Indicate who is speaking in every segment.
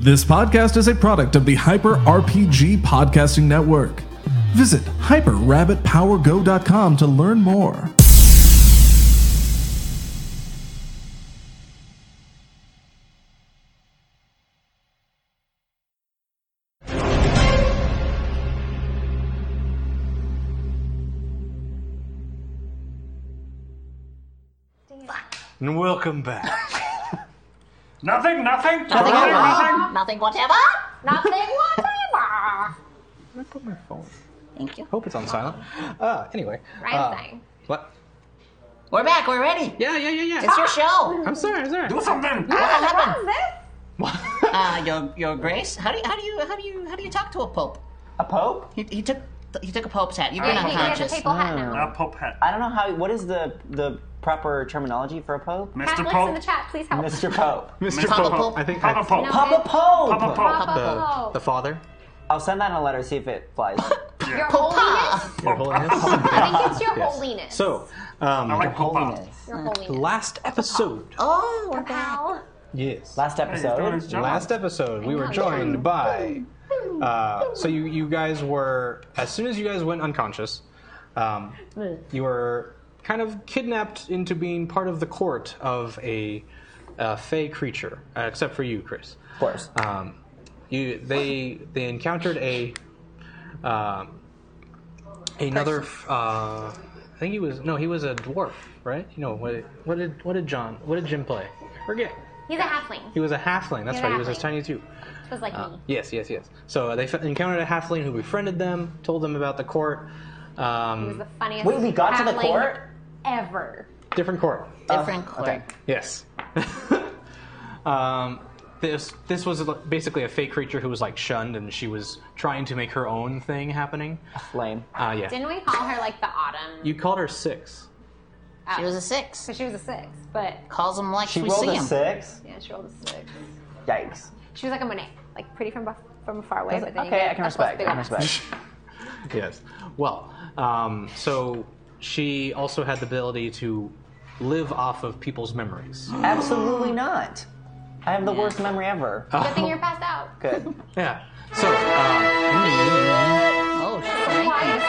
Speaker 1: This podcast is a product of the Hyper RPG Podcasting Network. Visit hyperrabbitpowergo.com to learn more.
Speaker 2: And welcome back.
Speaker 3: Nothing, nothing,
Speaker 4: Nothing
Speaker 3: totally
Speaker 4: whatever.
Speaker 3: nothing.
Speaker 4: Nothing whatever. Nothing
Speaker 5: Ah.
Speaker 4: whatever.
Speaker 2: Put my phone.
Speaker 4: Thank you.
Speaker 2: Hope it's on silent. Uh, anyway.
Speaker 4: Right
Speaker 2: uh,
Speaker 4: thing.
Speaker 2: What?
Speaker 4: We're back. We're ready.
Speaker 2: Yeah, yeah, yeah, yeah.
Speaker 4: It's your show.
Speaker 2: I'm sorry, I'm sorry.
Speaker 3: Do something.
Speaker 4: What happened?
Speaker 2: What?
Speaker 4: Uh, your your grace. How do you how do you how do you how do you talk to a pope?
Speaker 6: A pope?
Speaker 4: He, he took he took a pope's hat. You've been
Speaker 5: Yeah, he wears a
Speaker 4: unconscious.
Speaker 5: papal hat
Speaker 2: Mm.
Speaker 5: now.
Speaker 3: Uh, Pope hat.
Speaker 6: I don't know how. What is the the proper terminology for a pope?
Speaker 3: Mr.
Speaker 5: Catholics in the
Speaker 3: Pope.
Speaker 5: chat, please help.
Speaker 6: Mr. Pope.
Speaker 2: Mr.
Speaker 4: Papa
Speaker 2: Pope.
Speaker 4: Pope.
Speaker 2: I think
Speaker 3: Papa
Speaker 2: that's
Speaker 3: Pope.
Speaker 6: Papa Pope.
Speaker 3: Papa Pope.
Speaker 5: Papa
Speaker 2: the,
Speaker 5: Pope.
Speaker 2: the father.
Speaker 6: I'll send that in a letter. See if it flies.
Speaker 5: Your holiness.
Speaker 4: Papa.
Speaker 2: Your holiness.
Speaker 5: I think it's your holiness.
Speaker 2: So, um,
Speaker 3: I like Pope. hat.
Speaker 6: Holiness.
Speaker 5: your holiness.
Speaker 2: last episode.
Speaker 4: Oh, we're back.
Speaker 5: Wow.
Speaker 2: Yes.
Speaker 6: Last
Speaker 3: He's doing
Speaker 6: episode.
Speaker 3: his job.
Speaker 2: Last episode, we were joined by. Uh, so you you guys were as soon as you guys went unconscious, um, you were kind of kidnapped into being part of the court of a, uh fey creature, uh, except for you, Chris.
Speaker 6: Of course.
Speaker 2: Um, you they they encountered a. um another. f- Uh, I think he was no, he was a dwarf, right? You know what? What did what did John? What did Jim play? I forget.
Speaker 5: He's a halfling.
Speaker 2: He was a halfling. That's
Speaker 5: He was a
Speaker 2: right. He was as
Speaker 5: halfling.
Speaker 2: tiny as you.
Speaker 5: It was
Speaker 4: Uh,
Speaker 5: like me.
Speaker 2: Yes, yes, yes. So uh, they f- encountered a halfling who befriended them, told them about the court.
Speaker 5: He was
Speaker 2: Um,
Speaker 5: the funniest.
Speaker 6: Wait, we got to the
Speaker 5: halfling
Speaker 6: court.
Speaker 5: ever.
Speaker 2: different court. Uh,
Speaker 4: Different
Speaker 6: okay.
Speaker 4: court.
Speaker 2: Yes. um, this this was l- basically a fake creature who was like shunned, and she was trying to make her own thing happening.
Speaker 6: Lame.
Speaker 2: Uh, yeah.
Speaker 5: Didn't we call her like the autumn?
Speaker 2: you called her six.
Speaker 4: She was a six.
Speaker 5: So she was a six, but
Speaker 4: Calls him like
Speaker 6: She
Speaker 4: we
Speaker 6: rolled
Speaker 4: see
Speaker 6: a
Speaker 4: him.
Speaker 6: six.
Speaker 5: yeah, she rolled a six.
Speaker 6: Yikes.
Speaker 5: She was like a Monet, like pretty from bef- from far away, but then you
Speaker 6: Okay,
Speaker 5: get
Speaker 6: I can
Speaker 5: up close,
Speaker 6: respect. I
Speaker 5: big
Speaker 6: can
Speaker 5: eyes.
Speaker 6: respect.
Speaker 2: Yes. Well, um, so she also had the ability to live off of people's memories.
Speaker 6: Absolutely not. I have the worst memory ever.
Speaker 5: Good thing you're passed out.
Speaker 6: Good.
Speaker 2: Oh. Yeah. So. Um,
Speaker 4: Oh,
Speaker 5: Why?
Speaker 4: thank you.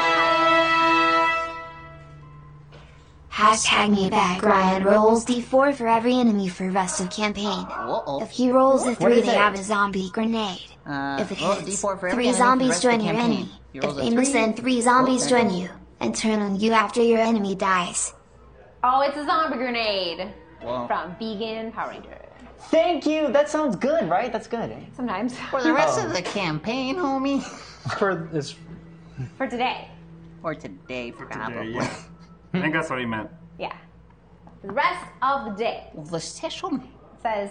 Speaker 7: Hashtag me back. Ryan rolls d4 for every enemy for rest of campaign.
Speaker 4: Uh-oh.
Speaker 7: If he rolls a three,
Speaker 6: did
Speaker 7: they
Speaker 6: it?
Speaker 7: have a zombie grenade.
Speaker 4: Uh,
Speaker 7: If it
Speaker 4: roll a
Speaker 7: hits,
Speaker 4: D4 for every
Speaker 7: three
Speaker 4: enemy for
Speaker 7: zombies
Speaker 4: rest of
Speaker 7: join your
Speaker 4: campaign.
Speaker 7: enemy.
Speaker 4: You
Speaker 7: If
Speaker 4: rolled a
Speaker 7: they miss,
Speaker 4: three.
Speaker 7: then three zombies
Speaker 4: Okay.
Speaker 7: join you and turn on you after your enemy dies.
Speaker 5: Oh, it's a zombie grenade
Speaker 4: Wow.
Speaker 5: from Vegan Power Ranger.
Speaker 6: Thank you. That sounds good, right? That's good.
Speaker 5: Sometimes
Speaker 4: For the rest of the campaign, homie.
Speaker 2: Um, for this
Speaker 6: Oh.
Speaker 5: for today.
Speaker 4: Or today,
Speaker 3: Today,
Speaker 4: probably.
Speaker 3: yeah. I think that's what he meant.
Speaker 5: Yeah. The rest of the day
Speaker 4: The session.
Speaker 5: says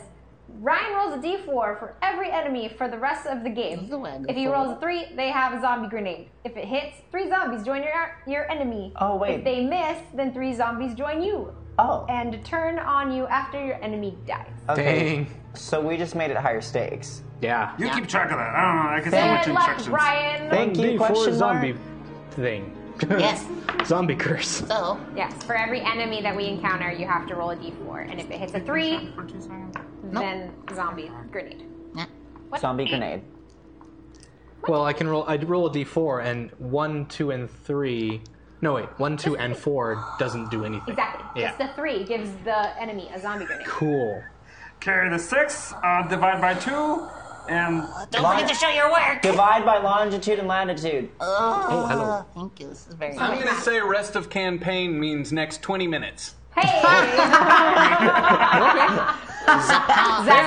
Speaker 5: Ryan rolls a d4 for every enemy for the rest of the game.
Speaker 4: This is where I go
Speaker 5: If he
Speaker 4: forward.
Speaker 5: rolls a 3, they have a zombie grenade. If it hits, 3 zombies join your, your enemy.
Speaker 6: Oh, wait.
Speaker 5: If they miss, then 3 zombies join you
Speaker 6: Oh.
Speaker 5: and turn on you after your enemy dies.
Speaker 6: Okay.
Speaker 2: thing.
Speaker 6: So we just made it higher stakes.
Speaker 2: Yeah.
Speaker 3: You keep track of that. I don't know. I can
Speaker 5: Good
Speaker 3: send you
Speaker 5: luck,
Speaker 3: instructions.
Speaker 5: Ryan.
Speaker 6: Thank you. Question
Speaker 2: zombie
Speaker 6: mark.
Speaker 2: thing.
Speaker 4: Yes.
Speaker 2: zombie curse.
Speaker 4: So,
Speaker 5: Yes, for every enemy that we encounter, you have to roll a d4. And if it hits a 3,
Speaker 3: For two seconds.
Speaker 5: then zombie grenade.
Speaker 4: yeah.
Speaker 5: What?
Speaker 6: Zombie grenade.
Speaker 2: Well, I can roll. I roll a d4, and one, two, and three. No, wait. One, two, and four doesn't do anything.
Speaker 5: Exactly.
Speaker 2: Yeah.
Speaker 5: Just the 3 gives the enemy a zombie grenade.
Speaker 2: cool.
Speaker 3: Carry the six, uh, divide by two, and
Speaker 4: Uh, Don't
Speaker 6: Lion-
Speaker 4: forget to show your work.
Speaker 6: Divide by longitude and latitude.
Speaker 2: Oh, hello.
Speaker 4: Thank you. This is very
Speaker 8: I'm
Speaker 4: nice.
Speaker 8: gonna say rest of campaign means next 20 minutes.
Speaker 5: Hey! Zach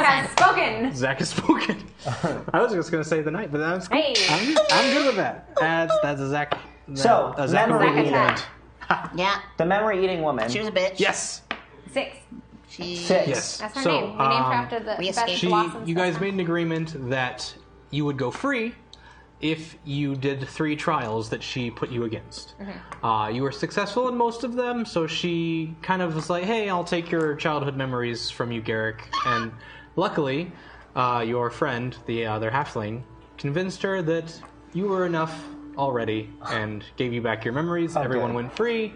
Speaker 5: has spoken!
Speaker 2: Zach has spoken. I was just gonna say the night, but that's cool.
Speaker 5: Hey.
Speaker 2: I'm, I'm good with that. That's that's a Zach.
Speaker 6: So,
Speaker 2: a Zach
Speaker 6: memory
Speaker 2: over
Speaker 5: eater.
Speaker 2: event.
Speaker 4: Yeah,
Speaker 6: The memory eating woman.
Speaker 4: she was a bitch.
Speaker 2: Yes.
Speaker 5: Six.
Speaker 4: She.
Speaker 6: Six.
Speaker 2: Yes.
Speaker 5: That's her
Speaker 2: so,
Speaker 5: name. We named her
Speaker 2: um,
Speaker 5: after the
Speaker 4: we
Speaker 5: best
Speaker 4: escaped.
Speaker 2: she,
Speaker 5: blossoms
Speaker 2: you
Speaker 5: of
Speaker 2: guys
Speaker 5: her.
Speaker 2: made an agreement that you would go free if you did three trials that she put you against.
Speaker 3: Mm-hmm.
Speaker 2: Uh, you were successful in most of them, so she kind of was like, "Hey, I'll take your childhood memories from you, Garrick." and luckily, uh, your friend, the other halfling, convinced her that you were enough already and gave you back your memories. Everyone
Speaker 6: good.
Speaker 2: went free.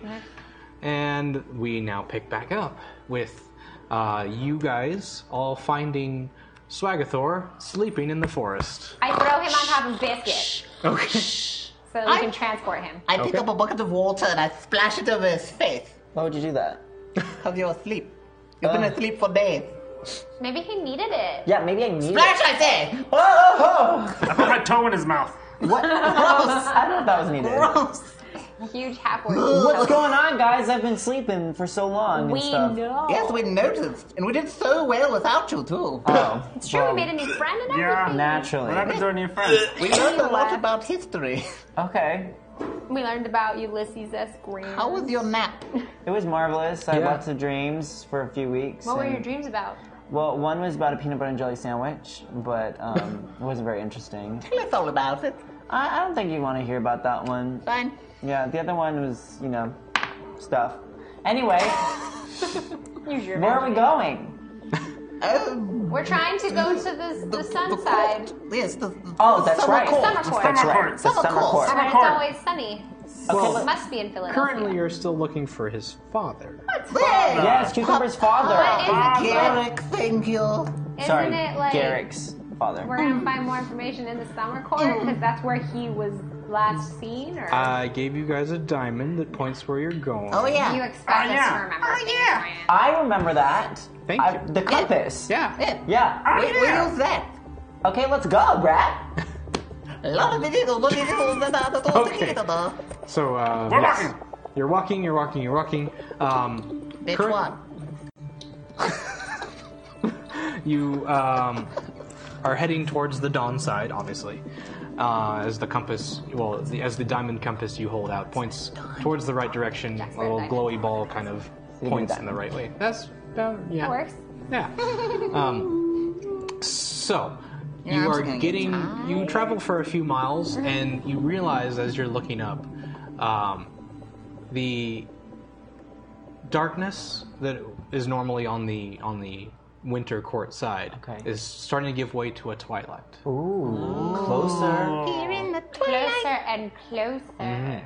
Speaker 2: And we now pick back up with uh, you guys all finding Swagathor sleeping in the forest.
Speaker 5: I throw him on top of Biscuit
Speaker 2: Okay.
Speaker 5: so we can transport him.
Speaker 8: I pick up a bucket of water and I splash it over his face.
Speaker 6: Why would you do that?
Speaker 8: Because you're asleep. You've been
Speaker 6: Uh.
Speaker 8: asleep for days.
Speaker 5: Maybe he needed it.
Speaker 6: Yeah, maybe I need
Speaker 8: Splash,
Speaker 6: it.
Speaker 8: I say!
Speaker 6: Oh, oh,
Speaker 3: I put my toe in his mouth.
Speaker 6: oh. What? I don't know if that was needed.
Speaker 8: Gross.
Speaker 5: Huge halfway.
Speaker 6: What's going on, guys? I've been sleeping for so long
Speaker 5: We
Speaker 6: and stuff.
Speaker 5: know.
Speaker 8: Yes, we noticed. And we did so well without you, too.
Speaker 6: Oh,
Speaker 5: It's true.
Speaker 6: well,
Speaker 5: we made a new friend and
Speaker 3: Yeah.
Speaker 5: everything.
Speaker 6: naturally.
Speaker 3: What happened to our new friend?
Speaker 8: We learned a lot
Speaker 5: Anyway.
Speaker 8: about history.
Speaker 6: Okay,
Speaker 5: We learned about Ulysses S. Green.
Speaker 8: How was your nap?
Speaker 6: it was marvelous. I had
Speaker 9: Yeah.
Speaker 6: lots of dreams for a few weeks.
Speaker 5: What were
Speaker 6: and-
Speaker 5: your dreams about?
Speaker 6: Well, one was about a peanut butter and jelly sandwich, but um, it wasn't very interesting.
Speaker 8: Tell us all about it.
Speaker 6: I, I don't think you want to hear about that one.
Speaker 8: Fine.
Speaker 6: Yeah, the other one was, you know, stuff. Anyway,
Speaker 5: Use your
Speaker 6: where are we
Speaker 5: imagination.
Speaker 6: going?
Speaker 8: Oh,
Speaker 5: We're trying to go to the, the sun
Speaker 8: the
Speaker 5: side.
Speaker 8: court. Yes, the, the
Speaker 6: Oh, that's
Speaker 8: summer
Speaker 6: right.
Speaker 8: court.
Speaker 5: Summer court.
Speaker 6: That's
Speaker 5: Summer
Speaker 6: right.
Speaker 3: court.
Speaker 6: The summer
Speaker 8: Summer court.
Speaker 6: court.
Speaker 5: And it's
Speaker 3: court.
Speaker 5: always sunny.
Speaker 2: Well,
Speaker 5: It must be in Philadelphia.
Speaker 2: currently, you're still looking for his father.
Speaker 8: There.
Speaker 6: Yes, Cucumber's father.
Speaker 5: What is it?
Speaker 8: Garrick, thank you.
Speaker 5: Isn't
Speaker 6: Sorry,
Speaker 5: it like
Speaker 6: Garrick's father.
Speaker 5: we're gonna find more information in the summer
Speaker 8: Mm.
Speaker 5: court because that's where he was last seen? Or
Speaker 6: Uh,
Speaker 2: I gave you guys a diamond that points where you're going.
Speaker 8: Oh,
Speaker 5: do you
Speaker 8: yeah.
Speaker 6: Uh,
Speaker 5: expect
Speaker 3: Oh,
Speaker 5: us
Speaker 3: yeah.
Speaker 5: to remember?
Speaker 8: Oh,
Speaker 5: things,
Speaker 8: yeah.
Speaker 5: Ryan?
Speaker 6: I remember that.
Speaker 2: Thank
Speaker 6: I-
Speaker 2: you.
Speaker 6: The compass.
Speaker 2: Yeah.
Speaker 8: Yeah.
Speaker 6: Yeah.
Speaker 8: We, we
Speaker 3: Yeah.
Speaker 8: use that.
Speaker 6: Okay, let's go, Brad.
Speaker 8: A lot of it is.
Speaker 2: Okay. So, uh,
Speaker 3: We're
Speaker 2: yes.
Speaker 3: walking.
Speaker 2: You're walking, you're walking, you're walking. Um,
Speaker 8: Bitch
Speaker 2: Current-
Speaker 8: one.
Speaker 2: you um, are heading towards the dawn side, obviously. Uh, as the compass, well, as the, as the diamond compass you hold out points towards the right direction, a little
Speaker 5: diamond.
Speaker 2: glowy ball kind of points in the right way. That's about, yeah.
Speaker 5: That works.
Speaker 2: Yeah. Um, so,
Speaker 8: I'm
Speaker 2: you
Speaker 8: just
Speaker 2: are
Speaker 8: gonna get
Speaker 2: getting. you travel for a few miles, and you realize as you're looking up, um, the darkness that is normally on the on the winter court side
Speaker 6: Okay.
Speaker 2: is starting to give way to a twilight.
Speaker 6: Ooh,
Speaker 8: Oh.
Speaker 6: closer.
Speaker 8: Here in the
Speaker 5: Closer and closer.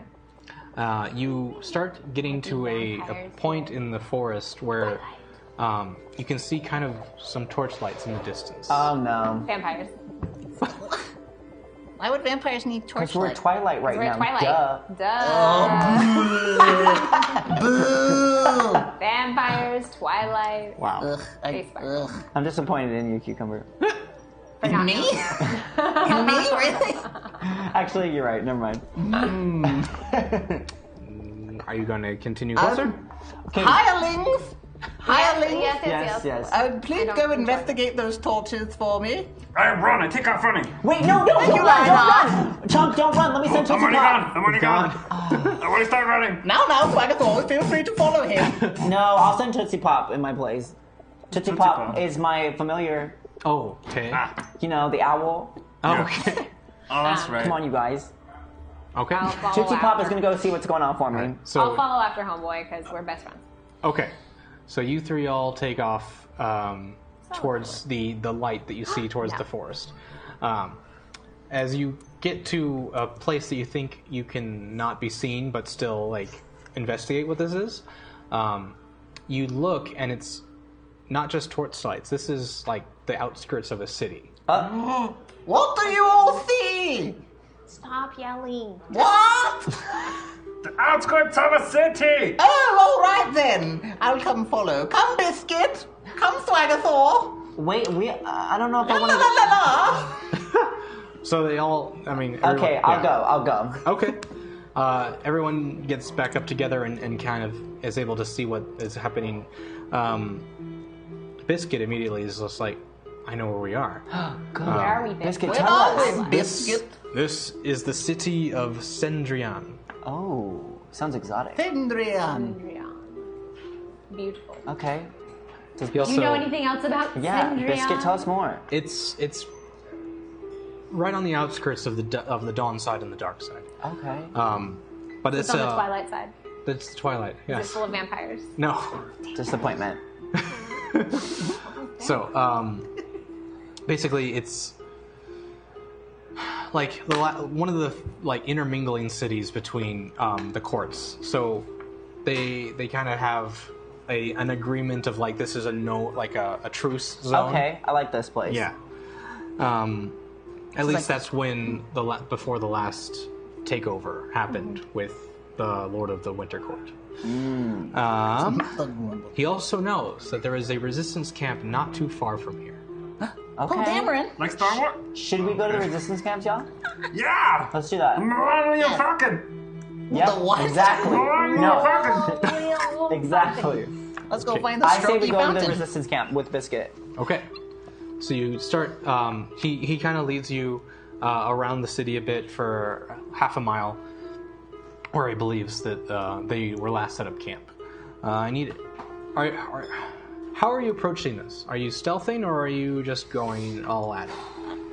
Speaker 2: Uh, you start getting to a, a point in the forest where. Um, you can see kind of some torchlights in the distance.
Speaker 6: Oh no.
Speaker 5: Vampires.
Speaker 8: Why would vampires need
Speaker 6: Because we're
Speaker 8: torchlight?
Speaker 6: Twilight right
Speaker 5: We're
Speaker 6: now.
Speaker 5: Twilight.
Speaker 6: Duh.
Speaker 5: Duh.
Speaker 8: Oh. Boo!
Speaker 5: Vampires, Twilight.
Speaker 6: Wow.
Speaker 8: Ugh, I,
Speaker 5: Facebook.
Speaker 8: ugh.
Speaker 6: I'm disappointed in you, Cucumber.
Speaker 8: Me? Me? Really?
Speaker 6: Actually, you're right. Never mind.
Speaker 2: Mm, Are you going to continue closer?
Speaker 8: Hirelings? Hirelings?
Speaker 5: Yes, yes, yes.
Speaker 6: Yes, yes.
Speaker 8: Uh, please
Speaker 5: don't
Speaker 8: go
Speaker 5: enjoy
Speaker 8: investigate those torches for me.
Speaker 3: I run. I take off running.
Speaker 6: Wait, no, no, don't
Speaker 8: you
Speaker 6: run,
Speaker 8: lied
Speaker 6: don't
Speaker 8: on.
Speaker 6: run! Chunk, don't run, let me send
Speaker 3: I'm
Speaker 6: Chunk
Speaker 3: already gone. I'm already
Speaker 2: Gone.
Speaker 3: gone. I want to start running.
Speaker 8: Now, now, Swagathor, feel free to follow him.
Speaker 6: No, I'll send Tootsie Pop in my place. Tootsie,
Speaker 3: Tootsie
Speaker 6: Pop,
Speaker 3: Pop. Ah.
Speaker 6: is my familiar,
Speaker 2: Oh, okay.
Speaker 6: you know, the owl.
Speaker 2: Okay.
Speaker 3: Oh, that's right.
Speaker 6: Come on, you guys.
Speaker 2: Okay.
Speaker 5: I'll follow
Speaker 6: Tootsie Pop is
Speaker 5: after-
Speaker 6: gonna go see what's going on for me.
Speaker 5: I'll
Speaker 2: So
Speaker 5: follow after Homeboy because we're best friends.
Speaker 2: okay. So you three all take off um, towards the the light that you see towards the forest. Um, as you get to a place that you think you can not be seen, but still like investigate what this is, um, you look and it's not just torch lights. This is like the outskirts of a city.
Speaker 8: What do you all see?
Speaker 5: Stop yelling.
Speaker 8: What?
Speaker 3: The outskirts of a city.
Speaker 8: Oh, all right then. I'll come follow. Come, Biscuit. Come, Swagathor.
Speaker 6: Wait, we, I don't know if
Speaker 8: La
Speaker 6: I
Speaker 8: la la
Speaker 6: wanna.
Speaker 8: la la.
Speaker 2: So they all, I mean,
Speaker 6: Okay,
Speaker 2: everyone-
Speaker 6: I'll
Speaker 2: yeah.
Speaker 6: go, I'll go.
Speaker 2: Okay. Uh, everyone gets back up together and, and kind of is able to see what is happening. Um, Biscuit immediately is just like, I know where we are.
Speaker 6: Oh,
Speaker 5: Where are we,
Speaker 6: Biscuit,
Speaker 5: Biscuit?
Speaker 6: tell us.
Speaker 8: Oh, Biscuit.
Speaker 2: This is the city of Sendrian.
Speaker 6: Oh, sounds exotic.
Speaker 8: Fendrian.
Speaker 5: Beautiful.
Speaker 6: Okay.
Speaker 2: He also,
Speaker 5: Do you know anything else about
Speaker 6: Yeah,
Speaker 5: Sindrian?
Speaker 6: Biscuit, tell us more.
Speaker 2: It's it's right on the outskirts of the da- of the dawn side and the dark side.
Speaker 6: Okay.
Speaker 2: Um, but it's,
Speaker 5: It's on the
Speaker 2: uh,
Speaker 5: Twilight side.
Speaker 2: It's the twilight.
Speaker 5: It's
Speaker 2: Yes.
Speaker 5: full of vampires.
Speaker 2: No.
Speaker 6: Disappointment.
Speaker 2: So, um, basically, it's like the la- one of the like intermingling cities between um, the courts. So they they kind of have a a an agreement of like this is a no like a, a truce zone.
Speaker 6: Okay, I like this place.
Speaker 2: Yeah. Um, at least
Speaker 6: like-
Speaker 2: that's when the la- before the last takeover happened
Speaker 6: Mm-hmm.
Speaker 2: with the Lord of the Winter Court.
Speaker 8: Mmm.
Speaker 6: Uh-huh.
Speaker 2: Um, he also knows that there is a resistance camp not too far from here.
Speaker 6: Okay.
Speaker 8: Oh, Dameron.
Speaker 3: Like Star Wars?
Speaker 6: Should we go to the resistance camps, y'all?
Speaker 3: Yeah!
Speaker 6: Let's do that.
Speaker 3: Millennium Falcon!
Speaker 4: The
Speaker 6: Yeah.
Speaker 4: what?
Speaker 6: Exactly.
Speaker 3: Millennium
Speaker 6: No.
Speaker 3: Falcon!
Speaker 6: Exactly.
Speaker 8: Let's go find the
Speaker 6: I say we
Speaker 8: strokey
Speaker 6: go to the
Speaker 8: fountain.
Speaker 6: resistance camp with Biscuit.
Speaker 2: Okay. So you start. Um, he he kind of leads you uh, around the city a bit for half a mile, where he believes that uh, they were last set up camp. Uh, I need it. Are, are, how are you approaching this? Are you stealthing or are you just going all at it?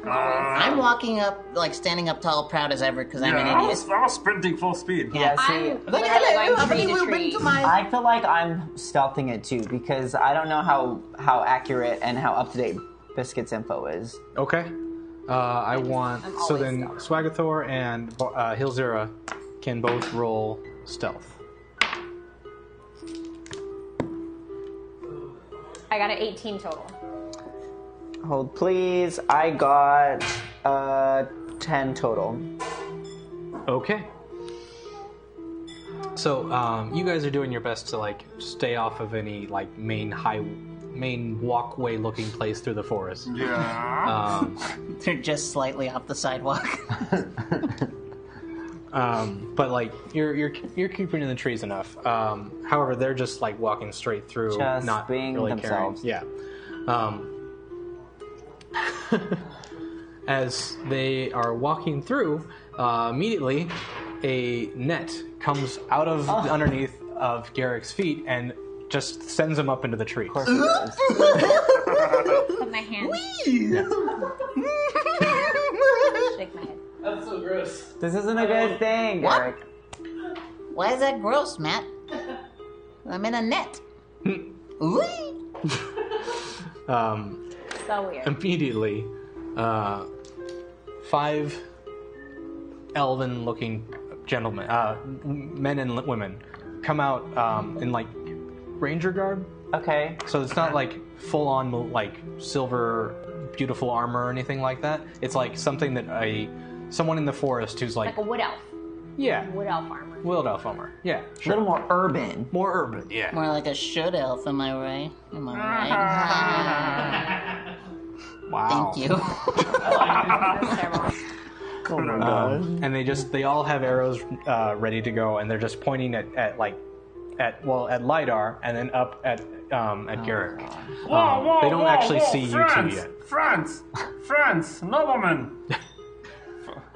Speaker 8: Uh,
Speaker 4: I'm walking up, like standing up tall, proud as ever, because I'm
Speaker 3: Yeah, I
Speaker 4: an
Speaker 3: was,
Speaker 4: idiot.
Speaker 3: I was sprinting full speed.
Speaker 6: Yeah, see,
Speaker 8: I'm
Speaker 4: Look
Speaker 8: literally
Speaker 4: at it!
Speaker 8: going
Speaker 4: I've
Speaker 8: tree
Speaker 4: been
Speaker 8: to
Speaker 4: moving
Speaker 8: tree.
Speaker 4: to my.
Speaker 6: I feel like I'm stealthing it too because I don't know how how accurate and how up to date Biscuit's info is.
Speaker 2: Okay. Uh, I want.
Speaker 8: I'm
Speaker 2: So
Speaker 8: always
Speaker 2: then Swagathor and Bo- uh, Hilzira can both roll stealth.
Speaker 5: I got an 18 total.
Speaker 6: Hold please. I got uh ten total.
Speaker 2: Okay. So um, you guys are doing your best to like stay off of any like main high, main walkway looking place through the forest.
Speaker 3: Yeah.
Speaker 2: Um,
Speaker 4: They're just slightly off the sidewalk.
Speaker 2: um, but like you're you're you're keeping in the trees enough. Um, however, they're just like walking straight through,
Speaker 6: Just
Speaker 2: not
Speaker 6: being
Speaker 2: really
Speaker 6: themselves.
Speaker 2: caring. Yeah. Um, as they are walking through, uh, immediately a net comes out of underneath of Garrick's feet and just sends him up into the tree.
Speaker 8: Put my hand. Shake my head.
Speaker 6: This isn't a good thing,
Speaker 4: What?
Speaker 6: Eric.
Speaker 4: Why is that gross, Matt? I'm in a net. Whee!
Speaker 2: Um,
Speaker 5: So weird.
Speaker 2: immediately uh, five elven looking gentlemen uh, men and l- women come out um, in like ranger garb
Speaker 6: Okay.
Speaker 2: so it's not like full on like silver beautiful armor or anything like that it's like something that a someone in the forest who's like
Speaker 5: Like a wood elf.
Speaker 2: yeah
Speaker 5: Wood elf armor.
Speaker 2: wild elf armor yeah
Speaker 6: A
Speaker 2: sure
Speaker 6: little more urban.
Speaker 2: more urban yeah
Speaker 4: More like a should elf, am I right? Am I right?
Speaker 2: wow
Speaker 4: Thank you.
Speaker 5: That's terrible.
Speaker 3: Oh
Speaker 2: Um, and they just they all have arrows uh, ready to go, and they're just pointing at, at like at well at lidar, and then up at um,
Speaker 6: Oh
Speaker 2: at Garrick.
Speaker 3: whoa,
Speaker 2: um,
Speaker 3: whoa,
Speaker 2: they don't
Speaker 3: whoa,
Speaker 2: actually
Speaker 3: whoa,
Speaker 2: see you two
Speaker 3: friends,
Speaker 2: yet.
Speaker 3: Friends! Friends! Noblemen!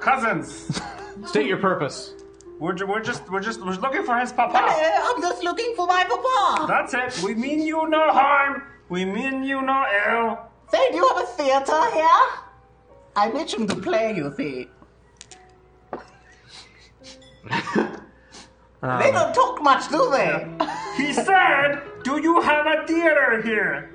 Speaker 3: Cousins!
Speaker 2: State your purpose.
Speaker 3: We're, ju- we're just we're just we're just looking for his papa.
Speaker 4: Hey, I'm just looking for my papa.
Speaker 3: That's it. We mean you no harm. We mean you no ill.
Speaker 4: Say, do you have a theater here? I'm itching to play, you see. they don't
Speaker 2: Um,
Speaker 4: talk much, do they?
Speaker 3: He said, "Do you have a theater here?"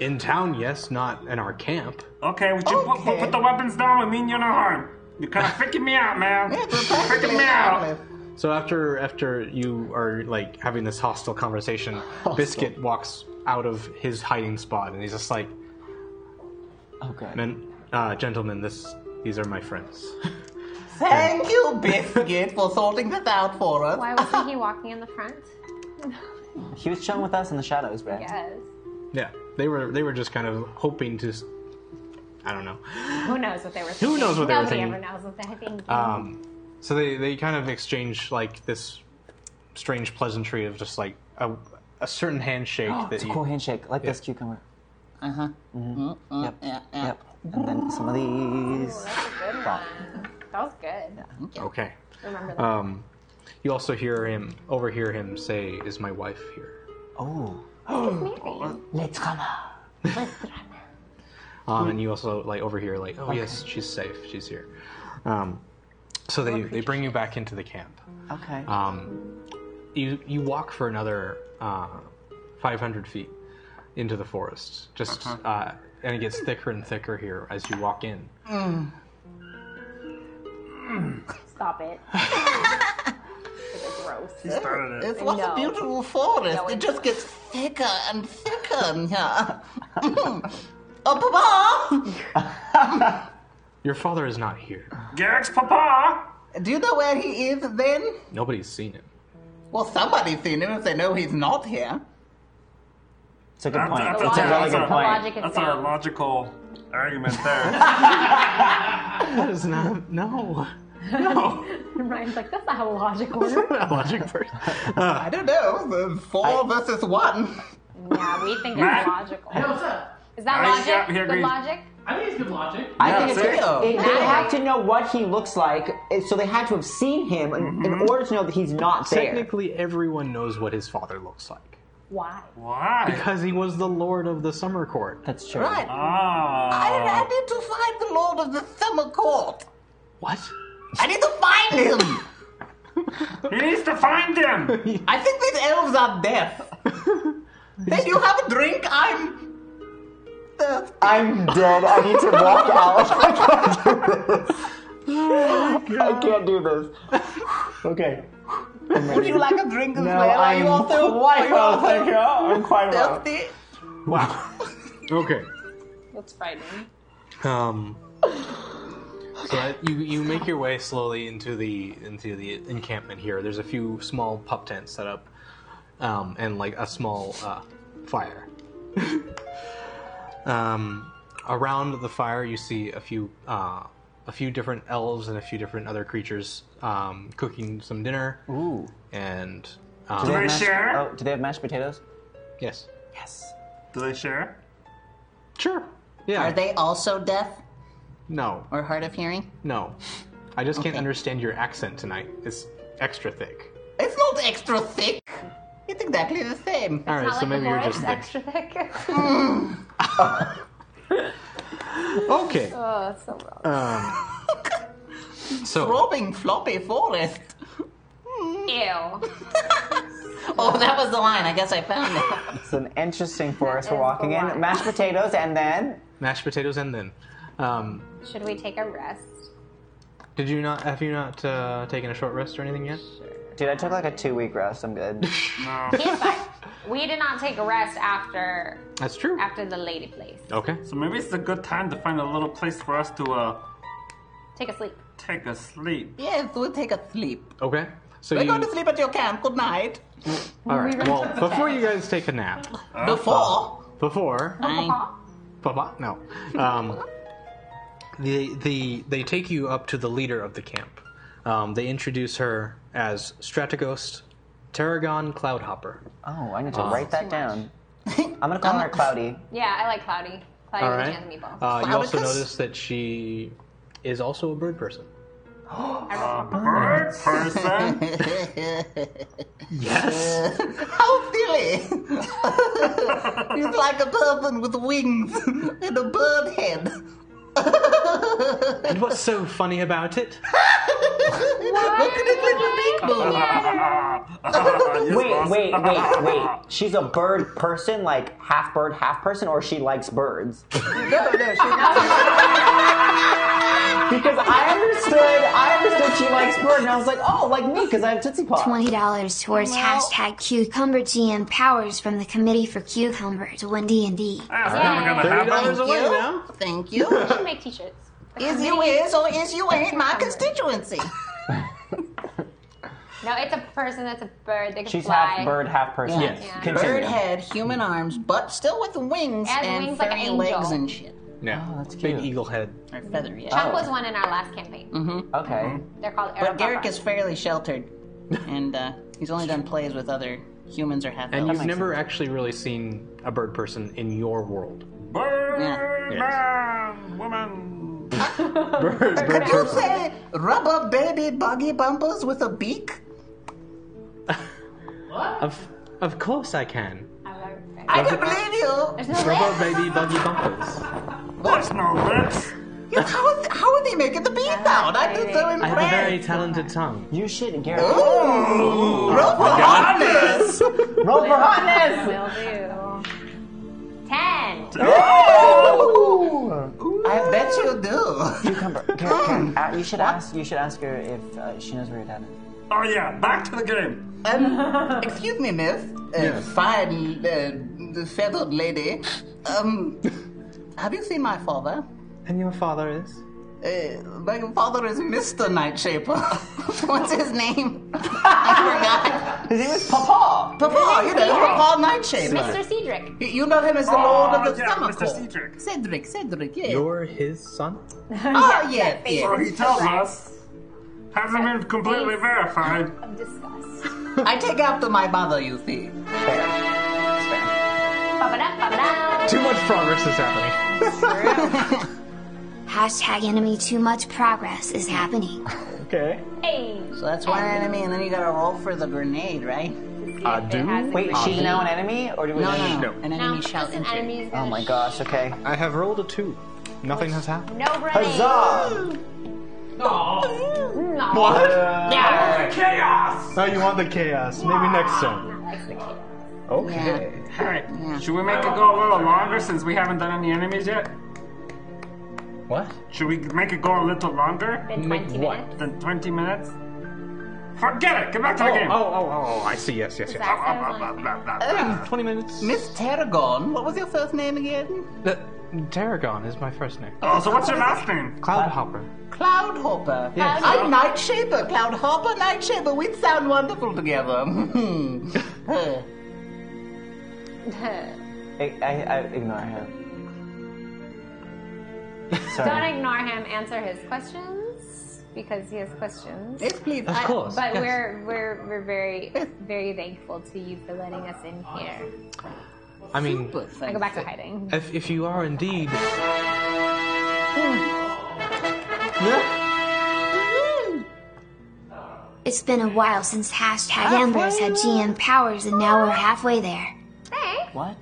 Speaker 2: In town, yes, not in our camp.
Speaker 3: Okay, would you put- put,
Speaker 4: Okay.
Speaker 3: put the weapons down? We mean you no harm. You're kind of freaking me out, man. freaking me out.
Speaker 2: So after after you are like having this hostile conversation, Biscuit walks out of his hiding spot, and he's just like,
Speaker 6: Okay.
Speaker 2: "Men, uh, gentlemen, this these are my friends."
Speaker 4: Thank you, Biscuit, for sorting this out for us.
Speaker 5: Why wasn't he walking in the front?
Speaker 6: He was chilling with us in the shadows, bro.
Speaker 5: Yes.
Speaker 2: Yeah, they were they were just kind of hoping to. s- I don't know.
Speaker 5: Who knows what they were thinking?
Speaker 2: knows what they were
Speaker 5: Nobody
Speaker 2: thinking?
Speaker 5: ever knows what they were thinking.
Speaker 2: Um, so they, they kind of exchange like this strange pleasantry of just like a, a certain handshake that
Speaker 6: It's a
Speaker 2: you,
Speaker 6: cool handshake, like this cucumber.
Speaker 4: Uh-huh. uh,
Speaker 6: Mm-hmm. Yep.
Speaker 4: Yeah, yeah.
Speaker 6: Yep. And then some of these.
Speaker 5: Good one. That was good.
Speaker 2: okay.
Speaker 5: Remember that.
Speaker 2: Um, you also hear him overhear him say, "Is my wife here?"
Speaker 6: Oh.
Speaker 2: Um, and you also like overhear like, "Oh yes, she's safe. She's here." Um, so they, they bring you back into the camp.
Speaker 6: Okay.
Speaker 2: Um, you you walk for another uh, 500 feet into the forest, just
Speaker 8: Uh-huh.
Speaker 2: uh and it gets thicker and thicker here as you walk in.
Speaker 4: Mm.
Speaker 5: Stop it. It's gross.
Speaker 3: started it.
Speaker 8: It's what's
Speaker 5: know.
Speaker 8: a beautiful forest.
Speaker 5: No,
Speaker 8: it
Speaker 5: it-
Speaker 8: just gets thicker and thicker in here. oh, Papa!
Speaker 2: Your father is not here.
Speaker 3: Garrick's papa.
Speaker 8: Do you know where he is then?
Speaker 2: Nobody's seen him.
Speaker 8: Well, somebody's seen him if they know he's not here.
Speaker 6: It's a good point.
Speaker 3: That's-
Speaker 6: It's a really
Speaker 3: that's
Speaker 6: good
Speaker 3: a-
Speaker 6: point.
Speaker 5: Logic is
Speaker 3: That's a
Speaker 5: sound.
Speaker 3: logical argument there.
Speaker 2: That is not. No.
Speaker 5: Ryan's like, that's not how logic works.
Speaker 2: Not a logic person.
Speaker 8: I don't know. the Four versus one.
Speaker 5: yeah, we think
Speaker 3: Matt?
Speaker 5: it's logical.
Speaker 10: Hey, what's up?
Speaker 5: Is that
Speaker 3: I
Speaker 5: logic?
Speaker 3: got here,
Speaker 5: Good
Speaker 3: Green.
Speaker 5: logic?
Speaker 10: I think it's good logic.
Speaker 6: I think it's
Speaker 8: Yeah, see?
Speaker 6: it, they have to know what he looks like, and so they had to have seen him in, in
Speaker 4: Mm-hmm.
Speaker 6: order to know that he's not there.
Speaker 2: Technically, everyone knows what his father looks like
Speaker 5: Why?
Speaker 3: Why?
Speaker 2: because he was the lord of the summer court.
Speaker 6: That's true.
Speaker 8: Right. I, I
Speaker 3: Ah.
Speaker 8: need to find the Lord of the Summer Court.
Speaker 2: What?
Speaker 8: I need to find him.
Speaker 3: He needs to find him.
Speaker 8: I think these elves are deaf. hey, you have a drink? I'm. thirsty.
Speaker 6: I'm dead. I need to walk out. I can't do this. I can't do this. Okay.
Speaker 8: Would you like a drink as
Speaker 6: No,
Speaker 8: well? Are
Speaker 6: I'm
Speaker 8: you also are
Speaker 6: quite
Speaker 8: you
Speaker 6: well,
Speaker 8: also
Speaker 6: thank you. I'm quite well.
Speaker 8: thirsty?
Speaker 2: Wow. okay.
Speaker 11: That's frightening.
Speaker 2: Um. So I- you you make your way slowly into the into the encampment here. There's a few small pup tents set up, um, and like a small uh, fire. um, around the fire, you see a few uh, a few different elves and a few different other creatures um, cooking some dinner.
Speaker 6: Ooh.
Speaker 2: And
Speaker 6: Do they
Speaker 2: um,
Speaker 6: have
Speaker 3: Can I
Speaker 6: mashed-
Speaker 3: share?
Speaker 6: Oh, do they have mashed potatoes?
Speaker 2: yes,
Speaker 6: Yes.
Speaker 3: Do they share?
Speaker 2: sure, yeah.
Speaker 8: Are they also deaf
Speaker 2: no,
Speaker 8: or hard of hearing?
Speaker 2: no. I just can't
Speaker 8: Okay.
Speaker 2: understand your accent tonight. It's extra thick.
Speaker 8: It's not extra thick. It's exactly the same. Hmm.
Speaker 2: All right,
Speaker 5: Not
Speaker 2: so
Speaker 5: like
Speaker 2: maybe
Speaker 5: the
Speaker 2: you're
Speaker 5: Lord's
Speaker 2: just thick.
Speaker 5: extra thick.
Speaker 2: Okay.
Speaker 5: oh, that's so wrong.
Speaker 2: So
Speaker 8: Robbing floppy forest. Hmm.
Speaker 5: Ew.
Speaker 8: Oh, that was the line. I guess I found it.
Speaker 6: It's an interesting forest
Speaker 5: That
Speaker 6: we're
Speaker 5: is
Speaker 6: walking
Speaker 5: the
Speaker 6: in.
Speaker 5: one.
Speaker 6: Mashed potatoes and then
Speaker 2: mashed potatoes and then. Um,
Speaker 5: Should we take a rest?
Speaker 2: did you not? Have you not uh, taken a short rest or anything yet?
Speaker 6: Dude, I took like a two week rest. I'm good.
Speaker 3: No.
Speaker 5: He's fine. We did not take a rest after
Speaker 2: That's true.
Speaker 5: after the lady place.
Speaker 2: Okay.
Speaker 3: So maybe it's a good time to find a little place for us to uh
Speaker 5: Take a sleep.
Speaker 3: take a sleep.
Speaker 8: yes, we'll take a sleep.
Speaker 2: Okay. So
Speaker 8: We're
Speaker 2: you.
Speaker 8: going to sleep at your camp. Good night.
Speaker 2: all right. Well, before you guys take a nap,
Speaker 8: Before.
Speaker 2: before
Speaker 8: I-
Speaker 2: Papa, no. Um, the the they take you up to the leader of the camp. Um, they introduce her as Strataghost Tarragon Cloudhopper. Um,
Speaker 6: Oh, I need to write that down. I'm gonna call her Cloudy.
Speaker 5: Yeah, I like Cloudy. Cloudy
Speaker 2: All
Speaker 5: with
Speaker 2: right.
Speaker 5: jams and meatballs.
Speaker 2: Uh, you also
Speaker 8: Cloudicus?
Speaker 2: notice that she is also a bird person.
Speaker 3: Bird person.
Speaker 2: Yes.
Speaker 8: How silly! He's like a person with wings and a bird head.
Speaker 2: and what's so funny about it?
Speaker 8: Look at his little beak move.
Speaker 6: Wait, wait, wait, wait. She's a bird person, like half bird, half person, or she likes birds?
Speaker 8: No, no, she-
Speaker 6: Because I understood, I understood she likes bird, and I was like, oh, like me, because I have Tootsie Pop.
Speaker 7: $20 towards hashtag cucumber GM powers from the Committee for Cucumber to win D&D.
Speaker 3: That's never gonna
Speaker 2: Thirty
Speaker 3: happen.
Speaker 2: dollars away
Speaker 8: you.
Speaker 2: now.
Speaker 8: Thank you.
Speaker 5: We should make t-shirts.
Speaker 8: Is you is or is you ain't my constituency.
Speaker 5: No, it's a person that's a bird. They can
Speaker 6: She's
Speaker 5: fly.
Speaker 6: half bird, half person.
Speaker 2: Yes. Yeah.
Speaker 6: Continue.
Speaker 8: Bird head, human arms, but still with wings
Speaker 5: Has
Speaker 8: and
Speaker 5: wings like an
Speaker 8: furry
Speaker 5: angel.
Speaker 8: legs and shit.
Speaker 2: Yeah.
Speaker 6: Oh, that's
Speaker 2: Big
Speaker 6: cute.
Speaker 2: eagle head. Oh.
Speaker 8: Or feathery.
Speaker 5: Chuck was one in our last campaign.
Speaker 2: Mm-hmm.
Speaker 6: Okay.
Speaker 5: They're called
Speaker 8: But Garrick
Speaker 5: Arapapa.
Speaker 8: is fairly sheltered, and uh, he's only done plays with other humans or half
Speaker 2: And
Speaker 8: elves.
Speaker 2: you've never actually really seen a bird person in your world.
Speaker 3: Bird
Speaker 2: Yeah.
Speaker 3: man, woman.
Speaker 2: Bird, bird
Speaker 8: You
Speaker 2: person.
Speaker 8: say rubber baby buggy bumpers with a beak?
Speaker 2: Of of course I can.
Speaker 8: I can believe you.
Speaker 5: There's no
Speaker 2: Rubber
Speaker 5: lips.
Speaker 2: baby buggy bumpers.
Speaker 3: There's no lips.
Speaker 8: Yes, how, is, how are they making the beat out? I'd be so
Speaker 2: I have a very
Speaker 8: impressed.
Speaker 2: talented tongue.
Speaker 6: You should, Garrett.
Speaker 2: Oh,
Speaker 3: Oh
Speaker 8: Robots!
Speaker 6: Roll for hotness!
Speaker 5: Will do. Ten.
Speaker 8: I bet you do.
Speaker 6: Cucumber. Garrett, Garrett, uh, you should ask. You should ask her if uh, she knows where your dad is.
Speaker 3: Oh yeah, back to the game.
Speaker 8: Um, excuse me, miss. Uh,
Speaker 3: Yes.
Speaker 8: Fine, uh, feathered lady. Um, have you seen my father?
Speaker 2: And your father is?
Speaker 8: Uh, my father is Mr. Nightshaper. What's his name? I forgot.
Speaker 6: His name is Papa.
Speaker 8: Papa, you know, Papa Nightshaper.
Speaker 5: Mr. Cedric.
Speaker 8: You- You know him as the Lord of the
Speaker 3: Oh, yeah,
Speaker 8: Summer
Speaker 3: Mr.
Speaker 8: Court.
Speaker 3: Cedric.
Speaker 8: Cedric, Cedric, yeah.
Speaker 2: You're his son?
Speaker 8: oh, yeah,
Speaker 5: that
Speaker 8: yeah.
Speaker 3: So he tells us. Hasn't been completely verified.
Speaker 5: Of disgust.
Speaker 8: I take after my mother, you see.
Speaker 3: Oh.
Speaker 5: Ba-ba-da, ba-ba-da.
Speaker 2: Too much progress is happening.
Speaker 7: Hashtag enemy too much progress is happening.
Speaker 2: Okay.
Speaker 5: Hey.
Speaker 8: So that's one enemy, and then you gotta roll for the grenade, right?
Speaker 2: Uh,
Speaker 6: I do. Wait, she's now an enemy, or do we?
Speaker 8: No, no,
Speaker 2: No.
Speaker 8: no. An enemy shall
Speaker 5: an
Speaker 8: enter.
Speaker 5: enemy's
Speaker 6: Oh
Speaker 5: gonna
Speaker 6: my gosh. Okay.
Speaker 2: I have rolled a two. Nothing has happened.
Speaker 5: No grenade.
Speaker 6: Huzzah!
Speaker 5: No.
Speaker 2: Yeah. Chaos! Oh, you want the chaos. Maybe next time.
Speaker 5: Likes the kid.
Speaker 8: Yeah.
Speaker 3: Alright, should we make it go a little longer since we haven't done any enemies yet?
Speaker 2: What?
Speaker 3: Should we make it go a little longer
Speaker 5: Been 20
Speaker 2: what?
Speaker 5: minutes.
Speaker 3: than 20 minutes? Forget it! Get back to the
Speaker 2: Oh,
Speaker 3: game!
Speaker 2: oh, oh, oh, I see. Yes, yes, yes.
Speaker 5: Zach sounds
Speaker 3: Blah,
Speaker 5: like-
Speaker 3: blah, blah, blah.
Speaker 8: Um,
Speaker 2: 20 minutes.
Speaker 8: Miss Tarragon, what was your first name again?
Speaker 2: Uh, Tarragon is my first name.
Speaker 3: Oh, so what's your last name?
Speaker 2: Cloudhopper.
Speaker 8: Cloudhopper.
Speaker 2: Yes.
Speaker 8: I'm Nightshaper. Cloudhopper, Nightshaper. We'd sound wonderful together. Huh.
Speaker 6: I, I, I ignore him.
Speaker 5: Don't
Speaker 6: Sorry.
Speaker 5: ignore him. Answer his questions because he has questions.
Speaker 8: yes, please.
Speaker 5: But-
Speaker 2: course,
Speaker 5: But
Speaker 2: yes.
Speaker 5: we're we're we're very very thankful to you for letting us in here.
Speaker 2: I mean,
Speaker 8: Super
Speaker 5: I go back to hiding.
Speaker 2: if, if you are indeed. Yeah.
Speaker 7: It's been a while since hashtag Embers had GM powers, and now we're halfway there.
Speaker 5: Hey,
Speaker 8: What?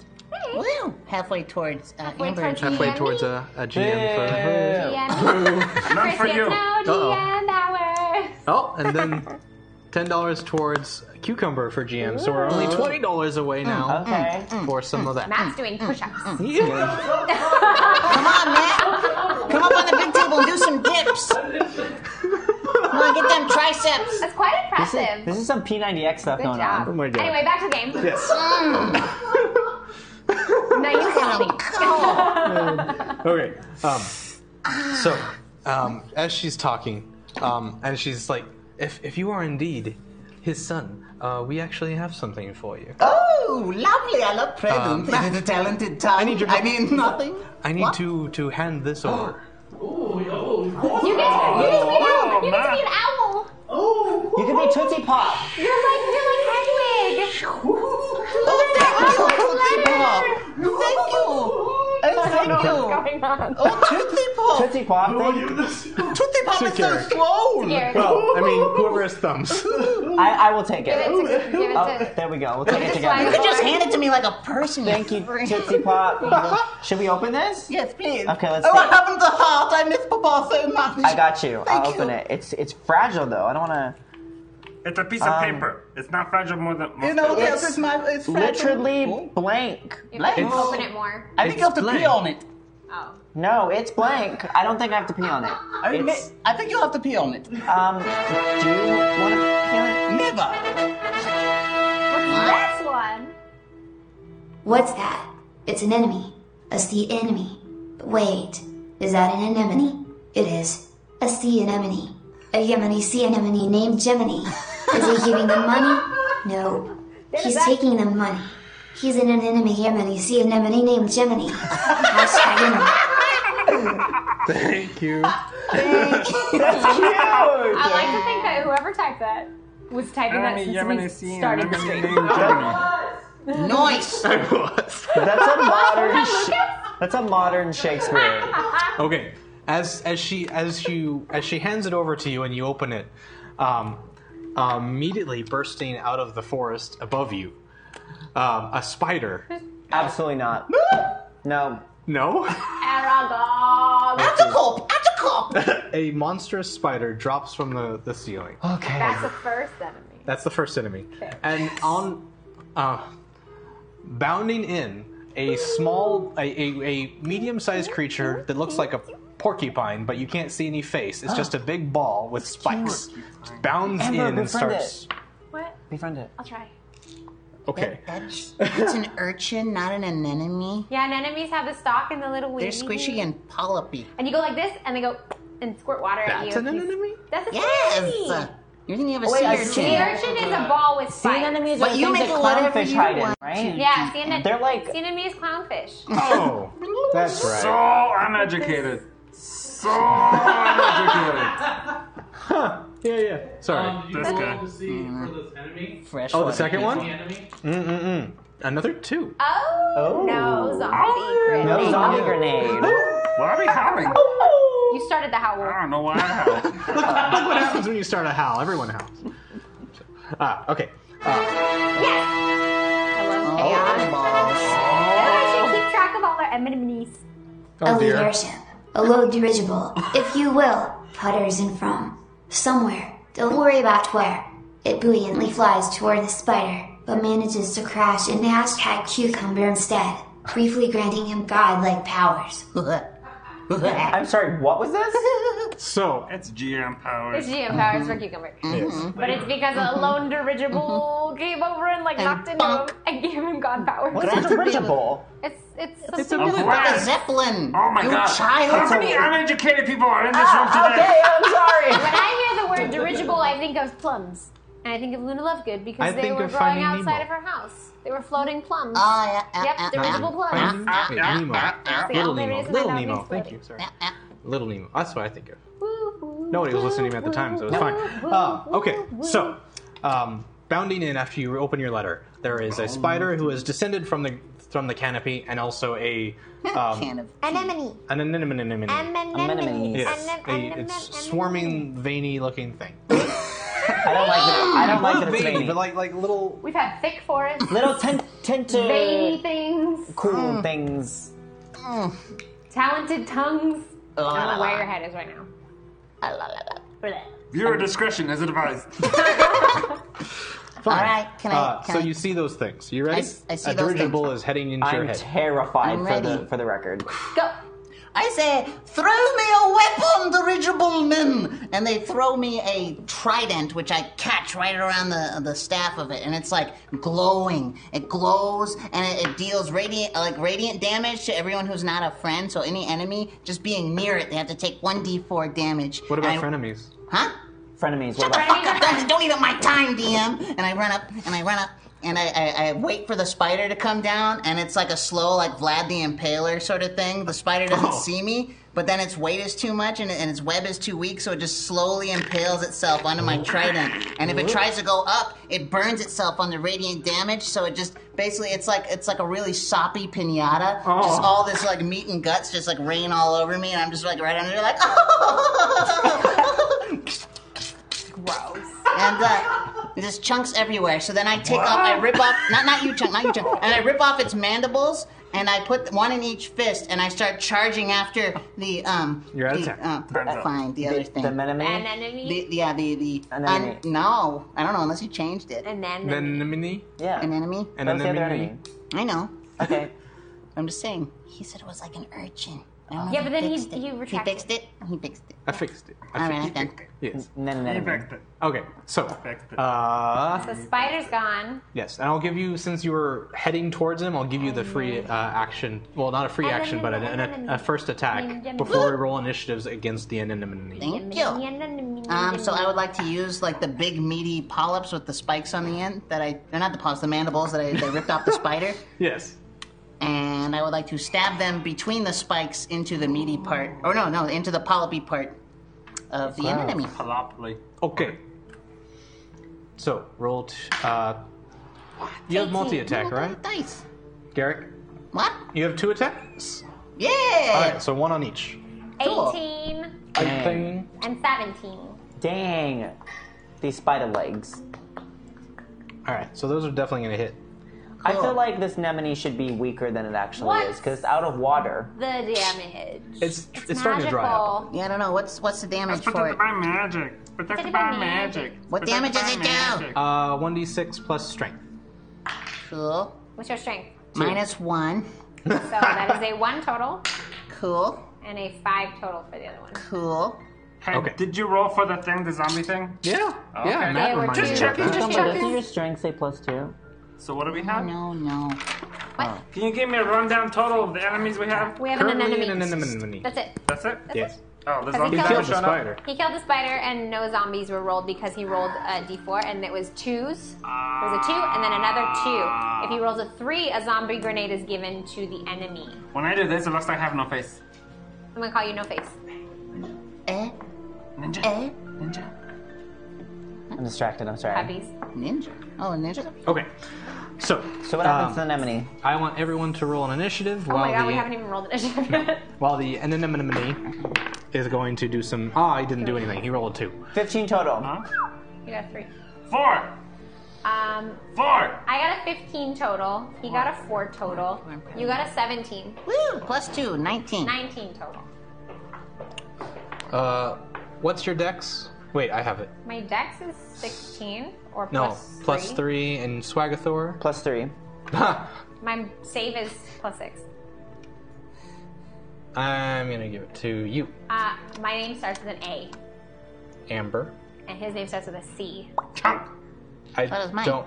Speaker 8: Well, halfway towards uh,
Speaker 5: Halfway
Speaker 8: Amber.
Speaker 5: towards
Speaker 8: and-
Speaker 2: Halfway towards a, a GM for.
Speaker 5: DM.
Speaker 3: None for you!
Speaker 5: No
Speaker 2: Uh-oh.
Speaker 5: DM hours.
Speaker 2: Oh, and then ten dollars towards cucumber for GM. So we're only twenty dollars away now Mm,
Speaker 6: Okay.
Speaker 2: for some of
Speaker 8: Mm,
Speaker 2: that.
Speaker 5: Matt's doing push-ups.
Speaker 2: Yeah.
Speaker 8: Come on, Matt. Come up on the big table and do some dips. Come on, get them triceps.
Speaker 5: That's quite
Speaker 6: This
Speaker 5: impressive.
Speaker 6: is, this is some P90X stuff
Speaker 5: Good
Speaker 6: going
Speaker 5: job.
Speaker 8: Oh
Speaker 6: on.
Speaker 2: my God.
Speaker 5: Anyway, back to the game. Mm.
Speaker 2: Yes.
Speaker 5: Now you tell me. Oh.
Speaker 8: mm.
Speaker 2: Okay. Um, so, um, as she's talking, um, and she's like, "If if you are indeed his son, uh, we actually have something for you.
Speaker 8: Oh, lovely. I love presents.
Speaker 2: Um,
Speaker 8: Is it a talented tongue? I
Speaker 2: need your help.
Speaker 8: mean, nothing.
Speaker 2: I need
Speaker 8: What?
Speaker 2: to to hand this over."
Speaker 5: You get to, you get to, be, an owl. you get to be
Speaker 3: Matt.
Speaker 5: an owl.
Speaker 6: You could be Tootsie Pop.
Speaker 5: You're like Dylan Hedwig.
Speaker 8: Oh, thank you, Tootsie Pop. Thank you. Oh, thank you.
Speaker 5: Going on.
Speaker 8: Oh, Tootsie Pop.
Speaker 6: Tootsie Pop. Thing.
Speaker 8: Tootsie Pop is so
Speaker 2: Scared.
Speaker 8: slow.
Speaker 5: Here,
Speaker 2: Well, I mean, whoever has thumbs.
Speaker 6: I, I will take it.
Speaker 5: give it to, give it
Speaker 6: Oh,
Speaker 5: to.
Speaker 6: there we go. We'll take it
Speaker 8: You
Speaker 6: together.
Speaker 8: could just hand it to me like a person.
Speaker 6: Thank you, Tootsie Pop. Should we open this?
Speaker 8: Yes, please.
Speaker 6: Okay, let's
Speaker 8: Oh,
Speaker 6: see.
Speaker 8: what happened to heart? I miss Papa so much.
Speaker 6: I got you.
Speaker 8: Thank
Speaker 6: I'll open
Speaker 8: you.
Speaker 6: it. It's it's fragile though. I don't want
Speaker 3: It's a piece of
Speaker 2: Um,
Speaker 3: paper. It's not fragile more than.
Speaker 8: You know,
Speaker 3: most-
Speaker 8: this is my. It's
Speaker 6: to
Speaker 8: fragile. Oh.
Speaker 6: literally blank.
Speaker 5: Let's
Speaker 8: Blank.
Speaker 5: open it more.
Speaker 8: I think you have to pee
Speaker 2: blank.
Speaker 8: on it.
Speaker 5: Oh.
Speaker 6: No, it's blank. I don't think I have to pee on it.
Speaker 8: I, admit,
Speaker 6: It's,
Speaker 8: I think you'll have to pee on it.
Speaker 6: um, do you want to pee on it?
Speaker 8: Never.
Speaker 5: That's one.
Speaker 7: What's that? It's an enemy. A sea anemone. But wait, is that an anemone? It is. A sea anemone. A Yemeni sea anemone named Gemini. Is he giving them money? No. He's taking them money. He's an anemone Yemeni sea anemone named Gemini. Hashtag enemy.
Speaker 2: Thank you.
Speaker 5: I like to think that whoever typed that was typing that
Speaker 3: Enemy
Speaker 5: since
Speaker 3: Yemeni
Speaker 5: we
Speaker 3: sea and
Speaker 5: started the
Speaker 3: enemy
Speaker 5: stream.
Speaker 3: named Germany.
Speaker 8: Nice.
Speaker 6: That's a modern. sh- that's a modern Shakespeare.
Speaker 2: Okay. As as she as you as she hands it over to you and you open it, um, immediately bursting out of the forest above you, um, a spider.
Speaker 6: Absolutely not. No.
Speaker 2: No.
Speaker 5: Aragog.
Speaker 8: Atacop. Atacop.
Speaker 2: a monstrous spider drops from the, the ceiling.
Speaker 6: Okay.
Speaker 5: That's the first enemy.
Speaker 2: That's the first enemy. And on uh, bounding in a small a, a, a medium-sized creature that looks like a porcupine, but you can't see any face. It's just a big ball with spikes. Just bounds
Speaker 6: Amber,
Speaker 2: in and
Speaker 6: befriend
Speaker 2: starts.
Speaker 5: What?
Speaker 6: Befriend it.
Speaker 5: I'll try.
Speaker 2: Okay.
Speaker 4: That's, it's an urchin, not an anemone.
Speaker 5: Yeah, and enemies have a stalk and the little
Speaker 4: They're
Speaker 5: wings.
Speaker 4: squishy and polypy.
Speaker 5: And you go like this, and they go and squirt water at you.
Speaker 2: That's an enemy?
Speaker 5: That's a sea
Speaker 4: Yes! uh,
Speaker 5: anemone.
Speaker 4: You're thinking of a
Speaker 6: Wait,
Speaker 4: sea
Speaker 6: I
Speaker 4: urchin.
Speaker 6: see.
Speaker 5: Sea urchin is a ball with
Speaker 12: Sea
Speaker 5: spikes.
Speaker 12: anemones
Speaker 4: But
Speaker 12: are the
Speaker 4: you
Speaker 12: things
Speaker 4: make
Speaker 12: that
Speaker 4: a lot of
Speaker 12: clownfish
Speaker 4: you
Speaker 12: hide in,
Speaker 4: want
Speaker 12: right?
Speaker 5: Yeah, sea anemone.
Speaker 12: They're like-
Speaker 5: sea anemone is clownfish.
Speaker 2: Oh, that's
Speaker 3: So
Speaker 2: right.
Speaker 3: uneducated. So
Speaker 4: Oh,
Speaker 3: uneducated.
Speaker 2: Yeah, yeah. Sorry.
Speaker 10: Um,
Speaker 6: Um,
Speaker 3: This guy.
Speaker 2: Mm-hmm.
Speaker 4: Fresh
Speaker 2: oh, the
Speaker 4: water.
Speaker 2: second one. Mm mm mm. Another two.
Speaker 5: Oh,
Speaker 6: Oh.
Speaker 5: no, zombie
Speaker 3: Oh.
Speaker 5: grenade.
Speaker 6: No zombie grenade.
Speaker 3: Why are we howling?
Speaker 5: Oh. You started the howl.
Speaker 3: I don't know why I howl.
Speaker 2: Look what happens when you start a howl. Everyone howls. Ah, okay.
Speaker 5: Yes. I love
Speaker 4: Oh,
Speaker 5: chaos.
Speaker 4: eyeballs.
Speaker 5: I should keep track of all our anemones.
Speaker 2: Oh
Speaker 7: a
Speaker 2: dear.
Speaker 7: leadership, a low dirigible, if you will, putters in from somewhere. Don't worry about where. It buoyantly flies toward the spider, but manages to crash into hashtag cucumber instead, briefly granting him godlike powers.
Speaker 6: I'm sorry, what was this?
Speaker 2: So
Speaker 3: That's GM powers.
Speaker 5: It's GM powers for cucumber.
Speaker 2: yes.
Speaker 5: But it's because a
Speaker 2: Mm-hmm.
Speaker 5: lone dirigible came over and like knocked into him and gave him god powers.
Speaker 6: What's a dirigible?
Speaker 5: It's it's
Speaker 2: a
Speaker 5: something
Speaker 3: blue-
Speaker 5: with
Speaker 4: Like a zeppelin.
Speaker 3: Oh my
Speaker 4: you
Speaker 3: god. How
Speaker 4: child.
Speaker 3: many uneducated people are
Speaker 8: Ah,
Speaker 3: in this room today?
Speaker 6: Ah, Okay, I'm sorry.
Speaker 5: When I hear the word dirigible, I think of plums. And I think of Luna Lovegood because
Speaker 2: I
Speaker 5: they
Speaker 2: think
Speaker 5: were
Speaker 2: of
Speaker 5: growing
Speaker 2: Finding
Speaker 5: outside
Speaker 2: Nemo.
Speaker 5: of her house. They were floating plums.
Speaker 4: Oh, yeah, yeah,
Speaker 5: yep,
Speaker 4: yeah,
Speaker 5: dirigible plums.
Speaker 2: Finding- wait, Nemo.
Speaker 5: That's the
Speaker 2: Little
Speaker 5: only
Speaker 2: Nemo.
Speaker 5: reason I
Speaker 2: Little
Speaker 5: know
Speaker 2: Nemo.
Speaker 5: these
Speaker 2: Thank
Speaker 5: words.
Speaker 2: you. Sorry.
Speaker 4: Ah, ah.
Speaker 2: ah. Little Nemo. That's what I think of.
Speaker 5: Woo,
Speaker 2: Nobody was
Speaker 5: woo,
Speaker 2: listening at the time, so it's
Speaker 5: woo,
Speaker 2: fine.
Speaker 5: woo,
Speaker 2: Uh, okay,
Speaker 5: woo,
Speaker 2: so um, bounding in after you open your letter, there is a spider woo has descended from the from the canopy, and also a um,
Speaker 4: Can of
Speaker 5: Anemone.
Speaker 2: an anemone. anemone.
Speaker 5: Anemone.
Speaker 2: Yes, a,
Speaker 5: Anemone.
Speaker 2: it's swarming, veiny-looking thing.
Speaker 6: I don't like that. I don't like that it's
Speaker 2: veiny,
Speaker 6: veiny.
Speaker 2: but like like little.
Speaker 5: We've had thick forests,
Speaker 6: Little tent, tinted,
Speaker 5: veiny things,
Speaker 6: cool things.
Speaker 5: talented tongues.
Speaker 4: la,
Speaker 5: I don't
Speaker 4: la,
Speaker 5: know where your head is right now.
Speaker 4: la, la, la, la.
Speaker 3: Viewer discretion is advised.
Speaker 2: Fine.
Speaker 4: All right, can I-
Speaker 2: Uh,
Speaker 4: can
Speaker 2: so
Speaker 4: I-
Speaker 2: you see those things. You ready?
Speaker 4: I s- I see
Speaker 2: a
Speaker 4: those
Speaker 2: dirigible
Speaker 4: things.
Speaker 2: is heading into your
Speaker 6: I'm
Speaker 2: head.
Speaker 6: terrified
Speaker 4: I'm
Speaker 6: for the
Speaker 4: ready.
Speaker 6: for the record.
Speaker 5: Go.
Speaker 4: I say, throw me a weapon, dirigible men! And they throw me a trident, which I catch right around the, the staff of it, and it's like glowing. It glows, and it, it deals radiant like radiant damage to everyone who's not a friend. So any enemy just being near it, they have to take one d4 damage.
Speaker 2: what about
Speaker 4: And I-
Speaker 2: frenemies?
Speaker 4: Huh?
Speaker 6: Frenemies. What about?
Speaker 4: Fuck up, don't- don't eat up my time, DM. And I run up, and I run up, and I, I, I wait for the spider to come down, and it's like a slow, like Vlad the Impaler sort of thing. The spider doesn't
Speaker 2: Oh.
Speaker 4: see me, but then its weight is too much, and, and its web is too weak, so it just slowly impales itself onto my trident. And if it tries to go up, it burns itself on the radiant damage, so it just basically it's like it's like a really soppy pinata. Just all this like meat and guts just like rain all over me, and I'm just like right under there, like and uh, there's chunks everywhere. So then I take off, I rip off, not not you chunk, not you chunk, and I rip off its mandibles, and I put one in each fist, and I start charging after the um.
Speaker 2: You're out of
Speaker 4: the,
Speaker 2: time.
Speaker 4: Uh, fine, the other
Speaker 6: The
Speaker 4: thing.
Speaker 6: minimum.
Speaker 5: Anemone.
Speaker 4: The, yeah, the the
Speaker 6: Anemone.
Speaker 4: un- no, I don't know unless you changed it.
Speaker 5: Anemone.
Speaker 2: Anemone.
Speaker 6: Yeah.
Speaker 4: An enemy?
Speaker 2: An
Speaker 6: That was the other
Speaker 2: anemone.
Speaker 6: enemy.
Speaker 4: I know.
Speaker 6: Okay.
Speaker 4: I'm just saying. He said it was like an urchin. I don't know
Speaker 5: Yeah,
Speaker 4: if
Speaker 5: but then he-
Speaker 4: fixed it.
Speaker 5: he
Speaker 4: he
Speaker 5: retracted.
Speaker 4: fixed it. He fixed it.
Speaker 2: I fixed it. I
Speaker 4: All
Speaker 2: fixed
Speaker 4: right
Speaker 2: it.
Speaker 4: then.
Speaker 2: Yes.
Speaker 6: Minimum.
Speaker 3: Infected.
Speaker 2: Okay, so
Speaker 3: Perfect.
Speaker 2: uh,
Speaker 5: The spider's gone.
Speaker 2: yes, and I'll give you since you were heading towards him, I'll give you the free uh, action. Well, not a free action, but an, an, a first attack before we roll initiatives against the anemone.
Speaker 4: Thank you.
Speaker 5: Anemone.
Speaker 4: Um, so I would like to use like the big meaty polyps with the spikes on the end that I, they're not the polyps, the mandibles that I, that I ripped off the spider,
Speaker 2: Yes.
Speaker 4: and I would like to stab them between the spikes into the meaty part, or no, no, into the polypy part of the enemy.
Speaker 3: Paloply.
Speaker 2: Okay. So roll. T- uh, you have multi attack, right,
Speaker 4: Dice.
Speaker 2: Garrick?
Speaker 4: What?
Speaker 2: You have two attacks.
Speaker 4: Yeah.
Speaker 2: All right, so one on each.
Speaker 5: 18
Speaker 2: Ding.
Speaker 5: and 17.
Speaker 6: Dang. These spider legs.
Speaker 2: All right, so those are definitely gonna hit.
Speaker 6: I feel like this Nemini should be weaker than it actually
Speaker 5: What?
Speaker 6: is because it's out of water.
Speaker 5: The damage.
Speaker 2: It's it's, starting to dry up.
Speaker 4: Yeah, I don't know. What's what's the damage for it?
Speaker 3: Protected by magic. Protected by magic.
Speaker 4: What damage does it do?
Speaker 3: do?
Speaker 2: Uh, one d six plus strength.
Speaker 4: Cool.
Speaker 5: What's your strength?
Speaker 4: Minus one.
Speaker 5: So that is a 1 total.
Speaker 4: Cool.
Speaker 5: and a five total for the other one.
Speaker 4: Cool.
Speaker 3: Hey,
Speaker 2: Okay.
Speaker 3: Did you roll for the thing, the zombie thing?
Speaker 2: Yeah. Yeah.
Speaker 5: They
Speaker 2: Matt
Speaker 5: Oh, were
Speaker 2: reminded
Speaker 5: two.
Speaker 2: me
Speaker 3: check
Speaker 2: about
Speaker 3: it,
Speaker 2: that.
Speaker 5: Just
Speaker 6: Somebody,
Speaker 5: checking.
Speaker 6: doesn't your strength say plus two?
Speaker 3: So what do we have?
Speaker 4: No, no.
Speaker 3: Can you give me a rundown total of the enemies we have?
Speaker 5: We have an
Speaker 2: Currently an
Speaker 5: enemy.
Speaker 2: anemone.
Speaker 5: That's it.
Speaker 3: That's it?
Speaker 2: Yes.
Speaker 3: Oh, the
Speaker 5: Has it
Speaker 3: zombies
Speaker 5: killed
Speaker 3: haven't
Speaker 5: the
Speaker 3: shown up?
Speaker 5: He killed the spider, and no zombies were rolled because he rolled a d4, and it was twos. There was a two, and then another two. If he rolls a three, a zombie grenade is given to the enemy.
Speaker 3: When I do this, it looks like I have no face.
Speaker 5: I'm gonna call you No Face.
Speaker 4: Eh,
Speaker 3: Ninja?
Speaker 4: eh,
Speaker 3: Ninja?
Speaker 6: I'm distracted, I'm sorry.
Speaker 5: Puppies.
Speaker 4: ninja. Oh, a ninja.
Speaker 2: Okay. So,
Speaker 6: So what happens
Speaker 2: um,
Speaker 6: to Anemone?
Speaker 2: I want everyone to roll an initiative
Speaker 5: Oh
Speaker 2: while
Speaker 5: my god,
Speaker 2: the
Speaker 5: we haven't even rolled initiative.
Speaker 2: while the anemone is going to do some. Ah, he didn't do anything. He rolled a two.
Speaker 6: 15 total.
Speaker 5: you got a three.
Speaker 3: Four!
Speaker 5: Um,
Speaker 3: Four!
Speaker 5: I got a 15 total. He got a four total. You got a 17.
Speaker 4: Woo! Plus two, 19.
Speaker 5: 19 total.
Speaker 2: Uh, what's your dex? Wait, I have it.
Speaker 5: My dex is 16 or
Speaker 2: No,
Speaker 5: plus three.
Speaker 2: plus three and Swagathor.
Speaker 6: Plus three.
Speaker 5: My save is plus six.
Speaker 2: I'm gonna give it to you,
Speaker 5: Uh, my name starts with an A,
Speaker 2: Amber.
Speaker 5: and his name starts with a C.
Speaker 3: Chunk!
Speaker 2: I
Speaker 4: was mine.
Speaker 2: don't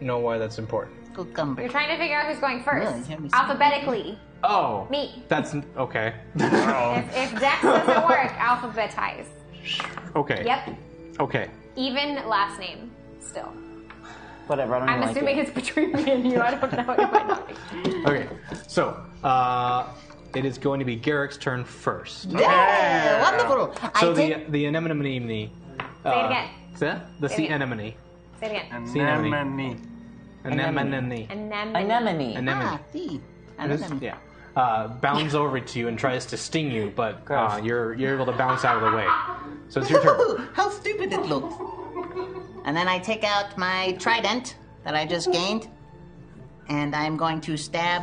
Speaker 2: know why that's important.
Speaker 4: Cucumber.
Speaker 5: You're trying to figure out who's going
Speaker 4: Really?
Speaker 5: first,
Speaker 4: Have you seen-
Speaker 5: alphabetically.
Speaker 2: Oh,
Speaker 5: Me.
Speaker 2: That's okay. Um,
Speaker 5: If, if Dex doesn't work, alphabetize.
Speaker 2: okay.
Speaker 5: Yep.
Speaker 2: Okay.
Speaker 5: Even last name, still.
Speaker 6: Whatever, I don't
Speaker 5: I'm
Speaker 6: even like
Speaker 5: assuming
Speaker 6: it.
Speaker 5: it's between me and you. I don't know. It might not be.
Speaker 2: Okay. So, uh, it is going to be Garrick's turn first.
Speaker 4: Yeah, uh, wonderful.
Speaker 2: So
Speaker 4: I
Speaker 2: the
Speaker 4: did.
Speaker 2: the anemone. Uh,
Speaker 5: Say it again.
Speaker 2: The, the sea
Speaker 5: again.
Speaker 2: anemone.
Speaker 5: Say it again.
Speaker 2: Anemone.
Speaker 3: Anemone.
Speaker 2: Anemone.
Speaker 5: Anemone.
Speaker 6: Anemone.
Speaker 2: Anemone.
Speaker 4: Ah, D. I
Speaker 2: It
Speaker 4: don't
Speaker 2: is-
Speaker 4: know.
Speaker 2: Yeah. Uh, bounds over to you and tries to sting you, but uh,
Speaker 6: Gross.
Speaker 2: you're you're able to bounce out of the way. So it's your turn.
Speaker 4: Ooh, How stupid it looked. And then I take out my trident that I just gained, and I'm going to stab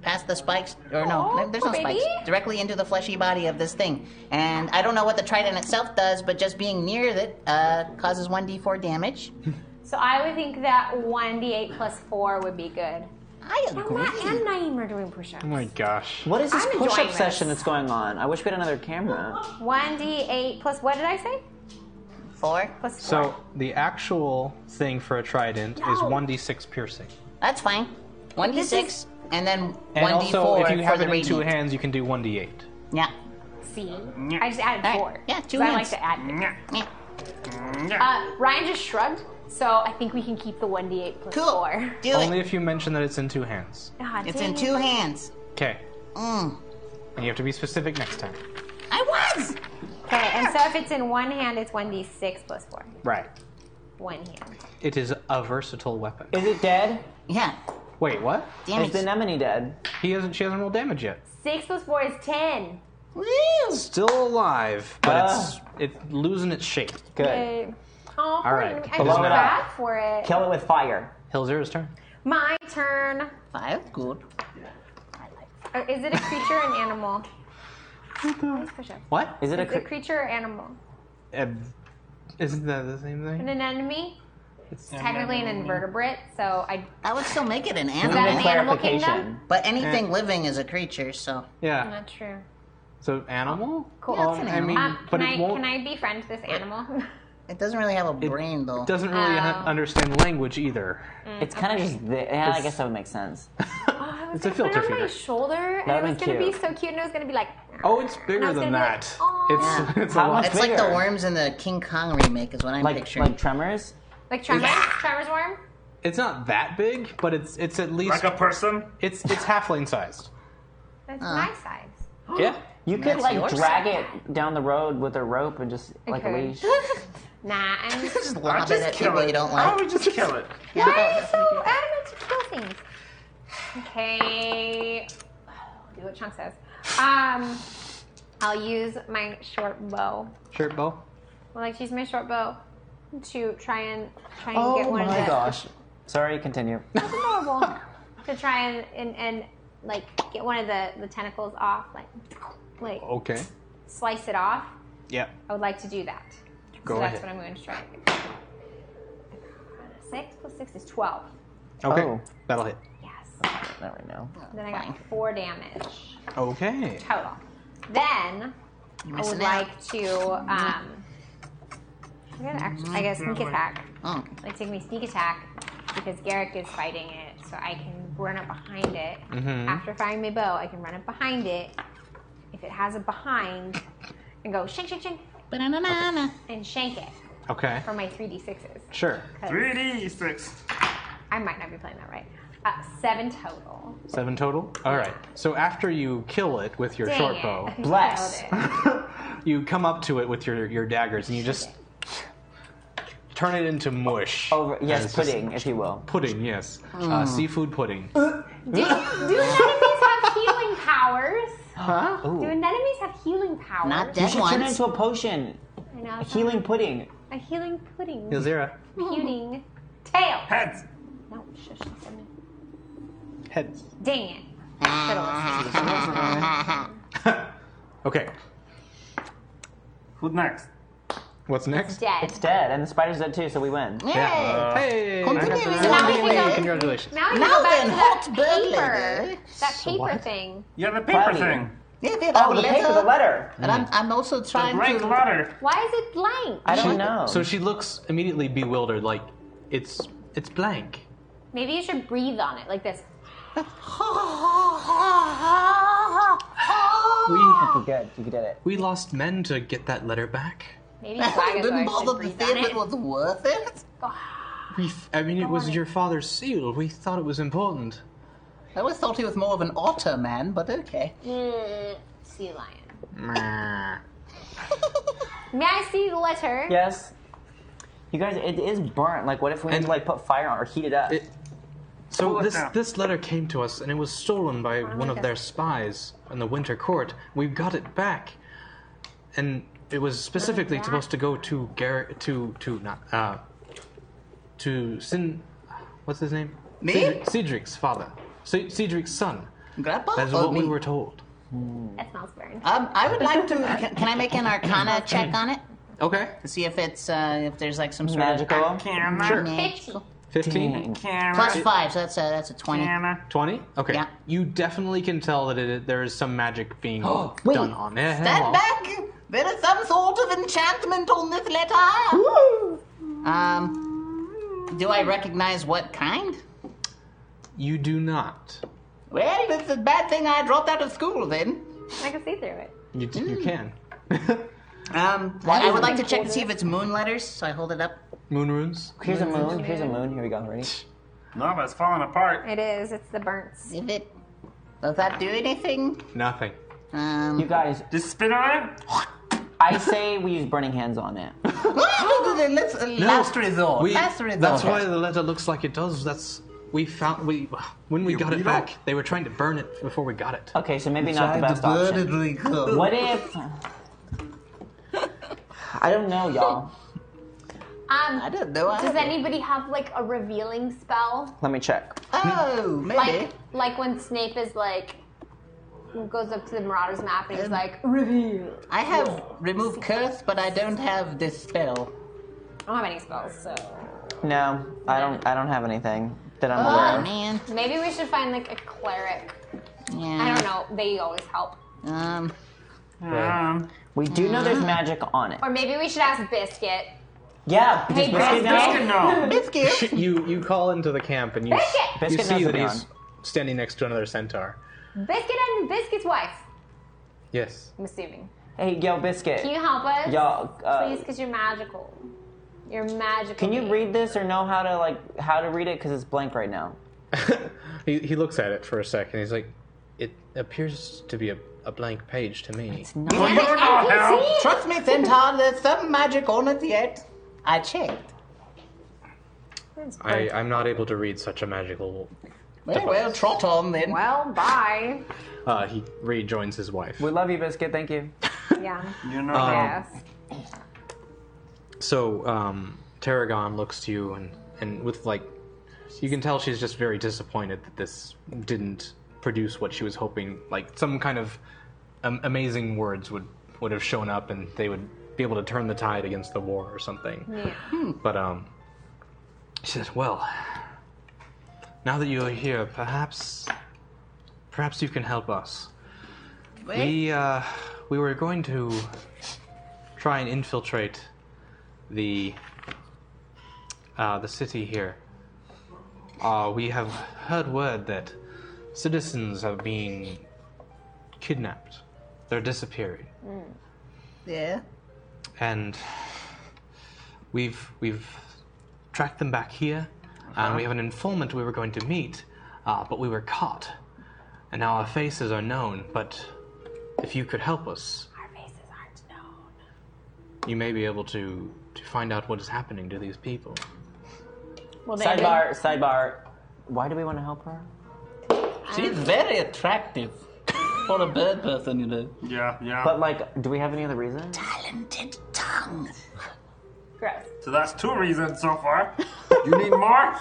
Speaker 4: past the spikes, or no,
Speaker 5: Aw,
Speaker 4: there's no
Speaker 5: Oh, baby.
Speaker 4: spikes, directly into the fleshy body of this thing. And I don't know what the trident itself does, but just being near it uh, causes 1d4 damage.
Speaker 5: So I would think that 1d8 plus 4 would be good.
Speaker 4: I
Speaker 5: Matt
Speaker 4: agree.
Speaker 5: and Naeem are doing push ups.
Speaker 2: Oh my gosh.
Speaker 6: What is this
Speaker 5: I'm
Speaker 6: push-up
Speaker 5: enjoying this.
Speaker 6: session that's going on? I wish we had another camera.
Speaker 5: 1d8 plus, what did I say?
Speaker 4: Four.
Speaker 5: Plus 4.
Speaker 2: So the actual thing for a trident is
Speaker 5: No.
Speaker 2: 1d6 piercing.
Speaker 4: That's fine.
Speaker 5: this
Speaker 4: 1d6,
Speaker 5: is-
Speaker 4: and then 1d4
Speaker 2: And also, if you have
Speaker 4: for
Speaker 2: it
Speaker 4: the
Speaker 2: in two
Speaker 4: radiant.
Speaker 2: hands, you can do 1d8.
Speaker 4: Yeah.
Speaker 5: See? I just added
Speaker 4: Alright.
Speaker 5: 4.
Speaker 4: Yeah, two
Speaker 5: So I like
Speaker 4: hands.
Speaker 5: to add things.
Speaker 3: Nya.
Speaker 4: Yeah.
Speaker 3: Nya.
Speaker 5: Uh, Ryan just shrugged, so I think we can keep the 1d8 plus
Speaker 4: Cool.
Speaker 5: 4.
Speaker 4: Do
Speaker 2: Only
Speaker 4: it.
Speaker 2: if you mention that it's in two hands.
Speaker 5: God,
Speaker 4: It's
Speaker 5: dang
Speaker 4: in
Speaker 5: it.
Speaker 4: two hands.
Speaker 2: Okay.
Speaker 4: Mm.
Speaker 2: And you have to be specific next time.
Speaker 4: I was!
Speaker 5: Okay, and so if it's in one hand, it's 1d6 plus 4.
Speaker 2: Right.
Speaker 5: One hand.
Speaker 2: It is a versatile weapon.
Speaker 6: Is it dead?
Speaker 4: Yeah.
Speaker 2: Wait, what?
Speaker 4: Damn
Speaker 6: Is the Anemone dead?
Speaker 2: He hasn't. She hasn't rolled damage yet.
Speaker 5: 6 plus 4 is 10.
Speaker 4: Woo!
Speaker 2: Still alive, but
Speaker 6: Ah.
Speaker 2: it's it's losing its shape.
Speaker 6: Good.
Speaker 5: Yay. Oh, poor
Speaker 2: right.
Speaker 5: Naeem. I
Speaker 2: Blow
Speaker 5: feel
Speaker 6: it up.
Speaker 5: bad for it.
Speaker 6: Kill it with fire.
Speaker 2: Hilzira's turn.
Speaker 5: My turn.
Speaker 4: Five, good.
Speaker 5: Uh, Is it a creature or an animal? Nice push-up.
Speaker 2: What?
Speaker 6: Is it a
Speaker 5: Is it a
Speaker 6: cre-
Speaker 5: creature or animal?
Speaker 2: Uh, isn't that the same
Speaker 5: An
Speaker 2: thing?
Speaker 5: anemone? It's technically an invertebrate, so I.
Speaker 4: I would still make it an
Speaker 5: that
Speaker 6: Need
Speaker 5: an
Speaker 6: a
Speaker 4: animal.
Speaker 5: animal
Speaker 6: clarification. Eh.
Speaker 5: kingdom?
Speaker 4: But anything living is a creature, so.
Speaker 2: Yeah.
Speaker 5: Not true.
Speaker 2: So animal.
Speaker 5: Cool.
Speaker 4: Yeah, it's an
Speaker 2: I mean,
Speaker 5: Um,
Speaker 2: but
Speaker 5: can,
Speaker 2: it
Speaker 5: I,
Speaker 2: won't.
Speaker 5: can I befriend this animal?
Speaker 4: It doesn't really have a brain, though.
Speaker 2: It doesn't really ha-
Speaker 5: Oh.
Speaker 2: understand language either.
Speaker 6: It's kind of just there. Yeah, I guess that would make sense.
Speaker 2: It's a
Speaker 5: Put it
Speaker 2: filter
Speaker 5: on my
Speaker 2: feeder.
Speaker 5: shoulder, and
Speaker 6: That'd
Speaker 5: it was
Speaker 6: be
Speaker 5: going to be
Speaker 6: cute.
Speaker 5: so cute, and it was going to be like.
Speaker 2: Oh, it's bigger
Speaker 5: was
Speaker 2: than
Speaker 5: gonna be like,
Speaker 2: that.
Speaker 5: "Aw."
Speaker 2: it's it's a
Speaker 6: How
Speaker 2: lot.
Speaker 6: much
Speaker 4: It's like the
Speaker 6: bigger.
Speaker 4: worms in the King Kong remake, is what I'm
Speaker 6: Like
Speaker 4: picturing.
Speaker 6: like tremors.
Speaker 5: Like Tremors? Tremors worm?
Speaker 2: It's not that big, but it's it's at least
Speaker 3: Like a person?
Speaker 2: it's it's halfling sized.
Speaker 5: That's my size.
Speaker 2: Yeah.
Speaker 6: You could
Speaker 4: That's
Speaker 6: like
Speaker 4: yours.
Speaker 6: drag it down the road with a rope and just like a
Speaker 5: could.
Speaker 6: leash.
Speaker 5: Nah, I'm.
Speaker 4: just
Speaker 3: I
Speaker 4: lob it
Speaker 3: just
Speaker 4: at
Speaker 3: kill
Speaker 4: people
Speaker 3: it.
Speaker 4: you don't
Speaker 3: I
Speaker 4: like.
Speaker 3: would just kill it.
Speaker 5: Why are you so adamant to kill things? Okay. Do what Chunk says. Um, I'll use my short bow.
Speaker 2: Shirt bow.
Speaker 5: Well, like use my short bow to try and try and get
Speaker 6: Oh
Speaker 5: one of
Speaker 6: my
Speaker 5: the
Speaker 6: gosh. Sorry, continue.
Speaker 5: adorable to try and, and and like get one of the the tentacles off, like like
Speaker 2: Okay.
Speaker 5: slice it off.
Speaker 2: Yeah.
Speaker 5: I would like to do that.
Speaker 2: Go
Speaker 5: so that's
Speaker 2: ahead.
Speaker 5: what I'm going to try. Six plus six is twelve.
Speaker 2: Okay.
Speaker 6: Oh.
Speaker 2: That'll hit.
Speaker 5: Yes.
Speaker 6: There we know.
Speaker 5: Then I got four damage
Speaker 2: Okay.
Speaker 5: total. Then I would
Speaker 8: missing
Speaker 5: like to. Um, I'm
Speaker 2: Mm-hmm.
Speaker 5: gonna actually, I guess, sneak attack. Like take me sneak attack because Garrick is fighting it, so I can run up behind it.
Speaker 2: Mm-hmm.
Speaker 5: After firing my bow, I can run up behind it. If it has a behind, and go shank shank shank
Speaker 8: Ba-na-na-na.
Speaker 5: and shank it
Speaker 2: Okay.
Speaker 5: for my three d sixes.
Speaker 2: Sure.
Speaker 4: 3d6.
Speaker 5: I might not be playing that right. Uh, seven total.
Speaker 2: Seven total. All right. So after you kill it with your
Speaker 5: Dang
Speaker 2: short
Speaker 5: it.
Speaker 2: bow,
Speaker 5: I
Speaker 6: Bless.
Speaker 5: failed it.
Speaker 2: you come up to it with your, your daggers and you just turn it into mush.
Speaker 6: Over,
Speaker 2: And
Speaker 6: Oh, yes,
Speaker 2: it's just
Speaker 6: pudding, if you will.
Speaker 2: Pudding, yes.
Speaker 8: Hmm.
Speaker 2: Uh, seafood pudding.
Speaker 5: Do, do anemones have healing powers?
Speaker 6: Ooh.
Speaker 5: Do anemones have healing powers?
Speaker 8: Not
Speaker 6: You
Speaker 8: dead
Speaker 6: should turn it
Speaker 8: ones.
Speaker 6: into a potion.
Speaker 5: I know,
Speaker 6: A
Speaker 5: it's
Speaker 6: healing pudding.
Speaker 5: not- A healing pudding.
Speaker 2: Yozira.
Speaker 5: Healing tail.
Speaker 4: Heads.
Speaker 5: No, shush. let me-
Speaker 2: Heads.
Speaker 5: Dang it. Should've listened.
Speaker 6: Uh-huh.
Speaker 2: Okay.
Speaker 4: Who's next?
Speaker 2: What's next?
Speaker 5: Dead.
Speaker 6: It's dead, and the spider's dead too, so we win.
Speaker 8: Yay!
Speaker 2: Hey.
Speaker 8: Continue.
Speaker 5: So now we
Speaker 8: Now
Speaker 5: can go.
Speaker 2: Congratulations.
Speaker 5: Now we
Speaker 8: Now
Speaker 5: can go back
Speaker 8: then,
Speaker 5: to
Speaker 8: hot
Speaker 5: that
Speaker 8: bird
Speaker 5: paper.
Speaker 8: lady.
Speaker 5: That paper thing.
Speaker 4: Yeah, the paper
Speaker 6: Bobby.
Speaker 4: thing.
Speaker 8: Yeah, yeah,
Speaker 6: Oh,
Speaker 8: that
Speaker 6: the paper, the letter.
Speaker 8: And I'm, I'm also trying
Speaker 4: Blank
Speaker 8: to.
Speaker 4: letter.
Speaker 5: Why is it blank?
Speaker 6: I don't know.
Speaker 2: So she looks immediately bewildered, like it's it's blank.
Speaker 5: Maybe you should breathe on it like this.
Speaker 2: We
Speaker 6: Good, you did it.
Speaker 2: we lost men to get that letter back.
Speaker 5: Maybe
Speaker 8: Didn't
Speaker 5: Blagathor should
Speaker 8: bother to
Speaker 5: breathe
Speaker 8: see if it
Speaker 5: on it.
Speaker 8: was worth it.
Speaker 2: We f- I mean, it was your father's seal. We thought it was important.
Speaker 8: I always thought he was more of an otter man, but okay.
Speaker 5: Mm, Sea lion. May I see the letter?
Speaker 6: Yes. You guys, it is burnt. Like, what if we
Speaker 2: And-
Speaker 6: need to like put fire on or heat it up?
Speaker 2: It- So
Speaker 4: Pull it
Speaker 2: this
Speaker 4: down.
Speaker 2: this letter came to us, and it was stolen by one of their spies in the Winter Court. We got it back, and it was specifically supposed to go to Gar to to not uh to Sin. What's his name?
Speaker 8: Me?
Speaker 2: Cedric- Cedric's father. Ce- Cedric's son.
Speaker 8: Grandpa?
Speaker 2: That's
Speaker 8: or
Speaker 2: what we
Speaker 8: me?
Speaker 2: were told.
Speaker 5: That smells burned.
Speaker 8: Um, I would like to. Can, can I make an Arcana check on it
Speaker 2: Okay.
Speaker 8: to see if it's uh, if there's like some sort
Speaker 6: Magical.
Speaker 4: Can
Speaker 8: of
Speaker 4: I?
Speaker 5: Fifty.
Speaker 8: magical?
Speaker 2: Fifteen.
Speaker 4: Can
Speaker 8: Plus
Speaker 4: I?
Speaker 8: five, so that's a that's a twenty.
Speaker 4: Can I?
Speaker 2: 20? Okay.
Speaker 8: Yeah.
Speaker 2: You definitely can tell that it, there is some magic being
Speaker 8: Wait.
Speaker 2: done on it.
Speaker 5: Oh.
Speaker 8: Stand back! There is some sort of enchantment on this letter. Um, do I recognize what kind?
Speaker 2: You do not.
Speaker 8: Well, it's a bad thing I dropped out of school then.
Speaker 5: I can see through it.
Speaker 2: You, d- you can.
Speaker 8: Hmm. Um, I would like to check to see if it's moon letters, so I hold it up.
Speaker 2: Moon runes?
Speaker 6: Here's a moon. Here's a moon. Here we go. Ready?
Speaker 3: Oh,
Speaker 4: Lava is falling apart.
Speaker 5: It is. It's the burnt.
Speaker 8: If it does that do anything?
Speaker 2: Nothing.
Speaker 8: Um,
Speaker 6: You guys,
Speaker 4: Just spit on it.
Speaker 6: I say we use burning hands on it.
Speaker 8: let's, uh, last resort.
Speaker 2: We-
Speaker 8: last resort.
Speaker 2: that's why the letter looks like it does. That's we found we when we got it back, they were trying to burn it before we got it.
Speaker 6: Okay, so maybe not the best option. What if? I don't know, y'all.
Speaker 8: I
Speaker 5: Um,
Speaker 8: don't know. I
Speaker 5: does anybody have like a revealing spell?
Speaker 6: Let me check.
Speaker 8: Oh, maybe.
Speaker 5: Like, like when Snape is like goes up to the Marauders map and he's
Speaker 8: Um,
Speaker 5: like, reveal.
Speaker 8: I have remove curse, but I don't have dispel.
Speaker 5: I don't have any spells, so
Speaker 6: No, I don't. I don't have anything that I'm
Speaker 8: Oh,
Speaker 6: aware of.
Speaker 8: man.
Speaker 5: maybe we should find like a cleric.
Speaker 8: Yeah.
Speaker 5: I don't know. They always help.
Speaker 8: Um,
Speaker 4: Um,
Speaker 6: We do know
Speaker 8: uh-huh.
Speaker 6: there's magic on it.
Speaker 5: Or maybe we should ask Biscuit.
Speaker 6: Yeah, does
Speaker 5: Hey,
Speaker 6: biscuit
Speaker 4: biscuit,
Speaker 6: know?
Speaker 4: no.
Speaker 8: biscuit.
Speaker 2: You you call into the camp and you s-
Speaker 5: Biscuit!
Speaker 2: you
Speaker 6: Biscuit
Speaker 2: see
Speaker 6: knows
Speaker 2: that
Speaker 6: the
Speaker 2: he's standing next to another centaur.
Speaker 5: Biscuit and Biscuit's wife.
Speaker 2: Yes.
Speaker 5: I'm assuming.
Speaker 6: Hey, yo, biscuit.
Speaker 5: Can you help us?
Speaker 6: Y'all, uh,
Speaker 5: Please, because you're magical. You're magical.
Speaker 6: Can you read this or know how to like how to read it? Cause it's blank right now.
Speaker 2: he he looks at it for a second. He's like, it appears to be a, a blank page to me.
Speaker 4: Well, you know how.
Speaker 8: Trust me, Centaur, there's some magic on it yet. I checked.
Speaker 2: I, I'm not able to read such a magical.
Speaker 8: Well, well, trot on then.
Speaker 5: Well, bye.
Speaker 2: Uh, he rejoins his wife.
Speaker 6: We love you, biscuit. Thank you.
Speaker 5: Yeah.
Speaker 4: You know
Speaker 2: Um,
Speaker 4: how.
Speaker 5: Yes.
Speaker 2: So, um, Tarragon looks to you and, and with like, you can tell she's just very disappointed that this didn't produce what she was hoping. Like some kind of um, amazing words would would have shown up and they would be able to turn the tide against the war or something. But um, she says, "Well, now that you are here, perhaps, perhaps you can help us. We uh, we were going to try and infiltrate the uh, the city here. Uh, we have heard word that citizens have been kidnapped. They're disappearing,
Speaker 5: Hmm.
Speaker 4: Yeah.
Speaker 2: and we've we've tracked them back here, and we have an informant we were going to meet, uh, but we were caught, and now our faces are known. But if you could help us,
Speaker 5: Our faces aren't known.
Speaker 2: you may be able to to find out what is happening to these people.
Speaker 5: Well, they
Speaker 6: Sidebar, sidebar. Why do we want to help her?
Speaker 8: She's very attractive for a bad person, you know.
Speaker 3: Yeah, yeah.
Speaker 6: But like, do we have any other reason?
Speaker 4: Talented tongue.
Speaker 5: Gross.
Speaker 3: so that's two reasons so far. You need more?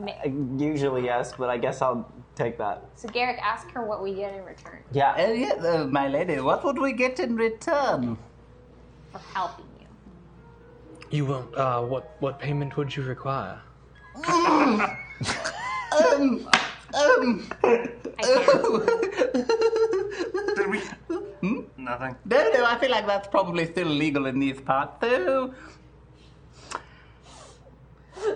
Speaker 6: Uh, Usually yes, but I guess I'll take that.
Speaker 5: So Garrick, ask her what we get in return
Speaker 6: Yeah.
Speaker 8: Uh, yeah, uh, my lady, what would we get in return?
Speaker 5: for helping you.
Speaker 2: You won't. Uh, what what payment would you require?
Speaker 8: Um, um,
Speaker 5: I can't.
Speaker 3: Did we? Nothing.
Speaker 8: no, no, I feel like that's probably still legal in these parts, though.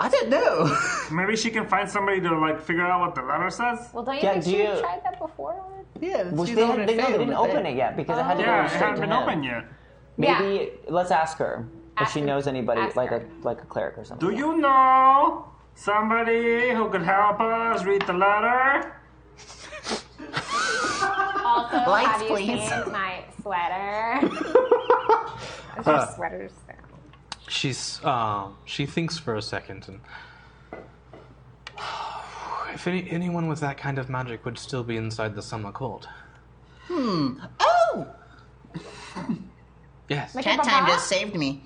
Speaker 8: I don't know.
Speaker 3: Maybe she can find somebody to like figure out what the letter says.
Speaker 5: Well, don't you
Speaker 6: Yeah,
Speaker 5: think
Speaker 6: do
Speaker 5: she
Speaker 6: you-
Speaker 5: tried that before? Lauren?
Speaker 8: yeah,
Speaker 6: Well,
Speaker 8: she's
Speaker 6: they,
Speaker 8: already
Speaker 6: they, no, they
Speaker 8: failed
Speaker 6: didn't
Speaker 8: with
Speaker 6: open
Speaker 8: that.
Speaker 6: it yet because it had to
Speaker 3: Yeah,
Speaker 6: go
Speaker 3: it
Speaker 6: straight
Speaker 3: hadn't
Speaker 6: to
Speaker 3: been
Speaker 6: him.
Speaker 3: open yet.
Speaker 6: Maybe let's ask her if
Speaker 5: Ask
Speaker 6: she
Speaker 5: her.
Speaker 6: knows anybody,
Speaker 5: Ask
Speaker 6: like
Speaker 5: her.
Speaker 6: a like a cleric or something.
Speaker 3: Do you know somebody who could help us read the letter?
Speaker 5: Also,
Speaker 4: Lights,
Speaker 5: have you
Speaker 4: please.
Speaker 5: seen my sweater? It's just sweaters.
Speaker 2: She's uh, she thinks for a second, and if any, anyone with that kind of magic would still be inside the summer court.
Speaker 5: Hmm.
Speaker 4: Oh!
Speaker 2: Yes.
Speaker 5: Like-
Speaker 4: Chat
Speaker 5: Baba?
Speaker 4: time just saved me.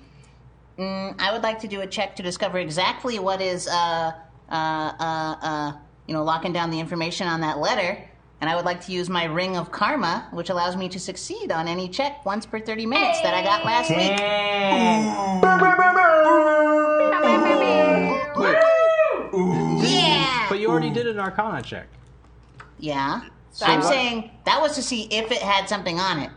Speaker 4: Mm, I would like to do a check to discover exactly what is, uh, uh, uh, uh, you know, locking down the information on that letter. And I would like to use my ring of karma, which allows me to succeed on any check once per 30 minutes that I got last week. Yeah!
Speaker 2: But you already did an Arcana check.
Speaker 4: Yeah. So I'm saying that was to see if it had something on it.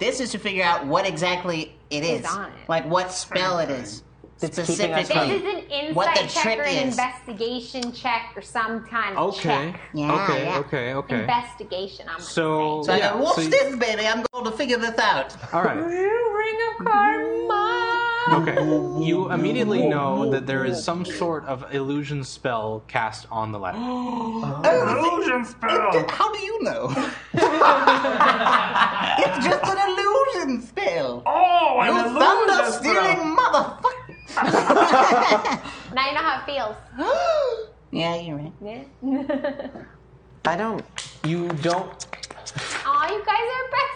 Speaker 4: This is to figure out what exactly it is.
Speaker 5: on it.
Speaker 4: Like what spell it is.
Speaker 6: That's keeping us
Speaker 5: This
Speaker 6: from-
Speaker 5: is an insight
Speaker 4: What the
Speaker 5: check
Speaker 4: trick
Speaker 5: or an
Speaker 4: is.
Speaker 5: investigation check or some kind of
Speaker 2: Okay.
Speaker 5: check.
Speaker 4: Yeah,
Speaker 2: okay.
Speaker 4: yeah.
Speaker 2: Okay. Okay.
Speaker 5: Investigation. I'm
Speaker 2: So,
Speaker 4: So I
Speaker 2: yeah,
Speaker 4: go, what's
Speaker 2: so you-
Speaker 4: this, baby? I'm going to figure this out.
Speaker 2: all right.
Speaker 5: ring of karma.
Speaker 2: Okay. You immediately know that there is some sort of illusion spell cast on the letter.
Speaker 4: Oh.
Speaker 3: Illusion spell.
Speaker 8: How do you know?
Speaker 4: It's just an illusion spell.
Speaker 3: Oh, an
Speaker 4: You thunder
Speaker 3: illusion spell.
Speaker 4: stealing motherfucker.
Speaker 5: Now you know how it feels.
Speaker 4: yeah, you're right.
Speaker 6: I don't. You don't.
Speaker 5: Aw, you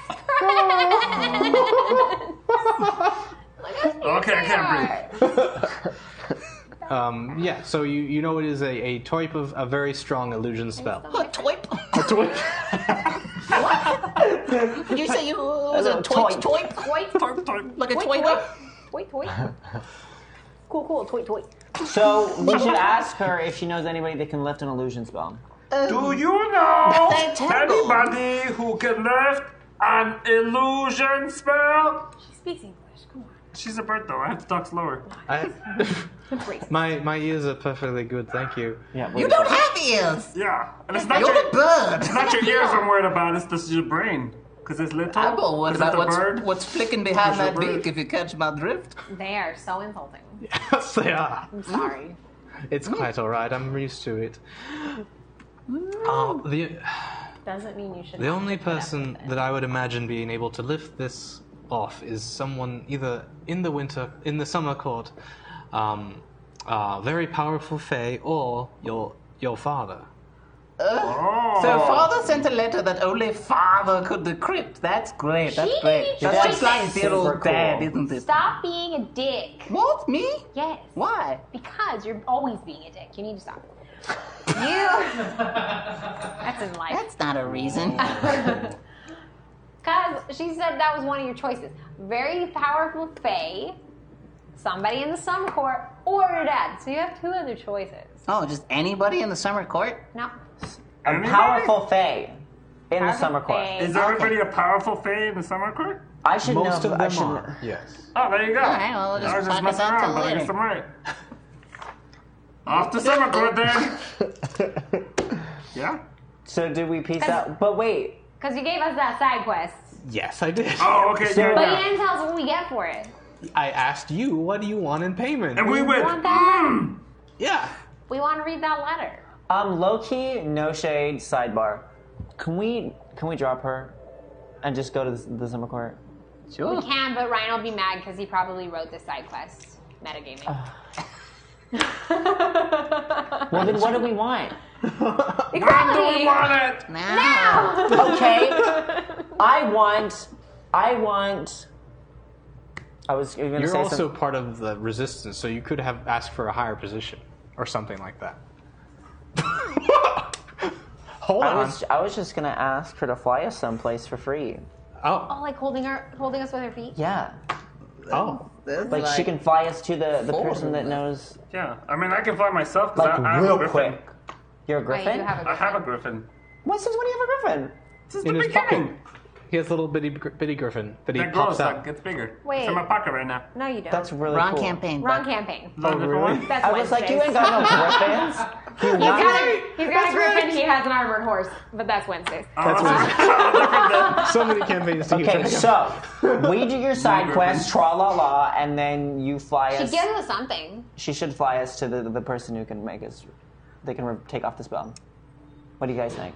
Speaker 5: guys are best friends. Look how cute
Speaker 3: Okay, I
Speaker 5: they
Speaker 3: can't breathe.
Speaker 5: are.
Speaker 2: Um, yeah. So you you know it is a, a type of a very strong illusion spell.
Speaker 4: A toip. what? Did you say you was a
Speaker 6: know,
Speaker 4: toip?
Speaker 6: toip.
Speaker 4: Toip. Toip. Toip. toip. Like a
Speaker 5: Toy,
Speaker 4: toip.
Speaker 5: toy, toy, toy. Cool, cool, toy, toy.
Speaker 6: So we should ask her if she knows anybody that can lift an illusion spell.
Speaker 3: Do you know
Speaker 4: They tangle.
Speaker 3: anybody who can lift an illusion spell?
Speaker 5: He speaks English. Come on.
Speaker 3: She's a bird, though. I have to talk slower.
Speaker 2: I, my my ears are perfectly good. Thank you.
Speaker 6: Yeah.
Speaker 4: You don't have ears.
Speaker 3: Yeah, and it's not
Speaker 4: You're
Speaker 3: your
Speaker 4: the bird.
Speaker 3: it's not your ears I'm worried about. It's just your brain, because it's little.
Speaker 8: I will. What
Speaker 3: 'Cause
Speaker 8: about
Speaker 3: it's a bird.
Speaker 8: Ah, what's, what's flicking behind
Speaker 3: It's a
Speaker 8: that
Speaker 3: bird.
Speaker 8: beak, if you catch my drift?
Speaker 5: They are so insulting.
Speaker 2: Yes, they are.
Speaker 5: I'm sorry.
Speaker 2: It's quite all right. I'm used to it.
Speaker 4: Oh.
Speaker 2: Uh, the
Speaker 5: Doesn't mean you should.
Speaker 2: the only person that I would imagine being able to lift this off is someone either in the winter, in the summer court, um, uh, very powerful fae, or your your father.
Speaker 6: Oh.
Speaker 8: So father sent a letter that only father could decrypt. That's great. That's
Speaker 5: Gee,
Speaker 8: great. That's
Speaker 5: that's
Speaker 8: just like
Speaker 6: super
Speaker 8: dear old
Speaker 6: cool.
Speaker 8: dad, isn't it?
Speaker 5: Stop being a dick.
Speaker 8: What me?
Speaker 5: Yes.
Speaker 8: Why?
Speaker 5: Because you're always being a dick. You need to stop. You. That's in life.
Speaker 4: That's not a reason.
Speaker 5: Because she said that was one of your choices. Very powerful Fae, somebody in the Sun Court, or your dad. So you have two other choices.
Speaker 4: Oh, just anybody in the summer court?
Speaker 5: No.
Speaker 6: A powerful fae. in the summer court.
Speaker 3: Is everybody a powerful fae in the summer court?
Speaker 6: I should
Speaker 3: Most
Speaker 6: know.
Speaker 3: of
Speaker 6: I
Speaker 3: them
Speaker 6: should
Speaker 3: are.
Speaker 6: know.
Speaker 2: Yes.
Speaker 3: Oh, there you go.
Speaker 8: All right, well, we'll just
Speaker 3: I was just
Speaker 8: talk
Speaker 3: messing
Speaker 8: about that
Speaker 3: around, but I
Speaker 8: later.
Speaker 3: guess I'm right. Off to summer court then. yeah.
Speaker 6: So did we piece out? But wait.
Speaker 5: Because you gave us that side quest.
Speaker 2: Yes, I did.
Speaker 3: Oh, okay,
Speaker 6: So-
Speaker 3: yeah,
Speaker 5: But you
Speaker 3: yeah.
Speaker 5: didn't tell us what we get for it.
Speaker 2: I asked you, what do you want in payment?
Speaker 3: And we
Speaker 5: We
Speaker 3: went.
Speaker 5: want that.
Speaker 6: Hmm.
Speaker 2: yeah.
Speaker 5: We want to read that letter.
Speaker 6: Um, low key, no shade. Sidebar. Can we can we drop her, and just go to the, the summer court?
Speaker 5: We can, but Ryan will be mad because he probably wrote the side quest metagaming.
Speaker 6: Well, then what do we want?
Speaker 3: When do we want it?
Speaker 8: Now.
Speaker 6: Okay. I want. I want. I was going to
Speaker 2: You're
Speaker 6: say
Speaker 2: also
Speaker 6: something.
Speaker 2: part of the resistance, so you could have asked for a higher position or something like that. Hold
Speaker 6: I
Speaker 2: on.
Speaker 6: was, I was just gonna ask her to fly us someplace for free.
Speaker 2: Oh,
Speaker 5: Oh, like holding her, holding us with her feet.
Speaker 6: Yeah,
Speaker 2: oh.
Speaker 6: like, she can fly us to the, the person that knows.
Speaker 3: Yeah, I mean, I can fly myself because
Speaker 6: Like
Speaker 3: I'm a
Speaker 6: real
Speaker 3: griffin.
Speaker 6: quick. You're a
Speaker 5: Wait,
Speaker 6: griffin.
Speaker 5: you have a
Speaker 3: I
Speaker 5: griffin.
Speaker 3: have a griffin.
Speaker 6: What since when do you have a griffin?
Speaker 3: This is
Speaker 2: In
Speaker 3: the
Speaker 2: his pocket.
Speaker 3: beginning.
Speaker 2: He has a little bitty, gr- bitty griffin that he
Speaker 3: That
Speaker 2: pops
Speaker 3: grows, that
Speaker 2: out.
Speaker 3: gets bigger.
Speaker 5: Wait.
Speaker 3: It's in my pocket right now.
Speaker 5: No, you don't.
Speaker 6: That's really
Speaker 8: Wrong
Speaker 6: cool.
Speaker 8: campaign.
Speaker 5: Wrong campaign.
Speaker 3: Long different one?
Speaker 5: That's
Speaker 6: I was like, you ain't
Speaker 5: Wednesdays.
Speaker 6: got no griffins. You
Speaker 5: He's
Speaker 6: want-
Speaker 5: got a, he's got a griffin. He has an armored horse, but that's Wednesdays.
Speaker 6: Ah,
Speaker 2: That's what So many campaigns to keep
Speaker 6: Okay,
Speaker 2: track of.
Speaker 6: so we do your side
Speaker 3: griffin.
Speaker 6: quest, tra la la, and then you fly
Speaker 5: She
Speaker 6: us.
Speaker 5: gives us something.
Speaker 6: She should fly us to the, the person who can make us. They can re- take off the spell. What do you guys think?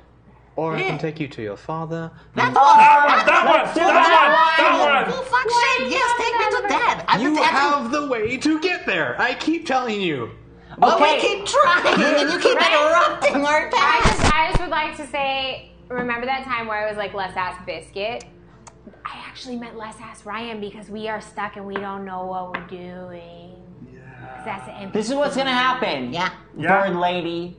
Speaker 2: Or I can take you to your father.
Speaker 3: That one! That one!
Speaker 6: do
Speaker 3: That one! That
Speaker 8: Well,
Speaker 3: one!
Speaker 8: fuck shit. Yes, take me to dad. I've
Speaker 2: You
Speaker 8: been asking-
Speaker 2: have the way to get there. I keep telling you.
Speaker 8: Well, we
Speaker 6: Okay.
Speaker 8: keep trying, and you keep interrupting our
Speaker 5: I
Speaker 8: tasks.
Speaker 5: just, I just would like to say, remember that time where I was like, "Let's ask Biscuit." I actually meant "Let's ask Ryan" because we are stuck and we don't know what we're doing. Yeah. That's the
Speaker 6: This
Speaker 5: empty.
Speaker 6: is what's gonna happen.
Speaker 8: Yeah.
Speaker 3: Yeah.
Speaker 6: Bird lady,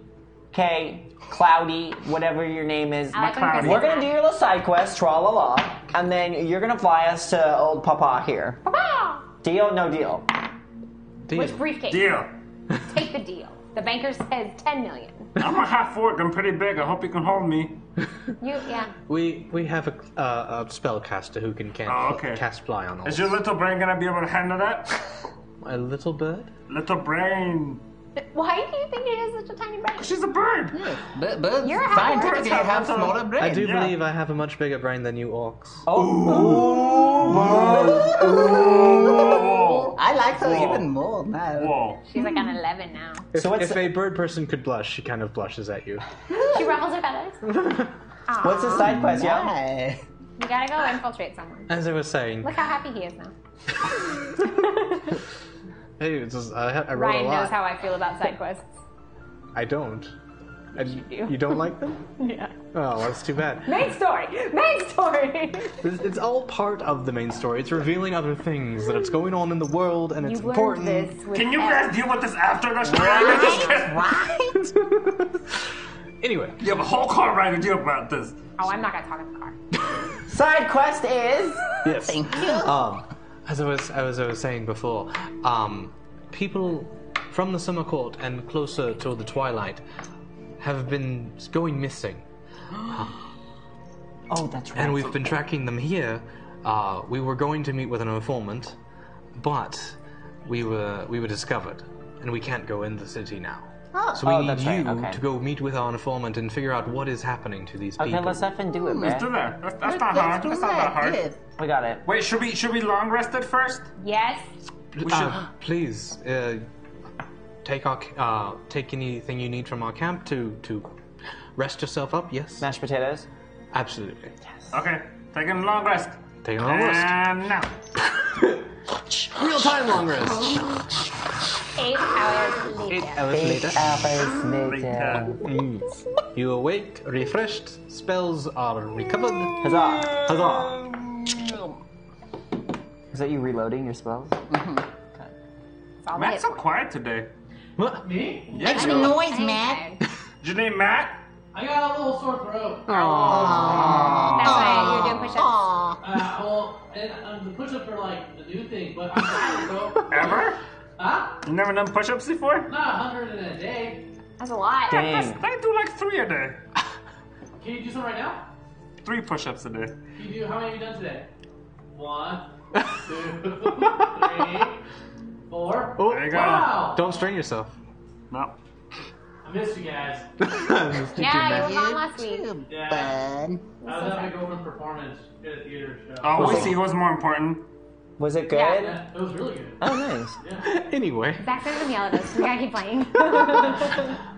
Speaker 6: okay, Cloudy, whatever your name is.
Speaker 5: I like when
Speaker 3: clown.
Speaker 5: Chris
Speaker 6: We're
Speaker 5: says
Speaker 6: gonna do
Speaker 5: that.
Speaker 6: your little side quest, tra la la, and then you're gonna fly us to old Papa here.
Speaker 5: Wow.
Speaker 6: Deal, no deal.
Speaker 2: Deal.
Speaker 5: Which briefcase?
Speaker 3: Deal.
Speaker 5: Take the deal. The banker says ten million.
Speaker 3: I'm a half orc. I'm pretty big. I hope you can hold me.
Speaker 5: You, yeah.
Speaker 2: We we have a, uh, a spellcaster who can, can
Speaker 3: Oh, okay.
Speaker 2: cast fly on all.
Speaker 3: Is your little brain gonna be able to handle that?
Speaker 2: a little bird?
Speaker 3: Little brain.
Speaker 5: Why do you think it is such a tiny brain?
Speaker 3: She's a bird.
Speaker 13: But, but
Speaker 5: You're a half
Speaker 13: scientifically
Speaker 3: orc.
Speaker 13: have smaller brains.
Speaker 2: I do
Speaker 3: Yeah.
Speaker 2: believe I have a much bigger brain than you orcs.
Speaker 3: Whoa.
Speaker 13: I like her
Speaker 3: Whoa.
Speaker 13: even more now.
Speaker 3: Whoa.
Speaker 5: She's like on eleven now.
Speaker 2: If,
Speaker 6: So what's
Speaker 2: if
Speaker 6: the-
Speaker 2: a bird person could blush, she kind of blushes at you.
Speaker 5: She ruffles her feathers. Ah.
Speaker 6: What's the side quest, yeah?
Speaker 13: Why?
Speaker 5: You gotta go infiltrate someone.
Speaker 2: As I was saying,
Speaker 5: Look how happy he is now.
Speaker 2: hey, it's just, I, ha- I wrote
Speaker 5: Ryan
Speaker 2: a lot.
Speaker 5: knows how I feel about side quests.
Speaker 2: I don't. I just,
Speaker 5: do.
Speaker 2: You don't like them?
Speaker 5: Yeah.
Speaker 2: Oh, that's too bad.
Speaker 5: Main story. Main story.
Speaker 2: It's, it's all part of the main story. It's revealing other things that it's going on in the world, and it's
Speaker 5: you learned
Speaker 2: important.
Speaker 5: this. With
Speaker 3: Can you
Speaker 5: Ed.
Speaker 3: guys deal with this after the show? I just can't-
Speaker 2: Anyway,
Speaker 3: You have a whole car ride to deal about this.
Speaker 5: Oh, I'm not gonna talk in the car.
Speaker 6: Side quest is.
Speaker 2: yes.
Speaker 8: Thank you.
Speaker 2: Um, as I was as I was saying before, um, people from the summer court and closer to the twilight have been going missing.
Speaker 6: Oh, that's right.
Speaker 2: and we've been tracking them here. Uh, we were going to meet with an informant, but we were we were discovered, and we can't go in the city now. so we
Speaker 6: Oh,
Speaker 2: need
Speaker 6: that's
Speaker 2: you
Speaker 6: right, okay.
Speaker 2: to go meet with our informant and figure out what is happening to these
Speaker 6: Okay,
Speaker 2: people.
Speaker 6: let's effing do it,
Speaker 3: Let's do
Speaker 6: man.
Speaker 3: that. That's, that's not hard. That's not that hard.
Speaker 8: Good.
Speaker 6: We got it.
Speaker 3: Wait, should we should we long rest it first?
Speaker 5: Yes.
Speaker 3: We should.
Speaker 2: Uh, please uh, take our uh, take anything you need from our camp to to rest yourself up. Yes,
Speaker 6: Mashed potatoes.
Speaker 2: absolutely.
Speaker 3: Okay, taking a long rest.
Speaker 2: Take a long rest.
Speaker 3: And now.
Speaker 2: Real time long rest.
Speaker 5: Eight hours later.
Speaker 2: Eight hours
Speaker 6: Eight
Speaker 2: later.
Speaker 6: hours later.
Speaker 2: Mm. You awake, refreshed, spells are recovered.
Speaker 6: Huzzah!
Speaker 2: Huzzah!
Speaker 6: Is that you reloading your spells?
Speaker 5: It's all
Speaker 3: Matt's
Speaker 5: the
Speaker 3: so quiet today.
Speaker 2: What?
Speaker 8: It's a noise,
Speaker 5: hit
Speaker 8: Matt.
Speaker 5: points.
Speaker 3: Is your name Matt?
Speaker 10: I got a little sore throat. Uh,
Speaker 5: That's why you're doing push-ups.
Speaker 8: Aw.
Speaker 10: Uh, well, and, um, the push-ups are like a new thing, but I'm tired, so
Speaker 3: Ever?
Speaker 10: huh?
Speaker 3: You never done push-ups before?
Speaker 10: Not a hundred in a day.
Speaker 5: That's a lot.
Speaker 6: Dang.
Speaker 3: I do like three a day.
Speaker 10: Can you do some right now?
Speaker 3: three push-ups a day.
Speaker 10: You do, how many have you done today? One, two, three, four.
Speaker 2: Oh,
Speaker 10: there you go. Wow!
Speaker 2: Don't strain yourself.
Speaker 3: No.
Speaker 10: I missed you guys.
Speaker 5: Yeah, you were gone
Speaker 10: You
Speaker 5: last week.
Speaker 10: Yeah. I was at my girlfriend's performance at a theater show.
Speaker 3: Oh, we see what's more important.
Speaker 6: Was it
Speaker 10: Yeah,
Speaker 6: good?
Speaker 10: yeah, it was really good.
Speaker 6: Oh, nice.
Speaker 2: Anyway.
Speaker 5: Zach's not gonna yell at us. We gotta keep playing.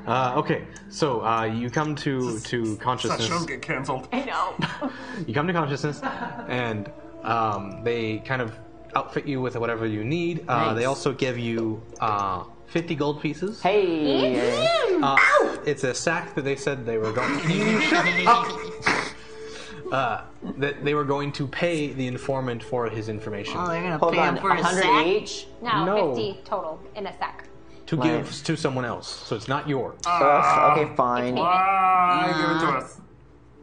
Speaker 2: Uh, okay, so uh, you come to to
Speaker 3: That shows
Speaker 2: consciousness.
Speaker 3: get canceled.
Speaker 5: I know.
Speaker 2: You come to consciousness, and um, they kind of outfit you with whatever you need. Uh,
Speaker 6: Nice.
Speaker 2: They also give you uh, fifty gold pieces.
Speaker 6: Hey. Mm-hmm.
Speaker 2: Uh, it's a sack that they said they were going. Uh, that they were going to pay the informant for his information
Speaker 8: Oh, they're gonna
Speaker 6: Hold
Speaker 8: pay him
Speaker 6: on,
Speaker 8: for a
Speaker 6: 100
Speaker 8: sack.
Speaker 6: each?
Speaker 5: No,
Speaker 2: No.
Speaker 5: 50 total in a sec.
Speaker 2: to
Speaker 6: Right.
Speaker 2: give to someone else, so it's not yours.
Speaker 6: Ugh, okay, fine.
Speaker 3: Ah.
Speaker 6: Ah.
Speaker 3: Why give it to us?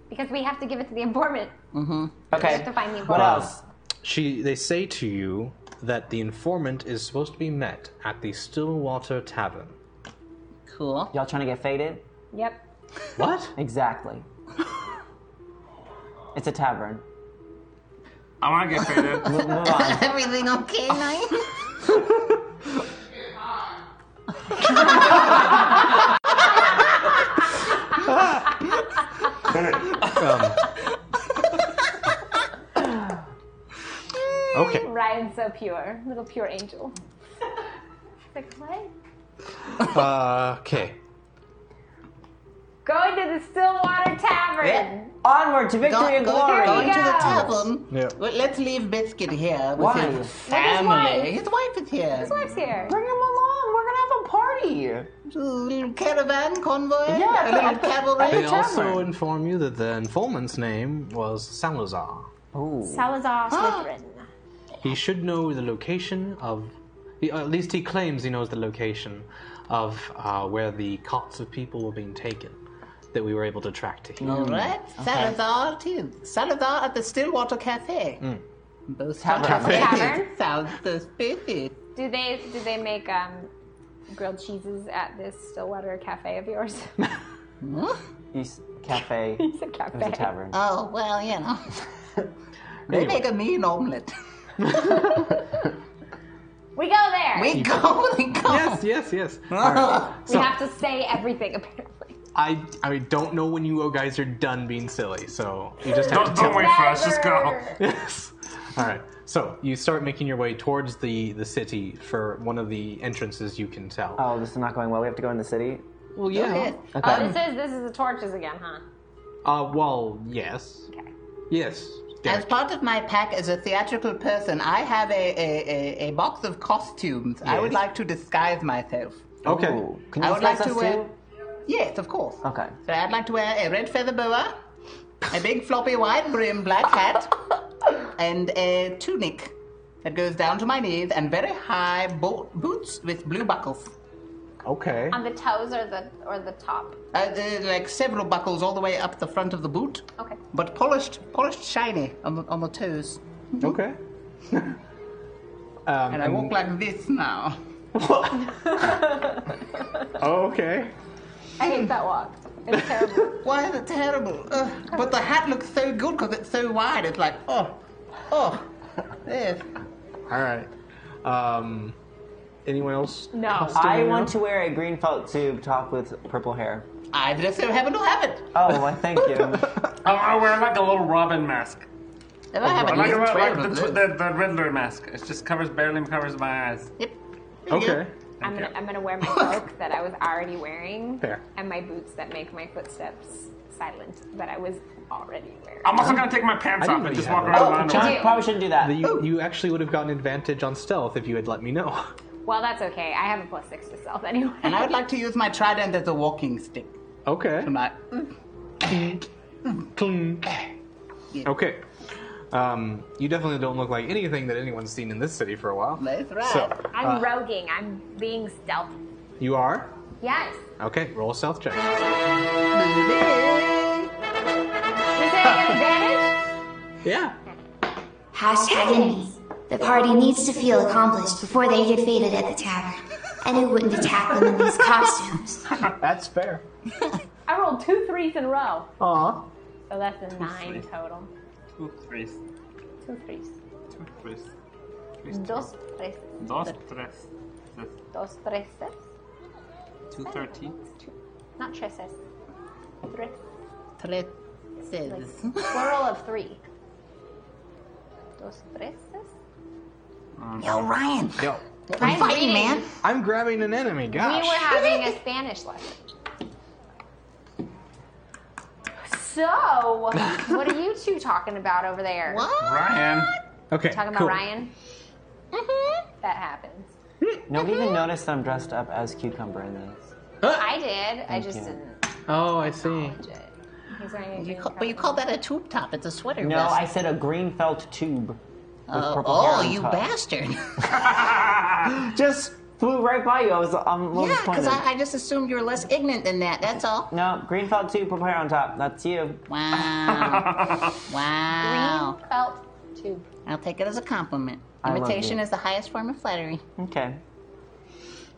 Speaker 5: Because we have to give it to the informant. We have
Speaker 6: Mm-hmm. Okay.
Speaker 5: to find the
Speaker 6: What
Speaker 5: informant.
Speaker 6: else?
Speaker 2: She, they say to you that the informant is supposed to be met at the Stillwater Tavern.
Speaker 8: Cool.
Speaker 6: Y'all trying to get faded?
Speaker 5: Yep.
Speaker 2: What?
Speaker 6: Exactly. it's a tavern.
Speaker 3: I want to get faded.
Speaker 6: Move, move on.
Speaker 8: Everything okay,
Speaker 6: Oh.
Speaker 8: Nine?
Speaker 2: Um, okay.
Speaker 5: Ryan's so pure. Little pure angel. It's like, what?
Speaker 2: Uh, okay.
Speaker 5: Going to the Stillwater Tavern.
Speaker 6: Yeah. Onward to victory
Speaker 8: Go-
Speaker 6: and
Speaker 8: go-
Speaker 6: glory.
Speaker 8: Going to the
Speaker 5: Go.
Speaker 8: tavern.
Speaker 2: Yeah.
Speaker 8: Well, Let's leave Biscuit here with
Speaker 6: Why?
Speaker 8: his
Speaker 5: With his
Speaker 8: family.
Speaker 5: wife.
Speaker 8: His wife is here.
Speaker 5: His wife's here.
Speaker 6: Bring him along. We're gonna have a party.
Speaker 8: Little caravan convoy.
Speaker 6: Yeah,
Speaker 8: a little
Speaker 6: at the-
Speaker 2: They
Speaker 8: cavalry.
Speaker 6: tavern.
Speaker 2: also inform you that the informant's name was Salazar.
Speaker 6: Ooh.
Speaker 5: Salazar Slytherin.
Speaker 2: He should know the location of, he- at least he claims he knows the location of uh, where the cots of people were being taken that we were able to track to here.
Speaker 8: All right. Salazar too. Salazar at the Stillwater Cafe. Both
Speaker 6: Tavern.
Speaker 5: Tavern.
Speaker 8: Sounds suspicious.
Speaker 5: Do they do they make um, grilled cheeses at this Stillwater Cafe of yours?
Speaker 6: East cafe.
Speaker 5: He said
Speaker 6: It was
Speaker 5: cafe.
Speaker 6: a tavern.
Speaker 8: Oh well, you know. they
Speaker 2: Anyway.
Speaker 8: make a mean omelet.
Speaker 5: We go there. We,
Speaker 8: We go. We go.
Speaker 2: Yes, yes, yes. All right. So
Speaker 5: have to say everything apparently.
Speaker 2: I, I don't know when you guys are done being silly, so you just have
Speaker 3: Don't,
Speaker 2: to tell
Speaker 3: don't
Speaker 2: me.
Speaker 3: wait for us. Just go.
Speaker 2: Yes. All right. So you start making your way towards the the city for one of the entrances you can tell.
Speaker 6: Oh, this is not going well. We have to go in the city.
Speaker 2: well, yeah.
Speaker 6: Okay.
Speaker 5: Oh, this is this is the torches again, huh?
Speaker 2: Uh, well, yes.
Speaker 5: Okay.
Speaker 2: Yes.
Speaker 8: As
Speaker 2: Derek.
Speaker 8: part of my pack as a theatrical person, I have a, a, a, a box of costumes. I would
Speaker 2: Yes.
Speaker 8: like to disguise myself.
Speaker 2: Okay.
Speaker 6: Ooh. Can
Speaker 8: I
Speaker 6: you
Speaker 8: would like
Speaker 6: slice
Speaker 8: to
Speaker 6: us
Speaker 8: wear.
Speaker 6: too?
Speaker 8: Yes, of course.
Speaker 6: Okay.
Speaker 8: So I'd like to wear a red feather boa, a big floppy wide brim black hat, and a tunic that goes down to my knees, and very high bo- boots with blue buckles.
Speaker 2: Okay.
Speaker 5: On the toes or the or the top.
Speaker 8: Uh, uh, like several buckles all the way up the front of the boot,
Speaker 5: Okay.
Speaker 8: but polished, polished, shiny on the, on the toes.
Speaker 2: Okay. um,
Speaker 8: And I walk like this now.
Speaker 2: okay.
Speaker 5: I hate that walk. It's terrible.
Speaker 8: Why is it terrible? Ugh. But the hat looks so good because it's so wide. It's like, oh, oh, yes.
Speaker 2: All right. Um, anyone else?
Speaker 5: No.
Speaker 6: I want to wear a green felt tube top with purple hair.
Speaker 8: I just so happen to have it.
Speaker 6: Oh, well, thank you.
Speaker 3: Oh, I want to wear like a little Robin mask.
Speaker 8: And I have
Speaker 3: I
Speaker 6: Oh,
Speaker 8: at
Speaker 3: like,
Speaker 8: least
Speaker 3: about,
Speaker 8: 12
Speaker 3: like the,
Speaker 8: of
Speaker 3: tw-
Speaker 8: those.
Speaker 3: the, the Riddler mask. It just covers barely covers my eyes.
Speaker 8: Yep. There you
Speaker 2: Okay.
Speaker 5: I'm
Speaker 3: you.
Speaker 5: gonna I'm gonna wear my cloak that I was already wearing.
Speaker 2: Fair.
Speaker 5: And my boots that make my footsteps silent that I was already wearing.
Speaker 3: I'm also gonna take my pants
Speaker 2: I didn't
Speaker 3: off
Speaker 2: know
Speaker 3: and
Speaker 2: you
Speaker 3: just
Speaker 2: had
Speaker 3: walk
Speaker 2: that.
Speaker 6: oh,
Speaker 3: around.
Speaker 6: John,
Speaker 3: Oh,
Speaker 5: Dude.
Speaker 6: probably shouldn't do that.
Speaker 2: The- You, you actually would have gotten advantage on stealth if you had let me know.
Speaker 5: Well, that's okay. I have a plus six to self anyway.
Speaker 8: And I would like to use my trident as a walking stick.
Speaker 2: Okay.
Speaker 8: I'm like,
Speaker 6: Mm.
Speaker 2: Cling. Okay. Um, you definitely don't look like anything that anyone's seen in this city for a while.
Speaker 8: That's right.
Speaker 2: So, uh,
Speaker 5: I'm roguing. I'm being stealthy.
Speaker 2: you are?
Speaker 5: Yes.
Speaker 2: Okay, roll a stealth check.
Speaker 5: Is it an advantage?
Speaker 2: Yeah.
Speaker 7: Hashtag enemies. The party needs to feel accomplished before they get faded at the tavern. And who wouldn't attack them in these costumes?
Speaker 2: That's fair.
Speaker 5: I rolled two threes in a row.
Speaker 2: Aw.
Speaker 5: So that's a
Speaker 10: Two, three.
Speaker 5: nine total.
Speaker 10: Two threes.
Speaker 5: Two threes.
Speaker 10: Two threes. Threes,
Speaker 5: Dos tres.
Speaker 10: threes. Dos tres. Tres.
Speaker 5: Dos treses.
Speaker 10: Two thirty.
Speaker 5: Not treses. Tres.
Speaker 4: Treces.
Speaker 5: Plural of three. Dos treses.
Speaker 4: Yo, Ryan.
Speaker 2: Yo.
Speaker 5: I'm I'm fighting, reading. man.
Speaker 2: I'm grabbing an enemy, gosh.
Speaker 5: We were having a Spanish lesson. So, what are you two talking about over there? What?
Speaker 14: Ryan.
Speaker 2: Okay.
Speaker 5: Talking about
Speaker 6: cool.
Speaker 5: Ryan?
Speaker 8: Mm-hmm.
Speaker 5: That happens.
Speaker 6: Nobody even noticed I'm dressed up as cucumber in these.
Speaker 5: I did. I just
Speaker 6: you.
Speaker 5: didn't.
Speaker 2: Oh, I see.
Speaker 5: He's wearing a
Speaker 4: You ca- but you call that a tube top. It's a sweater
Speaker 6: No,
Speaker 4: vest.
Speaker 6: I said a green felt tube. with
Speaker 4: Uh,
Speaker 6: purple hair
Speaker 4: oh,
Speaker 6: on
Speaker 4: you
Speaker 6: top.
Speaker 4: bastard.
Speaker 6: Just flew right by you. I was I'm a little
Speaker 4: yeah,
Speaker 6: disappointed.
Speaker 4: because I, I just assumed you were less ignorant than that. That's all.
Speaker 6: No, green felt tube, purple hair on top. That's you.
Speaker 4: Wow. wow.
Speaker 5: Green felt tube.
Speaker 4: I'll take it as a compliment.
Speaker 6: I love
Speaker 4: Imitation
Speaker 6: you.
Speaker 4: is the highest form of flattery.
Speaker 6: Okay.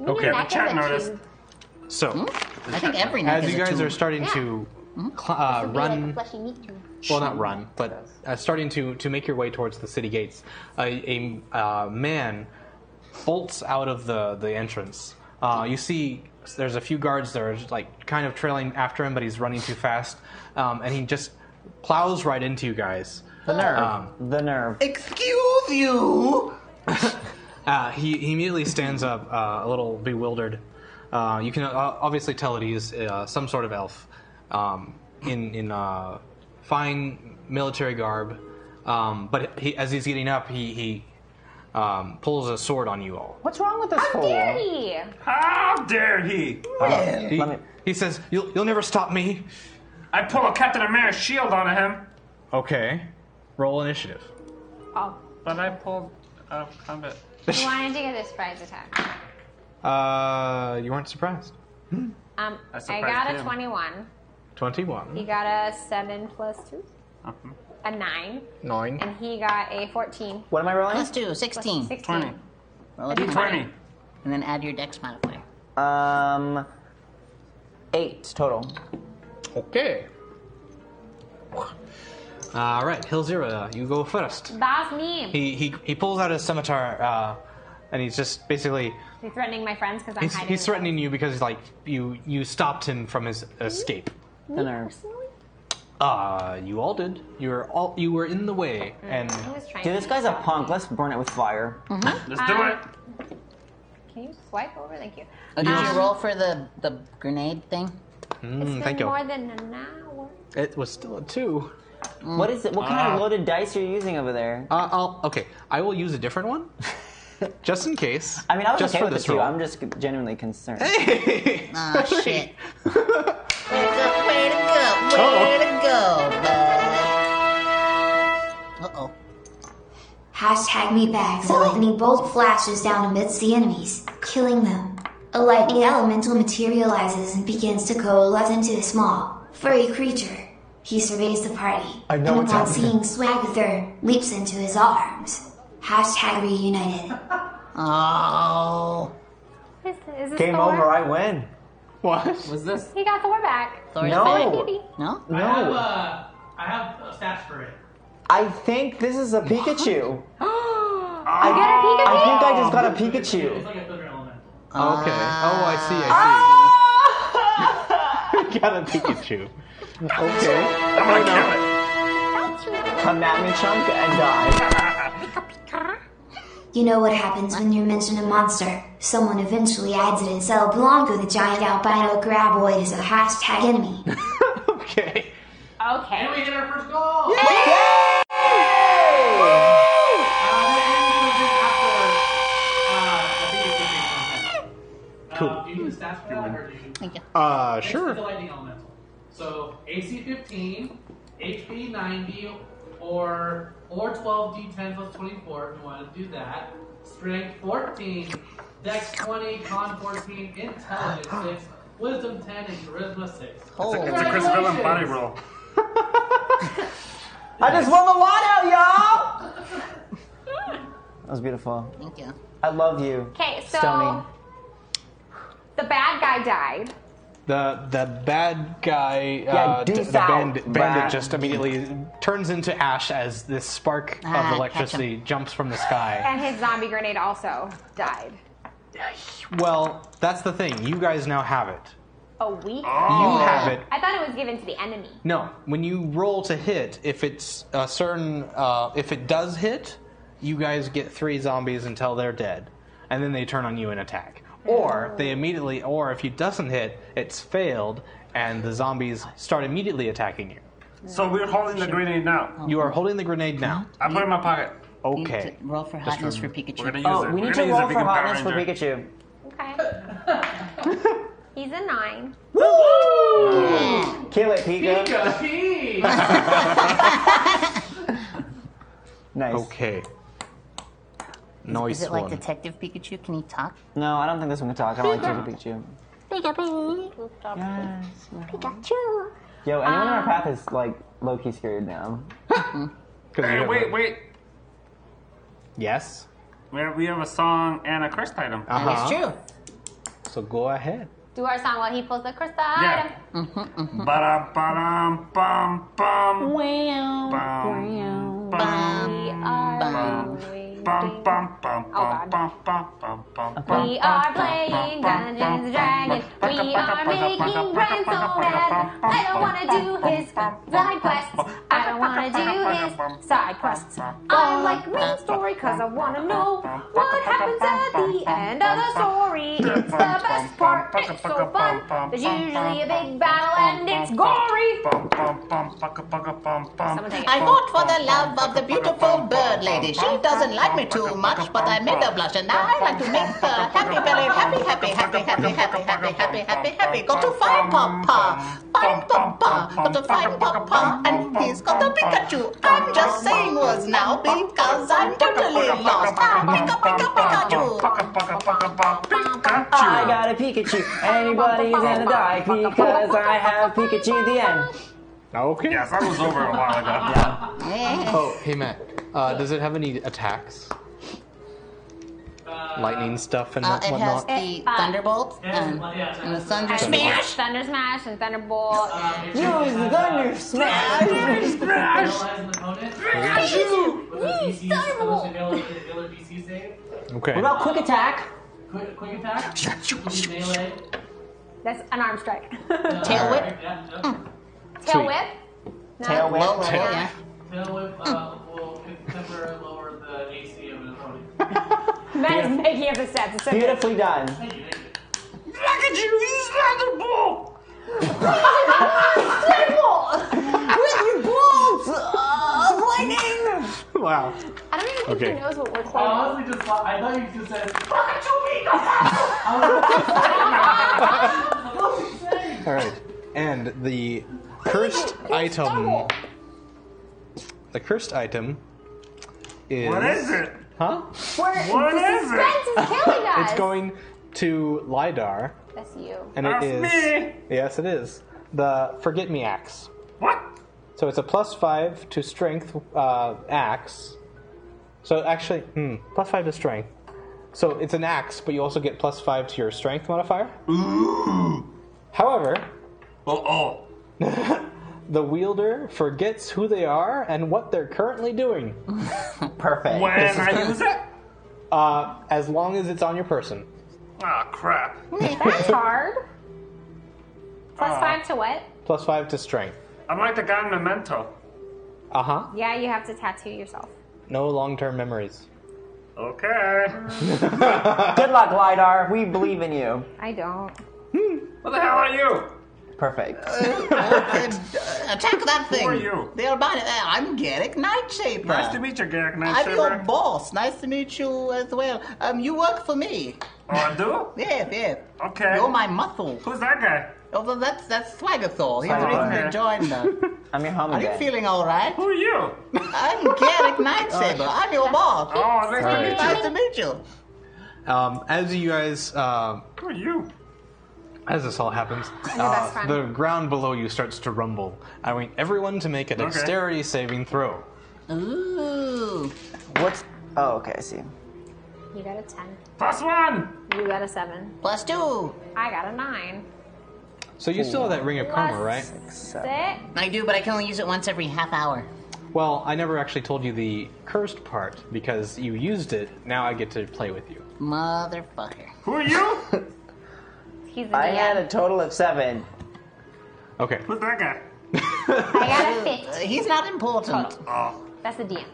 Speaker 2: Okay, the chat noticed. So,
Speaker 4: I think every neck
Speaker 2: as
Speaker 4: is
Speaker 2: you
Speaker 4: a
Speaker 2: guys
Speaker 4: tube.
Speaker 2: are starting to cl- uh, run, well, not run, but uh, starting to to make your way towards the city gates, a, a uh, man bolts out of the the entrance. Uh, you see, there's a few guards there, just, like kind of trailing after him, but he's running too fast, um, and he just plows right into you guys.
Speaker 6: The nerve.
Speaker 2: Um,
Speaker 6: the nerve.
Speaker 4: Excuse you.
Speaker 2: Uh, he, he immediately stands up, uh, a little bewildered. Uh, you can uh, obviously tell that he is uh, some sort of elf um, in, in uh, fine military garb. Um, but he, as he's getting up, he, he um, pulls a sword on you all.
Speaker 6: What's wrong with this
Speaker 5: How
Speaker 6: fool?
Speaker 5: dare he?
Speaker 2: How dare he? Uh, he, he says, you'll, you'll never stop me.
Speaker 3: I pull a Captain America shield on him.
Speaker 2: Okay. Roll initiative.
Speaker 5: Oh.
Speaker 3: But I pulled out of combat.
Speaker 5: You wanted to get a surprise attack.
Speaker 2: Uh, you weren't surprised.
Speaker 5: Um,
Speaker 2: I
Speaker 5: I
Speaker 2: surprised
Speaker 5: got a
Speaker 2: him.
Speaker 5: 21.
Speaker 2: 21.
Speaker 5: He got a 7 plus 2.
Speaker 6: Uh-huh.
Speaker 5: A 9.
Speaker 2: 9.
Speaker 5: And he got a 14.
Speaker 6: What am I rolling?
Speaker 4: Let's do 16.
Speaker 5: 16. 20.
Speaker 4: Roll a
Speaker 5: That'd be
Speaker 4: 20.
Speaker 5: 20.
Speaker 4: And then add your dex modifier.
Speaker 6: Um, eight total.
Speaker 2: Okay. All right, Hill Zero, you go first.
Speaker 5: That's me.
Speaker 2: He he he pulls out his scimitar, uh, and he's just basically
Speaker 5: He's threatening my friends because I'm
Speaker 2: he's,
Speaker 5: hiding.
Speaker 2: he's threatening you because like you you stopped him from his escape.
Speaker 5: me personally?
Speaker 2: Uh, you all did. You were all you were in the way, and
Speaker 5: He Mm, was trying
Speaker 6: Dude,
Speaker 5: to
Speaker 6: this guy's a punk. Let's burn it with fire.
Speaker 5: Let's do Um, Can you swipe over? Thank you.
Speaker 4: Oh, did
Speaker 5: Um,
Speaker 4: you roll for the, the grenade thing?
Speaker 5: It's been
Speaker 2: Mm, thank you.
Speaker 5: more than an hour.
Speaker 2: It was still a two.
Speaker 4: Mm.
Speaker 6: What is it? What kind
Speaker 2: Ah.
Speaker 6: of loaded dice are you using over there?
Speaker 2: Uh, I'll okay. I will use a different one, just in case.
Speaker 6: I mean, I was
Speaker 2: just for
Speaker 6: okay with
Speaker 2: this
Speaker 6: it too.
Speaker 2: roll.
Speaker 6: I'm just genuinely concerned.
Speaker 4: Ah, shit. Way to go. Way to
Speaker 2: Oh,
Speaker 4: go, bud. Uh-oh.
Speaker 7: Hashtag me bags. A lightning bolt flashes down amidst the enemies, killing them. A lightning elemental materializes and begins to coalesce into a small, furry creature. He surveys the party,
Speaker 15: I know
Speaker 7: and
Speaker 15: what's
Speaker 7: upon
Speaker 15: happening.
Speaker 7: seeing Swagather, leaps into his arms. Hashtag reunited.
Speaker 4: Oh.
Speaker 5: Is, is this
Speaker 6: Game
Speaker 5: Thor?
Speaker 6: over. I win.
Speaker 2: What?
Speaker 6: Was this?
Speaker 5: He got Thor back.
Speaker 6: Thor's No. back.
Speaker 5: Baby.
Speaker 4: No.
Speaker 10: I have,
Speaker 6: No.
Speaker 10: uh, I have uh, stats for it.
Speaker 6: I think this is a Pikachu.
Speaker 10: I
Speaker 6: I,
Speaker 10: got
Speaker 6: Oh, I think I just got a Pikachu.
Speaker 10: It's like a thunder element.
Speaker 2: Okay. Oh, I see.
Speaker 6: Ah!
Speaker 2: I see. Got a Pikachu. Okay.
Speaker 6: I'm gonna
Speaker 5: kill it.
Speaker 6: Come at me, chunk, and die.
Speaker 7: You know what happens when you mention a monster. Someone eventually adds it, and Cell Blanco, the giant albino graboid, is a hashtag enemy.
Speaker 5: Okay.
Speaker 10: And we hit our first goal! Uh,
Speaker 2: Cool.
Speaker 10: Uh, do you need the stats for that, or do you-
Speaker 4: Thank you.
Speaker 2: Uh,
Speaker 10: Next
Speaker 2: sure.
Speaker 10: is the lightning elemental. So AC 15, HP 90, or or 12 D10 plus 24 if you want to do that. Strength 14, Dex 20, Con 14, Intelligence 6, Wisdom 10, and Charisma
Speaker 3: It's
Speaker 10: 6.
Speaker 3: a, it's a Chris Villain body roll.
Speaker 6: I just won the lotto, y'all. That was beautiful.
Speaker 4: Thank you.
Speaker 6: I love you.
Speaker 5: Okay, so
Speaker 6: Stony.
Speaker 5: the bad guy died.
Speaker 2: The the bad guy,
Speaker 6: Yeah,
Speaker 2: uh,
Speaker 6: do
Speaker 2: d- the
Speaker 6: south.
Speaker 2: bandit,
Speaker 6: Bad.
Speaker 2: bandit, just immediately turns into ash as this spark
Speaker 5: Ah, catch
Speaker 2: of
Speaker 5: 'em.
Speaker 2: electricity jumps from the sky.
Speaker 5: And his zombie grenade also died.
Speaker 2: Well, that's the thing. You guys now have it.
Speaker 5: A week.
Speaker 2: Oh. You have it.
Speaker 5: I thought it was given to the enemy.
Speaker 2: No, when you roll to hit, if it's a certain, uh, if it does hit, you guys get three zombies until they're dead, and then they turn on you and attack. Or they immediately, or if you doesn't hit, it's failed, and the zombies start immediately attacking you.
Speaker 3: So we're holding the grenade now.
Speaker 2: Oh. You are holding the grenade now.
Speaker 3: I put it in my pocket.
Speaker 2: Okay.
Speaker 8: Roll for
Speaker 2: Just
Speaker 8: hotness for
Speaker 2: remember.
Speaker 8: Pikachu.
Speaker 2: We're gonna use
Speaker 6: Oh,
Speaker 2: it.
Speaker 6: we
Speaker 2: We're
Speaker 6: need to
Speaker 2: gonna use
Speaker 6: roll
Speaker 2: it like
Speaker 6: for
Speaker 2: a Power
Speaker 6: hotness for
Speaker 2: Ranger.
Speaker 6: Pikachu.
Speaker 5: Okay. He's a nine.
Speaker 6: Kill it, Pika. nice.
Speaker 2: Okay.
Speaker 8: Is it like Detective Pikachu? Can he talk?
Speaker 6: No, I don't think this one can talk. I don't like Pikachu. Pikachu.
Speaker 5: Pikachu. Pikachu.
Speaker 6: Yo, anyone in our path is like low key scared now.
Speaker 3: Hey, wait, wait.
Speaker 2: Yes.
Speaker 3: We have, we have a song and a cursed item.
Speaker 2: Uh-huh. That's true. So go ahead.
Speaker 5: Do our song while he pulls the crystal
Speaker 3: Yeah.
Speaker 5: item.
Speaker 3: Ba-dum, ba-dum, bum, bum.
Speaker 5: Wow.
Speaker 3: Bum, bum,
Speaker 5: We are
Speaker 3: bum. Bum, bum, bum, bum, bum, bum, bum, bum, bum.
Speaker 5: We are playing Dungeons and Dragons. We are making Brian so mad. I don't want to do his side quests. I don't want to do his side quests. I like main story because I want to know what happens at the end of the story. It's the best part. It's so fun. There's usually a big battle and it's gory.
Speaker 8: I fought for the love of the beautiful bird lady. She doesn't like me too much, but I made her blush, and I like to make her happy, very happy, happy, happy, happy, happy, happy, happy, happy, happy. Go to find Papa, find Papa, go to find Papa, and he's got a Pikachu. I'm just saying words now because I'm totally lost. Ah, Pika, Pika, Pikachu.
Speaker 6: I got a Pikachu. Anybody is gonna die because I have Pikachu at the end.
Speaker 2: Okay.
Speaker 3: Yes, that was over a while ago.
Speaker 2: Oh, hey Matt. Uh, does it have any attacks? Lightning stuff and
Speaker 8: Uh, it has
Speaker 2: whatnot.
Speaker 8: the thunderbolt um, and the thunder
Speaker 2: Thunder
Speaker 8: smash.
Speaker 5: Thunder Smash and Thunderbolt.
Speaker 10: Um,
Speaker 5: and-
Speaker 6: Use the thunder smash.
Speaker 10: Paralyze an opponent.
Speaker 6: Smash you.
Speaker 10: With a DC, so it's an iller DC save.
Speaker 2: Okay.
Speaker 6: What about quick attack?
Speaker 10: Quick, quick attack. Mm. Use melee.
Speaker 5: That's an arm strike.
Speaker 8: Tail whip.
Speaker 10: Yeah,
Speaker 5: Mm.
Speaker 10: okay.
Speaker 5: Tail whip.
Speaker 6: Tail whip.
Speaker 8: Well, yeah.
Speaker 10: Tail whip uh,
Speaker 5: Mm.
Speaker 10: will temporarily lower the AC of an opponent.
Speaker 5: Matt is making up the stats. It's so good.
Speaker 6: Beautifully done.
Speaker 10: Thank you, thank you.
Speaker 3: Pikachu, he's rather bull.
Speaker 5: Ah,
Speaker 2: wow.
Speaker 5: Uh, I don't even think
Speaker 2: Okay.
Speaker 5: he knows what we're
Speaker 10: I
Speaker 5: talking
Speaker 10: honestly just thought, I thought you just said,
Speaker 2: All right. And the cursed item. The cursed item is
Speaker 3: What is it?
Speaker 2: Huh?
Speaker 3: What is it?
Speaker 5: about. This is killing us.
Speaker 2: It's going to Lidar,
Speaker 5: That's you.
Speaker 2: and it
Speaker 3: That's
Speaker 2: is.
Speaker 3: me.
Speaker 2: Yes, it is the Forget Me Axe.
Speaker 3: What?
Speaker 2: So it's a plus five to strength uh, axe. So actually, hmm, plus five to strength. So it's an axe, but you also get plus five to your strength modifier. However,
Speaker 3: Uh-oh.
Speaker 2: the wielder forgets who they are and what they're currently doing.
Speaker 6: Perfect.
Speaker 3: When I use it?
Speaker 2: Uh, as long as it's on your person.
Speaker 3: Ah, crap.
Speaker 5: That's hard. Plus five to what?
Speaker 2: Plus five to strength.
Speaker 3: I'm like the guy in Memento.
Speaker 2: Uh huh.
Speaker 5: Yeah, you have to tattoo yourself.
Speaker 2: No long term memories.
Speaker 3: Okay.
Speaker 6: Good luck, Lidar. We believe in you.
Speaker 5: I don't.
Speaker 2: Hmm.
Speaker 3: What the hell are you?
Speaker 6: Perfect.
Speaker 8: Attack that thing.
Speaker 3: are you?
Speaker 8: They're about it. Uh, I'm Garrick Nightshaper.
Speaker 3: Nice to meet you, Garrick
Speaker 8: I'm your
Speaker 3: Nightshaber.
Speaker 8: boss. Nice to meet you as well. Um, you work for me.
Speaker 3: Oh, I do?
Speaker 8: Yeah, yeah.
Speaker 3: Okay.
Speaker 8: You're my muscle.
Speaker 3: Who's that guy?
Speaker 8: Although that's that's Swagathor. He's the
Speaker 6: Swagathor.
Speaker 8: reason I joined them.
Speaker 6: I'm your homie.
Speaker 8: Are you
Speaker 6: guy.
Speaker 8: feeling all right?
Speaker 3: Who are you?
Speaker 8: I'm Garrick Nightsaber. I'm your boss.
Speaker 3: Oh, nice to meet you.
Speaker 8: Nice to meet you.
Speaker 2: Um, as you guys uh,
Speaker 3: Who are you?
Speaker 2: As this all happens,
Speaker 5: best
Speaker 2: uh,
Speaker 5: friend.
Speaker 2: the ground below you starts to rumble. I want everyone to make a dexterity saving throw.
Speaker 8: Ooh.
Speaker 6: What's? Oh, okay. I see.
Speaker 5: You got a ten.
Speaker 3: Plus one.
Speaker 5: You got a seven.
Speaker 8: Plus two.
Speaker 5: I got a nine.
Speaker 2: So you still have that ring of karma, right?
Speaker 4: I do, but I can only use it once every half hour.
Speaker 2: Well, I never actually told you the cursed part because you used it. Now I get to play with you.
Speaker 4: Motherfucker.
Speaker 3: Who are you?
Speaker 6: I had a total of seven.
Speaker 2: Okay.
Speaker 3: Who's that guy?
Speaker 5: I got a
Speaker 8: Uh,
Speaker 5: 50.
Speaker 4: He's not important.
Speaker 3: Oh,
Speaker 5: That's a DM.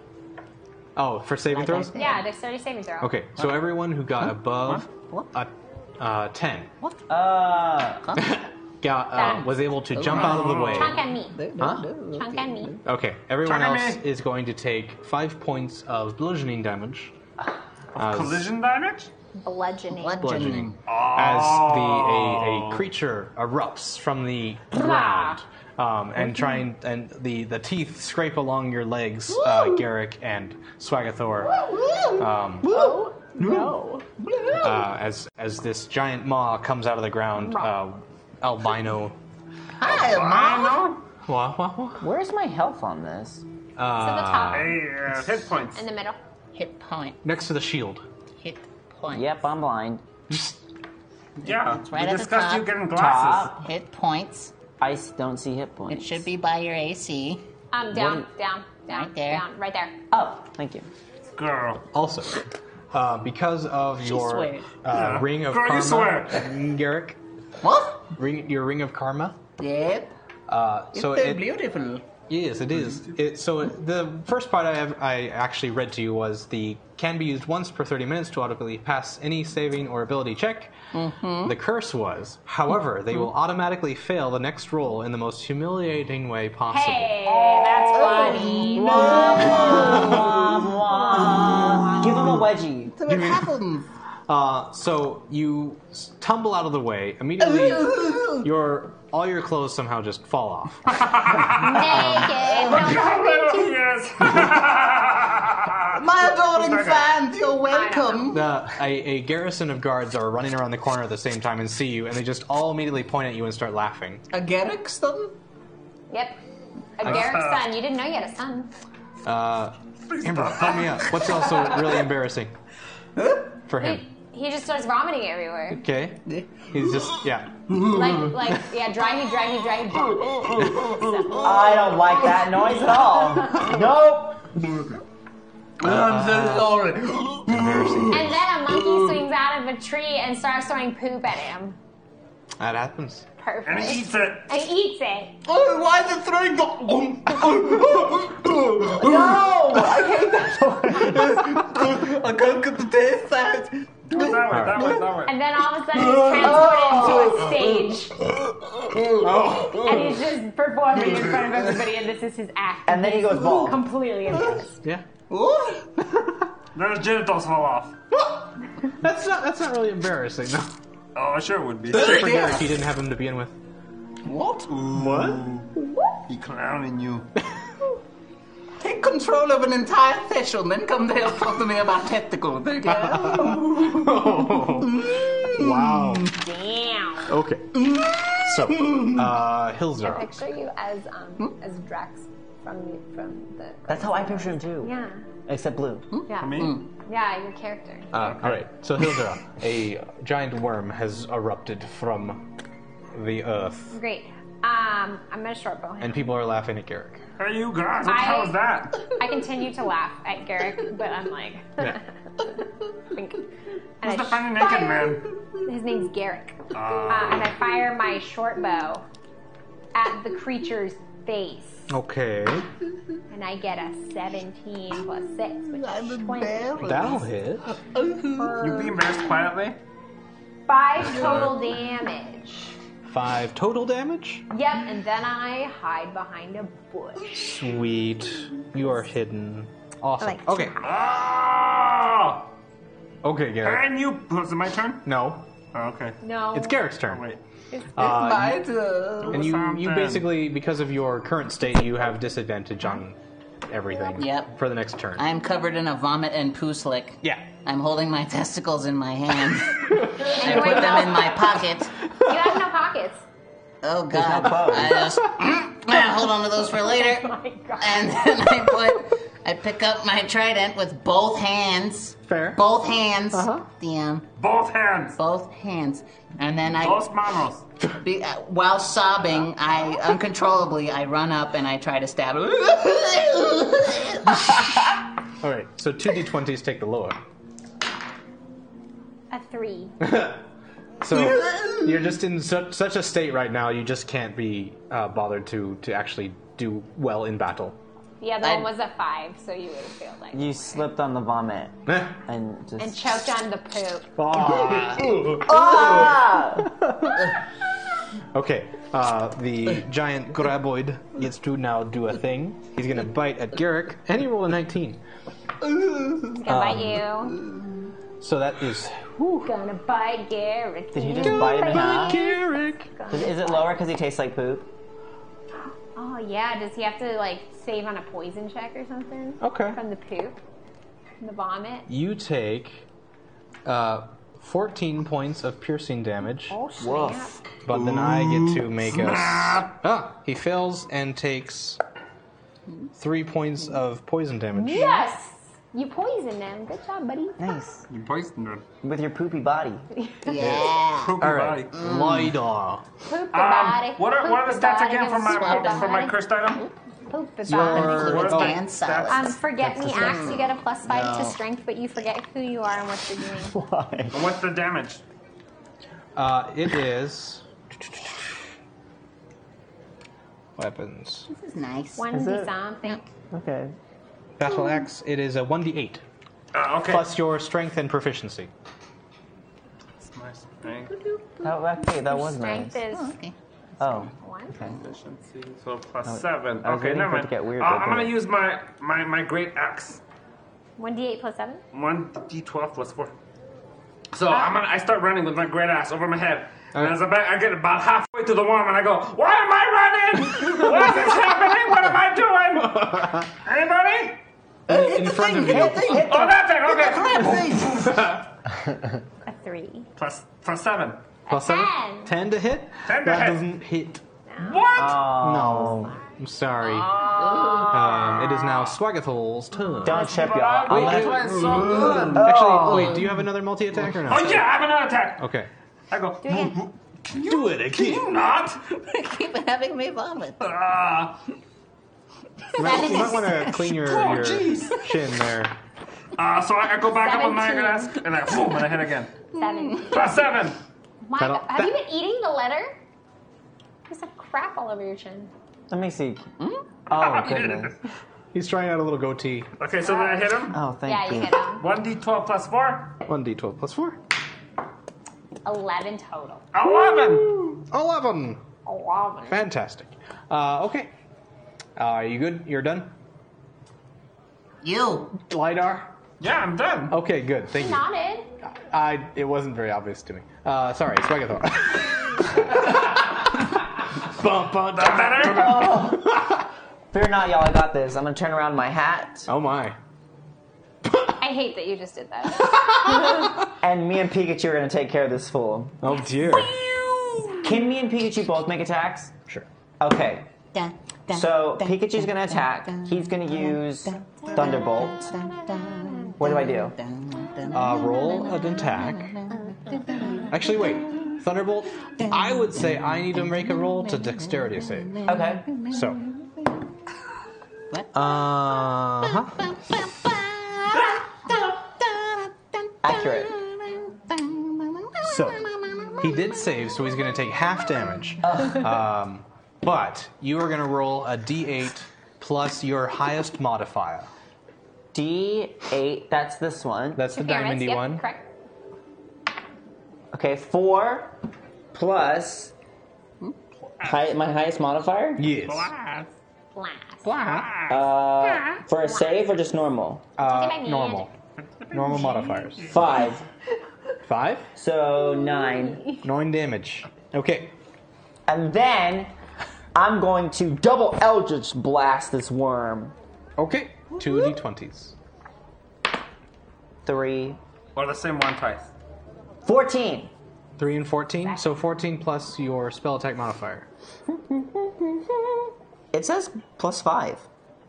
Speaker 2: oh for saving throws.
Speaker 5: Yeah, dexterity saving throw.
Speaker 2: Okay, so everyone who got above a uh, ten
Speaker 6: Uh,
Speaker 2: got uh, was able to jump out of the way.
Speaker 5: Chunk and me.
Speaker 2: Huh?
Speaker 5: Chunk and me.
Speaker 2: Okay, everyone
Speaker 5: Chunk
Speaker 2: else
Speaker 5: and
Speaker 2: is going to take five points of bludgeoning damage. As-
Speaker 3: collision damage?
Speaker 5: Bludgeoning.
Speaker 2: bludgeoning as the a, a creature erupts from the ground um, and try and, and the, the teeth scrape along your legs uh, Garrick and Swagathor um,
Speaker 5: Oh, no.
Speaker 2: uh, as as this giant maw comes out of the ground uh, albino
Speaker 4: Hi, Mama.
Speaker 2: wah, wah, wah.
Speaker 6: Where's my health on this?
Speaker 2: Uh,
Speaker 3: hit points.
Speaker 5: In the middle.
Speaker 4: Hit point.
Speaker 2: next to the shield
Speaker 4: Hit point.
Speaker 6: Yep, I'm blind.
Speaker 3: Yeah,
Speaker 4: It's right at the top.
Speaker 6: Top.
Speaker 4: Hit points.
Speaker 6: I s- don't see hit points.
Speaker 4: It should be by your AC.
Speaker 5: Um, down, down, down,
Speaker 4: Right there.
Speaker 5: down, right there.
Speaker 6: Oh, thank you.
Speaker 3: Girl.
Speaker 2: also uh, because of your
Speaker 4: swears.
Speaker 2: uh,
Speaker 3: Yeah.
Speaker 2: ring of
Speaker 3: Girl, you
Speaker 2: karma
Speaker 3: swear.
Speaker 2: Garrick
Speaker 4: What?
Speaker 2: ring your ring of karma
Speaker 4: Yep.
Speaker 2: Uh, so
Speaker 4: They're
Speaker 2: it,
Speaker 4: beautiful.
Speaker 2: yes, it is. It, so it, the first part I, have, I actually read to you was the can be used once per 30 minutes to automatically pass any saving or ability check.
Speaker 10: Mm-hmm.
Speaker 5: Mm-hmm.
Speaker 2: The curse was, however, they will automatically fail the next roll in the most humiliating way possible.
Speaker 5: Hey,
Speaker 3: Oh.
Speaker 5: that's funny.
Speaker 6: Give him a wedgie.
Speaker 4: So what happened?
Speaker 2: Uh, so you s- tumble out of the way immediately. your all your clothes somehow just fall off. Um,
Speaker 5: Naked.
Speaker 3: How little he is!
Speaker 4: My adoring
Speaker 3: Who's that
Speaker 4: fans, you're welcome.
Speaker 2: The, a, a garrison of guards are running around the corner at the same time and see you, and they just all immediately point at you and start laughing.
Speaker 4: A Garrickson?
Speaker 5: Yep. A Garrick's son. You didn't know you had a son.
Speaker 2: Uh, Amber, help me out. What's also really embarrassing for him?
Speaker 5: He just starts vomiting everywhere.
Speaker 2: Okay, he's just yeah.
Speaker 5: Like, like, yeah, dry heat, dry heat, dry heat.
Speaker 6: I don't like that noise at all. nope.
Speaker 8: I'm so sorry.
Speaker 2: Embarrassing.
Speaker 5: And then a monkey swings out of a tree and starts throwing poop at him.
Speaker 2: That happens.
Speaker 5: Perfect.
Speaker 3: And he eats it.
Speaker 5: And he eats it.
Speaker 8: Oh, why is it throwing the.
Speaker 6: No, I hate that
Speaker 8: I can't get the taste out.
Speaker 3: That way, that way, that way.
Speaker 5: And then all of a sudden he's
Speaker 8: Oh.
Speaker 5: transported into a stage. And he's just performing in front of everybody and this is his act.
Speaker 6: And then he goes bald.
Speaker 5: Completely embarrassed.
Speaker 2: Yeah.
Speaker 3: Then his genitals fall off.
Speaker 2: That's not. That's not really embarrassing. No.
Speaker 3: Oh, I sure would be.
Speaker 2: For Derek, he didn't have him to begin with.
Speaker 8: What?
Speaker 3: What? He clowning you.
Speaker 8: Take control of an entire session, then come there and talk to me about tactical. There you go.
Speaker 2: Wow.
Speaker 5: Damn.
Speaker 2: Okay. So, uh, Hilzer.
Speaker 5: Picture you as um as Drax from the from the
Speaker 6: That's how I picture him too.
Speaker 5: Yeah.
Speaker 6: Except blue.
Speaker 5: Yeah. Yeah, your character.
Speaker 2: Uh, all right. So Hilzer, a giant worm has erupted from the earth,
Speaker 5: Great. Um I'm gonna short bow him.
Speaker 2: and people are laughing at Garrick.
Speaker 3: Hey, you guys, what the
Speaker 5: I-
Speaker 3: hell is that?
Speaker 5: I continue to laugh at Garrick, but I'm like
Speaker 2: Yeah.
Speaker 5: think.
Speaker 3: Who's
Speaker 5: And
Speaker 3: the
Speaker 5: I
Speaker 3: funny naked
Speaker 5: fire-
Speaker 3: man?
Speaker 5: His name's Garrick. Uh, and I fire my short bow at the creature's face.
Speaker 2: Okay.
Speaker 5: And I get a 17 plus 6, which is 20.
Speaker 2: That'll hit.
Speaker 3: You be embarrassed quietly?
Speaker 5: 5 total damage.
Speaker 2: Five total damage.
Speaker 5: Yep, and then I hide behind a bush.
Speaker 2: Sweet. You are hidden. Awesome.
Speaker 5: like to
Speaker 2: okay.
Speaker 3: Ah!
Speaker 2: Okay, Garrick.
Speaker 3: And you. Was it my turn?
Speaker 2: No,
Speaker 3: Oh, okay. Oh,
Speaker 5: No.
Speaker 2: it's Garrick's turn.
Speaker 3: Wait.
Speaker 2: Uh,
Speaker 8: I do.
Speaker 2: and you,
Speaker 3: Something.
Speaker 2: you basically, because of your current state, you have disadvantage on everything
Speaker 4: Yep.
Speaker 2: for the next turn.
Speaker 4: I'm covered in a vomit and poo slick.
Speaker 2: yeah.
Speaker 4: I'm holding my testicles in my hand. I
Speaker 5: You
Speaker 4: put
Speaker 5: ain't
Speaker 4: them in
Speaker 5: no-
Speaker 4: my pocket.
Speaker 5: you have no pockets.
Speaker 4: Oh God! I just I hold on to those for later,
Speaker 5: My God.
Speaker 4: and then I put I pick up my trident with both hands. Fair. Both hands. Uh-huh. DM.
Speaker 3: Both hands.
Speaker 4: Both hands. And then I.
Speaker 3: Both manos.
Speaker 4: Be, uh, while sobbing, I uncontrollably I run up and I try to stab.
Speaker 2: All right, so two d20s take the lower.
Speaker 5: A three.
Speaker 2: So you're just in such, such a state right now. You just can't be uh, bothered to to actually do well in battle.
Speaker 5: The other one was a five, so you would have failed like
Speaker 6: You slipped on the vomit and just.
Speaker 5: and choked on the poop.
Speaker 6: Ah!
Speaker 2: Okay, uh, the giant graboid gets to now do a thing. He's gonna bite at Garrick, and he rolled a 19.
Speaker 5: It's gonna bite
Speaker 6: Um,
Speaker 5: you.
Speaker 2: So that is
Speaker 5: Gonna bite Garrett.
Speaker 6: Did he just bite him in half?
Speaker 2: Garrick.
Speaker 6: Is, is it lower because he tastes like poop?
Speaker 5: Oh yeah, does he have to like save on a poison check or something?
Speaker 2: Okay.
Speaker 5: From the poop, From the vomit.
Speaker 2: You take uh, 14 points of piercing damage.
Speaker 5: Oh snap!
Speaker 2: But then I get to make a. Ah, he fails and takes three points of poison damage.
Speaker 5: Yes, you poisoned him. Good job, buddy.
Speaker 6: Nice.
Speaker 3: You poisoned her.
Speaker 6: With your poopy body. Mm.
Speaker 4: Yeah.
Speaker 3: Poopy
Speaker 2: All right,
Speaker 3: body.
Speaker 2: Lidar.
Speaker 5: Poop the
Speaker 3: Um,
Speaker 5: body.
Speaker 3: what are, what are the
Speaker 5: poop
Speaker 3: stats
Speaker 5: body,
Speaker 3: again for my
Speaker 5: swallow the
Speaker 3: for my
Speaker 5: body,
Speaker 3: cursed item?
Speaker 5: Poop the body.
Speaker 2: Your
Speaker 4: Fluids
Speaker 3: Oh,
Speaker 4: and solids.
Speaker 5: Um, forget me axe. You get a plus five to
Speaker 2: No.
Speaker 5: strength, but you forget who you are and what you're doing.
Speaker 6: Why?
Speaker 3: And what's the damage?
Speaker 2: uh, it is weapons
Speaker 4: this is nice.
Speaker 5: One
Speaker 6: Is
Speaker 5: d
Speaker 6: it-
Speaker 5: something.
Speaker 6: Okay.
Speaker 2: battle axe. It is a one d eight
Speaker 3: Uh, okay.
Speaker 2: plus your strength and proficiency.
Speaker 3: That's nice. Thank
Speaker 6: That, okay, that was nice.
Speaker 5: Strength is
Speaker 4: Oh, okay.
Speaker 6: Oh.
Speaker 5: one.
Speaker 6: Okay.
Speaker 3: Efficiency. So plus
Speaker 6: was-
Speaker 3: seven.
Speaker 6: I was
Speaker 3: Okay,
Speaker 6: waiting
Speaker 3: never
Speaker 6: for it
Speaker 3: mind.
Speaker 6: to get weird,
Speaker 3: Uh,
Speaker 6: but
Speaker 3: I'm
Speaker 6: then-
Speaker 3: gonna use my my my great axe.
Speaker 5: One d eight plus seven.
Speaker 3: One d twelve plus four. So
Speaker 2: Ah.
Speaker 3: I'm gonna I start running with my great axe over my head. And as I, back, I get about halfway to the worm and I go, Why am I running? Why is this happening? What am I doing? Anybody?
Speaker 2: Uh, In front of you,
Speaker 3: Oh, nothing. Okay.
Speaker 5: A three.
Speaker 3: Plus plus seven.
Speaker 2: plus seven,
Speaker 5: Ten.
Speaker 2: ten to hit.
Speaker 3: Ten to
Speaker 2: that
Speaker 3: hit.
Speaker 2: doesn't hit.
Speaker 3: What?
Speaker 2: No, I'm sorry.
Speaker 3: Oh,
Speaker 2: Um, it is now Swagathol's turn. Mm.
Speaker 6: Don't chip y'all.
Speaker 3: But
Speaker 6: I'm
Speaker 3: I
Speaker 6: gonna-
Speaker 3: was doing so good.
Speaker 6: Oh.
Speaker 2: Actually, wait. Do you have another multi attack or not?
Speaker 3: Oh yeah, I have another attack.
Speaker 2: Okay.
Speaker 3: I go.
Speaker 5: Do it again.
Speaker 2: Do it
Speaker 3: Can you not?
Speaker 4: Keep having me vomit.
Speaker 3: Ah,
Speaker 2: You might, want to clean your,
Speaker 3: Oh,
Speaker 2: your
Speaker 3: jeez.
Speaker 2: chin there.
Speaker 3: Ah, so I, I go back up on my
Speaker 5: Seventeen.
Speaker 3: ass and I boom and I hit again.
Speaker 5: Seven.
Speaker 3: Plus seven.
Speaker 5: My
Speaker 2: That'll-
Speaker 5: God. Have you been eating the letter? There's some crap all over your chin.
Speaker 6: Let me see.
Speaker 2: Hmm?
Speaker 6: Oh, goodness.
Speaker 2: He's trying out a little goatee.
Speaker 3: Okay, so then I hit him.
Speaker 6: Oh, thank
Speaker 5: Yeah, you
Speaker 6: you.
Speaker 5: hit him.
Speaker 3: One d twelve plus four.
Speaker 2: 1d12 plus 4.
Speaker 5: Eleven total.
Speaker 3: Eleven.
Speaker 2: 11!
Speaker 5: Eleven.
Speaker 2: Fantastic. Uh, okay. Uh, are you good? You're done?
Speaker 4: You.
Speaker 2: LiDAR?
Speaker 3: Yeah, I'm done.
Speaker 2: Okay, good. Thank you.
Speaker 5: Nodded.
Speaker 2: I, it wasn't very obvious to me. Uh, sorry, Swagathor. bum, bum,
Speaker 3: That
Speaker 2: dum.
Speaker 3: better.
Speaker 6: Fear not, y'all. I got this. I'm gonna turn around my hat,
Speaker 2: Oh my.
Speaker 5: I hate that you just did that.
Speaker 6: and me and Pikachu are gonna take care of this fool.
Speaker 2: Oh dear.
Speaker 6: Can me and Pikachu both make attacks?
Speaker 2: Sure.
Speaker 6: Okay.
Speaker 4: Dun, dun,
Speaker 6: So
Speaker 4: dun, dun,
Speaker 6: Pikachu's gonna
Speaker 4: dun,
Speaker 6: attack.
Speaker 4: dun,
Speaker 6: He's gonna use
Speaker 4: dun, dun,
Speaker 6: Thunderbolt.
Speaker 4: dun, dun,
Speaker 6: What do I do?
Speaker 4: dun, dun,
Speaker 2: Uh, roll an attack.
Speaker 6: Mm-hmm.
Speaker 2: Actually, wait. Thunderbolt, I would say I need to make a roll to dexterity save.
Speaker 6: Okay.
Speaker 2: So.
Speaker 4: What?
Speaker 2: Uh huh.
Speaker 6: Accurate.
Speaker 2: So, he did save, so he's going to take half damage. Um, but you are going to roll a d8 plus your highest modifier.
Speaker 6: D8. That's this one.
Speaker 2: That's the diamond
Speaker 5: Interference,
Speaker 2: d1.
Speaker 5: yep, Correct.
Speaker 6: Okay. Four plus. High, my highest modifier?
Speaker 2: Yes.
Speaker 5: Blast.
Speaker 6: Uh, for a save or just normal?
Speaker 5: Look at
Speaker 2: Uh,
Speaker 5: my
Speaker 2: normal. Normal modifiers.
Speaker 6: Five.
Speaker 2: Five?
Speaker 6: So nine.
Speaker 2: Nine damage. Okay.
Speaker 6: And then I'm going to double Eldritch Blast this worm.
Speaker 2: Okay. Two d20s.
Speaker 6: Three.
Speaker 3: Or the same one twice.
Speaker 6: 14.
Speaker 2: 3 and 14, so 14 plus your spell attack modifier.
Speaker 6: It says plus five.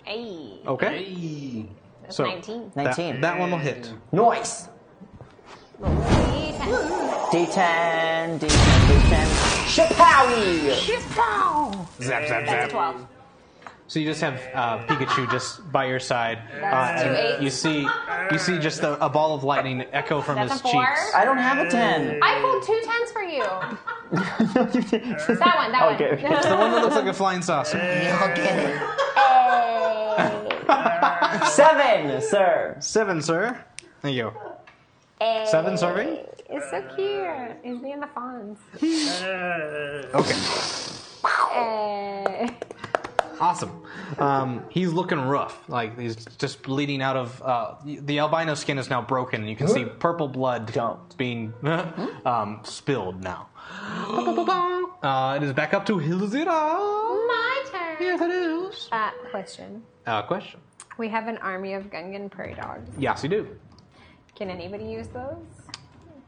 Speaker 5: Hey.
Speaker 2: Okay.
Speaker 5: That's
Speaker 2: So
Speaker 5: 19.
Speaker 2: that- That, one will hit.
Speaker 6: Nice. D10, D10, D10. Shapowie!
Speaker 5: Shipow!
Speaker 2: Zap, zap, zap.
Speaker 5: That's a 12.
Speaker 2: So you just have uh, Pikachu just by your side.
Speaker 5: That's
Speaker 2: uh,
Speaker 5: two
Speaker 2: and
Speaker 5: eights.
Speaker 2: You see, you see just a, a ball of lightning echo from
Speaker 5: That's
Speaker 2: his
Speaker 5: a four.
Speaker 2: cheeks.
Speaker 6: I don't have a Oh, 10.
Speaker 5: I pulled two tens for you. that one, that
Speaker 6: Okay, okay.
Speaker 5: one.
Speaker 2: It's the one that looks like a flying saucer.
Speaker 5: Oh.
Speaker 6: Seven, sir.
Speaker 2: Seven, sir. There you go.
Speaker 5: Hey.
Speaker 2: Seven serving?
Speaker 5: It's so cute. He's being the Fonz.
Speaker 2: Okay.
Speaker 5: Hey.
Speaker 2: Awesome. Um, he's looking rough. Like he's just bleeding out of uh, the albino skin is now broken, and you can see purple blood being um, spilled now. Uh, it is back up to Hilzira.
Speaker 5: My turn.
Speaker 2: Yes, it is.
Speaker 5: Uh, question.
Speaker 2: Uh, question.
Speaker 5: We have an army of Gungan prairie dogs.
Speaker 2: Yes, you do.
Speaker 5: Can anybody use those?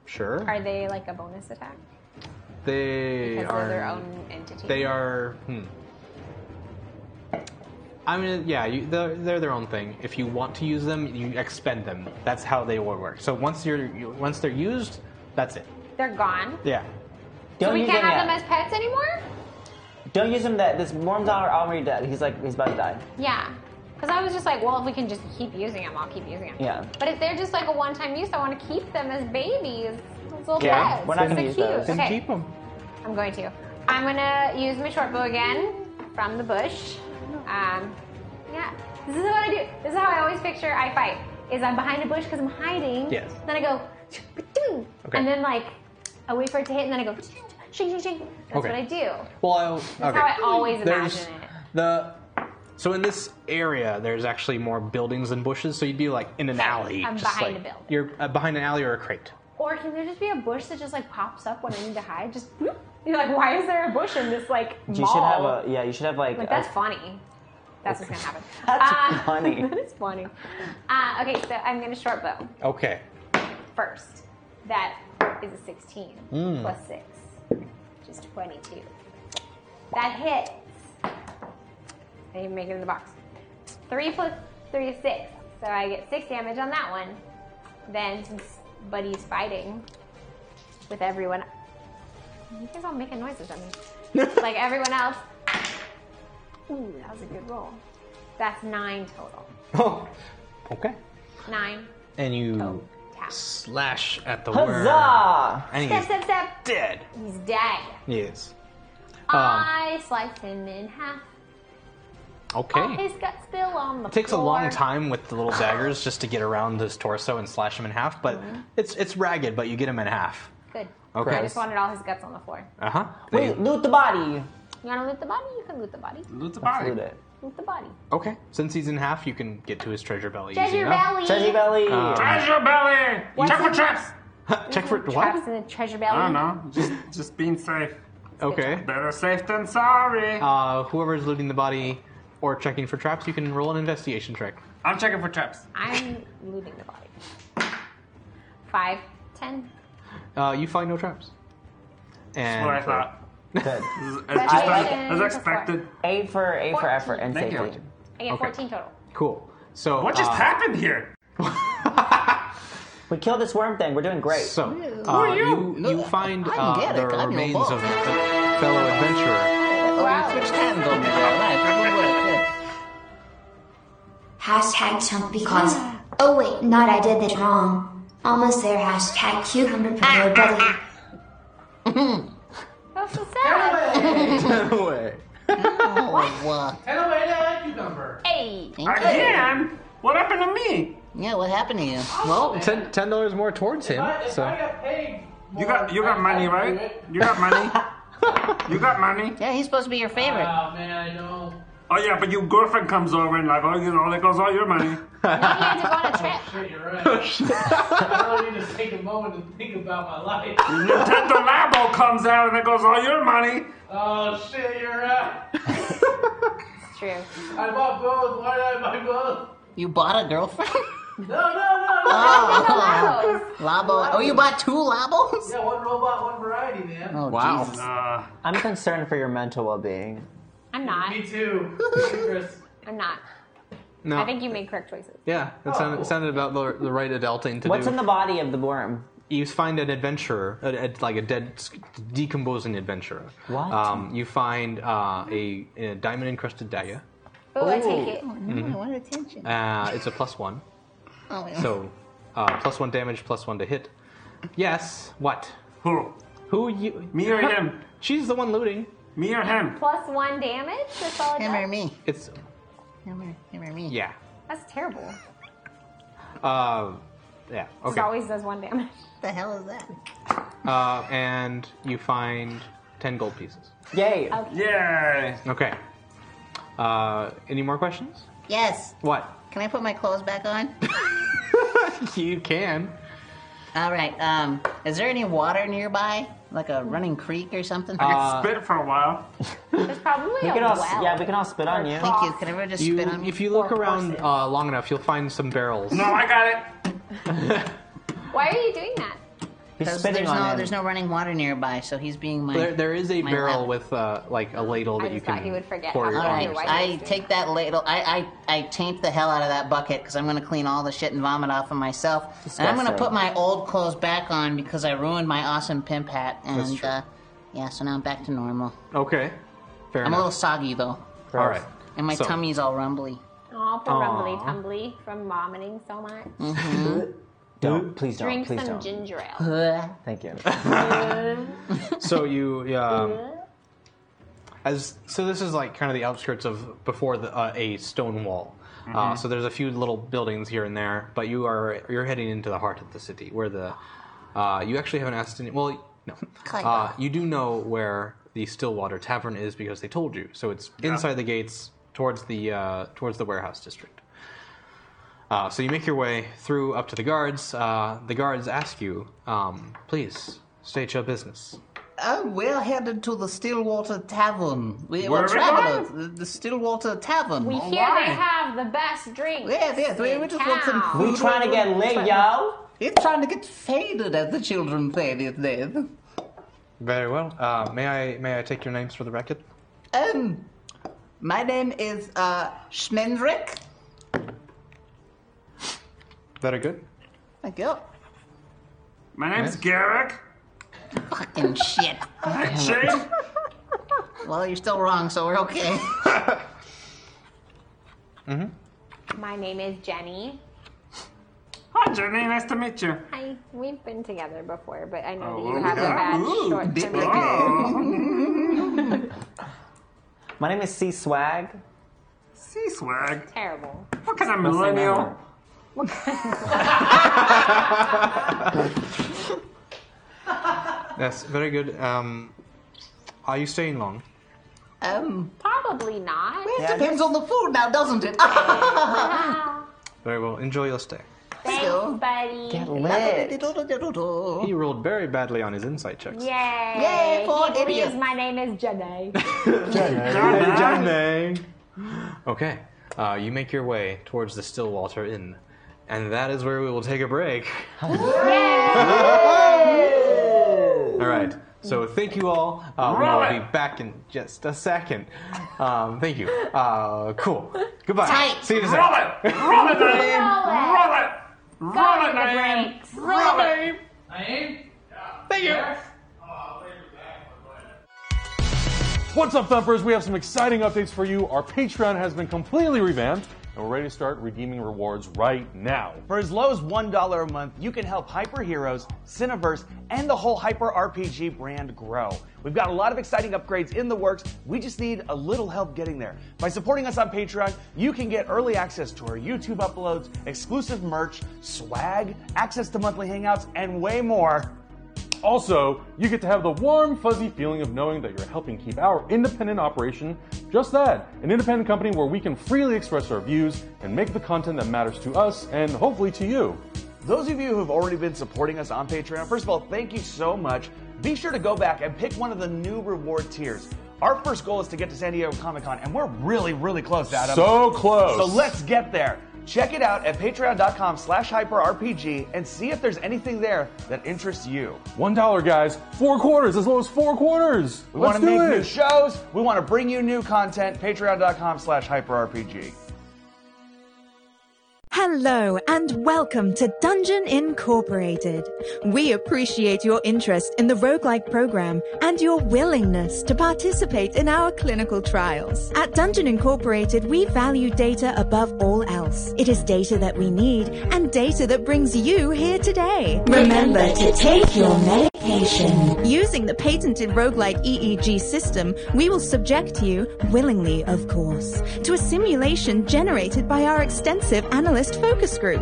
Speaker 2: Sure.
Speaker 5: Are they like a bonus attack?
Speaker 2: They
Speaker 5: Because
Speaker 2: are
Speaker 5: they're their own entity.
Speaker 2: They are. Hmm. I mean, yeah, you, they're, they're their own thing. If you want to use them, you expend them. That's how they will work. So once you're you, once they're used, that's it.
Speaker 5: They're gone.
Speaker 2: Yeah.
Speaker 5: So
Speaker 6: Don't
Speaker 5: we
Speaker 6: use
Speaker 5: can't
Speaker 6: them
Speaker 5: have
Speaker 6: yet.
Speaker 5: them as pets anymore?
Speaker 6: Don't use him. That this worm's on our already dead. He's like he's about to die.
Speaker 5: Yeah. Because I was just like, well, if we can just keep using them, I'll keep using them.
Speaker 6: Yeah.
Speaker 5: But if they're just like a one-time use, I want to keep them as babies. As little
Speaker 6: Okay.
Speaker 5: pets.
Speaker 6: We're not
Speaker 5: They're
Speaker 6: gonna use
Speaker 5: so cute.
Speaker 6: those.
Speaker 2: Then
Speaker 5: Okay.
Speaker 2: keep them.
Speaker 5: I'm going to. I'm gonna use my short bow again from the bush. Um, yeah, this is what I do. This is how I always picture I fight. Is I'm behind a bush because I'm hiding.
Speaker 2: Yes.
Speaker 5: Then I go,
Speaker 2: Okay.
Speaker 5: and then like I wait for it to hit, and then I go, shake, shake, shake. That's
Speaker 2: Okay.
Speaker 5: what I do.
Speaker 2: Well, I, okay.
Speaker 5: That's how I always
Speaker 2: There's
Speaker 5: imagine it.
Speaker 2: the. So in this area, there's actually more buildings than bushes. So you'd be like in an alley.
Speaker 5: I'm
Speaker 2: just
Speaker 5: behind
Speaker 2: like-
Speaker 5: a building.
Speaker 2: You're uh, behind an alley or a crate.
Speaker 5: Or can there just be a bush that just like pops up when I need to hide? Just bloop. you're like, why is there a bush in this like mall?
Speaker 6: You should have a yeah. You should have like.
Speaker 5: Like
Speaker 6: a-
Speaker 5: that's funny. That's what's gonna happen.
Speaker 6: That's
Speaker 5: Uh,
Speaker 6: funny.
Speaker 5: that is funny. Uh, okay, so I'm gonna short bow
Speaker 2: Okay.
Speaker 5: first. That is a 16
Speaker 6: Hmm.
Speaker 5: plus six, which is 22. That hits. I didn't make it in the box. Three plus three is six, so I get six damage on that one. Then since Buddy's fighting with everyone, you guys all making noises at me, like everyone else. Ooh, that was a good roll. That's nine total.
Speaker 2: Oh. Okay.
Speaker 5: Nine.
Speaker 2: And you
Speaker 5: Oh, tap.
Speaker 2: slash at the worm.
Speaker 6: Huzzah!
Speaker 2: And
Speaker 5: Step,
Speaker 2: he's
Speaker 5: step, step.
Speaker 2: dead. Um,
Speaker 5: He's dead.
Speaker 2: Yes.
Speaker 5: I slice him in half.
Speaker 2: Um, Okay.
Speaker 5: All his guts spill on the
Speaker 2: It takes a
Speaker 5: floor.
Speaker 2: long time with the little daggers just to get around his torso and slash him in half, but
Speaker 5: Mm-hmm.
Speaker 2: it's it's ragged, but you get him in half.
Speaker 5: Good.
Speaker 2: Okay.
Speaker 5: I just wanted all his guts on the floor.
Speaker 2: Uh huh.
Speaker 6: Wait, loot the body.
Speaker 5: You want to loot the body? You can loot the body.
Speaker 2: Loot the
Speaker 6: Let's loot it.
Speaker 5: Loot the body.
Speaker 2: Okay. Since he's in half, you can get to his treasure belly. easy
Speaker 5: Treasure
Speaker 2: enough.
Speaker 5: belly.
Speaker 6: Treasure belly.
Speaker 3: Uh, Treasure belly!
Speaker 5: What's
Speaker 3: Check for
Speaker 5: in-
Speaker 3: traps!
Speaker 2: Check for
Speaker 5: Traps
Speaker 2: what?
Speaker 5: in the treasure belly.
Speaker 3: I don't know. Just, just being safe.
Speaker 2: Okay.
Speaker 3: Better safe than sorry.
Speaker 2: Uh, whoever's looting the body or checking for traps, you can roll an investigation check.
Speaker 3: I'm checking for traps.
Speaker 5: I'm looting the body. Five, ten.
Speaker 2: Uh, you find no traps.
Speaker 3: That's
Speaker 2: And
Speaker 3: what I thought.
Speaker 6: Good.
Speaker 3: This is- It's just like,
Speaker 5: Question
Speaker 3: as
Speaker 5: for
Speaker 3: expected.
Speaker 6: Eight for eight for effort and
Speaker 3: Thank you.
Speaker 6: safety.
Speaker 5: I get
Speaker 2: Okay.
Speaker 5: 14 total.
Speaker 2: Cool. So
Speaker 3: What just
Speaker 2: uh,
Speaker 3: happened here?
Speaker 6: We killed this worm thing. We're doing great.
Speaker 2: So, uh, you? you find
Speaker 4: I
Speaker 2: uh,
Speaker 4: can get it,
Speaker 2: the
Speaker 4: 'cause I'm your
Speaker 2: remains
Speaker 4: boss.
Speaker 2: of a fellow adventurer.
Speaker 5: Wow.
Speaker 8: Switch hands on me now, right?
Speaker 7: Hashtag chunk because. Oh wait, not I did that wrong. Almost there, hashtag cucumber promo buddy.
Speaker 5: That's so sad.
Speaker 2: Away.
Speaker 4: Oh, uh,
Speaker 10: And away that cucumber.
Speaker 5: hey.
Speaker 3: Again? What happened to me?
Speaker 4: yeah, what happened to you?
Speaker 2: Well, ten dollars more towards him.
Speaker 10: But if I
Speaker 2: So
Speaker 10: got paid
Speaker 3: You
Speaker 10: more,
Speaker 3: got you
Speaker 10: I
Speaker 3: got
Speaker 10: could
Speaker 3: money,
Speaker 10: do
Speaker 3: right?
Speaker 10: it.
Speaker 3: You got money. You got money.
Speaker 4: Yeah, he's supposed to be your favorite.
Speaker 10: Wow, man, I know.
Speaker 3: Oh yeah, but your girlfriend comes over and like, oh, you know, there goes all your money.
Speaker 5: Now he had to go on a trip.
Speaker 10: Shit, you're right. I really need to take a moment to think about my life.
Speaker 3: Nintendo Labo comes out and there goes all your money.
Speaker 10: Oh shit, you're right.
Speaker 5: It's true.
Speaker 10: I bought both. Why did I buy both?
Speaker 4: You bought a girlfriend?
Speaker 10: No, no, no. no.
Speaker 4: Oh, Labo. Oh, you bought two Labos?
Speaker 10: Yeah, one robot, one variety, man.
Speaker 4: Oh,
Speaker 2: Wow.
Speaker 4: Jesus.
Speaker 3: Uh,
Speaker 6: I'm concerned for your mental well-being.
Speaker 5: I'm not.
Speaker 10: Me too. Chris.
Speaker 5: I'm not.
Speaker 2: No.
Speaker 5: I think you made correct choices.
Speaker 2: Yeah, that sounded, sounded about the, the right adult thing to
Speaker 6: Oh, What's
Speaker 2: do.
Speaker 6: in the body of the worm?
Speaker 2: You find an adventurer, a, a- like a dead, s- decomposing adventurer.
Speaker 6: What?
Speaker 2: Um, you find uh, a, a diamond encrusted dagger.
Speaker 5: Oh, I take it.
Speaker 8: Oh, no,
Speaker 2: Mhm.
Speaker 8: I wanted attention.
Speaker 2: Uh, it's a plus one.
Speaker 8: oh, yeah.
Speaker 2: So, uh, plus one damage, plus one to hit. Yes. What? Who? Who you?
Speaker 3: Me or him?
Speaker 2: She's the one looting.
Speaker 3: Me or him?
Speaker 5: Plus one damage. That's all it
Speaker 4: Him or
Speaker 5: does.
Speaker 4: me?
Speaker 2: It's
Speaker 4: Him or, him or me?
Speaker 2: yeah.
Speaker 5: That's terrible.
Speaker 2: Uh, yeah.
Speaker 5: It
Speaker 2: Okay.
Speaker 5: always does one damage.
Speaker 4: What the hell is that?
Speaker 2: Uh, and you find ten gold pieces.
Speaker 6: Yay!
Speaker 3: Yay!
Speaker 2: Okay. Uh, any more questions?
Speaker 4: Yes.
Speaker 2: What?
Speaker 4: Can I put my clothes back on?
Speaker 2: you can.
Speaker 4: All right. Um, is there any water nearby, like a running creek or something?
Speaker 2: I can spit
Speaker 3: for a while.
Speaker 5: There's probably
Speaker 4: We
Speaker 5: a
Speaker 4: can all-
Speaker 5: well.
Speaker 4: yeah, we
Speaker 6: can all spit on you.
Speaker 4: Thank you. Can everyone just
Speaker 2: You-
Speaker 4: spit on me?
Speaker 2: if you look around uh, long enough, you'll find some barrels.
Speaker 3: No, I got it.
Speaker 5: Why are you doing that?
Speaker 4: Because
Speaker 2: spitting
Speaker 4: there's
Speaker 2: on
Speaker 4: no
Speaker 2: him.
Speaker 4: there's no running water nearby, so he's being my.
Speaker 2: There, there is a
Speaker 4: my
Speaker 2: barrel
Speaker 4: lab.
Speaker 2: with uh, like a ladle that you can pour
Speaker 4: All
Speaker 2: your
Speaker 4: right,
Speaker 2: own.
Speaker 4: I take that ladle. I, I I taint the hell out of that bucket because I'm going to clean all the shit and vomit off of myself. And I'm going to
Speaker 6: Disgusting.
Speaker 4: put my old clothes back on because I ruined my awesome pimp hat. And
Speaker 2: That's true.
Speaker 4: Uh, yeah, so now I'm back to normal.
Speaker 2: Okay, fair
Speaker 4: I'm
Speaker 2: enough.
Speaker 4: a little soggy though.
Speaker 2: All right,
Speaker 4: And my
Speaker 2: So-
Speaker 4: tummy's all rumbly.
Speaker 5: Oh, poor
Speaker 4: Aw.
Speaker 5: rumbly tumbly from vomiting so much.
Speaker 4: mm-hmm.
Speaker 6: Don't please don't
Speaker 5: Drink
Speaker 6: please
Speaker 5: some
Speaker 6: don't.
Speaker 5: ginger ale.
Speaker 6: Thank you.
Speaker 2: so you um, as so this is like kind of the outskirts of before the, uh, a stone wall. Uh,
Speaker 16: Mhm.
Speaker 2: so there's a few little buildings here and there, but you are you're heading into the heart of the city where the uh, you actually haven't asked any. Well, no, uh, you do know where the Stillwater Tavern is because they told you. So it's inside the gates towards the uh, towards the warehouse district. Uh, so you make your way through up to the guards. Uh, the guards ask you, um, please state your business.
Speaker 4: Oh, we're headed to the Stillwater Tavern. We
Speaker 2: Where
Speaker 4: were
Speaker 2: are we
Speaker 4: travelers. The, the Stillwater Tavern.
Speaker 5: We
Speaker 4: Oh,
Speaker 5: hear
Speaker 4: why?
Speaker 5: they have the best drinks.
Speaker 4: Yes, yes, we, we
Speaker 5: in
Speaker 4: just want some
Speaker 5: town.
Speaker 4: food.
Speaker 6: lit, yo.
Speaker 4: He's trying to get faded, as the children say these days.
Speaker 2: Very well. Uh, may I may I take your names for the record?
Speaker 4: Um, my name is uh, Schmendrick.
Speaker 2: Very good.
Speaker 4: Thank you.
Speaker 3: My name's Garrick.
Speaker 4: Fucking shit.
Speaker 3: Shane.
Speaker 4: well, you're still wrong, so we're okay.
Speaker 5: My name is Jenny.
Speaker 3: Hi, Jenny. Nice to meet you.
Speaker 5: Hi. We've been together before, but I know
Speaker 3: Oh,
Speaker 5: that you
Speaker 3: well,
Speaker 5: have a
Speaker 3: yeah.
Speaker 5: bad
Speaker 3: Ooh,
Speaker 5: short
Speaker 3: big
Speaker 5: term
Speaker 3: dick.
Speaker 6: My name is C Swag.
Speaker 3: C Swag.
Speaker 5: Terrible.
Speaker 3: Because I'm millennial.
Speaker 2: Yes, very good. Um, are you staying long?
Speaker 4: Um,
Speaker 5: probably not.
Speaker 4: It depends on the food now, doesn't it?
Speaker 2: Very well. Enjoy your stay.
Speaker 5: Thanks, buddy.
Speaker 2: He rolled very badly on his insight checks.
Speaker 5: Yay!
Speaker 4: Yay, poor
Speaker 5: He believes
Speaker 4: idiot.
Speaker 5: My name is Jenny.
Speaker 2: Okay. Uh, you make your way towards the Stillwater Inn, and that is where we will take a break. All right. So thank you all. Uh, we
Speaker 3: Roll
Speaker 2: will
Speaker 3: it.
Speaker 2: be back in just a second. Um, thank you. Uh, cool. Goodbye.
Speaker 3: Tight.
Speaker 2: See you in a
Speaker 3: Roll
Speaker 2: second.
Speaker 3: it. Roll it, Naeem. Roll it. Roll it,
Speaker 5: with the
Speaker 3: Naeem.
Speaker 5: brakes.
Speaker 3: Roll it.
Speaker 10: Naeem?
Speaker 3: Thank you.
Speaker 1: What's up, Thumpers? We have some exciting updates for you. Our Patreon has been completely revamped, and we're ready to start redeeming rewards right now.
Speaker 17: For as low as $1 a month, you can help Hyper Heroes, Cineverse, and the whole Hyper RPG brand grow. We've got a lot of exciting upgrades in the works. We just need a little help getting there. By supporting us on Patreon, you can get early access to our YouTube uploads, exclusive merch, swag, access to monthly hangouts, and way more.
Speaker 1: Also, you get to have the warm, fuzzy feeling of knowing that you're helping keep our independent operation just that an independent company where we can freely express our views and make the content that matters to us and hopefully to you.
Speaker 17: Those of you who have already been supporting us on Patreon, first of all, thank you so much. Be sure to go back and pick one of the new reward tiers. Our first goal is to get to San Diego Comic Con, and we're really, really close, Adam.
Speaker 1: So close.
Speaker 17: So let's get there. Check it out at patreon.com slash hyperrpg and see if there's anything there that interests you.
Speaker 1: $1, guys, four quarters, as low as four quarters.
Speaker 17: We
Speaker 1: Let's
Speaker 17: want to
Speaker 1: do
Speaker 17: make
Speaker 1: it.
Speaker 17: new shows. We want to bring you new content. Patreon.com slash hyperrpg.
Speaker 18: Hello and welcome to Dungeon Incorporated. We appreciate your interest in the roguelike program and your willingness to participate in our clinical trials. At Dungeon Incorporated, we value data above all else. It is data that we need and data that brings you here today.
Speaker 7: Remember to take your medication.
Speaker 18: Using the patented roguelike EEG system, we will subject you, willingly of course, to a simulation generated by our extensive analyst focus group.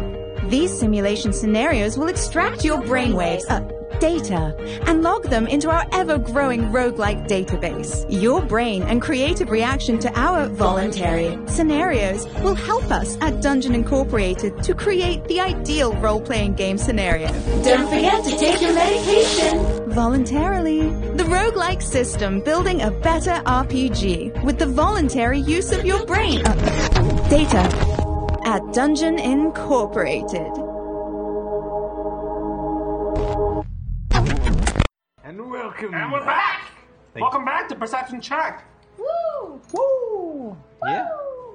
Speaker 18: These simulation scenarios will extract your brainwaves, uh, data, and log them into our ever-growing roguelike database. Your brain and creative reaction to our voluntary scenarios will help us at Dungeon Incorporated to create the ideal role-playing game scenario.
Speaker 7: Don't forget to take your medication.
Speaker 18: Voluntarily. The roguelike system building a better RPG with the voluntary use of your brain. uh, data at Dungeon Incorporated.
Speaker 3: And welcome. And we're back. welcome back to Perception Check.
Speaker 8: Woo!
Speaker 3: Woo!
Speaker 2: Yeah.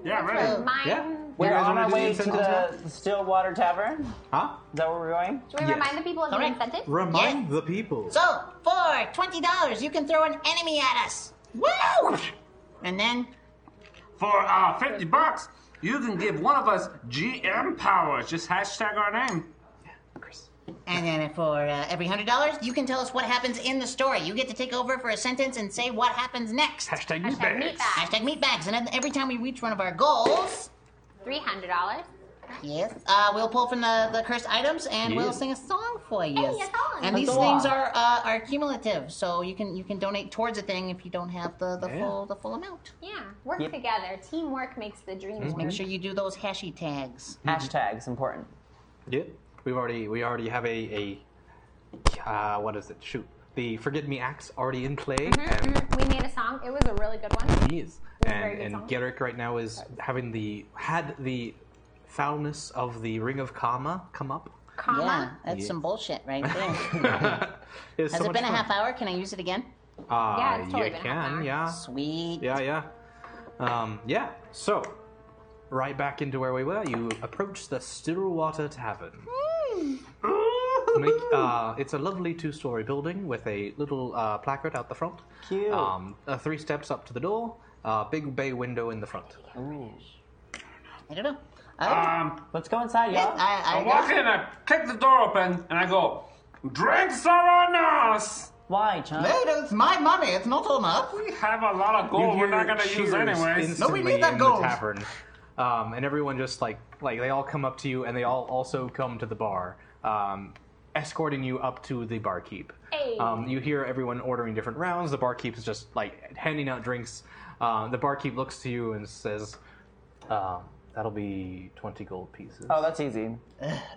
Speaker 3: Yeah, right.
Speaker 5: Yeah.
Speaker 3: You
Speaker 6: We're
Speaker 3: guys
Speaker 6: on
Speaker 3: wanna
Speaker 6: our
Speaker 3: do
Speaker 6: way
Speaker 3: the
Speaker 6: to
Speaker 3: incentives
Speaker 6: the Stillwater Tavern.
Speaker 2: Huh?
Speaker 6: Is that where we're going?
Speaker 5: Do we remind the people of the
Speaker 4: Correct.
Speaker 5: incentive?
Speaker 2: Remind the people.
Speaker 4: So, for twenty dollars, you can throw an enemy at us. Woo! And then
Speaker 3: For uh, 50 bucks, you can give one of us GM power. Just hashtag our name.
Speaker 4: And then for uh, every hundred dollars, you can tell us what happens in the story. You get to take over for a sentence and say what happens next.
Speaker 3: Hashtag
Speaker 5: meatbags. meatbags.
Speaker 4: Hashtag meatbags. And then every time we reach one of our goals,
Speaker 5: Three hundred dollars.
Speaker 4: yes, uh, we'll pull from the, the cursed items and we'll
Speaker 5: Yes.
Speaker 4: sing a song for you.
Speaker 5: a song.
Speaker 4: And
Speaker 5: A
Speaker 4: these
Speaker 5: song.
Speaker 4: things are uh, are cumulative, so you can you can donate towards a thing if you don't have the, the
Speaker 5: Yeah.
Speaker 4: full the full amount.
Speaker 5: Yeah. Work
Speaker 4: Yep.
Speaker 5: together. Teamwork makes the dream
Speaker 4: Just
Speaker 5: work.
Speaker 4: make sure you do those hashy tags.
Speaker 6: Hashtags important.
Speaker 2: Yeah, we've already we already have a a uh, what is it? Shoot, the forget me act's already in play,
Speaker 4: Mm-hmm,
Speaker 2: and
Speaker 5: Mhm. We made a song. It was a really good one.
Speaker 2: he is
Speaker 5: It was a very
Speaker 2: and
Speaker 5: good
Speaker 2: and
Speaker 5: song.
Speaker 2: Garrick right now is having the had the foulness of the ring of karma come up.
Speaker 4: Yeah, that's
Speaker 2: Yeah.
Speaker 4: some bullshit right there.
Speaker 2: It's
Speaker 4: Has
Speaker 2: so
Speaker 4: it
Speaker 2: much
Speaker 4: been a
Speaker 2: fun.
Speaker 4: half hour? Can I use it again?
Speaker 2: Uh,
Speaker 4: Yeah, it's totally
Speaker 2: you
Speaker 4: been a half
Speaker 2: can,
Speaker 4: hour.
Speaker 2: yeah.
Speaker 4: Sweet.
Speaker 2: Yeah, yeah. Um, yeah, so, right back into where we were. You approach the Stillwater Tavern.
Speaker 4: Hmm.
Speaker 2: Make, uh, it's a lovely two story building with a little uh, placard out the front.
Speaker 6: Cute.
Speaker 2: Um, uh, three steps up to the door, uh, big bay window in the front.
Speaker 4: Oh. I don't know.
Speaker 3: Um,
Speaker 6: Let's go inside, y'all.
Speaker 3: I, walk in, I kick the door open, and I go, Drinks are on us!
Speaker 6: Why, John?
Speaker 8: No, it's my money. It's not on us.
Speaker 3: We have a lot of
Speaker 2: You
Speaker 3: gold we're
Speaker 2: hear
Speaker 3: not going to use
Speaker 2: cheers
Speaker 3: anyways.
Speaker 2: instantly in the tavern, um, and everyone just like like they all come up to you, and they all also come to the bar, um, escorting you up to the barkeep.
Speaker 5: Hey.
Speaker 2: Um, you hear everyone ordering different rounds. The barkeep is just like handing out drinks. Um, the barkeep looks to you and says, um, "That'll be twenty gold pieces."
Speaker 6: Oh, that's easy.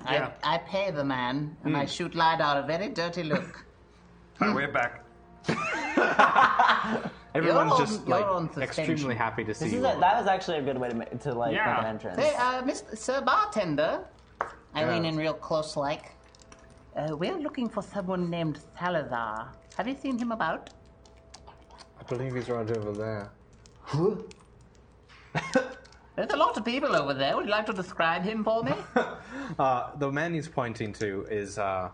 Speaker 4: I, I pay the man, and
Speaker 2: Mm.
Speaker 4: I shoot Lidar a very dirty look.
Speaker 3: All right, we're back.
Speaker 2: Everyone's
Speaker 4: You're
Speaker 2: just
Speaker 4: on- you're
Speaker 2: like
Speaker 4: on suspension.
Speaker 2: extremely happy to see
Speaker 6: This is
Speaker 2: you.
Speaker 6: a, that was actually a good way to, ma- to like make an entrance.
Speaker 4: Hey, uh, Mr. Sir Bartender. I
Speaker 6: Yeah.
Speaker 4: lean in real close like. Uh, we're looking for someone named Salazar. Have you seen him about?
Speaker 19: I believe he's right over there.
Speaker 8: There's a lot of people over there. Would you like to describe him for me?
Speaker 2: Uh, the man he's pointing to is uh,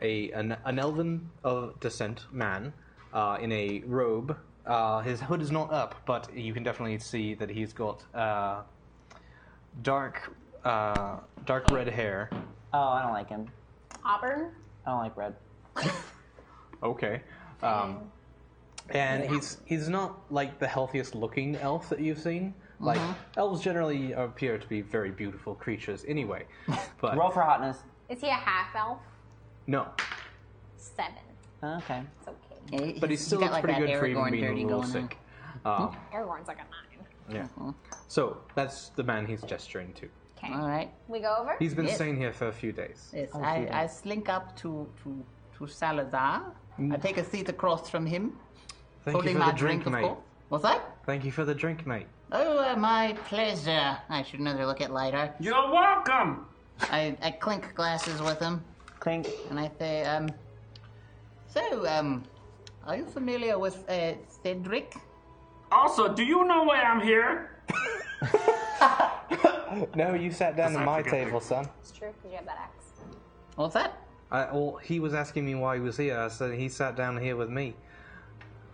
Speaker 2: a an, an elven of descent man uh, in a robe. Uh, his hood is not up, but you can definitely see that he's got uh, dark uh, dark red hair.
Speaker 6: Oh, I don't like him.
Speaker 5: Auburn.
Speaker 6: I don't like red.
Speaker 2: Okay. Um, and he's he's not like the healthiest looking elf that you've seen. Like
Speaker 6: Mhm.
Speaker 2: elves generally appear to be very beautiful creatures, anyway. But
Speaker 6: Roll for hotness.
Speaker 5: Is he a half elf?
Speaker 2: No,
Speaker 5: Seven.
Speaker 6: Okay.
Speaker 5: It's okay.
Speaker 2: but he
Speaker 4: he's-
Speaker 2: still looks
Speaker 4: he's got, like,
Speaker 2: pretty
Speaker 4: that
Speaker 2: good for even
Speaker 4: Aragorn
Speaker 2: being a
Speaker 4: dirty
Speaker 2: little
Speaker 4: going on. Mm-hmm.
Speaker 2: sick.
Speaker 4: Oh.
Speaker 2: Um,
Speaker 5: Aragorn's like a nine.
Speaker 2: Yeah. So that's the man he's gesturing to.
Speaker 5: Okay.
Speaker 4: All right.
Speaker 5: We go over.
Speaker 2: He's been
Speaker 4: Yes.
Speaker 2: staying here for a few days.
Speaker 4: Yes,
Speaker 2: Okay.
Speaker 4: I, I slink up to, to, to Salazar. I take a seat across from him,
Speaker 2: Thank
Speaker 4: holding
Speaker 2: you for
Speaker 4: my
Speaker 2: the drink,
Speaker 4: drink,
Speaker 2: mate.
Speaker 4: of course. What's that?
Speaker 2: Thank you for the drink, mate.
Speaker 4: Oh, uh, my pleasure. I shoot another look at Lidar.
Speaker 3: You're welcome.
Speaker 4: I, I clink glasses with him.
Speaker 6: Clink.
Speaker 4: And I say, um, so, um, are you familiar with uh, Cedric?
Speaker 3: Also, do you know why I'm here?
Speaker 2: No, you sat down
Speaker 5: Let's
Speaker 2: to
Speaker 5: not
Speaker 2: my
Speaker 5: forget that.
Speaker 2: table, son.
Speaker 5: It's true because you have that axe.
Speaker 8: What's that?
Speaker 2: I, well, he was asking me why he was here. I said he sat down here with me.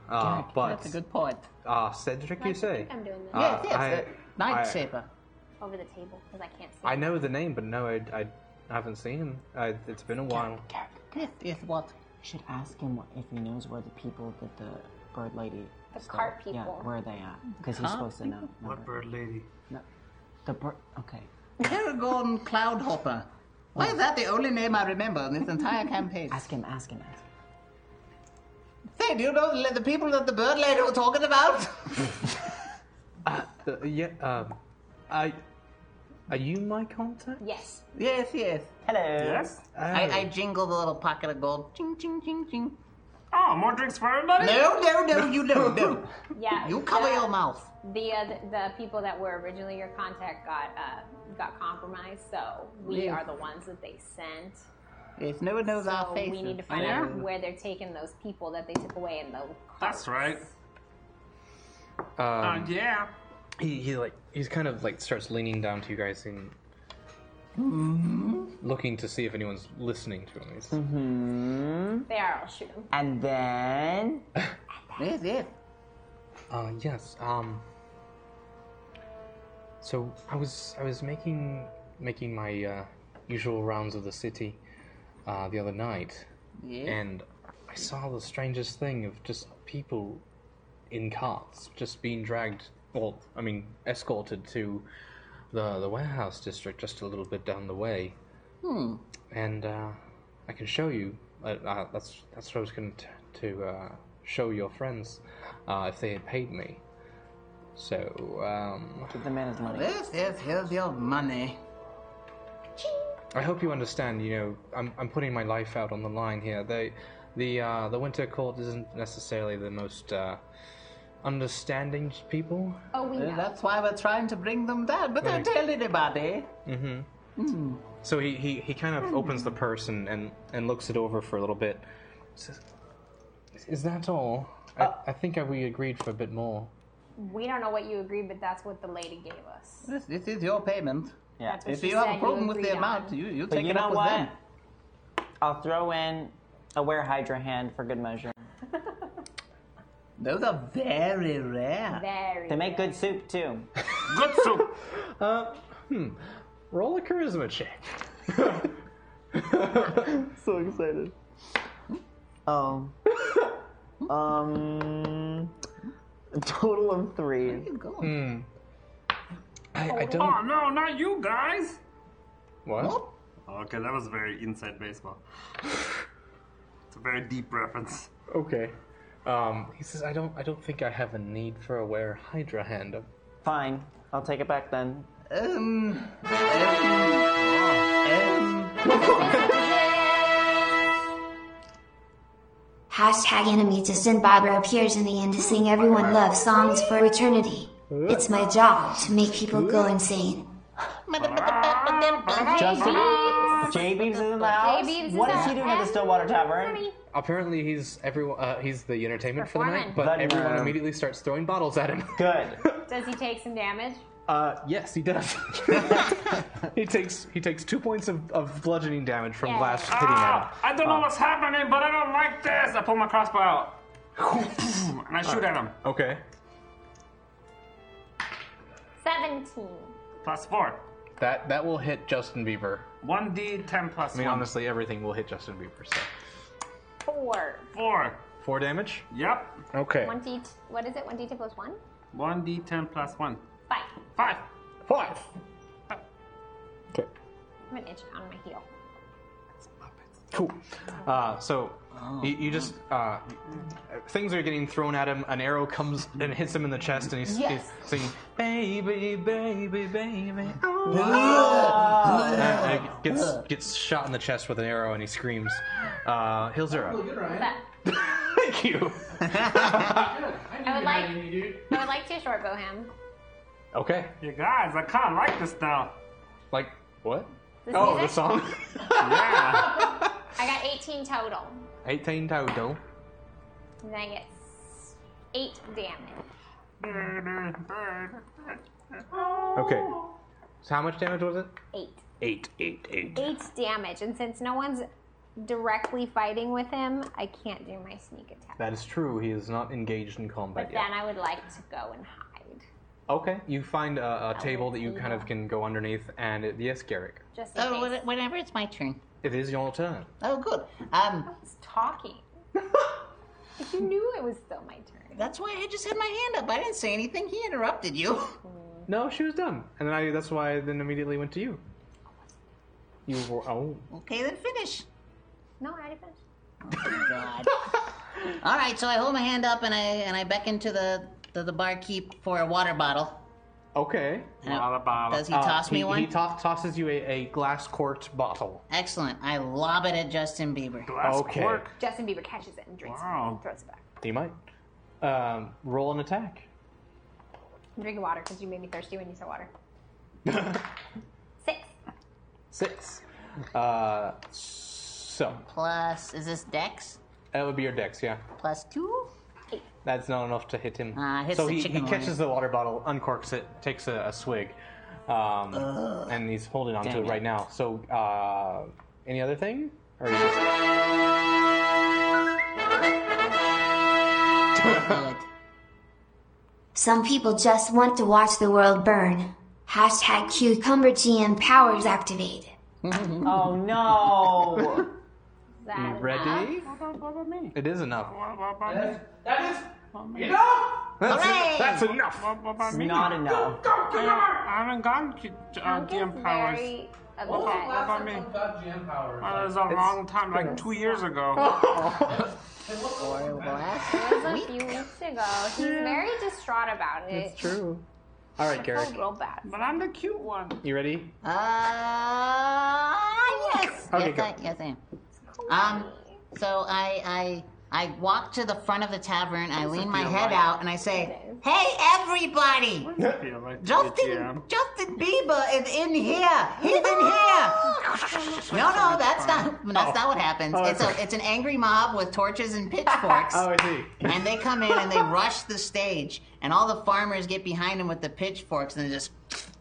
Speaker 2: Uh, but
Speaker 8: That's a good point.
Speaker 2: Ah, Cedric, you say?
Speaker 5: I'm doing this.
Speaker 2: Uh, I- I-
Speaker 5: Over the table because I can't see.
Speaker 2: I know the name, but no, I, I haven't seen him. I, it's been a while.
Speaker 8: Yes, yes, what?
Speaker 6: You should ask him what, if he knows where the people that the bird lady.
Speaker 5: The
Speaker 6: stole-
Speaker 5: cart
Speaker 6: Yeah,
Speaker 5: people.
Speaker 6: where are they at? Because he's
Speaker 8: Huh?
Speaker 6: supposed to know.
Speaker 8: What
Speaker 6: bird lady? No, the bird. Okay.
Speaker 8: Paragon Cloudhopper. Why is that the only name I remember in this entire campaign?
Speaker 6: Ask him, ask him, ask
Speaker 8: Say, do you know the- the people that the bird lady was talking about?
Speaker 2: Uh, yeah, um, I. Are you my contact?
Speaker 5: Yes.
Speaker 8: Yes, yes. Hello.
Speaker 2: Yes?
Speaker 8: I,
Speaker 2: Oh.
Speaker 8: I jingle the little pocket of gold. Ching, ching, ching, ching.
Speaker 3: Oh, more drinks for everybody?
Speaker 8: No, no, no, you no, no.
Speaker 5: Yeah.
Speaker 8: You cover your mouth.
Speaker 5: The, uh, the the people that were originally your contact got uh, got compromised, so we
Speaker 8: Yeah.
Speaker 5: are the ones that they sent.
Speaker 8: Yes, no one knows
Speaker 5: so
Speaker 8: our faces.
Speaker 5: we need to find out where they're taking those people that they took away in the
Speaker 3: That's right.
Speaker 2: Um,
Speaker 3: Uh, yeah.
Speaker 2: He, he like he's kind of like starts leaning down to you guys and looking to see if anyone's listening to him. He's-
Speaker 6: him.
Speaker 5: They are. I'll shoot them.
Speaker 6: And then.
Speaker 8: yes, yes.
Speaker 2: Uh, yes. Um. So I was I was making making my uh, usual rounds of the city uh, the other night,
Speaker 8: Yeah.
Speaker 2: and I saw the strangest thing of just people in carts just being dragged. Well, I mean, escorted to the the warehouse district just a little bit down the way,
Speaker 8: Hmm.
Speaker 2: and uh, I can show you. Uh, uh, that's that's what I was going to to uh, show your friends uh, if they had paid me. So um,
Speaker 6: give the man his money.
Speaker 8: Yes, yes, here's your money.
Speaker 2: I hope you understand. You know, I'm I'm putting my life out on the line here. They, the uh, the Winter Court isn't necessarily the most uh, understanding people.
Speaker 5: Oh, we
Speaker 4: Uh,
Speaker 5: know.
Speaker 8: That's why we're trying to bring them down, but don't
Speaker 2: Right.
Speaker 8: tell anybody.
Speaker 2: Mm-hmm.
Speaker 8: Hmm.
Speaker 2: So he, he, he kind of opens the purse and, and, and looks it over for a little bit. Says, Is that all?
Speaker 8: Uh,
Speaker 2: I, I think I, we agreed for a bit more.
Speaker 5: We don't know what you agreed, but that's what the lady gave us.
Speaker 8: This, this is your payment.
Speaker 6: Yeah.
Speaker 5: That's what
Speaker 8: If
Speaker 5: she
Speaker 8: you have a
Speaker 5: said,
Speaker 8: problem
Speaker 5: you
Speaker 8: with the
Speaker 5: agreed
Speaker 8: amount,
Speaker 5: on.
Speaker 8: you, you
Speaker 6: But
Speaker 8: take
Speaker 6: you
Speaker 8: it up
Speaker 6: know
Speaker 8: with
Speaker 6: what?
Speaker 8: them.
Speaker 6: I'll throw in a wear hydra hand for good measure.
Speaker 8: Those are very rare.
Speaker 5: Very.
Speaker 6: They make good soup too.
Speaker 3: good soup.
Speaker 2: Uh, hmm. Roll a charisma check.
Speaker 6: so excited. Oh. um. a Total of three.
Speaker 2: Hmm. I, I
Speaker 3: Oh,
Speaker 2: don't.
Speaker 3: no, not you guys.
Speaker 2: What?
Speaker 3: Okay, that was very inside baseball. it's a very deep reference.
Speaker 2: Okay. Um, he says I don't. I don't think I have a need for a wear hydra hand.
Speaker 6: Fine. I'll take it back then.
Speaker 8: Um.
Speaker 7: Hashtag enemy to Sin Barbara appears in the end to sing everyone loves songs for eternity. It's my job to make people go insane.
Speaker 6: Justin, Jay Beeves is in the house.
Speaker 5: Beeves is
Speaker 6: what is
Speaker 5: out.
Speaker 6: he doing at the Stillwater Tavern?
Speaker 2: Apparently, he's everyone. Uh, he's the entertainment for the night,
Speaker 5: Performing. uh,
Speaker 2: but
Speaker 6: That
Speaker 2: everyone
Speaker 6: man.
Speaker 2: immediately starts throwing bottles at him.
Speaker 6: Good.
Speaker 5: Does he take some damage?
Speaker 2: Uh, yes, he does. he takes he takes two points of, of bludgeoning damage from
Speaker 5: Yay.
Speaker 2: last hitting at him.
Speaker 3: Ah, I don't know what's happening, but I don't like this. I pull my crossbow out. and I shoot at him.
Speaker 2: Okay.
Speaker 5: Seventeen.
Speaker 3: Plus four.
Speaker 2: That that will hit Justin Bieber.
Speaker 3: 1d10 plus
Speaker 2: I mean,
Speaker 3: one.
Speaker 2: honestly, everything will hit Justin Bieber. So.
Speaker 5: Four.
Speaker 3: Four.
Speaker 2: Four damage.
Speaker 3: Yep.
Speaker 2: Okay.
Speaker 5: One D. What is it? One D two plus one.
Speaker 3: 1d10 plus one.
Speaker 5: Five.
Speaker 3: Five.
Speaker 2: Five.
Speaker 5: I have an itch on my heel.
Speaker 2: Cool. Uh, so you, you just uh, things are getting thrown at him. An arrow comes and hits him in the chest, and he's,
Speaker 5: Yes.
Speaker 2: he's singing "Baby, baby, baby."
Speaker 5: Oh.
Speaker 2: And it gets gets shot in the chest with an arrow, and he screams. Uh, Hilzera, thank you.
Speaker 5: I would like. I would like to short bow him.
Speaker 2: Okay.
Speaker 3: You guys, I kind of like this now.
Speaker 2: Like what?
Speaker 5: This
Speaker 2: oh,
Speaker 5: music?
Speaker 2: the song.
Speaker 5: I got eighteen total.
Speaker 2: Eighteen total.
Speaker 5: And then I get s- eight damage.
Speaker 2: Okay.
Speaker 20: So how much damage was it?
Speaker 5: Eight.
Speaker 20: Eight, eight, eight.
Speaker 5: Eight damage, and since no one's directly fighting with him, I can't do my sneak attack.
Speaker 2: That is true. He is not engaged in combat
Speaker 5: But
Speaker 2: yet.
Speaker 5: then I would like to go and hide.
Speaker 2: Okay, you find a, a table that you kind of can go underneath, and it, yes, Garrick,
Speaker 5: Just in
Speaker 4: Oh,
Speaker 5: case.
Speaker 4: when- whenever it's my turn.
Speaker 2: it is your turn.
Speaker 4: Oh, good.
Speaker 5: I
Speaker 4: Um,
Speaker 5: was talking. If you knew it was still my turn.
Speaker 4: That's why I just had my hand up. I didn't say anything. He interrupted you.
Speaker 2: No, she was done, and then I, that's why I then immediately went to you. You were oh.
Speaker 4: Okay, then finish.
Speaker 5: No, I didn't.
Speaker 4: God. All right, so I hold my hand up and I and I beckon to the the, the barkeep for a water bottle.
Speaker 2: Okay. Uh,
Speaker 4: Does he toss me one?
Speaker 2: He toss, tosses you a, a glass corked bottle.
Speaker 4: Excellent. I lob it at Justin Bieber.
Speaker 2: Glass Okay. cork.
Speaker 5: Justin Bieber catches it and drinks it
Speaker 2: Wow.
Speaker 5: and throws it back.
Speaker 2: You might um, roll an attack.
Speaker 5: I'm drinking water because you made me thirsty when you said water.
Speaker 2: Six. Uh, so
Speaker 4: Plus, is this Dex?
Speaker 2: that would be your dex, yeah.
Speaker 4: Plus two.
Speaker 2: That's not enough to hit him.
Speaker 4: Ah, hits
Speaker 2: so
Speaker 4: the
Speaker 2: he,
Speaker 4: chicken
Speaker 2: he
Speaker 4: wire.
Speaker 2: catches the water bottle, uncorks it, takes a, a swig, um,
Speaker 4: Ugh.
Speaker 2: and he's holding onto
Speaker 4: Dang
Speaker 2: it right
Speaker 4: it.
Speaker 2: now. So, uh, any other thing? Or is it-
Speaker 7: Some people just want to watch the world burn. Hashtag cucumber GM powers activated.
Speaker 6: oh no!
Speaker 5: You
Speaker 2: ready?
Speaker 6: That
Speaker 2: It is enough.
Speaker 10: is, that is
Speaker 2: That's,
Speaker 10: Hooray!
Speaker 2: that's enough.
Speaker 10: It's
Speaker 6: not enough.
Speaker 3: I haven't gotten to uh, DM powers.
Speaker 5: Very upset.
Speaker 3: What was the last time you
Speaker 10: got GM powers?
Speaker 3: Well, it was a long time, like two years ago.
Speaker 5: It was a few weeks ago. He's very distraught about it.
Speaker 2: It's true. All right,
Speaker 5: I
Speaker 2: Garrick,
Speaker 5: feel real bad.
Speaker 3: But I'm the cute one.
Speaker 2: you ready?
Speaker 4: Uh, Ah, yes.
Speaker 2: Okay,
Speaker 4: yes,
Speaker 2: go.
Speaker 4: I, yes, I am. Um, so I I I walk to the front of the tavern. I lean my
Speaker 3: feel
Speaker 4: head
Speaker 3: like?
Speaker 4: out and I say, "Hey, everybody!
Speaker 3: Yeah, like
Speaker 4: Justin, Justin Bieber is in here. He's in here. No, no, that's not. That's not what happens.
Speaker 2: Oh,
Speaker 4: it's
Speaker 2: okay.
Speaker 4: a, it's an angry mob with torches and pitchforks.
Speaker 2: Oh, I see.
Speaker 4: And they come in and they rush the stage, and all the farmers get behind him with the pitchforks and they just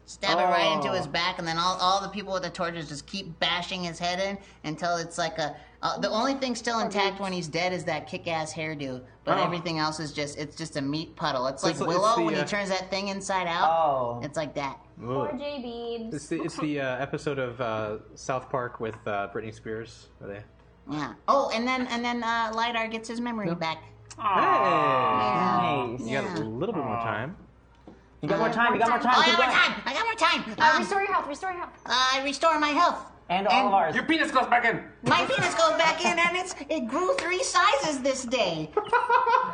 Speaker 4: stab it right into his
Speaker 8: Oh.
Speaker 4: back, and then all, all the people with the torches just keep bashing his head in until it's like a. Uh, the only thing still intact when he's dead is that kick-ass hairdo, but
Speaker 8: Oh.
Speaker 4: everything else is just it's just a meat puddle. It's like
Speaker 2: It's- it's
Speaker 4: Willow
Speaker 2: the,
Speaker 4: when he
Speaker 2: uh,
Speaker 4: turns that thing inside out.
Speaker 2: Oh.
Speaker 4: it's like that.
Speaker 5: Poor J Beebs.
Speaker 2: It's the, it's the uh, episode of uh, South Park with uh, Britney Spears. Are they?
Speaker 4: Yeah. Oh, and then and then uh, Lidar gets his memory back.
Speaker 2: Hey,
Speaker 4: Yeah.
Speaker 2: you got a little bit more time.
Speaker 6: You got more time. You got more time.
Speaker 4: Oh, I
Speaker 6: keep
Speaker 4: got more
Speaker 6: going.
Speaker 4: time. I got more time. Um,
Speaker 5: Uh,
Speaker 4: uh,
Speaker 5: restore your health. Restore your health.
Speaker 4: I restore my health.
Speaker 6: And all of ours.
Speaker 3: Your penis goes back in.
Speaker 4: My penis goes back in, and it's it grew three sizes this day. and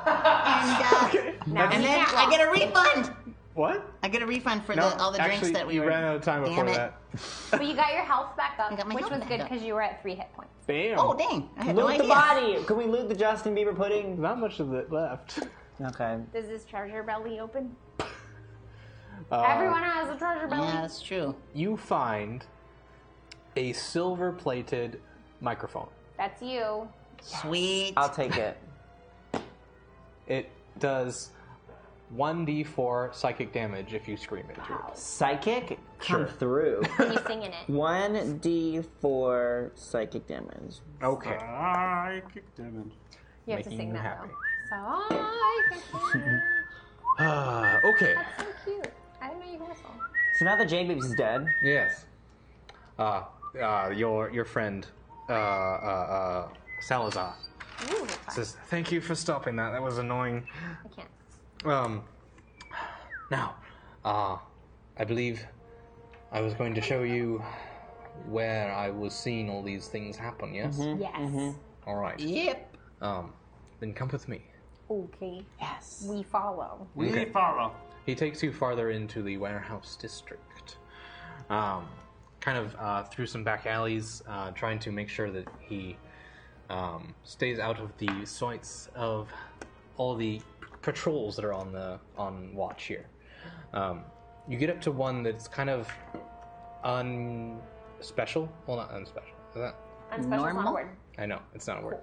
Speaker 4: uh,
Speaker 5: Now
Speaker 4: and
Speaker 5: we
Speaker 4: then
Speaker 5: can't
Speaker 4: I get a
Speaker 5: walk.
Speaker 4: refund.
Speaker 2: What?
Speaker 4: I get a refund for the, all the
Speaker 2: actually,
Speaker 4: drinks that we
Speaker 2: you
Speaker 4: were.
Speaker 2: ran out of time
Speaker 4: Damn
Speaker 2: before
Speaker 4: it.
Speaker 2: that.
Speaker 5: But you got your health back up,
Speaker 4: my
Speaker 5: which
Speaker 4: health
Speaker 5: was
Speaker 4: back
Speaker 5: good
Speaker 4: up.
Speaker 5: because you were at three hit points.
Speaker 2: Bam.
Speaker 4: Oh dang! I had
Speaker 6: loot
Speaker 4: no idea.
Speaker 6: the body. Can we loot the Justin Bieber pudding?
Speaker 2: Not much of it left.
Speaker 6: Okay.
Speaker 5: Does this treasure belly open?
Speaker 2: Uh,
Speaker 5: Everyone has a treasure
Speaker 6: Uh,
Speaker 5: belly.
Speaker 4: Yeah, that's true.
Speaker 2: You find a silver-plated microphone.
Speaker 5: That's you.
Speaker 4: Sweet.
Speaker 6: I'll take it.
Speaker 2: It does 1d4 psychic damage if you scream into it.
Speaker 6: Psychic, come through.
Speaker 5: He's singing it.
Speaker 6: One d four psychic damage.
Speaker 2: Okay.
Speaker 3: I kicked him in.
Speaker 5: You have to
Speaker 6: Making
Speaker 5: sing
Speaker 6: you
Speaker 5: that
Speaker 6: happy.
Speaker 5: though. So I can
Speaker 2: Ah, okay.
Speaker 5: That's so cute. I didn't know you could whistle.
Speaker 6: So now that J Babes is dead.
Speaker 2: Yes. Uh, uh, your your friend, uh, uh, uh, Salazar
Speaker 5: Ooh,
Speaker 2: says, "Thank you for stopping that. That was annoying."
Speaker 5: I can't.
Speaker 2: Um, now, uh, I believe I was going to show you where I was seeing all these things happen. Yes.
Speaker 5: Yes.
Speaker 2: All right.
Speaker 4: Yep.
Speaker 2: Um, then come with me.
Speaker 5: Okay. Yes. We follow.
Speaker 3: We
Speaker 2: Okay.
Speaker 3: follow.
Speaker 2: He takes you farther into the warehouse district, um, kind of uh, through some back alleys, uh, trying to make sure that he um, stays out of the sights of all the patrols that are on the on watch here. Um, you get up to one that's kind of unspecial. Well, not unspecial. Is that?
Speaker 5: Unspecial's not a
Speaker 4: Normal?
Speaker 5: word.
Speaker 2: I know it's not a word.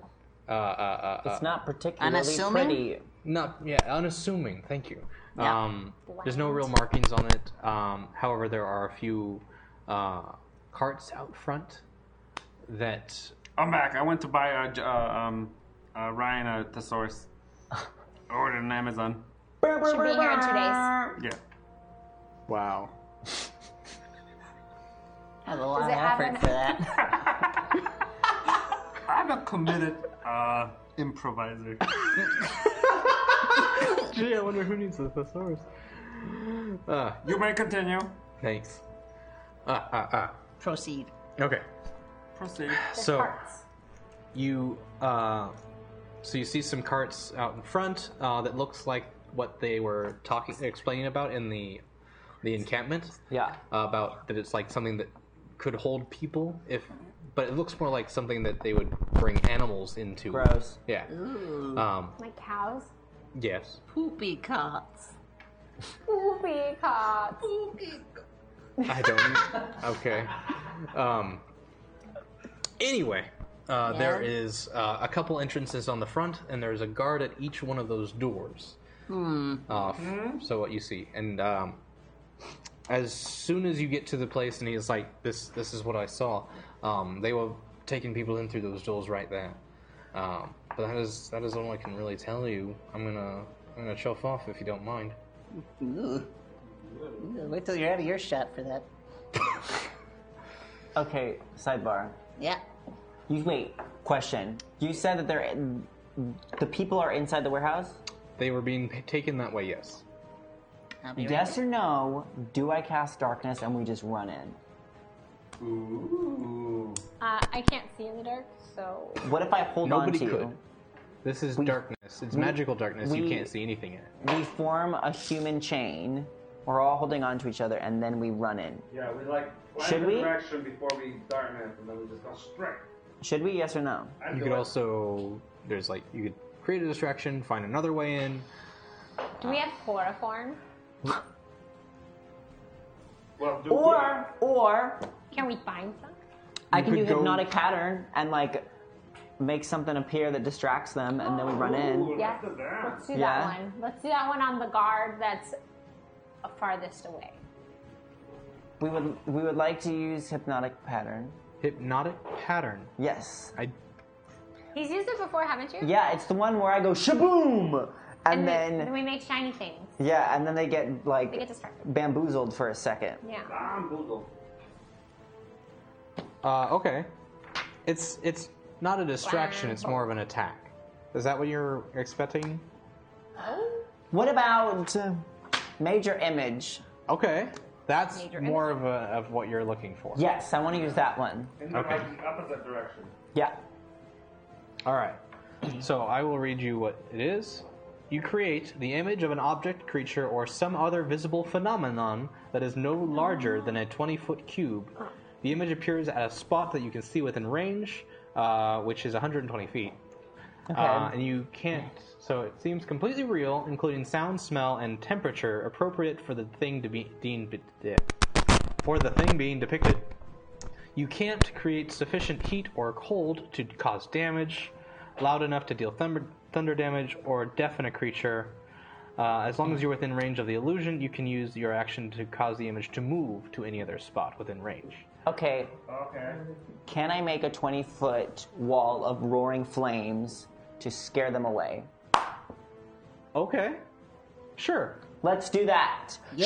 Speaker 2: Uh, uh, uh, uh,
Speaker 6: It's not particularly
Speaker 2: Unassuming?
Speaker 6: pretty.
Speaker 2: Not yeah, unassuming. Thank you.
Speaker 6: Yeah.
Speaker 2: Um, there's no real markings on it. Um, however, there are a few uh, carts out front that
Speaker 3: I'm back. I went to buy a, j- uh, um, uh, Ryan a thesaurus. I ordered on Amazon.
Speaker 1: Should be here in two days.
Speaker 3: Yeah.
Speaker 21: Wow.
Speaker 4: That was a
Speaker 1: Does
Speaker 4: lot
Speaker 1: it
Speaker 4: of
Speaker 1: have
Speaker 4: effort
Speaker 1: an-
Speaker 4: for that.
Speaker 3: I'm a committed uh, improviser.
Speaker 2: Gee, I wonder who needs a thesaurus. Uh,
Speaker 3: you may continue.
Speaker 2: Thanks. Ah, ah, ah.
Speaker 4: Proceed.
Speaker 2: Okay.
Speaker 3: Proceed.
Speaker 2: So you uh, so you see some carts out in front uh, that looks like what they were talking explaining about in the the encampment.
Speaker 6: Yeah.
Speaker 2: Uh, about that it's like something that could hold people if but it looks more like something that they would bring animals into.
Speaker 6: Gross.
Speaker 2: Yeah.
Speaker 4: Ooh.
Speaker 2: Um
Speaker 5: Like cows?
Speaker 2: yes.
Speaker 4: Poopy cots.
Speaker 5: Poopy cots.
Speaker 2: I don't. okay. Um. Anyway, uh, there is uh, a couple entrances on the front, and there's a guard at each one of those doors.
Speaker 4: Hmm.
Speaker 2: Uh, f- So what you see, and um, as soon as you get to the place, and he's like, "This, this is what I saw." Um, they were taking people in through those doors right there. Um, but that is that is all I can really tell you. I'm gonna I'm gonna chuff off if you don't mind.
Speaker 4: Ooh. Ooh, Wait till you're out of your shot for that.
Speaker 6: Okay, sidebar.
Speaker 4: Yeah.
Speaker 6: You wait. Question. You said that they're the people are inside the warehouse.
Speaker 2: They were being p- taken that way. Yes. be right
Speaker 6: Yes or no? Do I cast darkness and we just run in?
Speaker 2: Ooh.
Speaker 5: Uh, I can't see in the dark, so.
Speaker 6: What if I hold
Speaker 2: Nobody
Speaker 6: on to
Speaker 2: could.
Speaker 6: you?
Speaker 2: This is darkness. It's
Speaker 6: we-
Speaker 2: magical darkness. you
Speaker 6: we-
Speaker 2: can't see anything in it.
Speaker 6: We form a human chain. We're all holding on to each other and then we run in.
Speaker 3: Yeah, we like
Speaker 6: plan Should the we?
Speaker 3: direction before we darkness, and then we just go straight.
Speaker 6: Should we? Yes or no?
Speaker 3: I
Speaker 2: You could also there's like you could create a distraction, find another way in.
Speaker 5: Do we have chloroform?
Speaker 3: Well,
Speaker 6: Or or
Speaker 5: Can we find some?
Speaker 6: I
Speaker 5: You
Speaker 6: can do
Speaker 5: could go-
Speaker 6: hypnotic pattern and like make something appear that distracts them and then we run in.
Speaker 5: Yes. Let's do
Speaker 6: Yeah.
Speaker 5: that one. Let's do that one on the guard that's farthest away.
Speaker 6: We would we would like to use hypnotic pattern.
Speaker 2: Hypnotic pattern.
Speaker 6: Yes.
Speaker 2: I.
Speaker 5: He's used it before, haven't you?
Speaker 6: Yeah, it's the one where I go shaboom, and,
Speaker 5: And,
Speaker 6: then,
Speaker 5: then we make shiny things.
Speaker 6: yeah, and then they get like
Speaker 5: They get distracted.
Speaker 6: bamboozled for a second.
Speaker 5: Yeah.
Speaker 2: Uh, okay. It's it's not a distraction. It's more of an attack. Is that what you're expecting?
Speaker 6: What about uh, major image?
Speaker 2: Okay, that's more of a, of what you're looking for.
Speaker 6: Yes, I want to use that one.
Speaker 3: In the like, opposite direction.
Speaker 6: Yeah.
Speaker 2: All right. So I will read you what it is. You create the image of an object, creature, or some other visible phenomenon that is no larger than a 20 foot cube. The image appears at a spot that you can see within range, uh, which is 120 feet. Uh,
Speaker 6: Okay.
Speaker 2: and you can't. So it seems completely real, including sound, smell, and temperature appropriate for the thing to be deemed for the thing being depicted. You can't create sufficient heat or cold to cause damage, loud enough to deal thunder, thunder damage, or deafen a creature. Uh, as long as you're within range of the illusion, you can use your action to cause the image to move to any other spot within range.
Speaker 6: Okay.
Speaker 3: Okay.
Speaker 6: Can I make a twenty foot wall of roaring flames to scare them away?
Speaker 2: Okay. Sure.
Speaker 6: Let's do that.
Speaker 2: All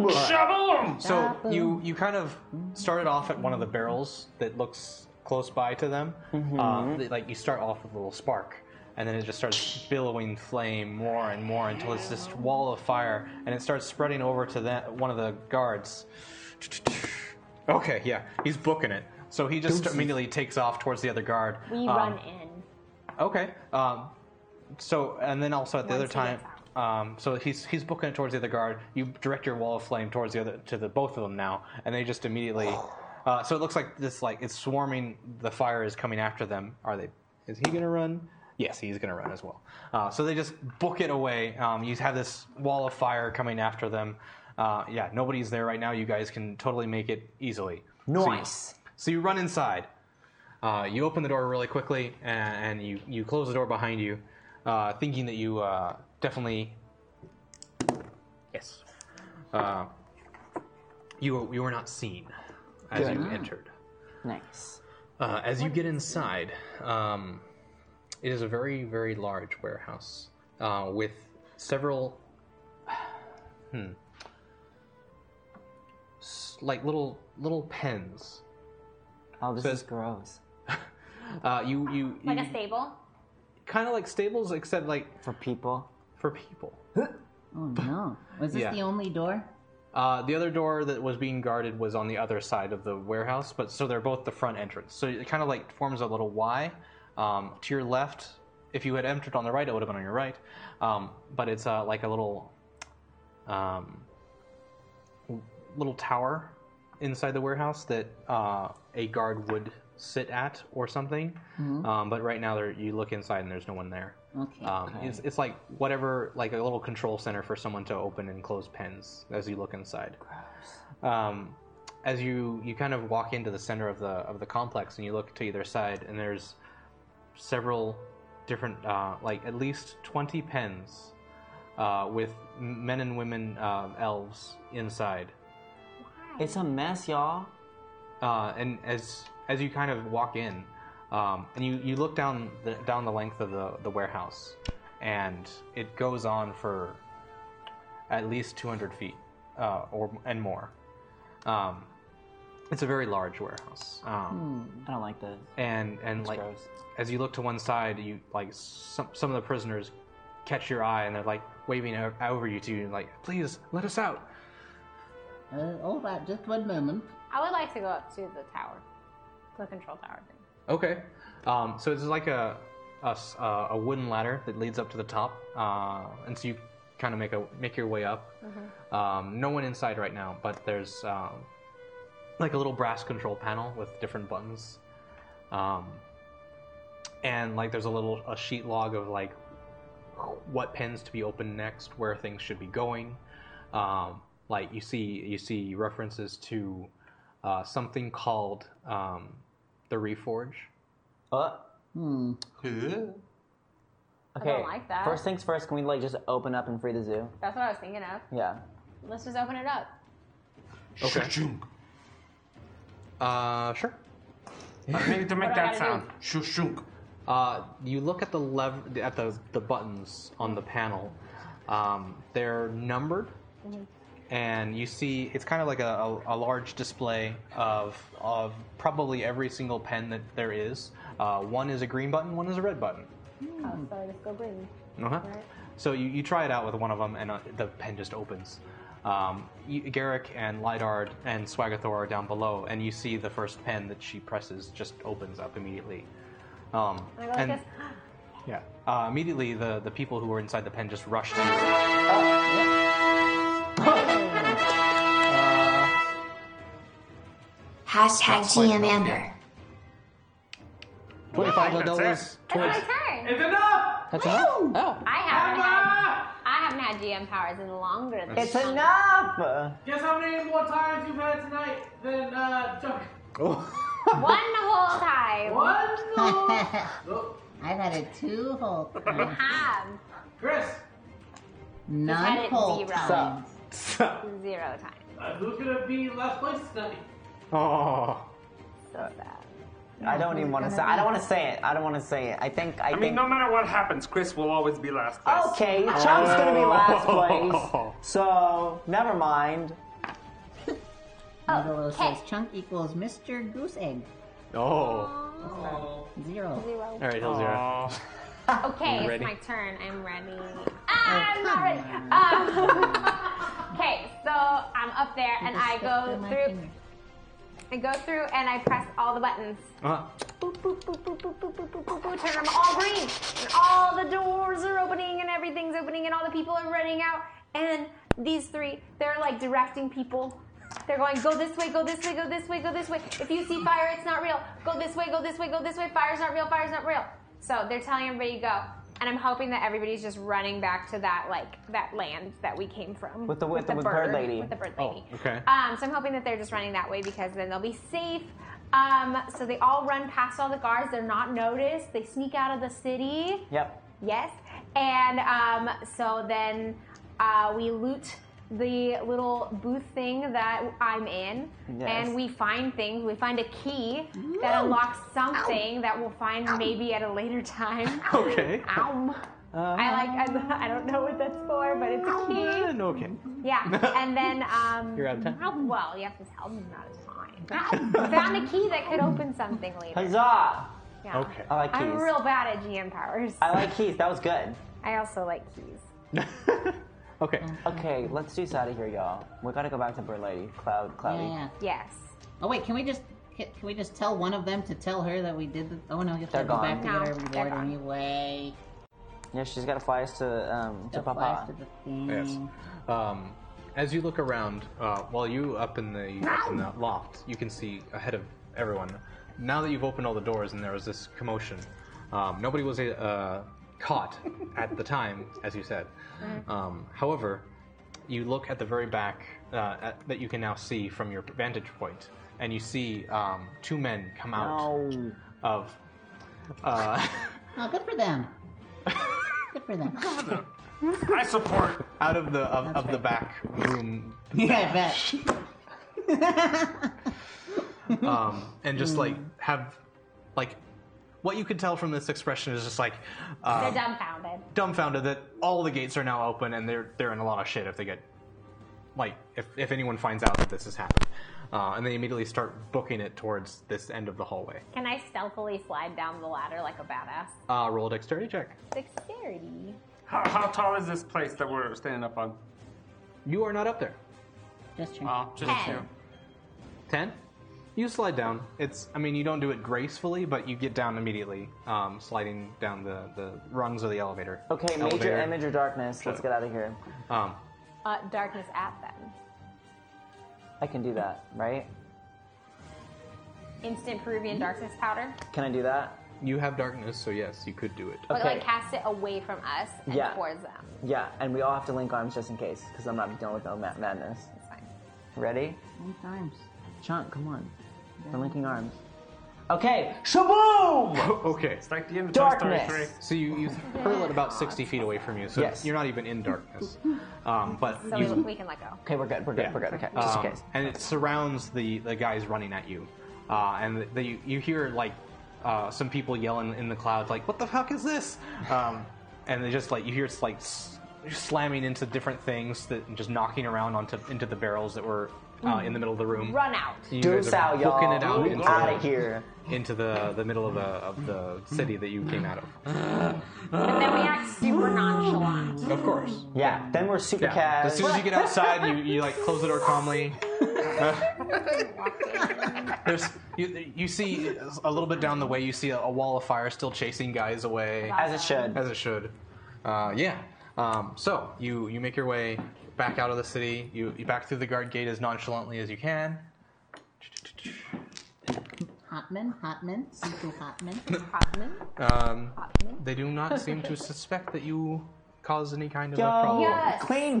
Speaker 6: Shaboom!
Speaker 2: right. So you you kind of started off at one of the barrels that looks close by to them.
Speaker 5: Mm-hmm.
Speaker 2: Um, th- like you start off with a little spark, and then it just starts billowing flame more and more until it's this wall of fire, and it starts spreading over to that one of the guards. Okay, yeah, he's booking it. So he just immediately takes off towards the other guard.
Speaker 5: We
Speaker 2: Um,
Speaker 5: run in.
Speaker 2: Okay. Um, so and then also at the
Speaker 5: Once
Speaker 2: other
Speaker 5: he
Speaker 2: time, um, so he's he's booking it towards the other guard. You direct your wall of flame towards the other to the both of them now, and they just immediately. Uh, so it looks like this like it's swarming. The fire is coming after them. Are they? Is he gonna run? Yes, he's gonna run as well. Uh, so they just book it away. Um, you have this wall of fire coming after them. Uh, yeah, nobody's there right now. You guys can totally make it easily.
Speaker 6: Nice.
Speaker 2: So you, so you run inside. Uh, you open the door really quickly and, and you, you close the door behind you, uh, thinking that you uh, definitely
Speaker 22: Yes. Uh, you you were not seen as
Speaker 23: Good.
Speaker 22: you
Speaker 23: Ah.
Speaker 22: entered.
Speaker 23: Nice.
Speaker 2: Uh, as you get inside, um, it is a very, very large warehouse uh, with several, hmm, s- like little little pens.
Speaker 23: Oh, this
Speaker 2: is
Speaker 23: gross.
Speaker 2: uh, you you,
Speaker 5: Like a stable?
Speaker 2: kind of like stables, except like
Speaker 23: for people.
Speaker 2: For people.
Speaker 4: Oh no! Was this
Speaker 2: Yeah.
Speaker 4: the only door?
Speaker 2: Uh, the other door that was being guarded was on the other side of the warehouse, but so they're both the front entrance. So it kind of like forms a little Y. Um, to your left, if you had entered on the right, it would have been on your right. Um, but it's uh, like a little, um, little tower inside the warehouse that uh, a guard would sit at or something.
Speaker 4: Mhm.
Speaker 2: Um, but right now, there, you look inside and there's no one there.
Speaker 4: Okay.
Speaker 2: Um, it's, it's like whatever, like a little control center for someone to open and close pens as you look inside. Um, as you you kind of walk into the center of the of the complex and you look to either side and there's several different uh, like at least twenty pens uh, with m- men and women uh, elves inside.
Speaker 23: It's a mess, y'all.
Speaker 2: Uh, and as as you kind of walk in, um, and you, you look down the, down the length of the, the warehouse, and it goes on for at least 200 feet uh, or and more. Um, it's a very large warehouse.
Speaker 5: Hmm.
Speaker 2: Um,
Speaker 23: I don't like this.
Speaker 2: and
Speaker 23: Hmm.
Speaker 2: and
Speaker 23: That's
Speaker 2: like
Speaker 23: gross.
Speaker 2: as you look to one side, you like some some of the prisoners catch your eye and they're like waving o- over you to you, like please let us out.
Speaker 4: Uh, all right, just one moment.
Speaker 5: I would like to go up to the tower, the control tower thing.
Speaker 2: Okay. Um, so it's like a, a s- uh, a wooden ladder that leads up to the top, uh, and so you kind of make a make your way up. Um, no one inside right now, but there's um, like a little brass control panel with different buttons, um, and like there's a little a sheet log of like what pens to be opened next, where things should be going. Um, like you see, you see references to uh, something called um, the Reforge.
Speaker 23: Uh.
Speaker 4: Hmm.
Speaker 23: Okay.
Speaker 5: don't like that.
Speaker 23: First things first, can we like just open up and free the zoo?
Speaker 5: That's what I was thinking of.
Speaker 23: Yeah.
Speaker 5: Let's just open it up.
Speaker 23: Okay.
Speaker 2: Uh, sure.
Speaker 3: Maybe to make
Speaker 5: What do I
Speaker 3: that
Speaker 5: gotta
Speaker 3: sound.
Speaker 2: Shushunk. Uh, you look at the lev- at the, the buttons on the panel. Um, they're numbered, and you see it's kind of like a, a, a large display of of probably every single pen that there is. Uh, one is a green button, one is a red button.
Speaker 4: Hmm.
Speaker 5: Oh, so let's go green.
Speaker 2: Uh-huh.
Speaker 5: Right.
Speaker 2: So you, you try it out with one of them, and uh, the pen just opens. Um, you, Garrick and Lydard and Swagathor are down below, and you see the first pen that she presses just opens up immediately. Um,
Speaker 5: And I go like
Speaker 2: and
Speaker 5: this.
Speaker 2: yeah, uh, immediately the, the people who were inside the pen just rush to you.
Speaker 7: Hashtag GM Amber.
Speaker 2: Twenty-five dollars.
Speaker 5: It's my turn.
Speaker 3: It's enough!
Speaker 23: That's enough. Oh.
Speaker 5: I haven't had I haven't had GM powers in longer than
Speaker 23: It's enough.
Speaker 10: Guess how many more times you've had tonight than uh, Chuck?
Speaker 5: One whole time.
Speaker 10: One
Speaker 4: I've had it two whole times.
Speaker 5: Have.
Speaker 10: Chris.
Speaker 5: You've
Speaker 4: Nine
Speaker 5: had it
Speaker 4: whole
Speaker 5: zero.
Speaker 4: times.
Speaker 5: Zero times.
Speaker 10: Uh, who's gonna be in last place tonight?
Speaker 2: Oh.
Speaker 5: So sad.
Speaker 23: I don't even want to say. I don't want to say it. I don't want to say it. I think. I,
Speaker 3: I
Speaker 23: think.
Speaker 3: mean, no matter what happens, Chris will always be last place. Oh.
Speaker 23: Okay, Chunk's gonna be last place. So never mind.
Speaker 5: Oh,
Speaker 4: Motherwell says chunk equals Mr. Goose Egg.
Speaker 2: Oh.
Speaker 4: Zero.
Speaker 5: Zero.
Speaker 2: All right, Hill Zero.
Speaker 5: Okay,
Speaker 2: You
Speaker 5: it's
Speaker 2: ready?
Speaker 5: my turn. I'm ready. Ah, I'm not ready. Um, okay, so I'm up there and I go through. I go through and I press all the buttons.
Speaker 23: Uh-huh.
Speaker 2: Uh,
Speaker 5: Boop, boop, boop, boop, boop, boop, boop, boop, boop, boop, turn them all green. And all the doors are opening and everything's opening and all the people are running out. And these three, they're like directing people. They're going, go this way, go this way, go this way, go this way. If you see fire, it's not real. Go this way, go this way, go this way. Fire's not real, fire's not real. So they're telling everybody to go. And I'm hoping that everybody's just running back to that like that land that we came from
Speaker 23: With the with, the, with bird lady.
Speaker 5: With the bird lady.
Speaker 23: Oh, okay.
Speaker 5: Um, so I'm hoping that they're just running that way because then they'll be safe. Um, so they all run past all the guards. They're not noticed. They sneak out of the city.
Speaker 23: Yep.
Speaker 5: Yes. And um, so then uh, we loot the little booth thing that I'm in,
Speaker 6: Yes.
Speaker 5: and we find things. We find a key that unlocks something that we'll find maybe at a later time.
Speaker 10: Okay.
Speaker 5: Um,
Speaker 23: Uh,
Speaker 5: I like. I, I don't know what that's for, but it's a key.
Speaker 10: Okay.
Speaker 5: Yeah, and then um,
Speaker 10: You're out of
Speaker 5: time. Well, you have to tell them that it's fine. Found a key that could open something later.
Speaker 6: Huzzah!
Speaker 5: Yeah.
Speaker 6: Okay. I like keys.
Speaker 5: I'm real bad at GM powers.
Speaker 6: I like keys. That was good.
Speaker 5: I also like keys.
Speaker 6: Okay. Okay, let's do this out of here, y'all. We gotta go back to Bird Lady. Cloud, Cloudy.
Speaker 4: Yeah.
Speaker 5: Yes.
Speaker 4: Oh wait, can we just can can we just tell one of them to tell her that we did the? Oh no, you have to
Speaker 6: They're
Speaker 4: go back to
Speaker 6: gone.
Speaker 4: get
Speaker 6: No,
Speaker 4: her
Speaker 6: they're
Speaker 4: reward
Speaker 6: gone.
Speaker 4: anyway.
Speaker 6: Yeah, she's gotta fly us to um to
Speaker 4: Gotta fly us
Speaker 6: Papa.
Speaker 4: to
Speaker 2: Yes. Um, as you look around, uh, while you up in the up in the loft, you can see ahead of everyone. Now that you've opened all the doors and there was this commotion, um, nobody was uh, caught at the time, as you said.
Speaker 4: Mm-hmm.
Speaker 10: Mhm.
Speaker 2: Um, however, you look at the very back uh, at, that you can now see from your vantage point, and you see um, two men come out of. Uh,
Speaker 4: Oh, good for them. Good for them.
Speaker 3: I support
Speaker 2: out of the of, of the back room.
Speaker 4: yeah, I bet.
Speaker 2: um, and just like have like what you could tell from this expression is just like
Speaker 6: Uh.
Speaker 2: um,
Speaker 5: They're dumbfounded.
Speaker 2: dumbfounded that all the gates are now open and they're they're in a lot of shit if they get like if, if anyone finds out that this has happened uh, and they immediately start booking it towards this end of the hallway
Speaker 5: Can I stealthily slide down the ladder like a badass?
Speaker 2: uh, roll a dexterity check
Speaker 5: Dexterity.
Speaker 3: How, how tall is this place that we're standing up on?
Speaker 2: you are not up there
Speaker 4: just
Speaker 3: Oh, just
Speaker 5: Ten.
Speaker 3: you.
Speaker 2: 10 you slide down it's i mean you don't do it gracefully but you get down immediately um, sliding down the, the rungs of the elevator
Speaker 6: Okay, major
Speaker 2: Elevator.
Speaker 6: image or darkness. Let's
Speaker 2: Sure.
Speaker 6: get out of here.
Speaker 2: um,
Speaker 5: Uh, darkness at them.
Speaker 6: I can do that, right?
Speaker 5: Instant Peruvian darkness powder.
Speaker 6: Can I do that?
Speaker 2: You have darkness, so yes, you could do it.
Speaker 5: But like cast it away from us and
Speaker 6: Yeah.
Speaker 5: towards them.
Speaker 6: Yeah, and we all have to link arms just in case, because I'm not dealing with no ma- madness. It's
Speaker 5: fine.
Speaker 6: Ready?
Speaker 4: Link arms.
Speaker 6: Chunk, come on.
Speaker 4: Yeah.
Speaker 6: We're linking arms. Okay, shaboom!
Speaker 2: okay.
Speaker 3: It's like the end of Toy Story
Speaker 6: Darkness.
Speaker 3: 3.
Speaker 2: So you, you hurl it about 60 feet away from you, so
Speaker 6: Yes.
Speaker 2: you're not even in darkness. Um, but
Speaker 5: So
Speaker 2: you,
Speaker 5: we, we can let go.
Speaker 6: Okay, we're good, we're good,
Speaker 2: Yeah.
Speaker 6: we're good. Okay, just
Speaker 2: Um,
Speaker 6: in case.
Speaker 2: And it surrounds the, the guys running at you. Uh, and they, you, you hear, like, uh, some people yelling in the clouds, like, what the fuck is this? Um, and they just, like, you hear it's, like, s- slamming into different things that and just knocking around onto into the barrels that were uh, in the middle of the room.
Speaker 5: Run out.
Speaker 2: You
Speaker 6: Mm. Deuce
Speaker 2: guys are
Speaker 6: out, y'all.
Speaker 2: hooking it out
Speaker 6: We
Speaker 2: into
Speaker 6: outta
Speaker 2: the-
Speaker 6: here.
Speaker 2: into the, the middle of the, of the city that you came out of.
Speaker 5: And then we act super nonchalant.
Speaker 2: Of course.
Speaker 6: Yeah, then we're super
Speaker 2: Yeah.
Speaker 6: cast.
Speaker 2: As soon as you get outside, you, you like close the door calmly. There's you, you see a little bit down the way. You see a, a wall of fire still chasing guys away.
Speaker 6: As it should.
Speaker 2: As it should. Uh, yeah. Um, so you you make your way back out of the city. You, you back through the guard gate as nonchalantly as you can.
Speaker 4: Hotman, Hotman, Sequel Hotman.
Speaker 5: Hotman.
Speaker 2: Um,
Speaker 5: Hotman.
Speaker 2: they do not seem to suspect that you cause any kind of a
Speaker 6: Yo,
Speaker 2: problem.
Speaker 5: Yes.
Speaker 6: clean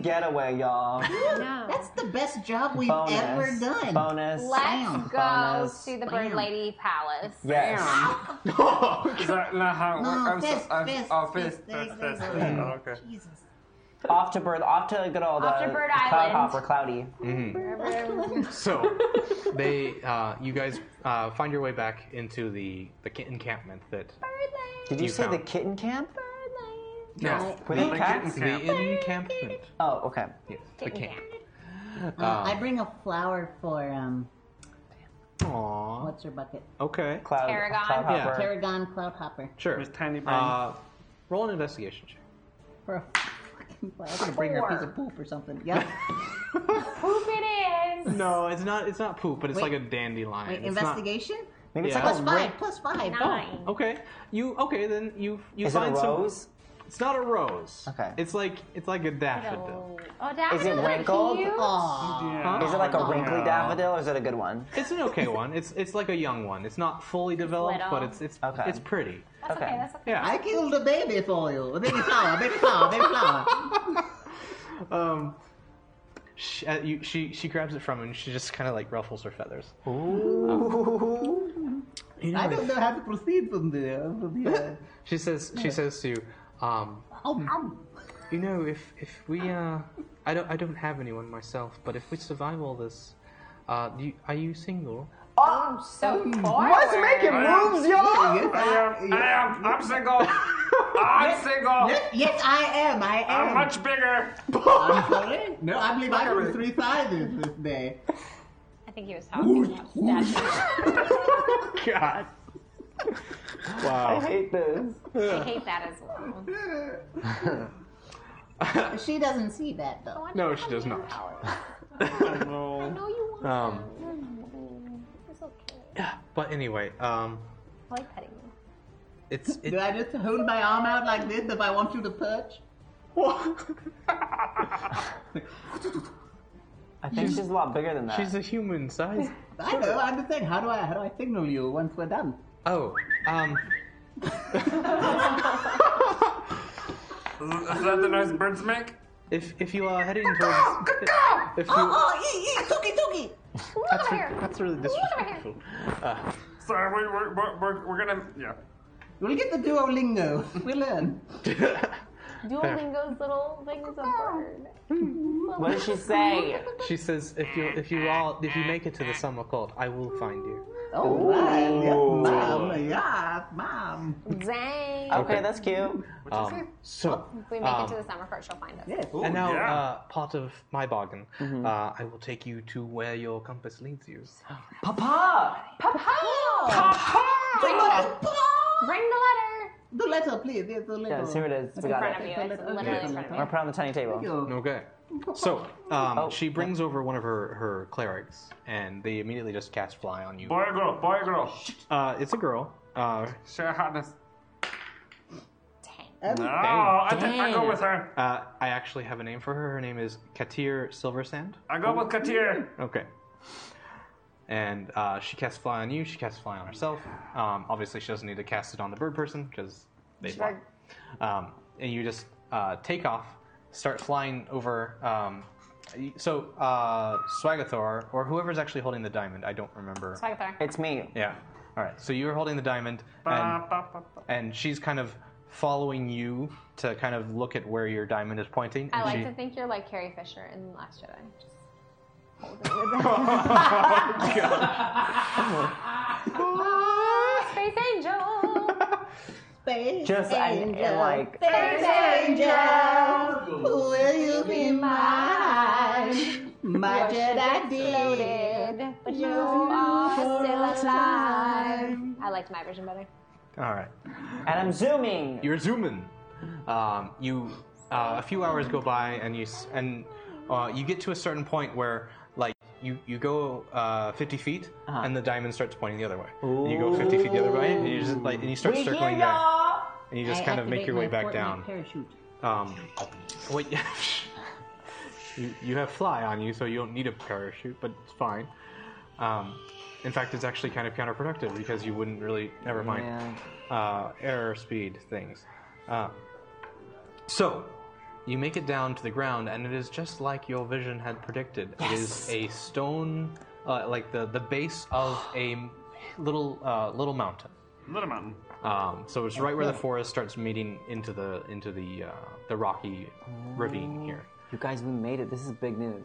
Speaker 6: getaway, y'all.
Speaker 5: No.
Speaker 4: That's the best job we've
Speaker 6: Bonus.
Speaker 4: ever done.
Speaker 6: Bonus.
Speaker 5: Let's go
Speaker 6: Bonus.
Speaker 5: to the Bird Lady Palace.
Speaker 6: Yes.
Speaker 3: Is that not how it
Speaker 4: No,
Speaker 3: works? I'm
Speaker 4: fist,
Speaker 3: so, I'm,
Speaker 4: fist,
Speaker 3: oh,
Speaker 4: fist,
Speaker 3: fist, fist,
Speaker 4: there you
Speaker 3: fist,
Speaker 4: go.
Speaker 3: fist. Oh, okay.
Speaker 6: off to bird, off to good old
Speaker 5: Off
Speaker 6: uh,
Speaker 5: to Bird
Speaker 6: cloud
Speaker 5: Island.
Speaker 6: hopper, cloudy.
Speaker 2: Mm-hmm. So, they, uh, you guys, uh, find your way back into the the ki- encampment that.
Speaker 6: Did you,
Speaker 2: You
Speaker 6: say the
Speaker 2: found-
Speaker 6: kitten camp?
Speaker 2: No,
Speaker 6: Were they cats?
Speaker 2: the encampment.
Speaker 6: Oh, okay.
Speaker 2: Yes, the camp.
Speaker 6: Oh.
Speaker 4: Uh, I bring a flower for um.
Speaker 2: Aww.
Speaker 4: What's her bucket?
Speaker 2: Okay.
Speaker 6: Cloud,
Speaker 5: Tarragon.
Speaker 6: cloud
Speaker 2: Yeah.
Speaker 6: hopper.
Speaker 4: Paragon Cloudhopper
Speaker 2: Sure.
Speaker 3: There's tiny brain.
Speaker 2: Uh, roll an investigation check.
Speaker 4: for a fucking flower. I'm gonna bring her a piece of poop or something. Yep.
Speaker 5: Poop it is.
Speaker 2: No, it's not. It's not poop, but it's
Speaker 4: Wait.
Speaker 2: like a dandelion.
Speaker 4: Wait,
Speaker 2: It's not-
Speaker 4: investigation.
Speaker 6: Maybe it's
Speaker 2: Yeah.
Speaker 6: like
Speaker 4: Plus
Speaker 6: a
Speaker 4: five.
Speaker 6: ri-
Speaker 4: Plus five.
Speaker 5: Nine.
Speaker 2: Okay. You okay? Then you you
Speaker 6: Is it a
Speaker 2: find some.
Speaker 6: rose?
Speaker 2: It's not a rose.
Speaker 6: Okay.
Speaker 2: It's like it's like a daffodil.
Speaker 5: Oh, that
Speaker 6: Is it wrinkled?
Speaker 5: Cute.
Speaker 2: Huh?
Speaker 6: Is it like a wrinkly daffodil or is it a good one?
Speaker 2: It's an okay one. It's it's like a young one. It's not fully developed,
Speaker 5: little.
Speaker 2: but it's it's
Speaker 6: Okay.
Speaker 2: it's pretty.
Speaker 5: That's okay.
Speaker 6: Okay.
Speaker 5: That's okay.
Speaker 2: Yeah.
Speaker 4: I killed a baby for you. A baby flower. Baby flower. Baby flower.
Speaker 2: Um, she, uh, you, she she grabs it from him and she just kind of like ruffles her feathers.
Speaker 4: I don't know how to proceed from there. From uh, here.
Speaker 2: She says she says to you, um,
Speaker 4: Oh, um,
Speaker 2: you know if if we uh I don't. I don't have anyone myself. But if we survive all this, uh, you, are you single?
Speaker 5: Oh, I'm so forward.
Speaker 6: What's making moves, y'all?
Speaker 3: I am, I am, I'm single. I'm single.
Speaker 4: Yes, I am. I am.
Speaker 3: I'm much bigger.
Speaker 24: I'm sorry. No, I believe I grew three sizes this day.
Speaker 5: I think he was
Speaker 23: Oh,
Speaker 5: talking about statue.
Speaker 2: God.
Speaker 23: I hate this.
Speaker 5: I hate that as well.
Speaker 4: she doesn't see that though.
Speaker 2: No, she does not.
Speaker 5: I know you want
Speaker 2: Um,
Speaker 5: um, It's okay.
Speaker 2: But anyway, um,
Speaker 5: I like petting you.
Speaker 2: it's it,
Speaker 24: Do I just hold my arm out like this if I want you to touch?
Speaker 23: I think she's a lot bigger than that.
Speaker 2: she's a human size.
Speaker 24: I know. I'm just saying. How do I how do I signal you once we're done?
Speaker 2: Oh, um,
Speaker 3: Is that the noise birds make?
Speaker 2: if if you are heading towards,
Speaker 24: Oh,
Speaker 2: if
Speaker 4: Uh
Speaker 2: you,
Speaker 4: uh, ee,
Speaker 24: e,
Speaker 4: ee, tookie, tookie.
Speaker 2: that's, re- that's really disrespectful. Uh,
Speaker 3: Sorry, we, we're, we're, we're, we're gonna. Yeah.
Speaker 24: We'll get the Duolingo. We learn.
Speaker 5: Duolingo's little thing is a bird.
Speaker 23: What did she say?
Speaker 2: she says, if you if you all if you make it to the summer court, I will find you.
Speaker 24: Oh, mom, yeah, mom, yeah, mom.
Speaker 5: Dang.
Speaker 23: Okay, that's cute.
Speaker 2: Um, so
Speaker 5: If we make
Speaker 2: um,
Speaker 5: it to the summer court, she'll find us.
Speaker 2: And now,
Speaker 3: yeah.
Speaker 2: uh, part of my bargain,
Speaker 23: Mm-hmm.
Speaker 2: uh, I will take you to where your compass leads you.
Speaker 23: Papa!
Speaker 5: Bring the letter.
Speaker 24: The letter, please. There's the letter.
Speaker 23: Yes, here it is. We got
Speaker 5: front
Speaker 23: it.
Speaker 5: of you.
Speaker 23: I'm
Speaker 24: The
Speaker 5: It's
Speaker 24: letter.
Speaker 5: literally in front of
Speaker 23: gonna put it on the tiny table.
Speaker 2: Okay. So um, she brings over one of her, her clerics, and they immediately just cast fly on you.
Speaker 3: Boy or girl, boy or girl.
Speaker 2: Uh, it's a girl. Uh,
Speaker 3: Share hotness.
Speaker 5: Dang.
Speaker 3: No, Oh, I think I go with her.
Speaker 2: uh, I actually have a name for her. Her name is Katir Silversand.
Speaker 3: I go with Katir.
Speaker 2: Okay. And uh, she casts fly on you. She casts fly on herself. Um, obviously, she doesn't need to cast it on the bird person because they fly. Um, and you just uh, take off, start flying over. Um, y- so uh, Swagathor or whoever's actually holding the diamond, I don't remember.
Speaker 5: Swag there.
Speaker 23: It's me.
Speaker 2: Yeah. All right. So you're holding the diamond, and,
Speaker 3: Ba, ba, ba, ba.
Speaker 2: and she's kind of following you to kind of look at where your diamond is pointing.
Speaker 5: I
Speaker 2: and
Speaker 5: like
Speaker 2: she-
Speaker 5: to think you're like Carrie Fisher in The Last Jedi. Just oh, Space Angel!
Speaker 24: Space
Speaker 23: Just I,
Speaker 24: angel.
Speaker 23: and like
Speaker 24: Space angel. Will you be mine? My
Speaker 5: Your ship
Speaker 24: Jedi
Speaker 5: is
Speaker 24: deed.
Speaker 5: Loaded, but you are still alive. I liked my version better.
Speaker 2: All right.
Speaker 23: and I'm zooming.
Speaker 2: You're zooming. Um, you uh, a few hours go by, and you s- and uh, you get to a certain point where like you you go uh, 50 feet,
Speaker 23: Uh-huh.
Speaker 2: and the diamond starts pointing the other way. And you go 50 feet the other way, and you just like and you start
Speaker 23: we
Speaker 2: circling
Speaker 23: here,
Speaker 2: back,
Speaker 23: y'all.
Speaker 2: and you just
Speaker 4: I
Speaker 2: kind of make
Speaker 4: activate
Speaker 2: your way
Speaker 4: my
Speaker 2: back
Speaker 4: Fortnite
Speaker 2: down.
Speaker 4: Parachute.
Speaker 2: Um, wait, you, you have fly on you, so you don't need a parachute, but it's fine. Um, in fact, it's actually kind of counterproductive because you wouldn't really. Never mind. Uh, error speed things. Uh, so, you make it down to the ground, and it is just like your vision had predicted. It is a stone, uh, like the, the base of a m- little uh, little mountain.
Speaker 3: Little Mountain.
Speaker 2: Um, so it's right where the forest starts meeting into the into the uh, the rocky ravine here.
Speaker 23: Oh. You guys, we made it. This is big news.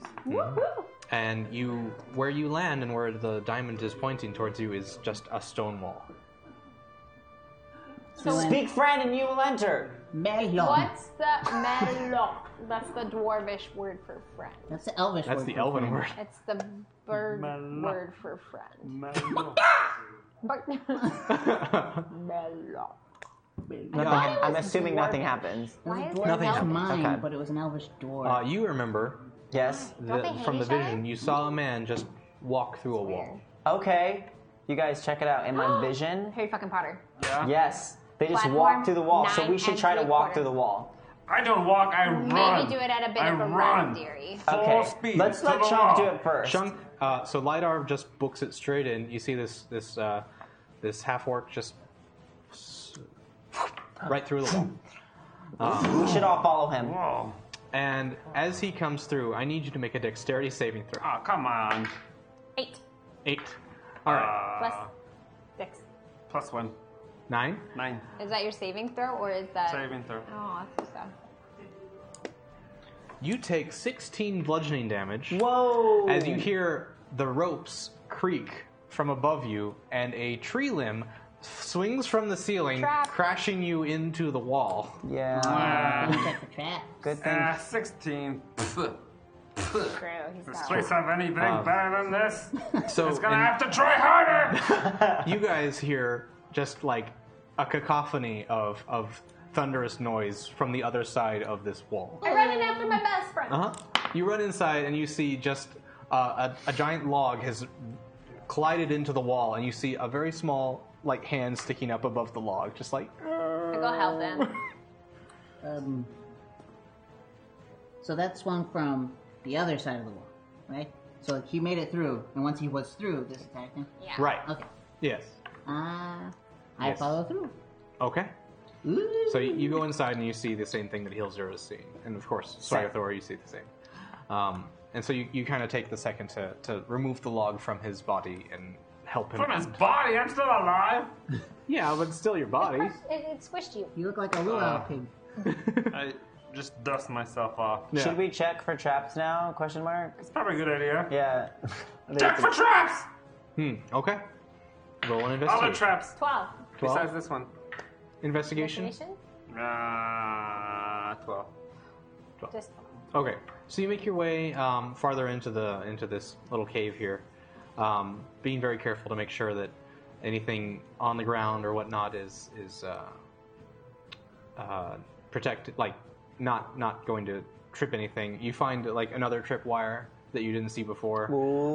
Speaker 2: And you, where you land and where the diamond is pointing towards you is just a stone wall.
Speaker 23: Speak friend, and you will enter.
Speaker 4: Melon.
Speaker 5: What's the melon? That's the dwarvish word for friend.
Speaker 4: That's the Elvish
Speaker 2: That's
Speaker 4: word
Speaker 2: the
Speaker 4: for
Speaker 2: elven
Speaker 4: friend.
Speaker 2: word.
Speaker 5: It's the bird word for friend. But melon.
Speaker 23: Nothing- I'm assuming nothing happens.
Speaker 4: It was
Speaker 5: Why
Speaker 4: a
Speaker 5: is
Speaker 4: dwarf
Speaker 5: Nothing
Speaker 4: not
Speaker 2: happened.
Speaker 4: mine,
Speaker 23: Okay.
Speaker 4: but it was an Elvish dwarf.
Speaker 2: Uh, you remember
Speaker 23: Yes.
Speaker 5: Don't
Speaker 2: the,
Speaker 5: they
Speaker 2: from the
Speaker 5: hate each other?
Speaker 2: vision, you saw a man just walk through a wall.
Speaker 23: Okay. You guys, check it out. In my vision,
Speaker 5: Harry fucking Potter.
Speaker 23: yes, they just
Speaker 5: Platform
Speaker 23: walk through the wall. So
Speaker 5: nine
Speaker 23: we should
Speaker 5: and
Speaker 23: try to
Speaker 5: three
Speaker 23: walk
Speaker 5: quarters.
Speaker 23: through the wall.
Speaker 3: I don't walk, I run.
Speaker 5: Maybe do it at a bit
Speaker 3: I
Speaker 5: of a run,
Speaker 3: run.
Speaker 5: dearie.
Speaker 3: Full
Speaker 23: Okay.
Speaker 3: speed.
Speaker 23: Let's
Speaker 3: to
Speaker 23: let
Speaker 3: the
Speaker 23: Chunk do
Speaker 3: wall.
Speaker 23: it first.
Speaker 2: Shunk, uh, so Lidar just books it straight in. You see this this uh, this half orc just s- right through the wall. Um,
Speaker 23: we should all follow him.
Speaker 3: Whoa.
Speaker 2: And as he comes through, I need you to make a dexterity saving throw.
Speaker 3: Oh, come on.
Speaker 5: Eight
Speaker 2: Eight. All right.
Speaker 5: plus
Speaker 3: Uh,
Speaker 5: six.
Speaker 3: plus one.
Speaker 2: Nine.
Speaker 3: Nine.
Speaker 5: Is that your saving throw or is that?
Speaker 3: Saving throw.
Speaker 5: Oh, that's so sad.
Speaker 2: You take 16 bludgeoning damage.
Speaker 23: Whoa!
Speaker 2: As you hear the ropes creak from above you, and a tree limb swings from the ceiling,
Speaker 4: Trap.
Speaker 2: crashing you into the wall.
Speaker 23: Yeah.
Speaker 4: Ah, let me check the trap.
Speaker 23: Good
Speaker 2: thing.
Speaker 3: Ah, 16. Pfft.
Speaker 5: Does
Speaker 3: Place have anything
Speaker 2: Um,
Speaker 3: better than this?
Speaker 2: So
Speaker 3: it's gonna
Speaker 2: and-
Speaker 3: have to try harder!
Speaker 2: you guys hear just like a cacophony of of thunderous noise from the other side of this wall.
Speaker 5: I'm running after my best friend.
Speaker 2: Uh huh. You run inside and you see just uh, a, a giant log has collided into the wall, and you see a very small like hand sticking up above the log, just like
Speaker 5: I go help him.
Speaker 4: Um, so that's one from the other side of the wall, right? So he made it through, and once he was through, this attacked him.
Speaker 5: Yeah.
Speaker 2: right.
Speaker 4: Okay.
Speaker 2: Yes.
Speaker 4: Ah, I
Speaker 2: Yes.
Speaker 4: follow through.
Speaker 2: Okay. So you you go inside and you see the same thing that Heal Zero is seeing, and of course
Speaker 4: Same.
Speaker 2: Swagathor, you see the same. Um, and so you, you kind of take the second to, to remove the log from his body and help him.
Speaker 3: From his
Speaker 2: out.
Speaker 3: body, I'm still alive!
Speaker 2: Yeah, but still your body.
Speaker 5: It, it squished you.
Speaker 4: You look like a little
Speaker 3: Uh,
Speaker 4: pig.
Speaker 3: I just dust myself off.
Speaker 23: Should we check for traps now? Question mark. It's
Speaker 3: probably a good idea.
Speaker 23: Yeah.
Speaker 3: Check for traps!
Speaker 2: Hmm. Okay. Roll an
Speaker 3: All the
Speaker 2: investigation.
Speaker 3: traps.
Speaker 5: Twelve.
Speaker 3: Besides this one.
Speaker 2: Investigation.
Speaker 5: Definition?
Speaker 3: Uh, 12.
Speaker 5: Just
Speaker 2: Okay, so you make your way um, farther into the into this little cave here, um, being very careful to make sure that anything on the ground or whatnot is is uh, uh, protected, like not not going to trip anything. You find like another trip wire that you didn't see before,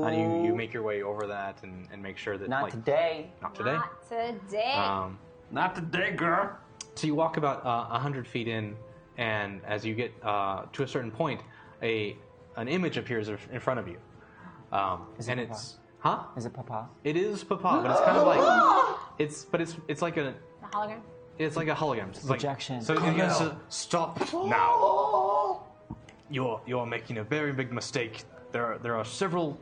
Speaker 2: and you, you make your way over that and, and make sure that
Speaker 23: Not
Speaker 2: like,
Speaker 23: today.
Speaker 2: not today,
Speaker 5: Not today.
Speaker 2: um,
Speaker 3: Not today, girl.
Speaker 2: So you walk about uh, 100 feet in, and as you get uh, to a certain point, a an image appears in in front of you. Um,
Speaker 23: Is it
Speaker 2: and
Speaker 23: Papa?
Speaker 2: it's huh?
Speaker 23: Is it Papa?
Speaker 2: It is Papa, but it's kind of like it's but it's it's like a
Speaker 5: the hologram.
Speaker 2: it's like a hologram. It's like,
Speaker 23: Projection.
Speaker 2: So
Speaker 23: Come
Speaker 2: you guys
Speaker 23: now.
Speaker 2: uh, stop now. You're you're making a very big mistake. There are, there are several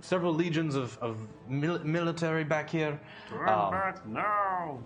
Speaker 2: several legions of, of mil- military back here.
Speaker 3: Turn
Speaker 2: Um,
Speaker 3: back now.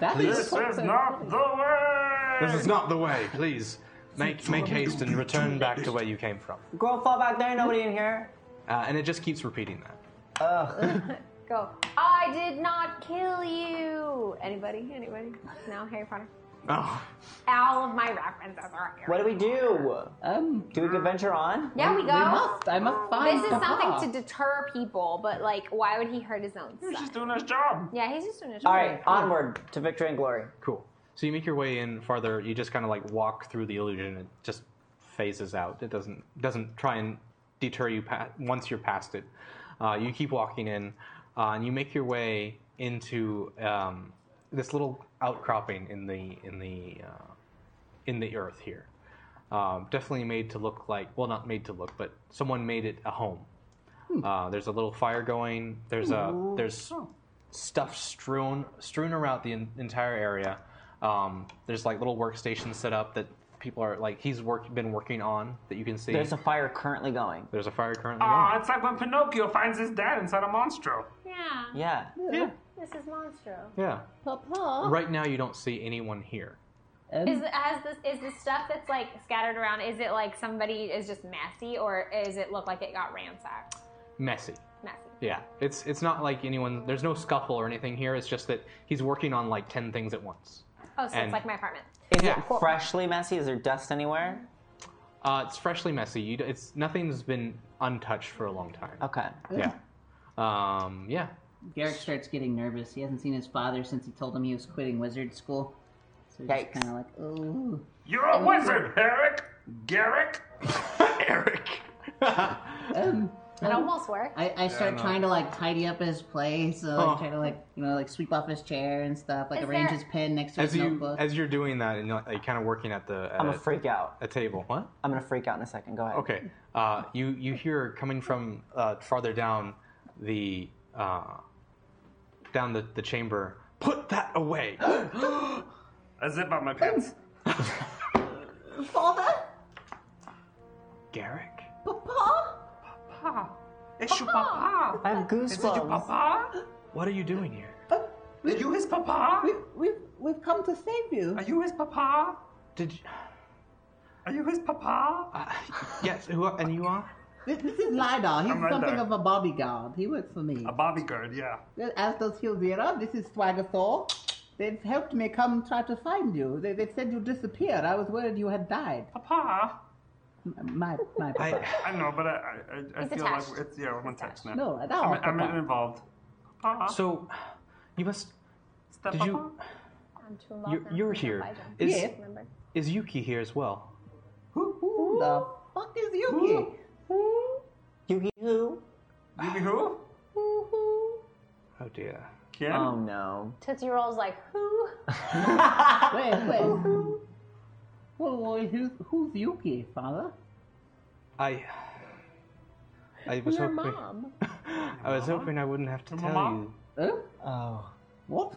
Speaker 4: That
Speaker 2: is
Speaker 3: this is
Speaker 2: something.
Speaker 3: not the way!
Speaker 2: This is not the way. Please make make haste and return back to where you came from.
Speaker 23: Girl, fall back. There ain't nobody in here.
Speaker 2: Uh, and it just keeps repeating that.
Speaker 23: Ugh.
Speaker 5: Go. I did not kill you. Anybody? Anybody? No, Harry Potter.
Speaker 2: Oh.
Speaker 5: All of my references are here.
Speaker 23: What do we do?
Speaker 4: Um,
Speaker 23: do we adventure on?
Speaker 5: Yeah, we go.
Speaker 4: must. I must find
Speaker 5: This is
Speaker 4: Papa.
Speaker 5: something to deter people, but like, why would he hurt his own
Speaker 3: He's
Speaker 5: son?
Speaker 3: just doing his job.
Speaker 5: Yeah, he's just doing his
Speaker 23: All
Speaker 5: job.
Speaker 23: right, onward to victory and glory.
Speaker 2: Cool. So you make your way in farther. You just kind of like walk through the illusion. It just phases out. It doesn't doesn't try and deter you pa- once you're past it. Uh, you keep walking in, uh, and you make your way into um, this little outcropping in the in the uh, in the earth here. Um, definitely made to look like well, not made to look, but someone made it a home.
Speaker 23: Hmm.
Speaker 2: Uh, there's a little fire going. There's a there's stuff strewn strewn around the en- entire area. Um, there's like little workstations set up that people are like he's work been working on that you can see.
Speaker 23: There's a fire currently going.
Speaker 2: There's a fire currently
Speaker 3: Aw,
Speaker 2: going.
Speaker 3: Ah, it's like when Pinocchio finds his dad inside a monstro.
Speaker 5: Yeah.
Speaker 23: Yeah.
Speaker 2: Yeah,
Speaker 5: This is Monstro.
Speaker 2: yeah.
Speaker 4: Papa.
Speaker 2: Right now you don't see anyone here.
Speaker 4: Um,
Speaker 5: Is has this is the stuff that's like scattered around? Is it like somebody is just messy, or is it look like it got ransacked?
Speaker 2: Messy.
Speaker 5: Messy.
Speaker 2: Yeah, it's it's not like anyone. There's no scuffle or anything here. It's just that he's working on like ten things at once.
Speaker 5: Oh, so
Speaker 2: And-
Speaker 5: it's like my apartment.
Speaker 23: Is
Speaker 2: Yeah.
Speaker 23: it freshly messy? Is there dust anywhere?
Speaker 2: Uh, it's freshly messy. You, d- it's nothing's been untouched for a long time.
Speaker 23: Okay.
Speaker 2: Yeah. Um, yeah.
Speaker 4: Garrick starts getting nervous. He hasn't seen his father since he told him he was quitting wizard school. So he's
Speaker 23: Yikes.
Speaker 4: kind of like, ooh.
Speaker 3: You're
Speaker 8: Mm.
Speaker 3: a wizard, Eric! Garrick!
Speaker 4: Um,
Speaker 5: It almost worked.
Speaker 4: I, I start
Speaker 3: no.
Speaker 4: trying to like tidy up his place, so, like,
Speaker 2: Oh.
Speaker 4: try to like you know like sweep off his chair and stuff, like
Speaker 5: Is
Speaker 4: arrange
Speaker 5: there-
Speaker 4: his pen next to
Speaker 2: As
Speaker 4: his
Speaker 2: you
Speaker 4: notebook.
Speaker 2: as you're doing that and like kind of working at the at
Speaker 23: I'm
Speaker 2: a,
Speaker 23: gonna freak out.
Speaker 2: a table. What?
Speaker 23: I'm gonna freak out in a second. Go ahead.
Speaker 2: Okay. Uh, you you hear coming from uh, farther down the uh, down the, the chamber. Put that away.
Speaker 3: I zip up my pants.
Speaker 4: Father,
Speaker 2: Garrick.
Speaker 4: Papa,
Speaker 3: It's your papa!
Speaker 23: I have
Speaker 3: Is it your
Speaker 23: goosebumps.
Speaker 3: papa?
Speaker 2: What are you doing here?
Speaker 4: we,
Speaker 3: Are you his papa?
Speaker 4: we've we've come to save you.
Speaker 3: Are you his papa?
Speaker 2: Did you...
Speaker 3: Are you his papa?
Speaker 2: yes, who are, and you are?
Speaker 8: This, this is Lidar. He's
Speaker 3: I'm Lidar.
Speaker 8: something of a bodyguard. He works for me.
Speaker 3: A bodyguard, yeah.
Speaker 8: Well, As does Hilzira. This is Swagathor. They've helped me come try to find you. They, they said you disappeared. I was worried you had died.
Speaker 3: Papa.
Speaker 8: My, my papa.
Speaker 3: I know, but I, I, I, I
Speaker 8: He's
Speaker 3: feel
Speaker 8: attached.
Speaker 3: like it's yeah, we're on text now.
Speaker 8: No, at all,
Speaker 3: I'm,
Speaker 8: Papa.
Speaker 3: I'm involved.
Speaker 2: So, you must.
Speaker 3: Step
Speaker 2: did you?
Speaker 5: I'm too
Speaker 2: You're,
Speaker 5: involved.
Speaker 2: you're here. Is, is Yuki here as well?
Speaker 8: Who the fuck is Yuki?
Speaker 6: Yuki who?
Speaker 3: Yuki who?
Speaker 2: Oh dear.
Speaker 6: Oh no.
Speaker 5: Tootsie Roll's like, who?
Speaker 8: wait, wait. Well, well, who's, who's Yuki, father?
Speaker 2: I. I was
Speaker 8: Your
Speaker 2: hoping.
Speaker 8: mom.
Speaker 2: I was hoping I wouldn't have to tell
Speaker 8: mama?
Speaker 2: you. Oh.
Speaker 8: What?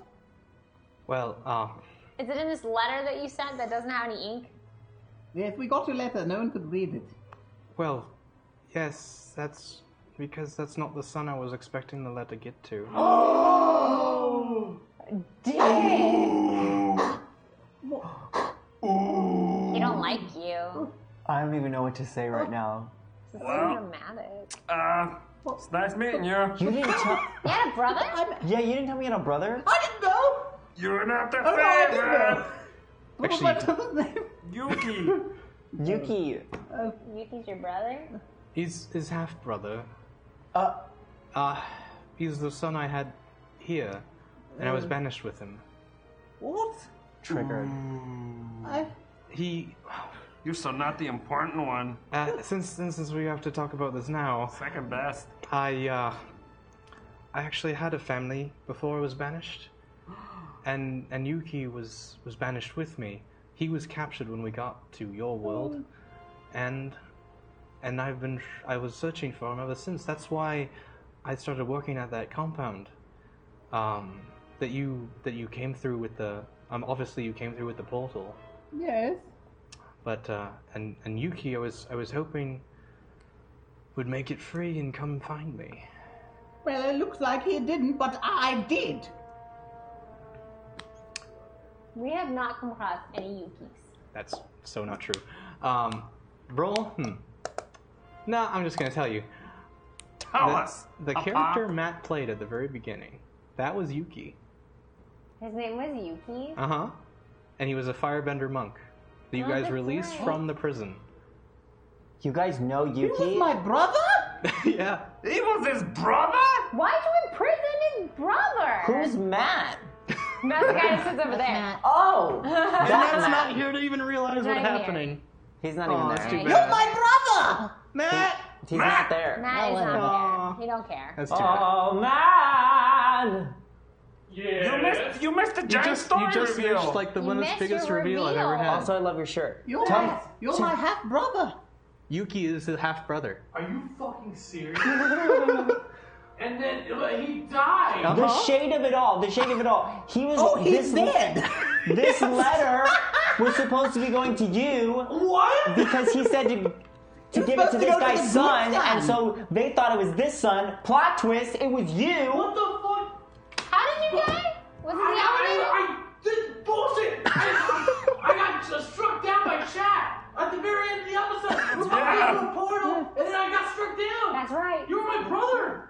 Speaker 2: Well, uh,
Speaker 5: Is it in this letter that you sent that doesn't have any ink?
Speaker 8: Yes, we got your letter. No one could read it.
Speaker 2: well, yes, that's because that's not the son I was expecting the letter get to.
Speaker 5: Oh! They don't like you.
Speaker 6: I don't even know what to say
Speaker 5: Oh.
Speaker 6: right now.
Speaker 5: This is
Speaker 6: Wow.
Speaker 5: so dramatic.
Speaker 3: Uh, it's nice meeting you.
Speaker 6: You didn't tell.
Speaker 5: Yeah, brother?
Speaker 6: Yeah, you didn't tell me you had a brother.
Speaker 8: I didn't know.
Speaker 3: You're not the
Speaker 6: Oh, no, I didn't
Speaker 3: favorite.
Speaker 6: Actually,
Speaker 3: Yuki.
Speaker 6: Yuki.
Speaker 8: Oh,
Speaker 5: Yuki's your brother?
Speaker 2: He's his half brother.
Speaker 6: Uh.
Speaker 2: Uh, he's the son I had here, and I was banished with him.
Speaker 8: What?
Speaker 2: Triggered.
Speaker 8: I...
Speaker 2: He.
Speaker 3: You're so not the important one.
Speaker 2: Uh, since, since since we have to talk about this now.
Speaker 3: Second best.
Speaker 2: I uh, I actually had a family before I was banished, and and Yuki was was banished with me. He was captured when we got to your world, and and I've been tr- I was searching for him ever since. That's why I started working at that compound. Um, that you that you came through with the um obviously you came through with the portal.
Speaker 8: Yes.
Speaker 2: But uh, and and Yuki, I was I was hoping would make it free and come find me.
Speaker 8: Well, it looks like he didn't, but I did.
Speaker 5: We have not come across any Yukis.
Speaker 2: That's so not true. Um, roll. Hmm. Nah, I'm just gonna tell you.
Speaker 3: Tell
Speaker 2: the,
Speaker 3: us, Uh-huh.
Speaker 2: The
Speaker 3: Papa.
Speaker 2: character Matt played at the very beginning. That was Yuki.
Speaker 5: His name was Yuki.
Speaker 2: Uh huh. And he was a firebender monk that you
Speaker 5: Oh,
Speaker 2: guys
Speaker 5: that's
Speaker 2: released
Speaker 5: right.
Speaker 2: from the prison.
Speaker 6: You guys know Yuki.
Speaker 8: my brother?
Speaker 2: yeah.
Speaker 3: He was his brother?
Speaker 5: Why'd you imprison his brother?
Speaker 6: Who's Matt?
Speaker 5: That's the guy that sits over there.
Speaker 6: Oh!
Speaker 2: And
Speaker 6: That
Speaker 2: Matt's
Speaker 6: Matt.
Speaker 2: not here to even realize
Speaker 5: Not
Speaker 2: what's
Speaker 5: here.
Speaker 2: happening.
Speaker 6: He's not
Speaker 2: Oh,
Speaker 6: even there.
Speaker 2: that's too bad.
Speaker 8: brother!
Speaker 2: Matt!
Speaker 6: He's not there.
Speaker 5: Matt is not there. He don't care.
Speaker 2: That's too
Speaker 6: Oh, man!
Speaker 3: Yeah. You missed, you missed the giant story reveal.
Speaker 2: the
Speaker 6: You
Speaker 2: one of the
Speaker 6: missed
Speaker 2: biggest
Speaker 6: your
Speaker 2: reveal I've ever
Speaker 6: reveal.
Speaker 2: had.
Speaker 6: Also, I love your shirt.
Speaker 8: You're
Speaker 2: Tell
Speaker 8: my,
Speaker 2: me-
Speaker 8: you're
Speaker 2: so-
Speaker 8: my half brother.
Speaker 2: Yuki is his half brother.
Speaker 10: Are you fucking serious? and then like, he died.
Speaker 6: The shade of it all. The shade of it all. He was.
Speaker 10: Uh-huh. Oh, he's
Speaker 6: this le- This letter was supposed to be going to you. What? Because he said to. To
Speaker 8: It's
Speaker 6: give it
Speaker 8: supposed
Speaker 6: to
Speaker 8: to
Speaker 6: this
Speaker 8: go to
Speaker 6: guy's
Speaker 8: the
Speaker 6: son,
Speaker 8: good
Speaker 6: and
Speaker 8: son.
Speaker 6: so they thought it was this son. Plot twist, it was you. What the fuck?
Speaker 5: How did you die? Was it
Speaker 10: I,
Speaker 5: the elevator?
Speaker 10: I, I, this bullshit! I, I got just struck down by Chad at the very end of the episode. We were
Speaker 3: Yeah.
Speaker 10: walking through a portal, and then I got struck down. That's
Speaker 5: right.
Speaker 10: You were my brother.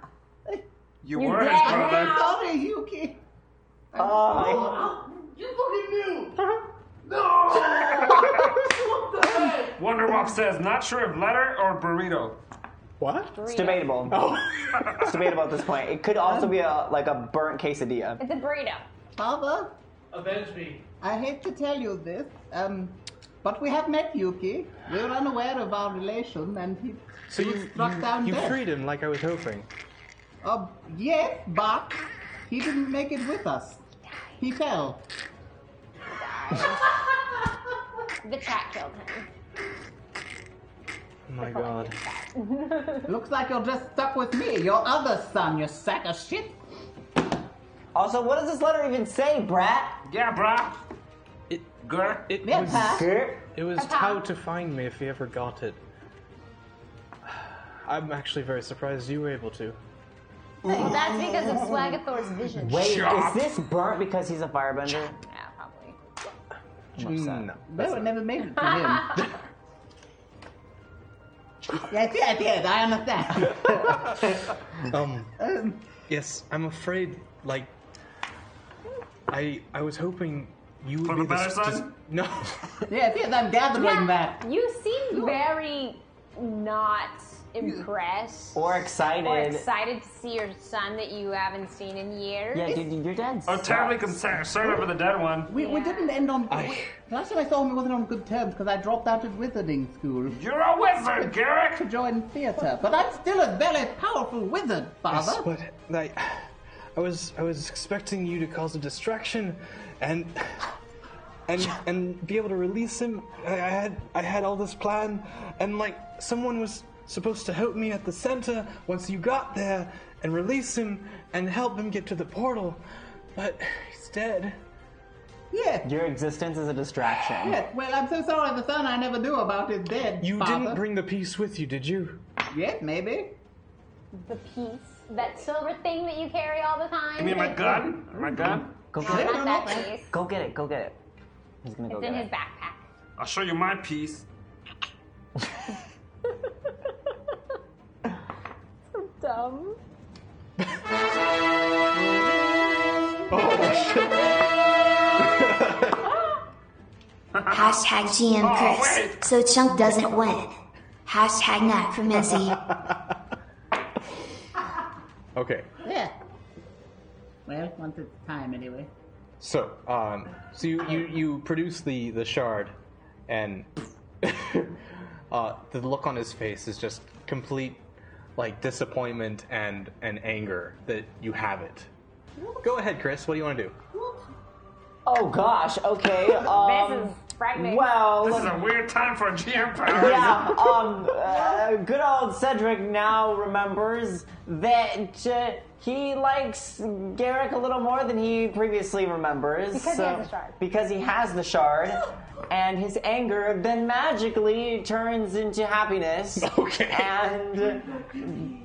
Speaker 3: You
Speaker 10: You're
Speaker 3: were his
Speaker 10: dead
Speaker 3: brother.
Speaker 10: now.
Speaker 8: Sorry, Yuki.
Speaker 2: Uh,
Speaker 10: Oh, you fucking knew.
Speaker 8: Uh-huh.
Speaker 10: no. what the heck?
Speaker 3: Wonder Wop says, not sure if letter or burrito.
Speaker 2: What?
Speaker 6: It's debatable. it's debatable at this point. It could also be a like a burnt quesadilla.
Speaker 5: It's a burrito.
Speaker 8: Father,
Speaker 10: Avenge me.
Speaker 8: I hate to tell you this, um, but we have met Yuki. We were unaware of our relation, and he
Speaker 2: So
Speaker 8: he
Speaker 2: you,
Speaker 8: was struck
Speaker 2: you,
Speaker 8: down
Speaker 2: you
Speaker 8: dead.
Speaker 2: freed him like I was hoping.
Speaker 8: Uh, yes, but he didn't make it with us. He fell.
Speaker 5: The chat killed him.
Speaker 2: Oh my god.
Speaker 8: Looks like you're just stuck with me, your other son, you sack of shit.
Speaker 6: Also, what does this letter even say, brat?
Speaker 3: Yeah, brat.
Speaker 2: It,
Speaker 3: Grr.
Speaker 2: It
Speaker 8: Yeah,
Speaker 2: was,
Speaker 8: Pa. Grr.
Speaker 2: it was
Speaker 8: Pa.
Speaker 2: how to find me if you ever got it. I'm actually very surprised you were able to.
Speaker 5: That's because of Swagathor's vision.
Speaker 6: Wait,
Speaker 2: Chop.
Speaker 6: is this burnt because he's a firebender?
Speaker 5: Yeah, probably.
Speaker 6: I'm upset.
Speaker 8: They would never make it to him. Yes, yes, yes, I understand.
Speaker 2: Um, yes, I'm afraid, like, I I was hoping you would
Speaker 3: For
Speaker 2: be
Speaker 3: the better
Speaker 2: s-
Speaker 3: side?
Speaker 2: dis- no.
Speaker 8: yes, yes, I'm gathering that.
Speaker 5: You seem very not impressed
Speaker 6: Or excited.
Speaker 5: or excited to see your son that you haven't seen in years.
Speaker 6: Yeah, dude, your dad's.
Speaker 3: I'm terribly concerned over the dead one.
Speaker 8: We, we didn't end on.
Speaker 3: I-
Speaker 8: we- last time I saw him, we wasn't on good terms because I dropped out of wizarding school.
Speaker 3: You're a wizard, Garrick!
Speaker 8: To join theatre, but I'm still a very powerful wizard, Father.
Speaker 2: Yes, but like, I was I was expecting you to cause a distraction, and and and be able to release him. I, I had I had all this plan, and like someone was supposed to help me at the center once you got there and release him and help him get to the portal, but he's dead.
Speaker 8: Yeah.
Speaker 6: Your existence is a distraction.
Speaker 8: Yes, well, I'm so sorry. The son I never knew about is dead.
Speaker 2: Oh. You
Speaker 8: Father.
Speaker 2: didn't bring the piece with you, did you?
Speaker 8: Yes, maybe.
Speaker 5: The piece, that silver thing that you carry all the time.
Speaker 3: My gun?
Speaker 6: Go
Speaker 5: No,
Speaker 6: get
Speaker 5: not that
Speaker 6: it.
Speaker 5: piece.
Speaker 6: Go get it. Go get it. He's gonna go
Speaker 5: It's
Speaker 6: get
Speaker 5: in his
Speaker 6: it.
Speaker 5: backpack.
Speaker 3: I'll show you my piece.
Speaker 5: So dumb.
Speaker 2: Oh,
Speaker 7: Hashtag GM
Speaker 6: Oh,
Speaker 7: Chris. so Chunk doesn't win. Hashtag not for Missy.
Speaker 25: Okay.
Speaker 8: Yeah. Well, once it's time, anyway.
Speaker 2: So, um, so you, you, you produce the, the shard, and uh, the look on his face is just complete, like disappointment and and anger that you have it. Go ahead, Chris. What do you want to do?
Speaker 6: Oh gosh. Okay. Um,
Speaker 5: this is frightening.
Speaker 6: well,
Speaker 3: This is a weird time for a GM priority.
Speaker 6: yeah. Um. Uh, good old Cedric now remembers that uh, he likes Garrick a little more than he previously remembers.
Speaker 5: Because he
Speaker 6: so-
Speaker 5: has the shard.
Speaker 6: Because he has the shard. And his anger then magically turns into happiness. Okay. And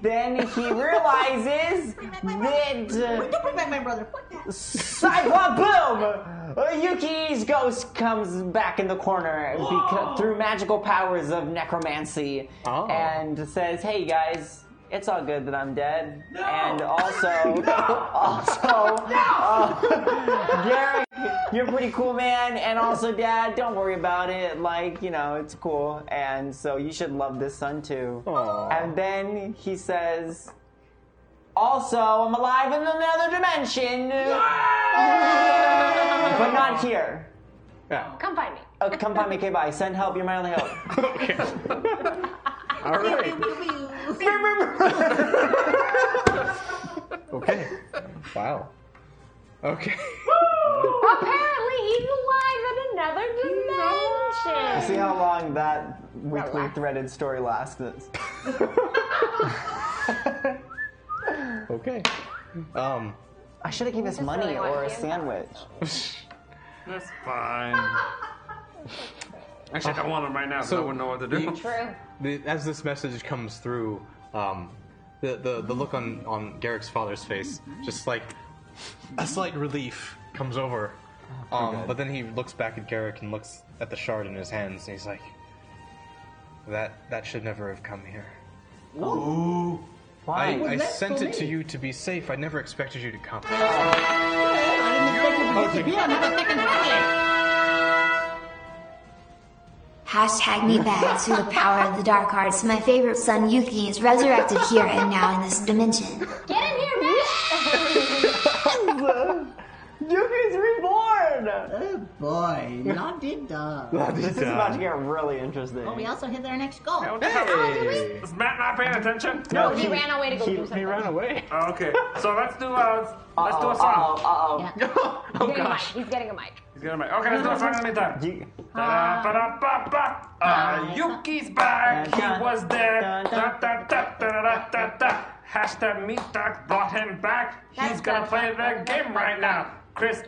Speaker 6: then he realizes that. uh,
Speaker 8: Don't bring back my brother. Fuck that.
Speaker 6: Cyclop Boom! Uh, Yuki's ghost comes back in the corner beca- through magical powers of necromancy
Speaker 2: Oh.
Speaker 6: and says, "Hey guys, it's all good that I'm dead." And also, also,
Speaker 10: Oh.
Speaker 6: uh, Garrick, you're a pretty cool man, and also, Dad, don't worry about it. Like, you know, it's cool, and so you should love this son too. And then he says. Also, I'm alive in another dimension. But not here.
Speaker 5: Come find me.
Speaker 6: Oh, come find me, K bye. Send help, you're my only help.
Speaker 2: All right. Okay. Wow. Okay.
Speaker 5: Apparently, he's alive in another dimension.
Speaker 6: See how long that weekly threaded story lasts.
Speaker 2: Okay. Um.
Speaker 6: I should have given us money
Speaker 5: really want
Speaker 6: or a
Speaker 5: you.
Speaker 6: sandwich.
Speaker 3: That's fine. Actually, I don't want them right now, so, I wouldn't know what to do.
Speaker 2: you- the, as this message comes through, um, the, the, the look on, on Garrick's father's face, just like a slight relief comes over. Um, but then he looks back at Garrick and looks at the shard in his hands, and he's like, "That that should never have come here.
Speaker 3: Ooh.
Speaker 2: I,
Speaker 3: Well,
Speaker 2: I
Speaker 3: that's
Speaker 2: sent
Speaker 3: for
Speaker 2: it to
Speaker 3: me.
Speaker 2: you to be safe. I never expected you to come."
Speaker 10: Oh,
Speaker 7: Hashtag me back through the power of the dark arts. My favorite son Yuki is resurrected here and now in this dimension.
Speaker 5: Get in here, man!
Speaker 6: Yuki's reborn!
Speaker 8: Oh boy, naughty dog.
Speaker 6: This is about to get really interesting.
Speaker 4: But Oh, we also Oh, hit our next goal.
Speaker 3: Is Matt not paying attention?
Speaker 6: No, No, he he- ran away to go he- do he something.
Speaker 3: ran away. Oh, okay. So let's do uh, let's do a
Speaker 6: Uh-oh,
Speaker 3: song.
Speaker 6: Uh-oh, uh-oh.
Speaker 5: He's
Speaker 6: Oh,
Speaker 5: getting a mic. He's getting a
Speaker 3: He's gonna
Speaker 5: mic.
Speaker 3: make. Okay, let's do a song in the meantime.
Speaker 6: You-
Speaker 3: Da da da ba ba. Uh, Yuki's back. He was there. Da da da da da da da. Hashtag meat duck brought him back. He's gonna play the game right now. Chris,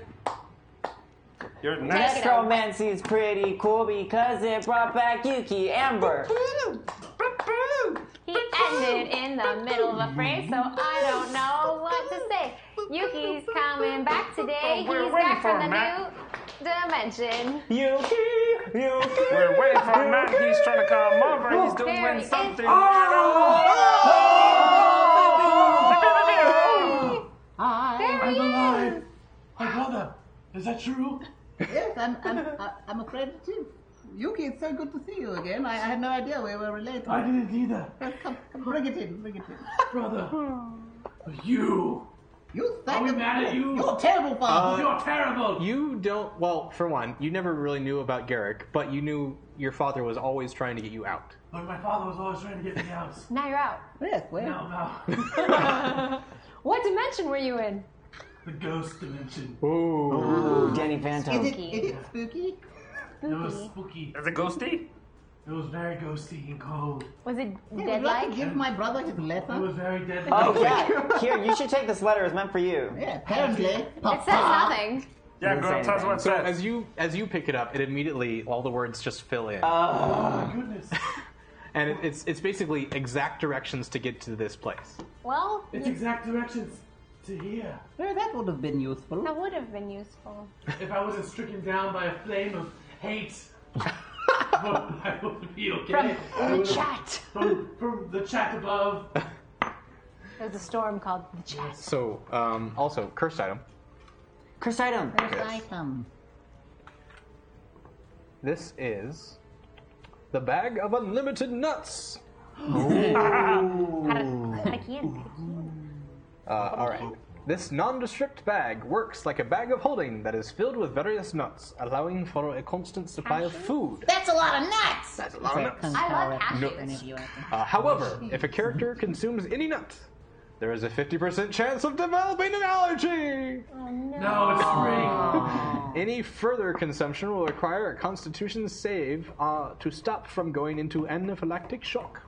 Speaker 3: you're next.
Speaker 6: Necromancy is pretty cool because it brought back Yuki Amber. Oh,
Speaker 5: He ended in the middle of a phrase, so I don't know what to say. Yuki's coming back today.
Speaker 6: Oh, We're
Speaker 5: He's
Speaker 6: waiting
Speaker 5: back
Speaker 6: for
Speaker 5: from the
Speaker 6: him, Matt.
Speaker 5: new dimension.
Speaker 6: Yuki,
Speaker 3: You. We're waiting for a man. He's trying to come over. He's doing
Speaker 5: There he is.
Speaker 3: something. Oh!
Speaker 5: There he is.
Speaker 10: My brother, is that true?
Speaker 8: yes, I'm, I'm, I- I'm a friend too. Yuki, it's so good to see you again. I, I had no idea we were related.
Speaker 10: I didn't either.
Speaker 8: Well, Come, come, bring it in, bring it in.
Speaker 10: Brother.
Speaker 5: Hmm.
Speaker 10: You.
Speaker 8: You
Speaker 10: Are
Speaker 8: thank
Speaker 10: we mad at you?
Speaker 8: You're terrible,
Speaker 10: Uh,
Speaker 8: father.
Speaker 10: You're terrible.
Speaker 2: You don't. Well, for one, you never really knew about Garrick, but you knew your father was always trying to get you out.
Speaker 10: But my father was always trying to get me out.
Speaker 5: Now you're out.
Speaker 8: Yes, well.
Speaker 10: No, no.
Speaker 5: What dimension were you in?
Speaker 10: The ghost dimension. Oh.
Speaker 23: Ooh, Danny Phantom.
Speaker 8: Is it, is it spooky?
Speaker 10: It was spooky.
Speaker 3: Is it ghosty?
Speaker 10: It was very ghosty and cold.
Speaker 5: Was it
Speaker 8: Hey, would
Speaker 5: dead
Speaker 8: you like
Speaker 5: like?
Speaker 8: to give my brother his
Speaker 10: It was
Speaker 8: letter?
Speaker 10: very dead.
Speaker 23: Oh yeah. Here, you should take this letter. It's meant for you.
Speaker 8: Yeah, apparently.
Speaker 5: It says nothing.
Speaker 3: Yeah, girl, tell us what it
Speaker 2: So
Speaker 3: says.
Speaker 2: as you as you pick it up, it immediately all the words just fill in,
Speaker 23: Uh,
Speaker 10: My goodness.
Speaker 2: and it, it's it's basically exact directions to get to this place.
Speaker 5: Well,
Speaker 10: It's exact directions to here.
Speaker 8: Well, that would have been useful.
Speaker 5: that would have been useful.
Speaker 10: If I wasn't stricken down by a flame of hate, I would be okay.
Speaker 5: From the chat.
Speaker 10: From, from the chat above.
Speaker 5: There's a storm called the chat.
Speaker 2: So um, also cursed item.
Speaker 23: Cursed item.
Speaker 8: First item.
Speaker 2: This is the bag of unlimited nuts. Uh, all right. This nondescript bag works like a bag of holding that is filled with various nuts, allowing for a constant supply of food.
Speaker 4: That's a lot of nuts.
Speaker 2: That's a lot of nuts.
Speaker 5: I love
Speaker 2: Nuts.
Speaker 5: ashes.
Speaker 2: Uh, however, if a character consumes any nut, there is a 50% chance of developing an allergy.
Speaker 5: Oh no.
Speaker 10: No, it's spring.
Speaker 2: Any further consumption will require a constitution save uh, to stop from going into anaphylactic shock.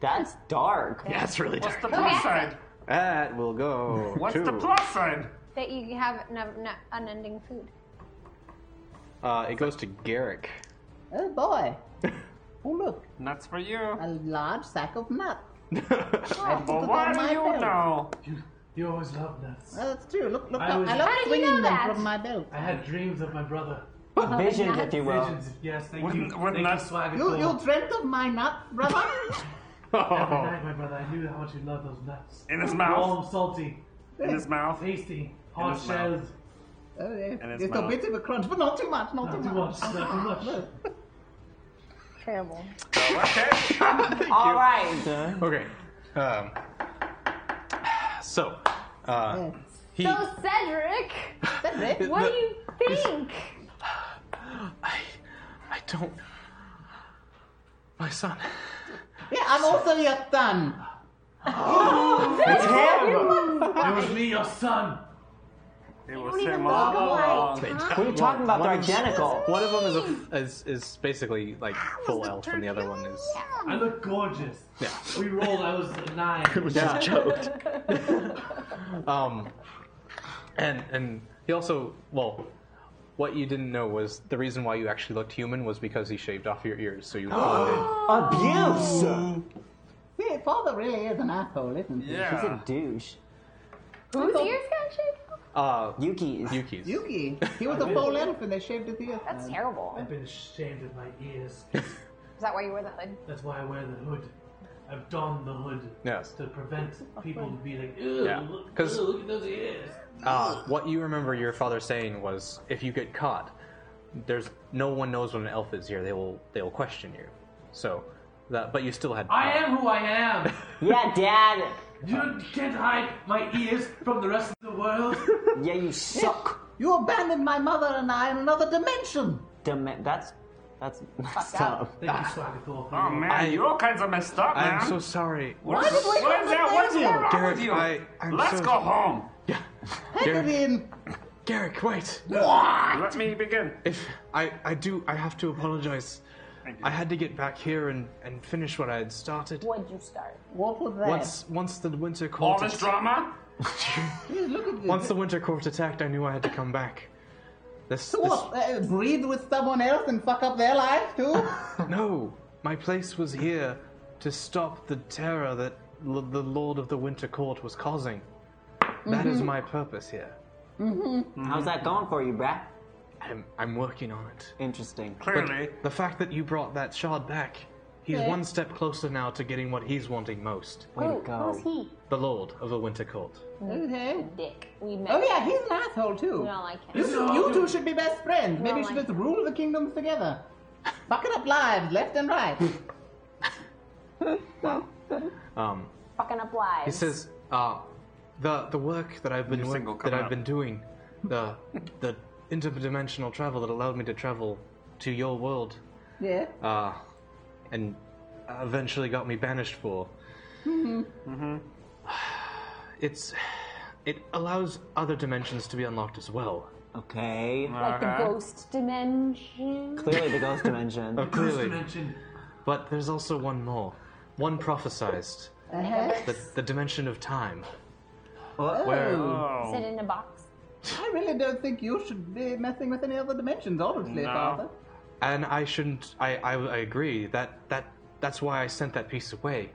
Speaker 23: That's dark.
Speaker 2: Yeah, that's really
Speaker 3: What's
Speaker 2: dark.
Speaker 3: the plus side?
Speaker 2: That will go.
Speaker 3: What's
Speaker 2: to,
Speaker 3: the plus side?
Speaker 5: That you have no, no, unending food.
Speaker 2: Uh, it goes to Garrick.
Speaker 8: Oh boy. oh look,
Speaker 3: Nuts for you.
Speaker 8: a large sack of nuts.
Speaker 3: But why do you know?
Speaker 10: You always love nuts.
Speaker 8: Oh, that's true. Look, look,
Speaker 10: I
Speaker 8: I,
Speaker 10: was-
Speaker 8: I love
Speaker 5: How did you
Speaker 8: swinging
Speaker 5: know
Speaker 8: them
Speaker 5: that?
Speaker 8: from my belt.
Speaker 10: I had dreams of my brother.
Speaker 23: Visions, if you will.
Speaker 10: Visions, yes, thank
Speaker 3: Wouldn't-
Speaker 10: you.
Speaker 3: wouldn't
Speaker 10: thank
Speaker 3: that-
Speaker 10: you, Swagger
Speaker 8: You,
Speaker 10: Cole.
Speaker 8: you dreamt of my nuts, brother?
Speaker 10: Every night, my brother, I knew how much you loved those nuts.
Speaker 3: Oh. In his mouth.
Speaker 10: Warm, salty,
Speaker 3: In his mouth.
Speaker 10: tasty, hard
Speaker 3: his mouth.
Speaker 10: shells.
Speaker 8: oh yeah,
Speaker 3: his
Speaker 8: it's a
Speaker 3: mouth.
Speaker 8: bit of a crunch, but not too much, not
Speaker 10: Not
Speaker 8: too
Speaker 10: too
Speaker 8: much.
Speaker 10: much, not too much.
Speaker 5: Terrible.
Speaker 23: All right.
Speaker 2: Okay. Um, so, uh, he.
Speaker 5: So Cedric,
Speaker 8: Cedric?
Speaker 5: what do you think?
Speaker 2: I, I don't. My son.
Speaker 8: Yeah, I'm also your son.
Speaker 10: It was me, your son.
Speaker 3: It
Speaker 5: You
Speaker 3: was
Speaker 5: don't even
Speaker 3: him
Speaker 5: look
Speaker 3: all along.
Speaker 5: alike.
Speaker 23: What are you talking about? They're identical.
Speaker 2: One of them is, a, is is basically like full elf, and the other one is.
Speaker 10: I look gorgeous.
Speaker 2: Yeah.
Speaker 10: We rolled, I was a nine.
Speaker 2: Yeah. choked. um, and and he also well, what you didn't know was the reason why you actually looked human was because he shaved off your ears, so you blended.
Speaker 23: Abuse.
Speaker 8: See, father really is an asshole, isn't he?
Speaker 23: He's
Speaker 3: Yeah.
Speaker 23: a douche.
Speaker 5: Whose ears got shaved? off?
Speaker 2: Uh,
Speaker 23: Yuki's.
Speaker 2: Yuki's. Uh,
Speaker 8: Yuki, he was a full elf and they shaved his ears.
Speaker 5: That's
Speaker 8: off.
Speaker 5: terrible.
Speaker 10: I've been ashamed of my ears.
Speaker 5: Is that why you wear the hood?
Speaker 10: That's why I wear the hood. I've donned the hood.
Speaker 2: Yes.
Speaker 10: To prevent people to be like, ew,
Speaker 2: Yeah,
Speaker 10: look,
Speaker 2: 'cause-
Speaker 10: ew, look at those ears.
Speaker 2: Uh, what you remember your father saying was, if you get caught, there's no one knows what an elf is here. They will they will question you. So, that but you still had.
Speaker 10: I am who I am.
Speaker 23: Yeah, Dad.
Speaker 10: You can't hide my ears from the rest of the world.
Speaker 23: Yeah, you suck.
Speaker 8: You abandoned my mother and I in another dimension.
Speaker 23: Dema- that's that's messed up.
Speaker 10: Thank you, Swagathor.
Speaker 3: Oh man,
Speaker 2: I-
Speaker 3: you're all kinds of messed up, man.
Speaker 2: I'm so sorry.
Speaker 3: What is-
Speaker 8: did we
Speaker 3: what is
Speaker 8: have
Speaker 3: that?
Speaker 8: to
Speaker 3: What's
Speaker 8: do
Speaker 3: going on
Speaker 2: Garrett,
Speaker 3: with you?
Speaker 2: I- I'm
Speaker 3: Let's
Speaker 2: so
Speaker 3: go
Speaker 2: sorry.
Speaker 3: home.
Speaker 8: Pickering.
Speaker 2: Garrick, wait.
Speaker 3: Let me begin.
Speaker 2: If I I do I have to apologize.
Speaker 3: you.
Speaker 2: I had to get back here and, and finish what I had started.
Speaker 5: What'd you start?
Speaker 8: What was that?
Speaker 2: Once once the winter
Speaker 3: All
Speaker 2: court
Speaker 3: this drama?
Speaker 8: Please look at this.
Speaker 2: once the winter court attacked, I knew I had to come back. This,
Speaker 8: So what? Uh, breed with someone else and fuck up their life too?
Speaker 2: this no, my place was here to stop the terror that l- the Lord of the Winter Court was
Speaker 5: Mm-hmm.
Speaker 2: causing. That is my purpose here.
Speaker 23: How's that going for you, Brad?
Speaker 2: I'm, I'm working on it.
Speaker 23: Interesting.
Speaker 3: Clearly.
Speaker 2: the fact that you brought that shard back, he's
Speaker 5: Yeah.
Speaker 2: one step closer now to getting what he's wanting most.
Speaker 5: Way to Who- go. who's he?
Speaker 2: The Lord of the Winter Court.
Speaker 5: Okay. Dick. We met.
Speaker 8: Oh yeah, he's an asshole too.
Speaker 5: We don't like him.
Speaker 8: You, should- you two should be best friends. Maybe you should
Speaker 5: like
Speaker 8: just rule the kingdoms together. Fucking up lives left and right.
Speaker 2: Um,
Speaker 5: Fucking up lives.
Speaker 2: he says, uh, the the work that I've been
Speaker 26: New
Speaker 2: work-
Speaker 26: single
Speaker 2: that
Speaker 26: coming
Speaker 2: I've
Speaker 26: out.
Speaker 2: been doing, the the interdimensional travel that allowed me to travel to your world,
Speaker 8: yeah.
Speaker 2: uh, and eventually got me banished for.
Speaker 8: Mm-hmm.
Speaker 2: It's it allows other dimensions to be unlocked as well.
Speaker 23: Okay.
Speaker 5: Like
Speaker 2: "Uh-huh."
Speaker 26: Uh-huh.
Speaker 5: the ghost dimension.
Speaker 23: Clearly the ghost dimension.
Speaker 2: Oh, clearly. But there's also one more. One prophesized.
Speaker 5: Uh-huh.
Speaker 2: The, the dimension of time.
Speaker 8: Oh.
Speaker 2: Where Oh.
Speaker 5: Is it in a box?
Speaker 8: I really don't think you should be messing with any other dimensions, honestly,
Speaker 2: No.
Speaker 8: Father.
Speaker 2: and I shouldn't I, I I agree that that that's why I sent that piece away.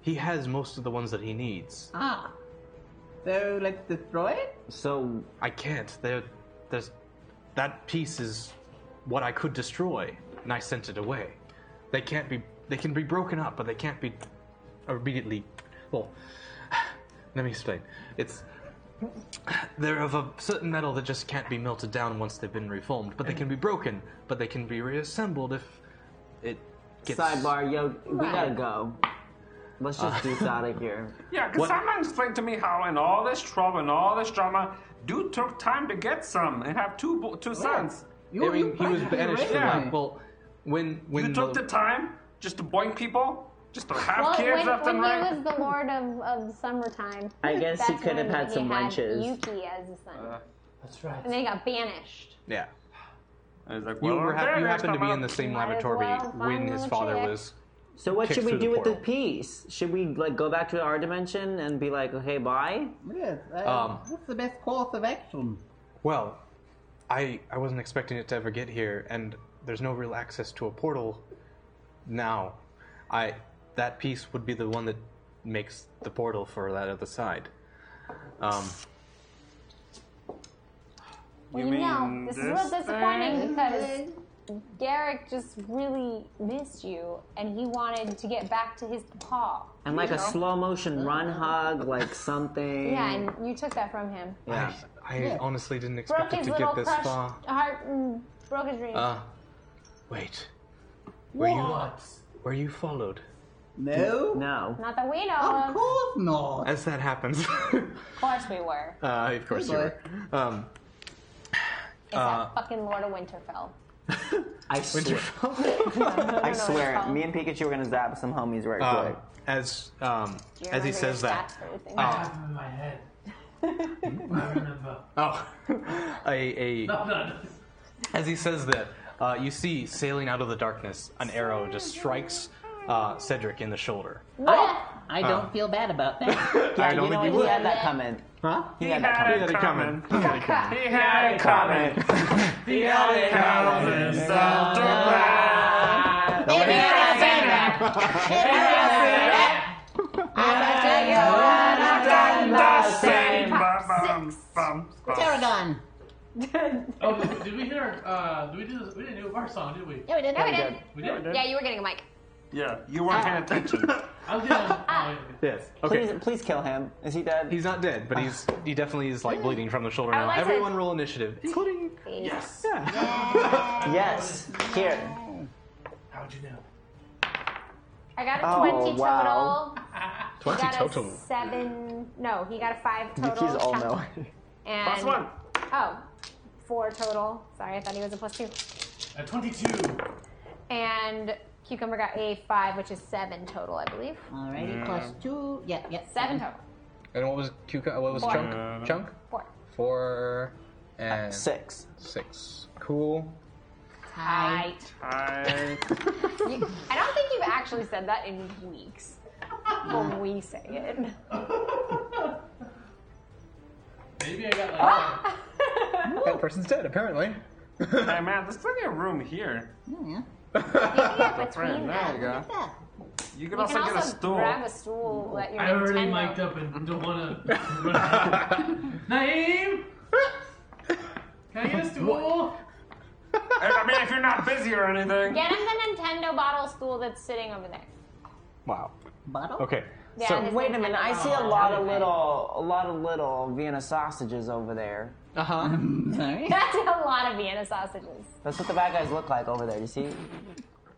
Speaker 2: He has most of the ones that he needs.
Speaker 8: Ah. So let's destroy it?
Speaker 2: So I can't. There there's that piece is what I could destroy and I sent it away. They can't be they can be broken up, but they can't be immediately well let me explain. It's They're of a certain metal that just can't be melted down once they've been reformed, but they can be broken, but they can be reassembled if it gets.
Speaker 23: Sidebar, yo, we gotta go. Let's just
Speaker 2: Uh.
Speaker 23: do this out of here.
Speaker 3: Yeah, because
Speaker 23: What-
Speaker 3: someone explained to me how in all this trouble and all this drama, dude took time to get some and have two bo- two sons.
Speaker 2: I mean, he was banished from that. Well, when when
Speaker 3: you took
Speaker 2: the-
Speaker 3: the time just to boink people, just to have
Speaker 5: Well,
Speaker 3: kids
Speaker 5: when,
Speaker 3: left
Speaker 5: when
Speaker 3: and
Speaker 5: he
Speaker 3: right.
Speaker 5: was the lord of, of summertime,
Speaker 23: I guess he
Speaker 5: that's
Speaker 23: could have
Speaker 5: when
Speaker 23: had
Speaker 5: he
Speaker 23: some wenches.
Speaker 5: Yuki as a son,
Speaker 3: Uh,
Speaker 23: That's right.
Speaker 5: and then he got banished.
Speaker 2: yeah.
Speaker 3: I was like,
Speaker 2: you
Speaker 23: well,
Speaker 2: were hap-
Speaker 23: there
Speaker 2: you
Speaker 23: is
Speaker 2: happened to be
Speaker 23: someone.
Speaker 2: in the same
Speaker 23: Might as
Speaker 2: laboratory
Speaker 23: well
Speaker 2: when
Speaker 23: find
Speaker 2: his
Speaker 23: the
Speaker 2: father
Speaker 23: chick.
Speaker 2: was.
Speaker 23: So what
Speaker 2: kicked
Speaker 23: should we
Speaker 2: through
Speaker 23: do
Speaker 2: the
Speaker 23: with the
Speaker 2: portal.
Speaker 23: piece? Should we like go back to our dimension and be like, okay, bye?
Speaker 8: Yes. Uh,
Speaker 2: Um.
Speaker 8: what's the best course of action?
Speaker 2: Well, I I wasn't expecting it to ever get here, and there's no real access to a portal now. I that piece would be the one that makes the portal for that other side. Um,
Speaker 5: Well, you know, this, is what's disappointing because Garrick just really missed you, and he wanted to get back to his paw.
Speaker 23: And like
Speaker 5: you
Speaker 23: a
Speaker 5: know?
Speaker 23: slow motion run hug, like something.
Speaker 5: Yeah, and you took that from him.
Speaker 23: Yeah.
Speaker 2: I
Speaker 5: Yeah.
Speaker 2: honestly didn't
Speaker 5: Broke
Speaker 2: expect it
Speaker 5: his
Speaker 2: to
Speaker 5: little
Speaker 2: get this
Speaker 5: crushed
Speaker 2: far.
Speaker 5: heart, and broke his dream.
Speaker 2: Uh, wait. Were
Speaker 5: What?
Speaker 2: you were you followed?
Speaker 8: No.
Speaker 2: No.
Speaker 5: Not that we know of. Of
Speaker 8: course not.
Speaker 2: As that happens,
Speaker 5: Of course we were.
Speaker 2: uh, of course you
Speaker 5: Hey,
Speaker 2: were. Um,
Speaker 5: It's
Speaker 2: uh,
Speaker 5: that fucking Lord of Winterfell.
Speaker 23: I swear. I swear, me and Pikachu are gonna zap some homies right
Speaker 2: uh,
Speaker 23: quick.
Speaker 2: as um,
Speaker 23: Do you
Speaker 2: as he
Speaker 23: remember
Speaker 2: says
Speaker 23: your
Speaker 2: that,
Speaker 23: stats for everything?
Speaker 10: I
Speaker 2: uh,
Speaker 10: have them in my head. I remember.
Speaker 2: oh, a, a
Speaker 10: No, no, no.
Speaker 2: As he says that, uh, you see sailing out of the darkness, an arrow just strikes uh, Cedric in the shoulder.
Speaker 8: I, I
Speaker 2: Uh.
Speaker 8: don't feel bad about that.
Speaker 2: I don't think he would.
Speaker 23: coming.
Speaker 2: Huh?
Speaker 23: He had that
Speaker 2: He had it coming. He had it coming.
Speaker 3: He had it coming. he had it coming. Himself to ride.
Speaker 27: If you
Speaker 3: had
Speaker 27: said
Speaker 3: that, if you had said that,
Speaker 27: I'd tell you
Speaker 3: I'd have done the same.
Speaker 4: Tarragon.
Speaker 10: Oh, did, did we hear? Uh, did we do this? We didn't do a bar song, did we?
Speaker 5: Yeah, we did. Yeah, we did.
Speaker 10: We did.
Speaker 5: Yeah, you were getting a mic.
Speaker 3: Yeah, you weren't paying attention.
Speaker 5: Ah.
Speaker 2: Yes. Okay.
Speaker 23: Please, please kill him. Is he dead?
Speaker 2: He's not dead, but he's he definitely is like bleeding from the shoulder
Speaker 23: I
Speaker 2: now.
Speaker 23: like to-
Speaker 2: Everyone, roll initiative.
Speaker 23: Including.
Speaker 5: Yes.
Speaker 23: Yes. Here.
Speaker 10: How'd you know?
Speaker 5: I got a
Speaker 23: Oh,
Speaker 5: 20
Speaker 23: wow.
Speaker 5: total.
Speaker 23: Twenty
Speaker 5: he got
Speaker 23: total.
Speaker 5: A seven. No, he got a five total.
Speaker 23: He's all no.
Speaker 5: And
Speaker 23: Plus one.
Speaker 5: Oh, four total. Sorry, I thought he was a plus two.
Speaker 10: At 22.
Speaker 5: And Cucumber got a five, which is seven total, I believe.
Speaker 4: Alrighty,
Speaker 2: Yeah.
Speaker 4: plus two. Yeah, yeah.
Speaker 5: Seven total.
Speaker 2: Mm. And what was Cuca? What was
Speaker 5: Four.
Speaker 2: Chunk? Chunk.
Speaker 5: Four.
Speaker 2: Four and
Speaker 23: six.
Speaker 2: Six. Cool.
Speaker 5: Tight. You- I don't think you've actually said that in weeks. When we say it.
Speaker 10: Maybe I got like.
Speaker 5: Oh.
Speaker 2: that person's dead, apparently.
Speaker 3: hey man, there's plenty of room here.
Speaker 4: Yeah.
Speaker 3: That's right. There you go. You can also
Speaker 5: you
Speaker 3: get
Speaker 5: can
Speaker 3: a
Speaker 5: also
Speaker 3: stool.
Speaker 5: grab a stool that you're
Speaker 10: I already mic'd up and don't want to. Naeem! Can I get a stool?
Speaker 3: I mean, if you're not busy or anything.
Speaker 5: Get him the Nintendo bottle stool that's sitting over there.
Speaker 17: Wow.
Speaker 4: Bottle?
Speaker 17: Okay.
Speaker 5: Yeah,
Speaker 17: so
Speaker 5: and it's
Speaker 23: Wait a minute, I see a
Speaker 5: Oh,
Speaker 23: lot of
Speaker 5: okay.
Speaker 23: little, a lot of little Vienna sausages over there.
Speaker 22: Uh huh.
Speaker 5: That's a lot of Vienna sausages.
Speaker 23: That's what the bad guys look like over there. You see?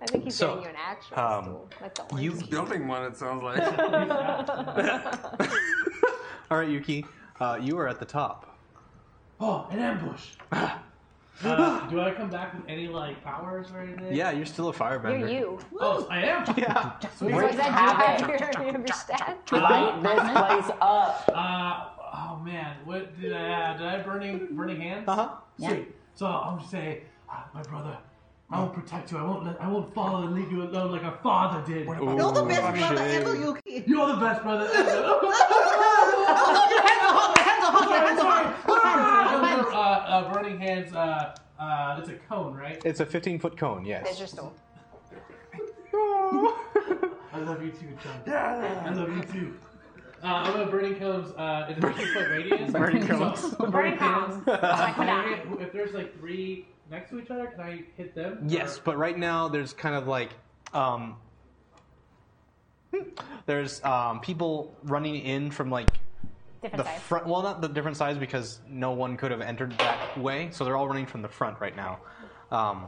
Speaker 5: I think he's
Speaker 23: So,
Speaker 5: getting you an actual
Speaker 23: um,
Speaker 5: stool. Like the
Speaker 3: You
Speaker 5: orange.
Speaker 3: building one, it sounds like.
Speaker 2: All right, Yuki, uh, you are at the top.
Speaker 10: Oh, an ambush.
Speaker 2: Ah.
Speaker 8: Ah.
Speaker 10: Uh, do I come back with any like powers or anything?
Speaker 2: Yeah, you're still a firebender.
Speaker 5: You're you.
Speaker 10: Oh, I am.
Speaker 2: Yeah.
Speaker 10: Sweet.
Speaker 5: Is that
Speaker 23: havoc.
Speaker 5: you higher in your stat?
Speaker 23: Light this place up.
Speaker 10: Uh, oh man, what did I add? Did I have burning burning hands? Uh
Speaker 2: Uh-huh.
Speaker 10: huh. Sweet. So I'm gonna say, uh, my brother, I will protect you. I won't let, I won't follow and leave you alone like our father did.
Speaker 8: You're the best brother ever, Yuki.
Speaker 10: You're the best brother ever. Uh, uh, burning hands. Uh, uh, it's a cone, right?
Speaker 2: It's a 15 foot cone, yes.
Speaker 10: your stool. I love you too, John. I love you too. Uh, I'm gonna burning cones. Uh, is it 15 foot radius?
Speaker 2: Burning
Speaker 10: So-
Speaker 2: cones.
Speaker 10: burning cones.
Speaker 5: Like
Speaker 10: Can I
Speaker 5: that.
Speaker 10: hit- if there's like three next to each other, can I hit them?
Speaker 2: Yes, but right now there's kind of like um, hmm, there's um, people running in from like
Speaker 5: Different
Speaker 2: the
Speaker 5: size.
Speaker 2: front. Well, not the different sides because no one could have entered that way, so they're all running from the front right now. Um,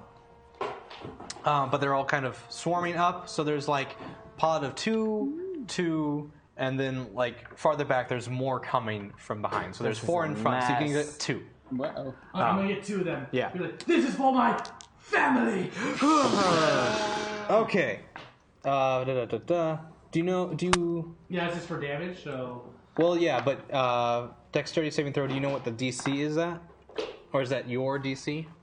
Speaker 2: um, but they're all kind of swarming up. So there's like pod of two, two, and then like farther back there's more coming from behind. So there's
Speaker 10: This is
Speaker 2: four
Speaker 10: a
Speaker 2: in front, so you can
Speaker 10: mess.
Speaker 2: get two.
Speaker 8: Whoa.
Speaker 10: Alright, I'm
Speaker 2: Um,
Speaker 10: gonna get two of them.
Speaker 2: yeah.
Speaker 10: Be like, this is for my family.
Speaker 2: okay. Uh, da, da, da, da. Do you know? Do you?
Speaker 10: yeah, it's just for damage. So
Speaker 2: Well, yeah, but uh, dexterity saving throw. Do you know what the DC is at, or is that your DC?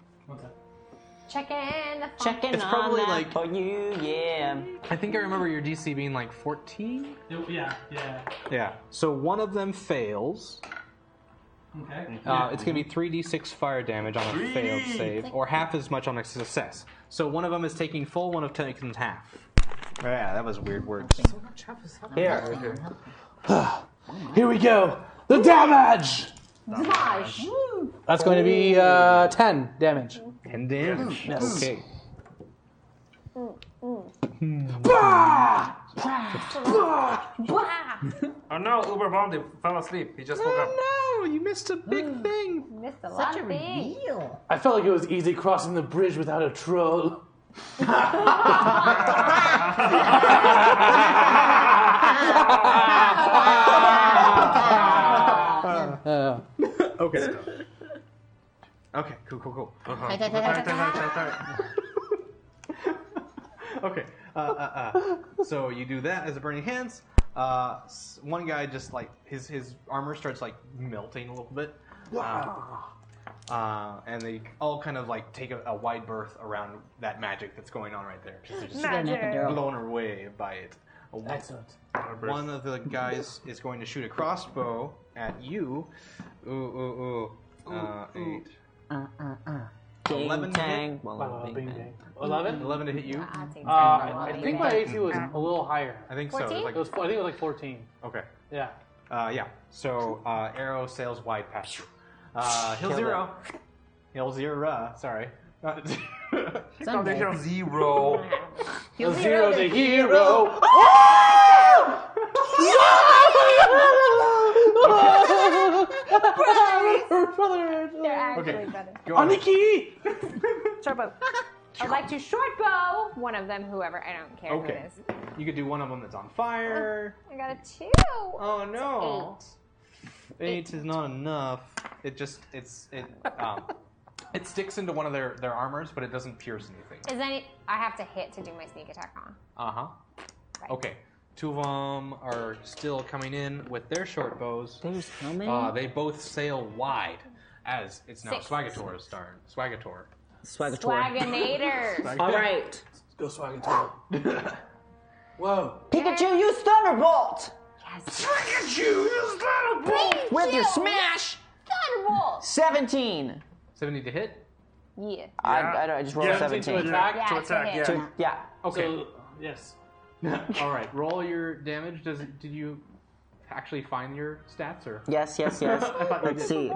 Speaker 5: Check in. the
Speaker 23: Check in
Speaker 5: funk.
Speaker 2: It's probably like
Speaker 23: for you, yeah.
Speaker 2: I think I remember your DC being like fourteen.
Speaker 10: yeah, yeah.
Speaker 2: Yeah. So one of them fails.
Speaker 10: Okay.
Speaker 2: Uh, it's going to be 3d6 fire damage on a failed save, or half as much on a success. So one of them is taking full, one of them taking half. Yeah, that was weird words.
Speaker 23: Here.
Speaker 2: Here we go. The damage.
Speaker 5: Damage.
Speaker 28: That's going to be uh, 10 damage.
Speaker 2: 10 damage.
Speaker 28: Yes.
Speaker 2: Okay.
Speaker 28: uh,
Speaker 3: Bah!
Speaker 5: Bah!
Speaker 3: Oh no, Uber Baldi fell asleep. He just woke up.
Speaker 2: Oh no, you missed a big thing.
Speaker 5: Mm. Missed a lot of things.
Speaker 28: I felt like it was easy crossing the bridge without a troll.
Speaker 2: Uh, okay. okay. Cool. Cool. Uh-huh. Cool. okay. Uh, uh, uh. So you do that as a burning hands. Uh, s- one guy just like his his armor starts like melting a little bit. Uh, uh, and they all kind of like take a, a wide berth around that magic that's going on right there. 'cause They're just
Speaker 28: She got an epidural.
Speaker 2: blown away by it. Excellent. One of the guys is going to shoot a crossbow at you. Ooh, ooh, ooh. Uh, eight.
Speaker 4: Uh, uh, uh.
Speaker 2: 11 to hit.
Speaker 28: Wow, Uh, bing, bang.
Speaker 2: 11? 11 to hit you.
Speaker 28: Uh, I I think my AC was a little higher.
Speaker 2: I think so. It was 14? like-
Speaker 28: It was, I think it was like 14.
Speaker 2: Okay.
Speaker 28: Yeah.
Speaker 2: Uh, yeah. So uh, arrow sails wide past you. Uh, hill
Speaker 28: Kill
Speaker 2: zero. Hill zero. Sorry. Uh,
Speaker 3: Come to Hill Zero.
Speaker 2: Oh,
Speaker 28: A zero's a hero.
Speaker 5: They're actually
Speaker 2: Okay,
Speaker 5: better.
Speaker 2: go on.
Speaker 28: Aniki!
Speaker 5: Short bow. I'd like to short bow one of them, whoever. I don't care who
Speaker 2: okay.
Speaker 5: it is.
Speaker 2: You could do one of them that's on fire.
Speaker 5: I got a two.
Speaker 2: Oh no.
Speaker 5: It's Uh,
Speaker 2: Eight is not enough. It just it's it um, it sticks into one of their their armors, but it doesn't pierce anything.
Speaker 5: eight. Is any? I have to hit to do my sneak attack on.
Speaker 2: Uh huh. Okay. Two of them are still coming in with their short bows. There's
Speaker 4: how many?
Speaker 2: Uh, they both sail wide as it's now
Speaker 5: Six.
Speaker 2: Swagator's turn. Swagator.
Speaker 5: Swaginator.
Speaker 23: All right.
Speaker 28: Go Swagator. Whoa.
Speaker 23: Pikachu, use Thunderbolt!
Speaker 5: Yes.
Speaker 23: Pikachu, use Thunderbolt! With your smash!
Speaker 5: Thunderbolt.
Speaker 23: 17.
Speaker 2: 70 to hit?
Speaker 5: Yeah.
Speaker 23: I, I, don't- I just rolled
Speaker 2: Yeah.
Speaker 23: 17.
Speaker 2: To attack? Yeah, To to attack, hit. yeah.
Speaker 23: To- yeah.
Speaker 2: Okay.
Speaker 10: yes.
Speaker 2: All right. Roll your damage. Does did you actually find your stats or?
Speaker 23: Yes, yes, yes.
Speaker 2: I thought you
Speaker 23: Let's
Speaker 2: did.
Speaker 23: see.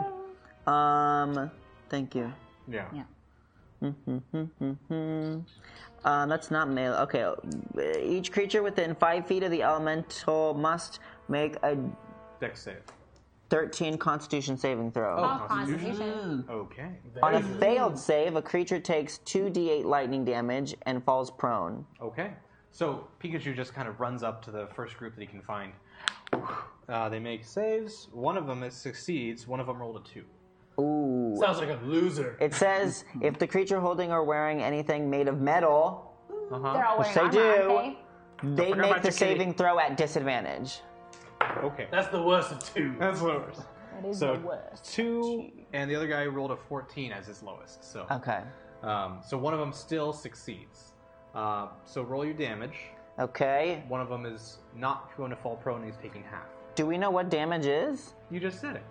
Speaker 23: Um, thank you. Mm-hmm,
Speaker 2: Yeah.
Speaker 4: Yeah.
Speaker 6: Mm-hmm.
Speaker 23: Uh,
Speaker 6: Um, that's not melee. Okay, each creature within five feet of the elemental must make a
Speaker 2: Dex save.
Speaker 6: 13 Constitution saving
Speaker 23: Oh.
Speaker 6: throw.
Speaker 2: Okay.
Speaker 6: On a failed save, a creature takes 2d8 lightning damage and falls prone.
Speaker 2: Okay. So Pikachu just kind of runs up to the first group that he can find. Uh, they make saves. One of them is succeeds. One of them rolled a two.
Speaker 6: Ooh.
Speaker 10: Sounds like a loser.
Speaker 6: It says if the creature holding or wearing anything made of metal,
Speaker 5: They're all
Speaker 6: which
Speaker 5: wearing
Speaker 6: they
Speaker 5: armor,
Speaker 6: do,
Speaker 5: aren't
Speaker 6: they
Speaker 10: forget
Speaker 6: make
Speaker 10: about
Speaker 6: the
Speaker 10: your kitty.
Speaker 6: saving throw at disadvantage.
Speaker 2: Okay.
Speaker 10: That's the worst of two.
Speaker 2: That's the worst.
Speaker 6: That is
Speaker 2: so
Speaker 6: the worst.
Speaker 2: two, and the other guy rolled a fourteen as his lowest. So
Speaker 6: Okay.
Speaker 2: Um, so one of them still succeeds. Uh, so roll your damage.
Speaker 6: Okay.
Speaker 2: One of them is not going to fall prone. He's taking half.
Speaker 6: Do we know what damage is?
Speaker 2: You just said it.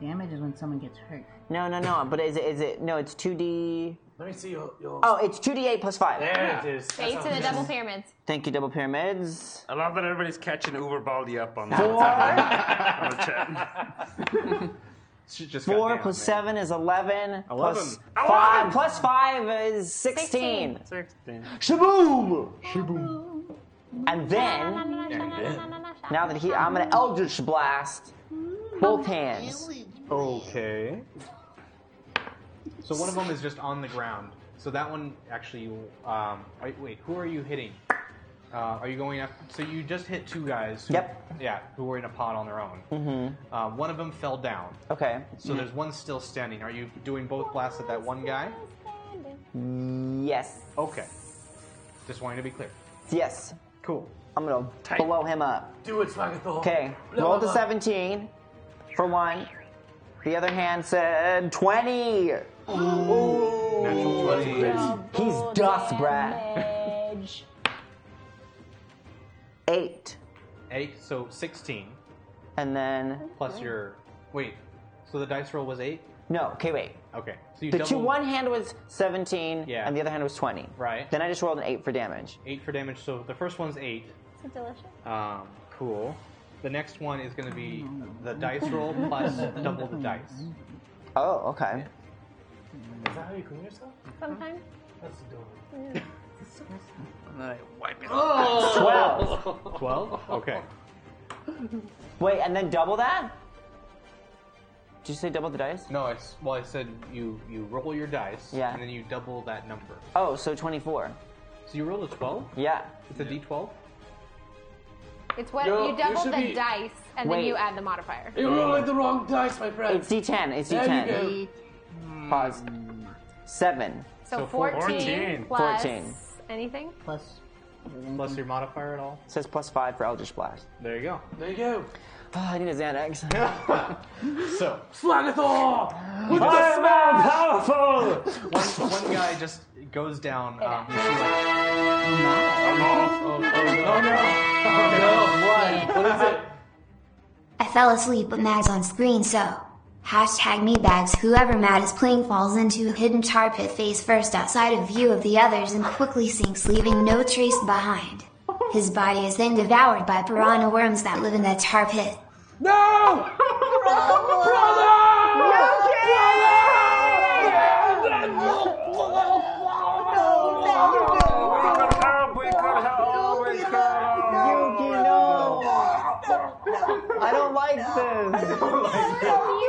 Speaker 4: Damage is when someone gets hurt.
Speaker 6: No, no, no. But is it? Is it? No, it's two d.
Speaker 10: Let me see your. your...
Speaker 6: Oh, it's two d8 plus five.
Speaker 10: There it is.
Speaker 5: Eight to the double pyramids.
Speaker 6: Thank you, double pyramids.
Speaker 3: I love that everybody's catching Uber Baldy up on
Speaker 6: Four.
Speaker 3: on the chat.
Speaker 6: Four plus seven is eleven. Plus
Speaker 3: Eleven.
Speaker 6: five plus five is sixteen.
Speaker 3: Sixteen.
Speaker 6: Shaboom! And then, now that he, I'm gonna Eldritch Blast both hands.
Speaker 2: Okay. So one of them is just on the ground. So that one actually. Um, wait, wait, who are you hitting? Uh, are you going after? So you just hit two guys. Who,
Speaker 6: Yep.
Speaker 2: Yeah, who were in a pod on their own.
Speaker 6: Mm-hmm.
Speaker 2: Uh, one of them fell down.
Speaker 6: Okay.
Speaker 2: So there's one still standing. Are you doing both blasts at that one guy? Mm.
Speaker 6: Yes.
Speaker 2: Okay. Just wanting to be clear.
Speaker 6: Yes.
Speaker 2: Cool.
Speaker 6: I'm gonna blow him up.
Speaker 10: Do it, Swagathor.
Speaker 6: Okay.
Speaker 10: No,
Speaker 6: Roll
Speaker 10: no,
Speaker 6: to
Speaker 10: no.
Speaker 6: seventeen for one. The other hand said twenty. Ooh. He's dust, brat. Eight.
Speaker 2: Eight. So sixteen
Speaker 6: And then
Speaker 2: plus your wait. So the dice roll was eight.
Speaker 6: no. Okay, wait.
Speaker 2: Okay. So you
Speaker 6: the
Speaker 2: double
Speaker 6: two one hand was 17
Speaker 2: Yeah.
Speaker 6: and the other hand was 20
Speaker 2: Right.
Speaker 6: then i just rolled an 8 for damage
Speaker 2: eight for damage. So the first one's eight.
Speaker 5: So delicious.
Speaker 2: Um, cool. The next one is going to be the dice roll plus double the dice.
Speaker 6: oh okay
Speaker 10: Is that how you clean yourself?
Speaker 5: Sometimes.
Speaker 10: That's adorable.
Speaker 3: And then I wipe it.
Speaker 10: Oh!
Speaker 6: Twelve.
Speaker 2: Twelve? Okay.
Speaker 6: wait and then double that did you say double the dice
Speaker 2: no it's well i said you you roll your dice
Speaker 6: yeah
Speaker 2: And then you double that number.
Speaker 6: oh so 24
Speaker 2: So you rolled a 12?
Speaker 6: yeah
Speaker 2: It's a d12?
Speaker 5: It's what
Speaker 10: Yo,
Speaker 5: you
Speaker 10: you
Speaker 5: double
Speaker 10: should
Speaker 5: the
Speaker 10: be-
Speaker 5: dice and then
Speaker 6: Wait.
Speaker 5: you add the modifier.
Speaker 10: You're rolling the wrong dice, my friend.
Speaker 6: it's d10 it's
Speaker 10: There you
Speaker 6: d10
Speaker 10: go.
Speaker 6: pause 7
Speaker 5: So, 14, plus
Speaker 6: 14
Speaker 5: anything?
Speaker 4: Plus.
Speaker 2: Plus your modifier at all?
Speaker 6: says plus 5 for eldritch blast
Speaker 2: there you go
Speaker 10: There you go.
Speaker 6: Ah, i need a xanax
Speaker 2: so
Speaker 10: Swagathor! Look
Speaker 2: I
Speaker 10: at the
Speaker 2: am
Speaker 10: smash!
Speaker 2: powerful! one, one guy just goes down. Um, you see, like, oh, oh, oh, no.
Speaker 10: Oh, no. What? What is it?
Speaker 7: I fell asleep, but Mag's on screen, so. Hashtag me bags. Whoever Mad is playing falls into a hidden tar pit face first outside of view of the others and quickly sinks, leaving no trace behind. His body is then devoured by piranha worms that live in that tar pit.
Speaker 10: No!
Speaker 6: i don't like this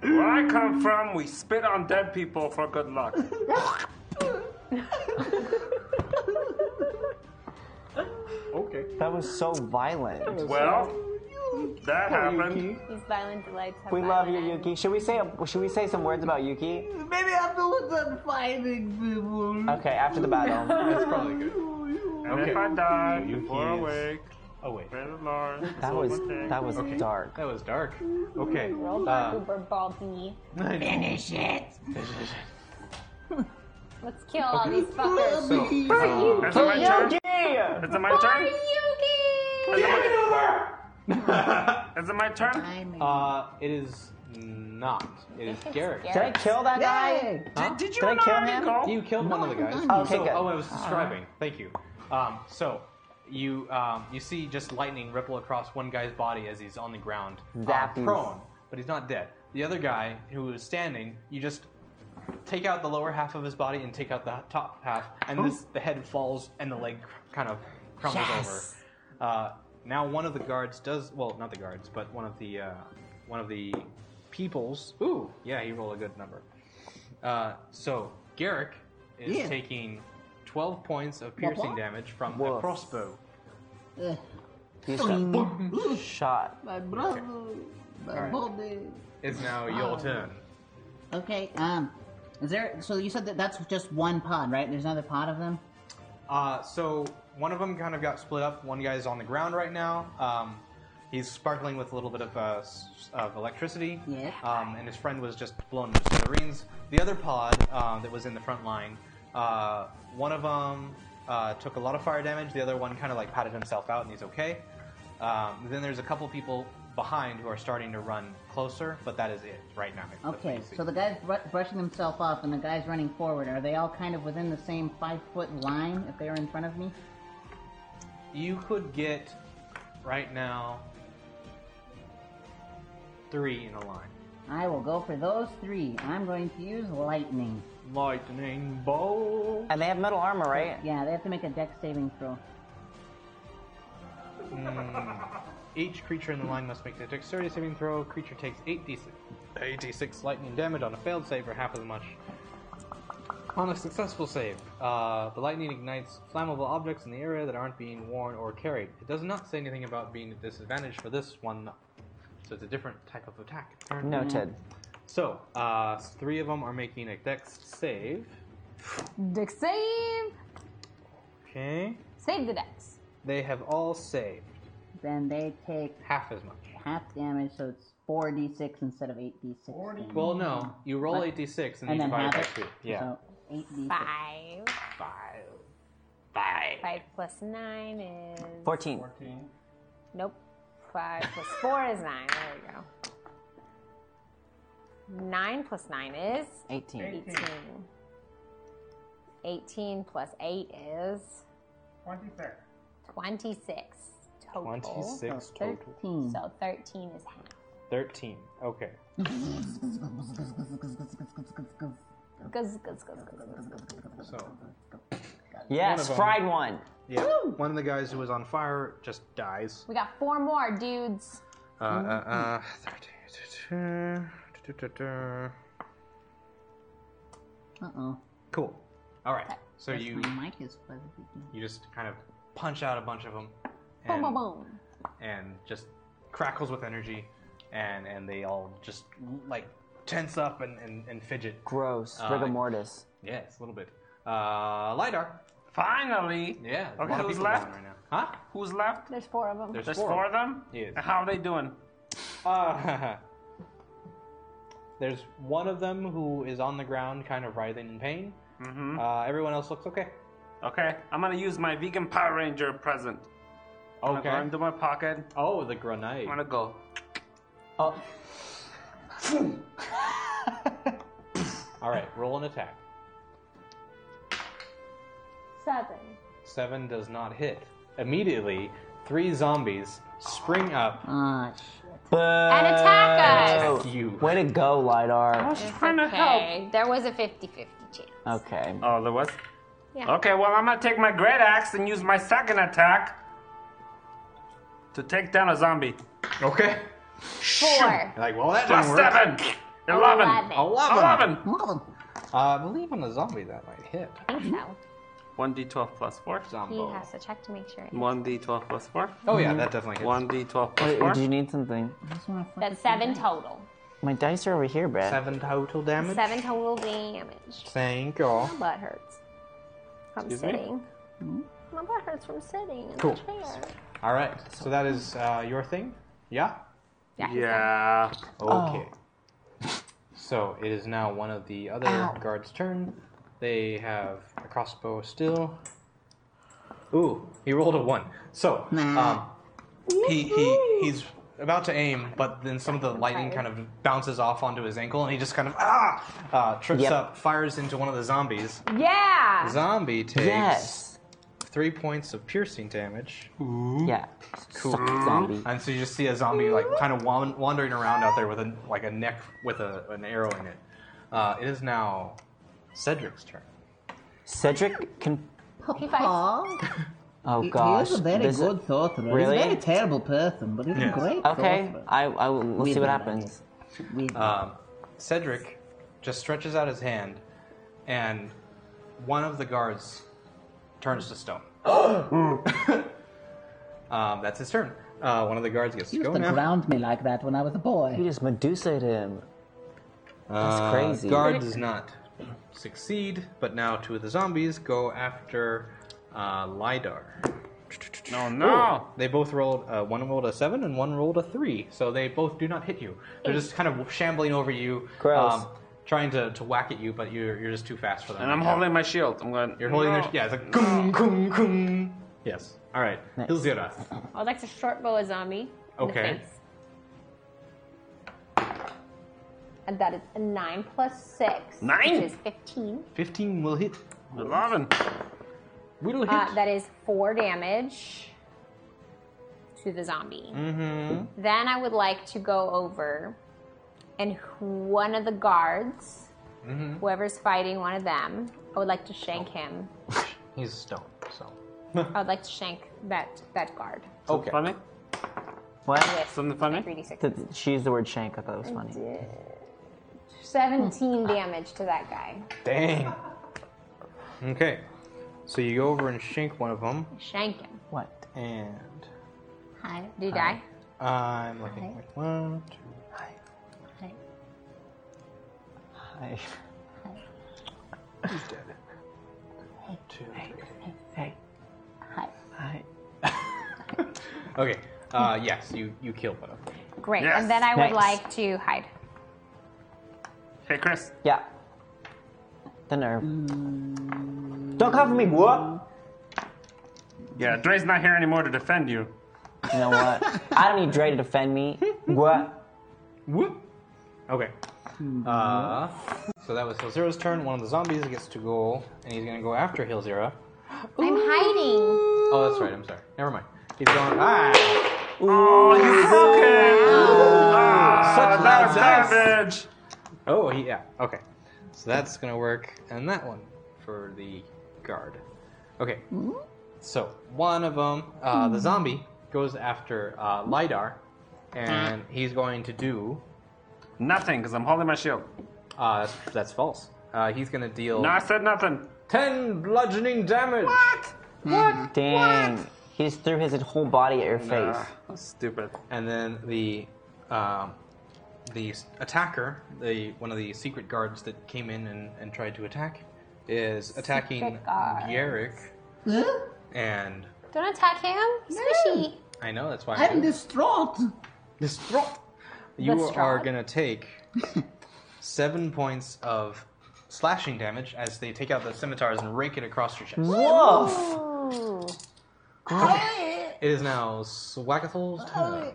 Speaker 3: Where I come from, we spit on dead people for good luck.
Speaker 2: okay.
Speaker 6: that was so violent
Speaker 3: Well,
Speaker 6: Oh,
Speaker 3: that happened.
Speaker 5: These violent delights have
Speaker 6: we
Speaker 5: violent
Speaker 6: love you yuki should we say a, should we say some words about yuki
Speaker 8: Maybe I'm the one that's fighting people.
Speaker 6: Okay, after the battle.
Speaker 2: That's probably good.
Speaker 3: And if I die, we're
Speaker 2: is-
Speaker 3: awake.
Speaker 2: Oh, wait.
Speaker 3: Praise the Lord.
Speaker 6: That was that was
Speaker 2: Okay.
Speaker 6: dark.
Speaker 2: That was dark. Okay.
Speaker 10: Ah.
Speaker 5: Robot
Speaker 2: Uh,
Speaker 5: Uber Baldy.
Speaker 10: Uh,
Speaker 2: Finish
Speaker 5: it. Let's kill all
Speaker 2: Okay.
Speaker 5: these fuckers.
Speaker 2: So, um,
Speaker 3: Is it my turn? Is it my turn? Is it my- Is it my turn?
Speaker 2: uh, it is not. It is Garrett.
Speaker 6: Did I kill that guy?
Speaker 2: Huh?
Speaker 6: Did, I kill him?
Speaker 2: You killed one of the guys.
Speaker 6: Okay,
Speaker 2: so,
Speaker 6: good.
Speaker 2: Oh, I was describing. Thank you. Um, so you um, you see just lightning ripple across one guy's body as he's on the ground, uh,
Speaker 29: That is-
Speaker 2: prone, but he's not dead. The other guy who is standing, you just take out the lower half of his body and take out the top half, and this, the head falls and the leg cr- kind of crumbles
Speaker 29: Yes.
Speaker 2: over. Uh, now one of the guards does well, not the guards, but one of the uh, one of the peoples. Ooh, yeah, he rolled a good number. Uh, so Garrick is
Speaker 8: Yeah.
Speaker 2: taking twelve points of
Speaker 8: What, what?
Speaker 2: piercing damage from a
Speaker 8: Woof.
Speaker 2: crossbow.
Speaker 8: Ugh.
Speaker 2: He's
Speaker 8: Mm.
Speaker 29: Shot.
Speaker 8: My brother, my
Speaker 2: Alright.
Speaker 8: body.
Speaker 2: It's now your
Speaker 8: Ah.
Speaker 2: turn.
Speaker 4: Okay. Um, is there? So you said that that's just one pod, right? There's another pod of them.
Speaker 2: Uh, so one of them kind of got split up. One guy's on the ground right now. Um, he's sparkling with a little bit of, uh, s- of electricity.
Speaker 4: Yeah.
Speaker 2: Um, and his friend was just blown to smithereens. The other pod uh, that was in the front line, uh, one of them uh, took a lot of fire damage. The other one kind of like patted himself out and he's okay. Um, then there's a couple people behind who are starting to run closer, but that is it right now. That's what
Speaker 4: Okay.
Speaker 2: you see.
Speaker 4: So the guy's br- brushing himself off, and the guy's running forward. Are they all kind of within the same five foot line if they were in front of me?
Speaker 2: You could get right now three in a line.
Speaker 4: I will go for those three. I'm going to use lightning.
Speaker 2: Lightning bolt.
Speaker 29: And they have metal armor, right?
Speaker 4: Yeah, they have to make a dex saving throw.
Speaker 2: Mm. Each creature in the line must make a dexterity saving throw. Creature takes 8d6, 8d6 lightning damage on a failed save or half as much on a successful save. Uh, the lightning ignites flammable objects in the area that aren't being worn or carried. It does not say anything about being at disadvantage for this one, so it's a different type of attack. apparently.
Speaker 29: Noted.
Speaker 2: So, uh, three of them are making a dex save.
Speaker 27: Dex save.
Speaker 2: Okay.
Speaker 27: Save the dex.
Speaker 2: They have all saved
Speaker 4: Then they take
Speaker 2: half as much.
Speaker 4: half damage, so it's four d six instead of eight d six.
Speaker 2: Well, no. You roll 8d6 and, you divide it by 2. Yeah.
Speaker 4: So eight d six.
Speaker 5: Five.
Speaker 2: Five. Five.
Speaker 5: Five plus nine is.
Speaker 29: 14.
Speaker 5: Nope. Five plus four is nine. There we go. Nine plus nine is
Speaker 29: 18.
Speaker 5: 18. 18 plus eight is
Speaker 3: 26.
Speaker 5: 26 total.
Speaker 2: 26
Speaker 5: So
Speaker 2: total.
Speaker 5: 13. So 13 is half.
Speaker 2: 13. Okay.
Speaker 5: Goes, goes, goes, goes, goes, goes, goes.
Speaker 2: So.
Speaker 29: Yes,
Speaker 2: of 'em-
Speaker 29: fried one.
Speaker 2: Yeah. One of the guys who was on fire just dies.
Speaker 5: We got four more dudes.
Speaker 2: Uh, uh, uh.
Speaker 29: Mm-hmm.
Speaker 4: Uh oh.
Speaker 2: Cool. All right. So
Speaker 4: That's
Speaker 2: you
Speaker 4: my mic is fuzzy.
Speaker 2: you just kind of punch out a bunch of them.
Speaker 4: Boom, boom, boom.
Speaker 2: and just crackles with energy, and and they all just like tense up and, and, and fidget.
Speaker 29: Gross.
Speaker 2: Uh,
Speaker 29: Rigor mortis.
Speaker 2: Yes, a little bit. Uh, lidar.
Speaker 3: Finally.
Speaker 2: Yeah. a
Speaker 3: Okay,
Speaker 2: lot of
Speaker 3: who's
Speaker 2: people down
Speaker 3: left?
Speaker 2: Right now. Huh?
Speaker 3: Who's left?
Speaker 5: There's four of them.
Speaker 2: There's
Speaker 3: There's
Speaker 2: four.
Speaker 3: four of them?
Speaker 2: Yes.
Speaker 3: And how are they doing?
Speaker 2: Uh, there's one of them who is on the ground, kind of writhing in pain.
Speaker 3: Mm-hmm.
Speaker 2: Uh, everyone else looks okay.
Speaker 3: Okay, I'm gonna use my vegan Power Ranger present. I'm gonna
Speaker 2: Okay.
Speaker 3: go into my pocket.
Speaker 2: Oh, the grenade.
Speaker 3: I'm gonna go.
Speaker 29: Oh.
Speaker 2: All right, roll an attack.
Speaker 5: Seven.
Speaker 2: Seven does not hit. Immediately, three zombies spring up.
Speaker 4: Ah, shit.
Speaker 29: And
Speaker 5: attack us.
Speaker 2: Attack you.
Speaker 29: Way to go, Lidar.
Speaker 5: It's okay. There was a 50 50 chance.
Speaker 29: Okay.
Speaker 3: Oh, there was?
Speaker 5: Yeah.
Speaker 3: Okay, well, I'm gonna take my great axe and use my second attack to take down a zombie.
Speaker 2: Okay.
Speaker 5: Four.
Speaker 2: Like, well, that
Speaker 3: Plus
Speaker 2: didn't work.
Speaker 3: seven! Eleven!
Speaker 5: Eleven.
Speaker 2: Eleven.
Speaker 3: Eleven!
Speaker 2: Uh, I believe on the zombie that might hit.
Speaker 5: I think so.
Speaker 3: 1d12 plus 4.
Speaker 5: He has to check to make sure.
Speaker 3: 1d12 plus 4.
Speaker 2: Oh, yeah, that definitely hits.
Speaker 3: 1d12 plus
Speaker 29: Wait,
Speaker 3: 4.
Speaker 29: do you need something?
Speaker 5: That's seven total.
Speaker 29: My dice are over here, Brad.
Speaker 2: Seven total damage.
Speaker 5: Seven total damage.
Speaker 2: Thank you.
Speaker 5: My butt hurts from
Speaker 2: Excuse me?
Speaker 5: sitting. My butt hurts from sitting in
Speaker 2: Cool.
Speaker 5: the chair.
Speaker 2: All right, so that is uh, your thing. Yeah.
Speaker 5: Yeah.
Speaker 3: Yeah.
Speaker 2: Okay. So it is now one of the other
Speaker 5: Ow.
Speaker 2: guards' turn. They have a crossbow still. Ooh, he rolled a one. So um, he he he's about to aim, but then some of the lightning kind of bounces off onto his ankle, and he just kind of ah uh, trips
Speaker 29: Yep.
Speaker 2: up, fires into one of the zombies.
Speaker 5: Yeah.
Speaker 2: Zombie takes
Speaker 29: Yes.
Speaker 2: three points of piercing damage.
Speaker 6: Yeah.
Speaker 2: Cool.
Speaker 6: Suck it, zombie.
Speaker 2: And so you just see a zombie like kind of wan- wandering around out there with a like a neck with a, an arrow in it. Uh, it is now Cedric's turn.
Speaker 6: Cedric can.
Speaker 5: He fights.
Speaker 6: Oh
Speaker 8: He- he
Speaker 6: gosh.
Speaker 8: is a very
Speaker 6: This-
Speaker 8: good sorcerer.
Speaker 6: Really?
Speaker 8: He's a very terrible person, but he's a great
Speaker 6: Okay.
Speaker 8: sorcerer.
Speaker 6: I, I will- we'll
Speaker 8: We
Speaker 6: see what
Speaker 8: did it.
Speaker 6: happens.
Speaker 2: Um, Cedric just stretches out his hand, and one of the guards turns to stone. um, that's his turn. Uh, one of the guards gets
Speaker 8: He
Speaker 2: to
Speaker 8: used
Speaker 2: go
Speaker 8: to
Speaker 2: now.
Speaker 8: ground me like that when I was a boy.
Speaker 6: You just Medusa him.
Speaker 2: That's
Speaker 6: crazy.
Speaker 2: Uh, Guard does not succeed, but now two of the zombies go after uh, Lidar.
Speaker 3: No, no.
Speaker 2: They both rolled, uh, one rolled a 7 and one rolled a 3, so they both do not hit you. They're just kind of shambling over you, um,
Speaker 3: Gross.
Speaker 2: trying to, to whack at you, but you're, you're just too fast for them.
Speaker 3: And I'm holding my shield. I'm going.
Speaker 2: You're holding
Speaker 3: no.
Speaker 2: their. Yeah, it's like. Kung, kung, kung. Yes. Alright. Hilzira.
Speaker 5: I'd like to short bow a zombie. in the
Speaker 2: Okay.
Speaker 5: face. And that is a 9 plus 6.
Speaker 2: Nine?
Speaker 5: Which is 15.
Speaker 2: 15 will hit.
Speaker 3: 11.
Speaker 2: Will hit.
Speaker 5: Uh, that is 4 damage to the zombie.
Speaker 2: mm-hmm.
Speaker 5: Then I would like to go over and one of the guards,
Speaker 2: Mhm.
Speaker 5: whoever's fighting one of them, I would like to shank
Speaker 2: Oh.
Speaker 5: him.
Speaker 2: He's stone, so.
Speaker 5: I would like to shank that that guard.
Speaker 2: Okay.
Speaker 3: Funny?
Speaker 6: What?
Speaker 3: Something funny?
Speaker 6: Th- She used the word shank. I thought it was
Speaker 5: I
Speaker 6: funny.
Speaker 5: did. 17 damage to that guy.
Speaker 2: Dang. Okay. So you go over and shank one of them,
Speaker 5: Shank him.
Speaker 6: What?
Speaker 2: and
Speaker 5: Hi. Did he die?
Speaker 2: I'm looking like one, two.
Speaker 5: Hi.
Speaker 6: Hi.
Speaker 2: He's dead. One, two, three.
Speaker 6: Hey.
Speaker 5: Hi.
Speaker 6: Hi.
Speaker 2: Okay. Uh, yes, you you kill one of them.
Speaker 5: Great.
Speaker 2: Yes.
Speaker 5: And then I would
Speaker 2: Nice.
Speaker 5: like to hide.
Speaker 3: Hey, Chris.
Speaker 6: Yeah. The nerve.
Speaker 8: Mm.
Speaker 6: Don't cover me, what?
Speaker 3: Yeah, Dre's not here anymore to defend you.
Speaker 6: You know what? I don't need Dre to defend me. What?
Speaker 2: Whoop. Okay.
Speaker 5: Mm-hmm.
Speaker 2: Uh, so that was Hilzira's turn. One of the zombies gets to go, and he's gonna go after Hilzira.
Speaker 5: I'm hiding.
Speaker 2: Oh, that's right. I'm sorry. Never mind. He's going. Ah.
Speaker 3: Oh, you Ah,
Speaker 2: Such loud dice.
Speaker 3: savage.
Speaker 2: Oh, he- yeah. Okay. So that's going to work. And that one for the guard. Okay. So one of them, uh, the zombie, goes after uh, Lidar. And he's going to do.
Speaker 3: Nothing, because I'm holding my shield.
Speaker 2: Uh, that's, that's false. Uh, he's going to deal.
Speaker 3: No, I said nothing.
Speaker 2: 10 bludgeoning damage.
Speaker 3: What?
Speaker 8: Mm.
Speaker 3: What?
Speaker 6: Dang. He just threw his whole body at your face.
Speaker 3: stupid.
Speaker 2: And then the um, the s- attacker, the one of the secret guards that came in and, and tried to attack, is attacking
Speaker 5: Secret guards.
Speaker 2: Garrick. And
Speaker 5: Don't attack him. Squishy.
Speaker 2: I know that's why
Speaker 8: I'm distraught.
Speaker 2: distraught. You
Speaker 8: Distraught.
Speaker 2: are gonna take seven points of slashing damage as they take out the scimitars and rake it across your chest.
Speaker 6: Woof!
Speaker 2: It is now Swagathul's turn.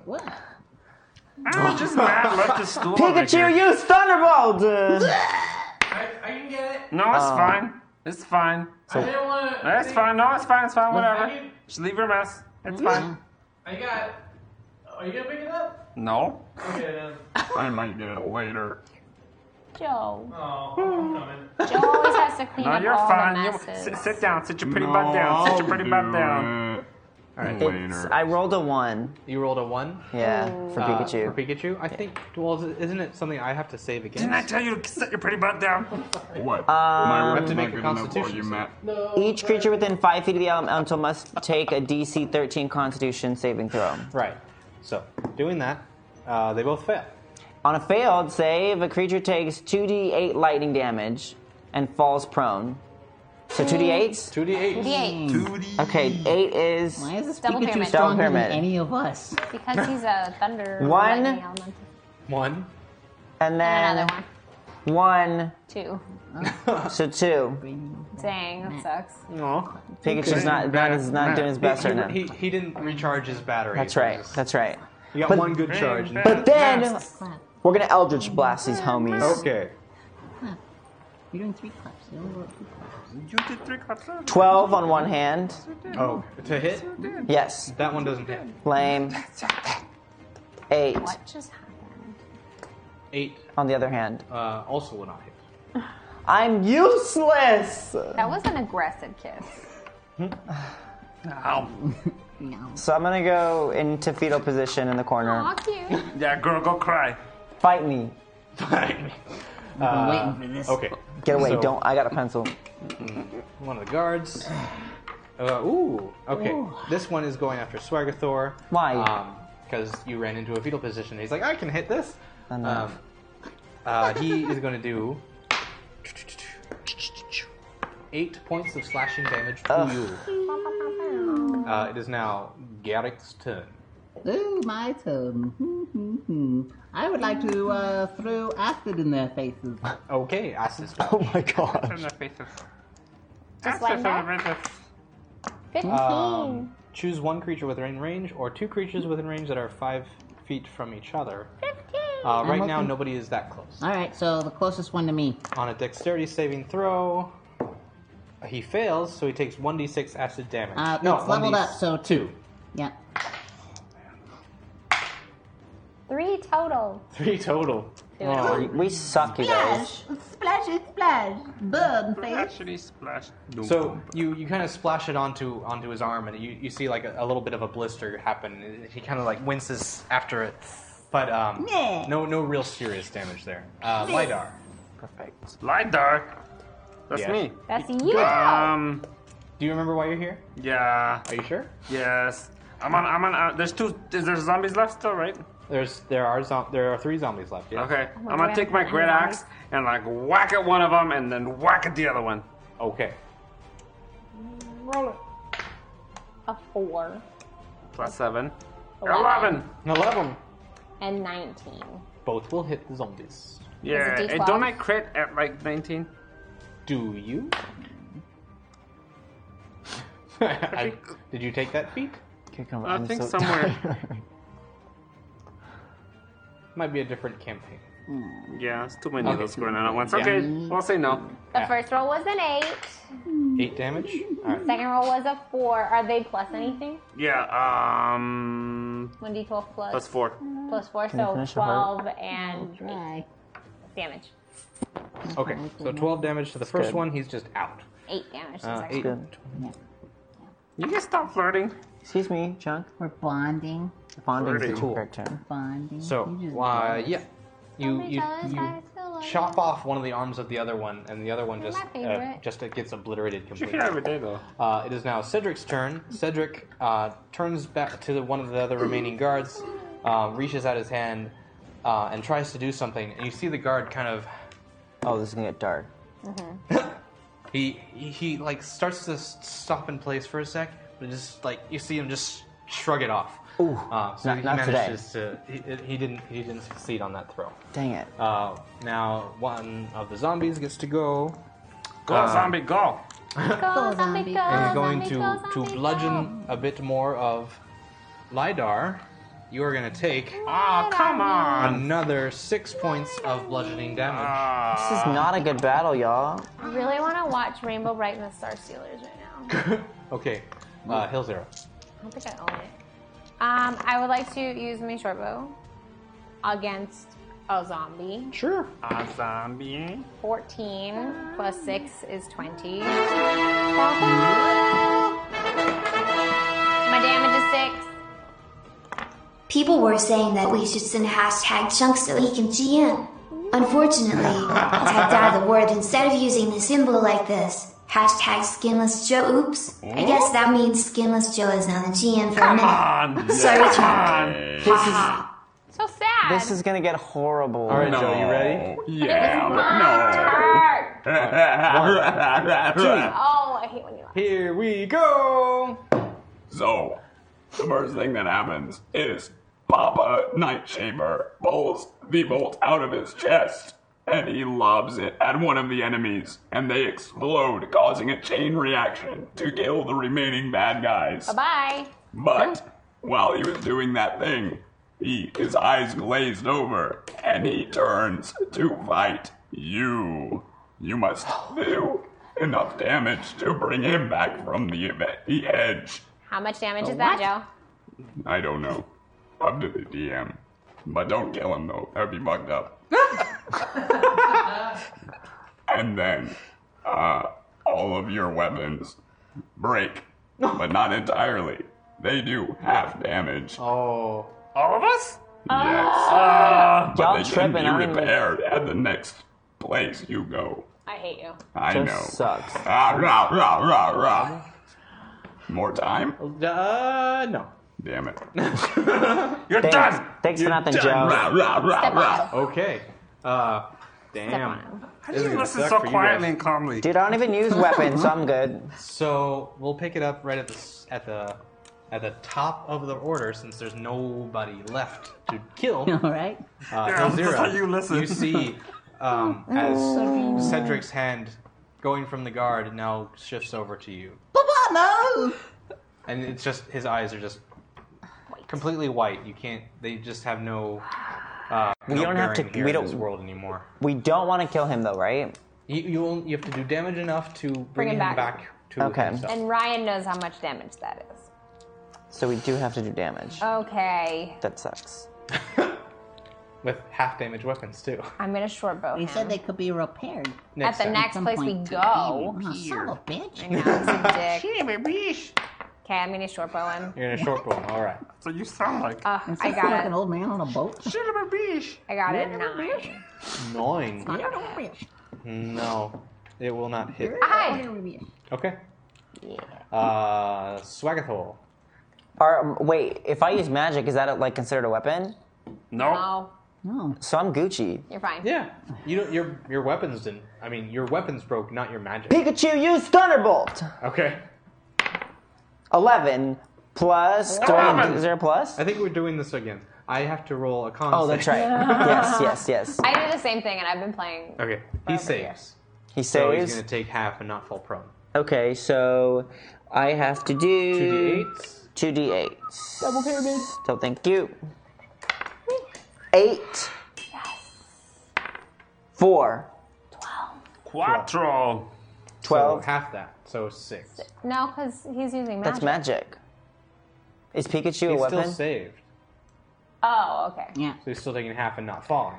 Speaker 3: I'm just mad. Left the Uh, stool.
Speaker 6: Pikachu, use Thunderbolt!
Speaker 10: I, I can get it.
Speaker 3: No, it's
Speaker 10: Um,
Speaker 3: fine. It's fine.
Speaker 10: I didn't want to.
Speaker 3: That's fine. No, it's fine. It's fine.
Speaker 10: I,
Speaker 3: Whatever.
Speaker 10: can-
Speaker 3: Just leave your mess. It's fine.
Speaker 10: I got. Are you gonna pick it up?
Speaker 3: No.
Speaker 10: Okay then.
Speaker 3: I might do it later.
Speaker 5: Joe.
Speaker 10: Oh, I'm coming.
Speaker 5: Joe always has to clean
Speaker 3: No,
Speaker 5: up
Speaker 3: you're
Speaker 5: all
Speaker 3: fine.
Speaker 5: the
Speaker 3: You-
Speaker 5: messes.
Speaker 3: sit, sit down. Sit your pretty butt down. Sit your pretty butt down.
Speaker 6: Alright, it's- I rolled a one.
Speaker 2: You rolled a one?
Speaker 6: Yeah, for
Speaker 2: Uh,
Speaker 6: Pikachu.
Speaker 2: For Pikachu? I think, well, is- isn't it something I have to save against?
Speaker 3: Didn't I tell you to sit your pretty butt down? uh,
Speaker 6: What?
Speaker 2: I have to make a constitution. save.
Speaker 6: Each creature within five feet of the elemental must take a DC 13 Constitution saving throw.
Speaker 2: Right. So, doing that, uh, they both fail.
Speaker 6: On a failed save, a creature takes 2d8 lightning damage and falls prone. So 2d8s?
Speaker 2: 2d8.
Speaker 5: 2d8.
Speaker 6: Okay, 8 is.
Speaker 5: Why is this Double Pikachu pyramid.
Speaker 6: Double
Speaker 5: stronger than
Speaker 6: pyramid.
Speaker 5: any
Speaker 8: of us?
Speaker 5: Because he's a thunder
Speaker 6: One.
Speaker 5: lightning elemental.
Speaker 2: One.
Speaker 5: And
Speaker 6: And then.
Speaker 5: another one.
Speaker 6: One.
Speaker 5: Two.
Speaker 6: So 2.
Speaker 5: Dang, that sucks.
Speaker 2: No.
Speaker 6: Pikachu's not, not, is not doing his best
Speaker 2: he,
Speaker 6: right now.
Speaker 2: He, he didn't recharge his battery.
Speaker 6: That's right, that's right.
Speaker 2: You got one good charge.
Speaker 6: But then, we're gonna Eldritch Blast these homies.
Speaker 2: Okay.
Speaker 8: You're doing three claps. You only wrote two claps.
Speaker 3: You did three claps. earlier.
Speaker 6: 12 on one hand.
Speaker 2: Oh, to hit?
Speaker 6: Yes.
Speaker 2: That one doesn't hit.
Speaker 6: Lame. Eight.
Speaker 5: What just happened?
Speaker 2: Eight
Speaker 6: on the other hand.
Speaker 2: uh, also will not hit.
Speaker 6: I'm useless!
Speaker 5: That was an aggressive kiss.
Speaker 6: So I'm gonna go into fetal position in the corner.
Speaker 5: cute.
Speaker 6: Yeah, girl, go cry. Fight me.
Speaker 2: Uh, okay.
Speaker 6: Get away,
Speaker 2: So-
Speaker 6: don't. I got a pencil.
Speaker 2: One of the guards. Uh, ooh, okay.
Speaker 6: Ooh.
Speaker 2: This one is going after Swagathor.
Speaker 6: Why?
Speaker 2: Because you ran into a fetal position. He's like, I can hit this.
Speaker 6: know.
Speaker 2: Um, uh, he is going to do eight points of slashing damage to you. Uh, it is now Garrick's turn.
Speaker 8: Ooh, my turn. Hmm, hmm, hmm. I would like to uh, throw acid in their faces.
Speaker 2: Okay, acid.
Speaker 8: Oh my
Speaker 3: In their faces.
Speaker 5: Just
Speaker 3: Access
Speaker 5: like
Speaker 3: in
Speaker 5: that?
Speaker 3: their faces.
Speaker 2: Um, choose one creature within range or two creatures within range that are five feet from each other. Uh,
Speaker 8: I'm
Speaker 2: right now,
Speaker 8: looking.
Speaker 2: nobody is that close.
Speaker 8: All right, so the closest one to me.
Speaker 2: On a dexterity saving throw, he fails, so he takes 1d6 acid damage.
Speaker 8: Uh, it's
Speaker 2: 1d6
Speaker 8: leveled up, so two. Yeah.
Speaker 5: Three total.
Speaker 2: Three total.
Speaker 6: Oh, we- we suck, you guys.
Speaker 8: Splashy splash! Burn face!
Speaker 3: Splashy splash.
Speaker 2: So you, you kind of splash it onto onto his arm, and you, you see like a, a little bit of a blister happen. He kind of like winces after it, but um,
Speaker 3: Yeah.
Speaker 2: no no real serious damage there. Uh,
Speaker 3: Yeah.
Speaker 2: Lidar.
Speaker 3: Perfect. Lidar. That's
Speaker 2: Yeah.
Speaker 3: me.
Speaker 5: That's you.
Speaker 3: Um.
Speaker 2: Do you remember why you're here?
Speaker 3: Yeah.
Speaker 2: Are you sure?
Speaker 3: Yes. I'm on. I'm on. Uh, there's two. Is there zombies left still? Right.
Speaker 2: There's there are zom- there are three zombies left. Yeah.
Speaker 3: Okay.
Speaker 2: Oh,
Speaker 3: I'm
Speaker 2: my
Speaker 3: gonna
Speaker 2: God.
Speaker 3: take my great axe and like whack at one of them and then whack at the other one.
Speaker 2: Okay.
Speaker 5: Roll it. e- A four
Speaker 3: Plus seven.
Speaker 5: Eleven.
Speaker 3: Eleven.
Speaker 2: Eleven.
Speaker 5: and 19.
Speaker 2: Both will hit the zombies.
Speaker 3: Yeah.
Speaker 5: Is it
Speaker 3: And
Speaker 5: D12?
Speaker 3: don't I crit at like 19?
Speaker 2: Do you? I- did you take that feat?
Speaker 3: I I'm think so somewhere-
Speaker 2: Might be a different campaign.
Speaker 3: Yeah. It's Hmm. too many
Speaker 2: Okay.
Speaker 3: of those going on at once.
Speaker 2: Yeah.
Speaker 3: Okay. We'll say no.
Speaker 5: The
Speaker 2: Yeah.
Speaker 5: first roll was an eight.
Speaker 2: Eight damage. All right.
Speaker 5: Second roll was a four. Are they plus anything?
Speaker 3: Yeah. Um.
Speaker 5: 1d12 plus.
Speaker 3: Plus four.
Speaker 5: Plus four,
Speaker 3: Can you
Speaker 5: so
Speaker 3: finish your heart?
Speaker 5: 12 and eight damage.
Speaker 2: Okay. So twelve damage to the first
Speaker 3: good.
Speaker 2: one. He's just out.
Speaker 5: Eight damage. to the
Speaker 2: Uh,
Speaker 5: second
Speaker 2: eight.
Speaker 5: one.
Speaker 3: You can stop flirting.
Speaker 6: Excuse me, Chunk.
Speaker 8: We're bonding.
Speaker 6: Bonding's the
Speaker 2: Flirting. Cool.
Speaker 6: correct term.
Speaker 8: Bonding.
Speaker 2: So uh, yeah, you you, you chop off one of the arms of the other one, and the other one just uh,
Speaker 5: favorite.
Speaker 2: just it gets obliterated completely.
Speaker 3: every day though.
Speaker 2: Uh, it is now Cedric's turn. Cedric uh, turns back to the, one of the other remaining guards, uh, reaches out his hand, uh, and tries to do something. And you see the guard kind of
Speaker 6: Oh, this is gonna get dark.
Speaker 5: Mm-hmm.
Speaker 2: He, he he like starts to s- stop in place for a sec, but just like you see him just shrug it off. Ooh, uh, so
Speaker 6: not-
Speaker 2: he
Speaker 6: not today.
Speaker 2: manages to he, he didn't he didn't succeed on that throw.
Speaker 6: Dang it.
Speaker 2: Uh, now one of the zombies gets to go.
Speaker 3: Go zombie, go!
Speaker 5: Go, zombie, go,
Speaker 2: And he's going
Speaker 5: zombie,
Speaker 2: to
Speaker 5: go, zombie,
Speaker 2: to bludgeon a bit more of lidar. You are going to take
Speaker 3: Oh, come on!
Speaker 2: another six points of bludgeoning damage.
Speaker 6: This is not a good battle, y'all.
Speaker 5: I really want to watch Rainbow Bright and the Star Stealers right now.
Speaker 2: Okay, uh, Hill Zero.
Speaker 5: I don't think I own it. Um, I would like to use my short bow against a zombie.
Speaker 2: Sure.
Speaker 3: A zombie.
Speaker 5: 14 plus 6 is 20. My damage is 6.
Speaker 7: People were saying that we should send hashtag chunk so he can GM. Unfortunately, I typed out the word instead of using the symbol like this. Hashtag skinless Joe. Oops. I guess that means skinless Joe is now the GM for a
Speaker 6: Come
Speaker 7: minute.
Speaker 6: on!
Speaker 7: Sorry,
Speaker 6: Come
Speaker 7: Chunk.
Speaker 6: on! This is-
Speaker 5: So sad.
Speaker 6: This is gonna get horrible.
Speaker 2: All right, Joe, you ready?
Speaker 6: Yeah,
Speaker 5: Oh, I hate when you
Speaker 2: Here we go.
Speaker 30: So, the first thing that happens is Papa Nightchamber pulls the bolt out of his chest and he lobs it at one of the enemies and they explode, causing a chain reaction to kill the remaining bad guys.
Speaker 5: Bye-bye.
Speaker 30: But while he was doing that thing, he, his eyes glazed over and he turns to fight you. You must do enough damage to bring him back from the, eve- the edge.
Speaker 5: How much damage
Speaker 30: A
Speaker 5: is that, Joe?
Speaker 30: I don't know. Up to the DM. But don't kill him, though. That'd be fucked up. and then, uh, all of your weapons break, but not entirely. They do half damage.
Speaker 31: Oh.
Speaker 3: All of us?
Speaker 30: Yes.
Speaker 3: Ah.
Speaker 30: but they can
Speaker 6: tripping,
Speaker 30: be
Speaker 6: I don't even-
Speaker 30: repaired at the next place you go.
Speaker 5: I hate you.
Speaker 30: I
Speaker 6: Just
Speaker 30: know.
Speaker 6: sucks.
Speaker 30: Ah, rah, rah, rah, rah. More time?
Speaker 2: Uh, no.
Speaker 30: Damn it.
Speaker 3: You're
Speaker 6: Thanks- done! thanks for
Speaker 2: You're
Speaker 6: nothing,
Speaker 2: done.
Speaker 6: Joe.
Speaker 30: Rah, rah, rah,
Speaker 6: Step
Speaker 30: rah.
Speaker 2: Okay. Uh, damn.
Speaker 6: How
Speaker 2: do you This is listen gonna suck so for you guys. quietly and
Speaker 6: calmly? Dude, I don't even use weapons, so I'm good.
Speaker 2: So we'll pick it up right at the s- at the at the top of the order since there's nobody left to kill.
Speaker 8: All right.
Speaker 2: Uh,
Speaker 8: Yeah,
Speaker 2: Elzira,
Speaker 8: that's how you listen.
Speaker 2: you see um, as Cedric's hand going from the guard now shifts over to you,
Speaker 8: Papa, no!
Speaker 2: and it's just his eyes are just completely white. You can't. They just have no. Uh,
Speaker 6: We
Speaker 2: no
Speaker 6: don't have to-
Speaker 2: bearing here
Speaker 6: we
Speaker 2: in
Speaker 6: don't-
Speaker 2: this world anymore.
Speaker 6: We don't want to kill him, though, right?
Speaker 2: You you, only, you have to do damage enough to bring,
Speaker 5: him back.
Speaker 2: to
Speaker 6: Okay.
Speaker 2: himself.
Speaker 5: And Ryan knows how much damage that is.
Speaker 6: So we do have to do damage.
Speaker 5: Okay.
Speaker 6: That sucks.
Speaker 2: with half damage weapons too.
Speaker 5: I'm gonna short bow.
Speaker 4: You said they could be repaired.
Speaker 2: Next
Speaker 5: At the
Speaker 2: time.
Speaker 5: next
Speaker 4: Some
Speaker 5: place we
Speaker 4: point to
Speaker 5: go.
Speaker 4: be repaired. Oh, bitch.
Speaker 5: I know, it's a dick. okay, I'm gonna short bow him.
Speaker 2: You're gonna short bow him. All right.
Speaker 3: So you sound like.
Speaker 5: Uh, I got
Speaker 8: like
Speaker 5: it.
Speaker 8: an old man on a boat.
Speaker 5: I got it.
Speaker 8: Yeah,
Speaker 5: Nine.
Speaker 2: Nine.
Speaker 8: Yeah.
Speaker 2: No, it will not hit.
Speaker 5: Hi.
Speaker 2: Okay. Uh, Swagathol.
Speaker 6: Or, um, wait, if I use magic, is that like considered a weapon? Oh.
Speaker 5: No.
Speaker 8: No.
Speaker 6: So I'm Gucci.
Speaker 5: You're fine.
Speaker 2: Yeah. You don't, your your weapons didn't. I mean, your weapons broke, not your magic.
Speaker 6: Pikachu, use Thunderbolt.
Speaker 2: Okay.
Speaker 6: Eleven plus. Do I-
Speaker 2: Eleven!
Speaker 6: is there a plus?
Speaker 2: I think we're doing this again. I have to roll a con.
Speaker 6: Oh, that's right.
Speaker 2: save.
Speaker 6: yes, yes, yes.
Speaker 5: I did the same thing, and I've been playing.
Speaker 2: Okay. He saves.
Speaker 6: He
Speaker 2: So he's
Speaker 6: saves?
Speaker 2: gonna take half and not fall prone.
Speaker 6: Okay, so I have to do two d eights.
Speaker 2: Double pyramid.
Speaker 6: So thank you. Eight. Yes. Four.
Speaker 3: Quattro.
Speaker 6: Twelve.
Speaker 2: So half that. So six.
Speaker 5: No, because he's using magic.
Speaker 6: That's magic. Is Pikachu
Speaker 2: He's
Speaker 6: a weapon?
Speaker 2: still saved.
Speaker 5: Oh, okay.
Speaker 2: So he's still taking half and not falling.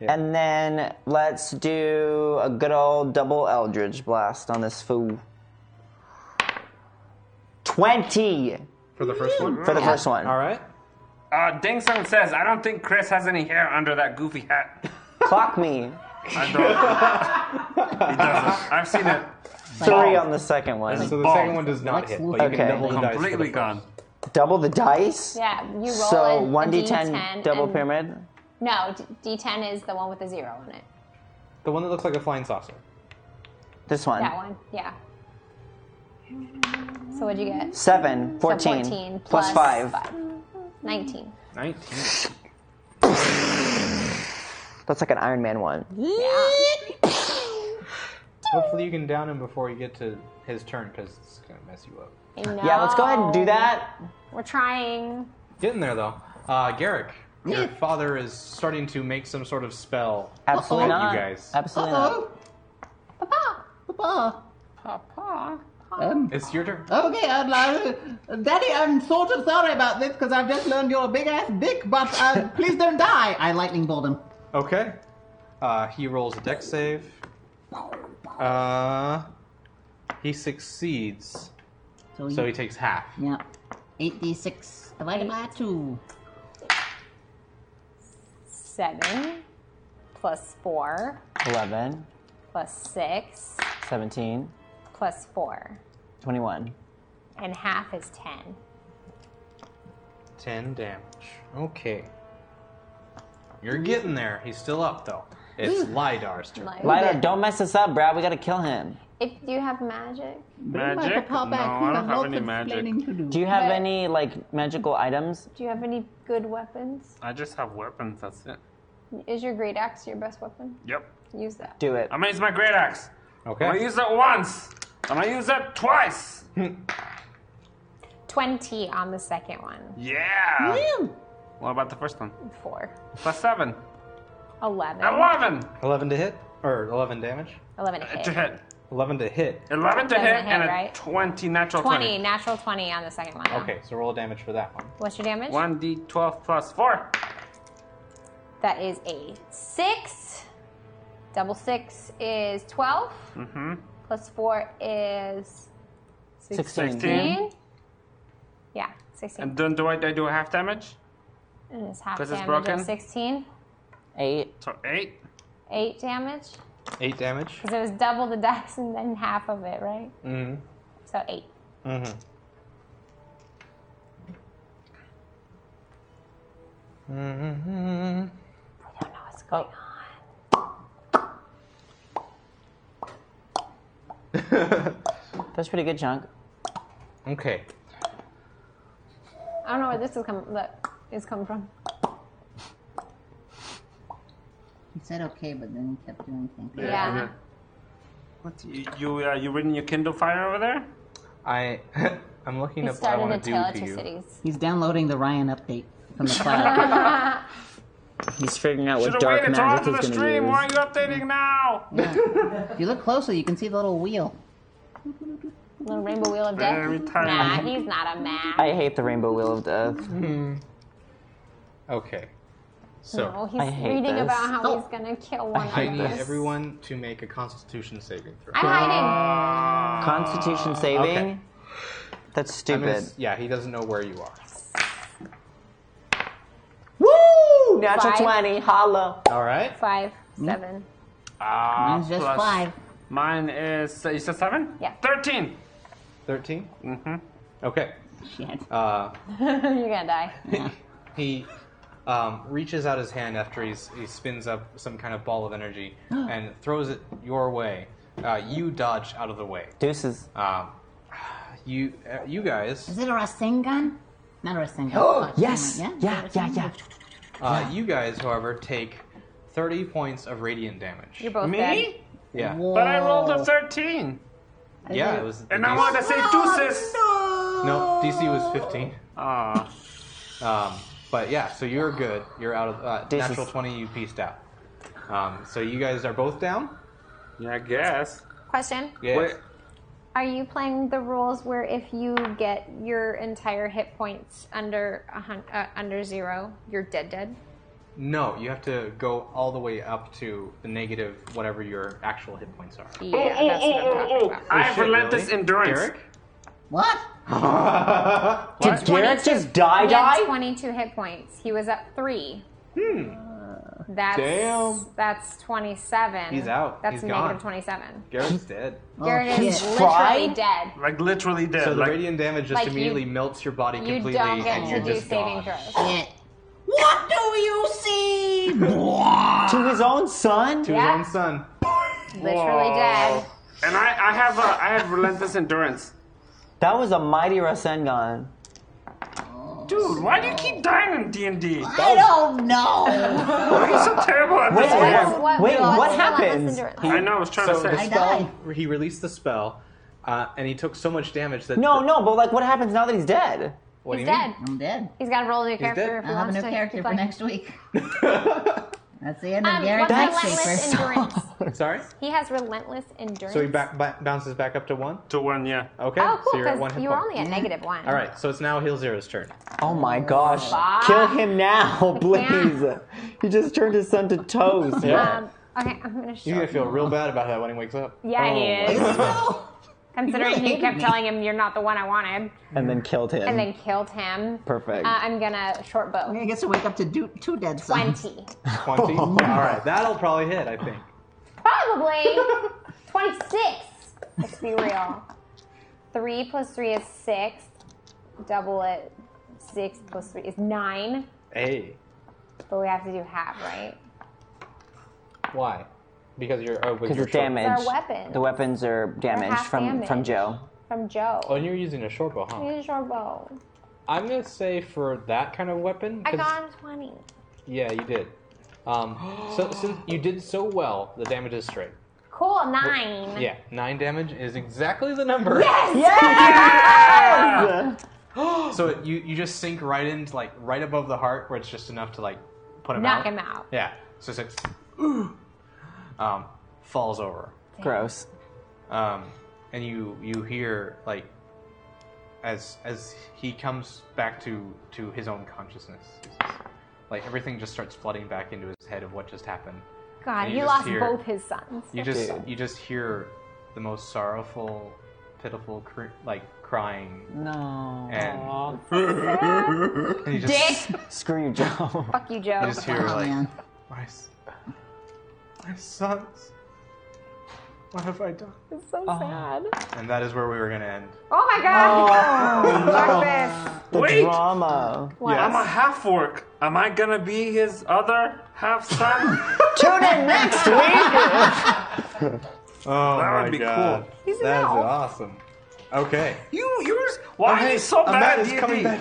Speaker 6: And then let's do a good old double Eldridge blast on this fool. Twenty
Speaker 2: for the first one.
Speaker 6: for the first one.
Speaker 2: All right.
Speaker 3: Uh, Ding Sung says, I don't think Chris has any hair under that goofy hat.
Speaker 6: Clock me.
Speaker 3: I don't. he doesn't. I've seen it.
Speaker 6: Three on the second one.
Speaker 3: So the Bald. second one
Speaker 2: does not Lex hit, but
Speaker 3: Luthor. you can double the dice for the Completely
Speaker 6: gone. Double the dice.
Speaker 5: Yeah, you roll
Speaker 6: so
Speaker 5: a- a
Speaker 6: one
Speaker 5: D10
Speaker 6: double
Speaker 5: and-
Speaker 6: pyramid.
Speaker 5: No, D- D10 is the one with the zero in it.
Speaker 2: The one that looks like a flying saucer.
Speaker 6: This one.
Speaker 5: That one. Yeah. So what'd you get?
Speaker 6: Seven.
Speaker 5: So
Speaker 6: Fourteen.
Speaker 5: 14
Speaker 6: plus
Speaker 5: plus
Speaker 6: five.
Speaker 5: Nineteen.
Speaker 2: Nineteen.
Speaker 6: That's like an Iron Man one.
Speaker 5: Yeah.
Speaker 2: Hopefully you can down him before you get to his turn because it's gonna mess you up.
Speaker 5: I know.
Speaker 6: Yeah, let's go ahead and do that.
Speaker 5: We're trying.
Speaker 2: Get in there though, uh, Garrick. Your father is starting to make some sort of spell.
Speaker 6: Absolutely
Speaker 2: at
Speaker 6: not.
Speaker 2: You guys.
Speaker 6: Absolutely
Speaker 5: Papa.
Speaker 8: Papa.
Speaker 5: Papa.
Speaker 8: Um,
Speaker 2: It's your turn.
Speaker 8: Okay, I'd like, Daddy, I'm sort of sorry about this because I've just learned you're a big ass dick, but uh, please don't die. I lightning bolt him.
Speaker 2: Okay. Uh, he rolls a deck save. Uh, he succeeds.
Speaker 4: So
Speaker 2: So
Speaker 4: you-
Speaker 2: he, takes half.
Speaker 4: Yeah. 8d6 divided by 2.
Speaker 5: Seven. Plus four.
Speaker 6: Eleven.
Speaker 5: Plus six.
Speaker 6: Seventeen.
Speaker 5: Plus four.
Speaker 6: Twenty-one.
Speaker 5: And half is ten.
Speaker 2: Ten damage. Okay. You're getting there. He's still up though. It's Lidar's turn.
Speaker 5: Like-
Speaker 6: Lila, don't mess this up, Brad. We gotta kill him.
Speaker 5: If do you have magic?
Speaker 6: Magic?
Speaker 5: Papa
Speaker 6: No, I don't have any magic.
Speaker 8: do.
Speaker 6: you have
Speaker 5: But-
Speaker 6: any like magical items?
Speaker 5: Do you have any good weapons?
Speaker 3: I just have weapons, that's it.
Speaker 5: Is your great axe your best weapon?
Speaker 3: Yep.
Speaker 5: Use that.
Speaker 6: Do it.
Speaker 3: I'm gonna use my great axe.
Speaker 2: Okay.
Speaker 3: I'm gonna use it once. I'm gonna use it twice.
Speaker 5: Twenty on the second one.
Speaker 3: Yeah. What about the first one?
Speaker 5: Four.
Speaker 3: Plus seven.
Speaker 5: Eleven.
Speaker 3: Eleven.
Speaker 2: Eleven to hit. or eleven damage.
Speaker 5: 11 to hit.
Speaker 2: Eleven to hit.
Speaker 3: 11 to
Speaker 5: Doesn't
Speaker 3: hit
Speaker 5: hit,
Speaker 3: and a
Speaker 5: right?
Speaker 3: 20 natural
Speaker 5: 20,
Speaker 3: 20.
Speaker 5: natural 20 on the second one.
Speaker 2: Okay, so roll damage for that one.
Speaker 5: What's your damage?
Speaker 3: 1d12 plus 4.
Speaker 5: That is a 6. Double 6 is 12.
Speaker 3: Mm-hmm.
Speaker 5: Plus 4 is 16.
Speaker 3: Sixteen.
Speaker 5: Yeah, 16.
Speaker 3: And then do I, I do half damage?
Speaker 5: And it's half
Speaker 3: 'Cause
Speaker 5: damage.
Speaker 3: it's
Speaker 5: of
Speaker 3: broken?
Speaker 5: 16.
Speaker 29: Eight.
Speaker 3: So 8.
Speaker 5: 8 damage.
Speaker 2: Eight damage.
Speaker 5: Because it was double the dice and then half of it, right?
Speaker 2: Mm.
Speaker 5: So 8.
Speaker 2: Mm-hmm.
Speaker 29: Mm-hmm.
Speaker 5: I don't know what's going
Speaker 29: on. That's pretty good, Chunk.
Speaker 2: Okay.
Speaker 5: I don't know where this is coming. Look, is coming from.
Speaker 4: He said okay, but then he kept doing things.
Speaker 3: yeah. What you you, uh, you reading your Kindle Fire over there?
Speaker 2: I I'm looking
Speaker 4: He
Speaker 2: up what I
Speaker 4: started
Speaker 2: want to
Speaker 4: to tell
Speaker 2: do to
Speaker 4: it to
Speaker 2: you.
Speaker 5: cities.
Speaker 4: He's downloading the Ryan update from the cloud.
Speaker 29: He's figuring out what
Speaker 3: Should've
Speaker 29: dark
Speaker 3: waited till
Speaker 29: magic
Speaker 3: after
Speaker 29: he's
Speaker 3: the
Speaker 29: going to
Speaker 3: stream.
Speaker 29: use.
Speaker 3: Why are you updating now?
Speaker 4: if you look closely, you can see the little wheel.
Speaker 5: Little rainbow wheel of death.
Speaker 29: Very tiny.
Speaker 5: Nah, he's not a man.
Speaker 29: I hate the rainbow wheel of death.
Speaker 2: Mm-hmm. Okay. So
Speaker 5: no, he's reading about how he's gonna kill one
Speaker 2: I
Speaker 5: of
Speaker 2: need
Speaker 5: us.
Speaker 2: everyone to make a Constitution saving throw.
Speaker 5: I'm hiding.
Speaker 29: Constitution saving.
Speaker 2: Okay.
Speaker 29: That's
Speaker 2: I'm gonna
Speaker 29: stupid.
Speaker 2: s- yeah, he doesn't know where you are.
Speaker 29: Woo! Natural
Speaker 5: Five.
Speaker 29: twenty. Holla.
Speaker 2: All right.
Speaker 5: Five,
Speaker 29: Hmm?
Speaker 5: seven.
Speaker 3: Uh,
Speaker 29: Mine's just
Speaker 3: plus-
Speaker 29: five.
Speaker 3: Mine is. You said seven?
Speaker 5: Yeah.
Speaker 3: 13.
Speaker 2: 13?
Speaker 3: Mm-hmm.
Speaker 2: Okay. Uh,
Speaker 5: You're gonna die.
Speaker 2: he um, reaches out his hand after he's, he spins up some kind of ball of energy and throws it your way. Uh, you dodge out of the way.
Speaker 29: Deuces.
Speaker 2: Um, you uh, you guys,
Speaker 4: Is it a Rasengan? Not a Rasengan.
Speaker 2: Oh,
Speaker 4: Fuck,
Speaker 2: yes.
Speaker 4: never mind.
Speaker 29: yeah, yeah.
Speaker 2: uh, you guys, however, take thirty points of radiant damage.
Speaker 5: You're both
Speaker 3: Me?
Speaker 5: dead.
Speaker 2: Yeah,
Speaker 3: But I rolled a 13.
Speaker 2: Yeah, it was.
Speaker 3: And I
Speaker 2: DC
Speaker 3: wanted to say deuces.
Speaker 2: No, DC was 15. Ah. Um, but yeah, so you're good. You're out of uh,
Speaker 3: Deuces.
Speaker 2: natural 20. You pieced out. Um, so you guys are both down.
Speaker 3: Yeah, I guess.
Speaker 5: Question:
Speaker 2: Yes.
Speaker 5: Are you playing the rules where if you get your entire hit points under a hun- uh, under zero, you're dead, dead?
Speaker 2: No, you have to go all the way up to the negative whatever your actual hit points are.
Speaker 5: Yeah, Oh, that's what I'm oh, talking oh, about. oh, I have
Speaker 3: relentless endurance.
Speaker 2: Derek?
Speaker 4: What?
Speaker 29: Did Garrett just die?
Speaker 5: oh. he had
Speaker 29: Die?
Speaker 5: 22 hit points. He was up three.
Speaker 2: Hmm.
Speaker 5: That's
Speaker 2: Damn.
Speaker 5: that's 27.
Speaker 2: He's out.
Speaker 5: That's
Speaker 2: He's
Speaker 5: negative
Speaker 2: gone.
Speaker 5: 27.
Speaker 2: Garrett's dead.
Speaker 5: Garrett Oh, is literally dead.
Speaker 3: Like literally dead.
Speaker 2: So the
Speaker 3: like-
Speaker 2: radiant damage just
Speaker 5: Like you-
Speaker 2: immediately melts your body
Speaker 5: you
Speaker 2: completely,
Speaker 5: don't get
Speaker 2: and
Speaker 5: to
Speaker 2: you're
Speaker 5: do
Speaker 2: just gone.
Speaker 5: saving throws.
Speaker 4: What do you see?
Speaker 29: to his own son?
Speaker 2: To
Speaker 3: Yeah.
Speaker 2: his own son.
Speaker 5: Literally dead.
Speaker 3: And I, I have uh, I have relentless endurance.
Speaker 29: That was a mighty Rasengan.
Speaker 3: Dude, why do you keep dying in D and D?
Speaker 29: Oh.
Speaker 4: I don't know.
Speaker 3: Why are you so terrible at this
Speaker 2: Wait,
Speaker 3: game?
Speaker 2: what- Wait, what what happens? happens?
Speaker 3: I know. I was trying
Speaker 2: so
Speaker 3: to
Speaker 2: the
Speaker 3: say.
Speaker 29: died.
Speaker 2: spell, he released the spell, uh, and he took so much damage that
Speaker 29: No, no, but like, what happens now that he's dead?
Speaker 2: What
Speaker 5: He's
Speaker 2: do you
Speaker 5: dead.
Speaker 4: I'm dead.
Speaker 5: He's got to roll a new
Speaker 2: He's dead.
Speaker 5: character. If he
Speaker 4: I'll have a
Speaker 5: wants
Speaker 4: new
Speaker 5: to
Speaker 4: character for
Speaker 5: play.
Speaker 4: next week. That's the end of
Speaker 5: Um,
Speaker 4: Garrett
Speaker 5: what's relentless
Speaker 4: Shaker.
Speaker 5: endurance?
Speaker 2: mean? Sorry.
Speaker 5: He has relentless endurance.
Speaker 2: So he back, ba- bounces back up to one.
Speaker 3: To one, yeah.
Speaker 2: Okay.
Speaker 5: Oh,
Speaker 2: So
Speaker 5: cool.
Speaker 2: you're at
Speaker 5: Because
Speaker 2: one hit
Speaker 5: you were
Speaker 2: point.
Speaker 5: only at negative one.
Speaker 2: All right. So it's now Heal Zero's turn.
Speaker 29: Oh my gosh.
Speaker 5: Fuck.
Speaker 29: Kill him now, please.
Speaker 5: can't.
Speaker 29: He just turned his son to toast.
Speaker 5: Um, okay, I'm gonna show.
Speaker 2: You're gonna feel Oh. real bad about that when he wakes up.
Speaker 5: Yeah, he is.
Speaker 29: You
Speaker 5: Considering
Speaker 29: really
Speaker 5: you kept
Speaker 29: hated me.
Speaker 5: telling him you're not the one I wanted,
Speaker 29: And then killed him.
Speaker 5: and then killed him.
Speaker 29: Perfect.
Speaker 5: Uh, I'm gonna short bow.
Speaker 4: I guess to wake up to do, two dead sons.
Speaker 5: Twenty,
Speaker 2: Twenty.
Speaker 29: Oh
Speaker 2: All right. That'll probably hit. I think.
Speaker 5: probably twenty-six. Let's be real. Three plus three is six. Double it. Six plus three is nine.
Speaker 2: Hey.
Speaker 5: But we have to do half, right?
Speaker 2: Why? Because you're oh,
Speaker 29: Because it's damage.
Speaker 5: It's our weapon.
Speaker 29: The weapons are damaged
Speaker 5: half
Speaker 29: from,
Speaker 5: damage.
Speaker 29: from Joe.
Speaker 5: From Joe.
Speaker 2: Oh, and you're using a short bow, huh?
Speaker 5: Here's your bow.
Speaker 2: I'm gonna say for that kind of weapon.
Speaker 5: I
Speaker 2: 'cause-
Speaker 5: got a twenty.
Speaker 2: Yeah, you did. Um, so since you did so well, the damage is straight.
Speaker 5: Cool. Nine.
Speaker 2: Yeah, nine damage is exactly the number.
Speaker 5: Yes!
Speaker 29: Yes!
Speaker 5: Oh
Speaker 2: so it, you you just sink right into like right above the heart where it's just enough to like put him
Speaker 5: Knock
Speaker 2: out.
Speaker 5: him out.
Speaker 2: Yeah. So it's like, ooh. Um, falls over.
Speaker 23: Gross.
Speaker 2: Um, and you you hear like as as he comes back to to his own consciousness, like everything just starts flooding back into his head of what just happened.
Speaker 5: God,
Speaker 2: And
Speaker 5: he
Speaker 2: just
Speaker 5: lost
Speaker 2: hear-
Speaker 5: both his sons.
Speaker 2: You just you just hear the most sorrowful, pitiful cr- like crying.
Speaker 23: No.
Speaker 2: And,
Speaker 23: sad.
Speaker 2: and you just
Speaker 23: Screw you, Joe.
Speaker 5: Fuck you, Joe.
Speaker 2: you just hear like my, s- my sons. What have I done?
Speaker 5: It's so sad.
Speaker 2: And that is where we were gonna end.
Speaker 5: Oh my god!
Speaker 3: Oh.
Speaker 5: Fuck this.
Speaker 3: The Wait.
Speaker 23: drama.
Speaker 5: What?
Speaker 3: I'm a half orc. Am I gonna be his other half son?
Speaker 23: Tune in next week.
Speaker 2: Oh
Speaker 3: That
Speaker 2: my
Speaker 3: would be
Speaker 2: god,
Speaker 3: cool.
Speaker 2: That
Speaker 3: He's
Speaker 2: is
Speaker 3: an elf.
Speaker 2: awesome. Okay.
Speaker 3: You, yours. Why are you so
Speaker 2: Ahmed
Speaker 3: bad?
Speaker 2: is
Speaker 3: D&D?
Speaker 2: coming back.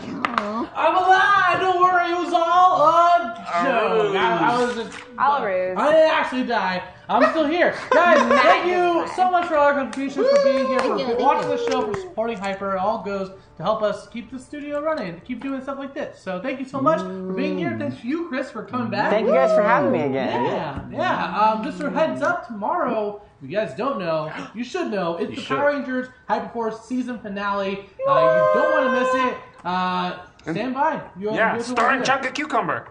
Speaker 10: I'm alive. Don't worry, it was all a joke. I, I was just.
Speaker 5: All rude.
Speaker 10: I didn't actually die. I'm still here, guys. thank you so much for all your contributions, for being here, for
Speaker 5: Yeah, thank
Speaker 10: watching
Speaker 5: you.
Speaker 10: the show, for supporting Hyper. It all goes to help us keep the studio running, to keep doing stuff like this. So thank you so much for being here. Thanks to you, Chris, for coming back.
Speaker 23: Thank you guys for having me again.
Speaker 10: Yeah, yeah. Um, just for heads up, tomorrow, if you guys don't know, you should know, it's the Power Rangers Hyperforce season finale. Uh, you don't want to miss it. Uh, stand by. You,
Speaker 3: Yeah,
Speaker 10: you
Speaker 3: starring Chunk of Cucumber.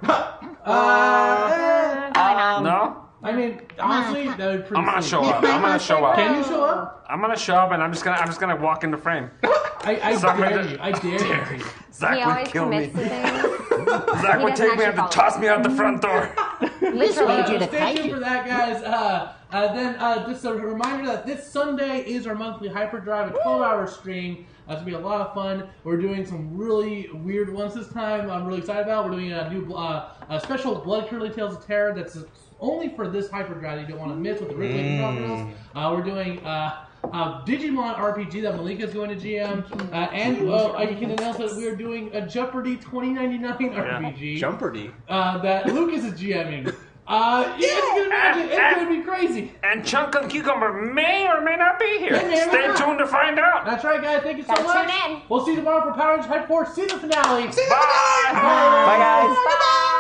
Speaker 10: Uh,
Speaker 3: no?
Speaker 10: I mean, honestly, that would be pretty
Speaker 3: I'm gonna
Speaker 10: sweet.
Speaker 3: show up. I'm gonna show up.
Speaker 10: Can you show up?
Speaker 3: I'm gonna show up, and I'm just gonna I'm just gonna walk into frame.
Speaker 10: I, I
Speaker 3: Zach
Speaker 10: dare
Speaker 3: would-
Speaker 10: you. I dare, you.
Speaker 3: Zach
Speaker 5: he
Speaker 3: would
Speaker 5: always
Speaker 3: kill me.
Speaker 5: commits to things.
Speaker 3: Zach
Speaker 5: He
Speaker 3: would
Speaker 5: doesn't
Speaker 3: take me out
Speaker 5: actually
Speaker 3: to toss me out the front door.
Speaker 5: Literally.
Speaker 10: Uh, stay tuned for that, guys. Uh, uh, then uh, just a reminder that this Sunday is our monthly Hyperdrive, a 12-hour stream. Uh, it's gonna be a lot of fun. We're doing some really weird ones this time. I'm really excited about. We're doing a new uh, a special Blood Curdling Tales of Terror that's only for this Hyperdrive. that You don't want to miss with the Rick
Speaker 2: Mm.
Speaker 10: Daniels. Uh, we're doing uh, uh, Digimon RPG that Malika's going to GM, uh, and uh, I can announce that we are doing a Jeopardy 2099 RPG
Speaker 2: Jumperdy.
Speaker 10: uh, that Lucas is GMing. Uh, yeah, it's gonna, imagine, it's gonna be crazy.
Speaker 3: And Chunk of Cucumber may or may not be here.
Speaker 10: Yeah, may or may
Speaker 3: Stay
Speaker 10: not.
Speaker 3: tuned to find out.
Speaker 10: That's right, guys. Thank you so
Speaker 5: Gotta
Speaker 10: much.
Speaker 5: tune in.
Speaker 10: We'll see you tomorrow for Power Rangers Hype Force season finale.
Speaker 3: Bye.
Speaker 10: Bye.
Speaker 23: Bye, guys.
Speaker 5: Bye.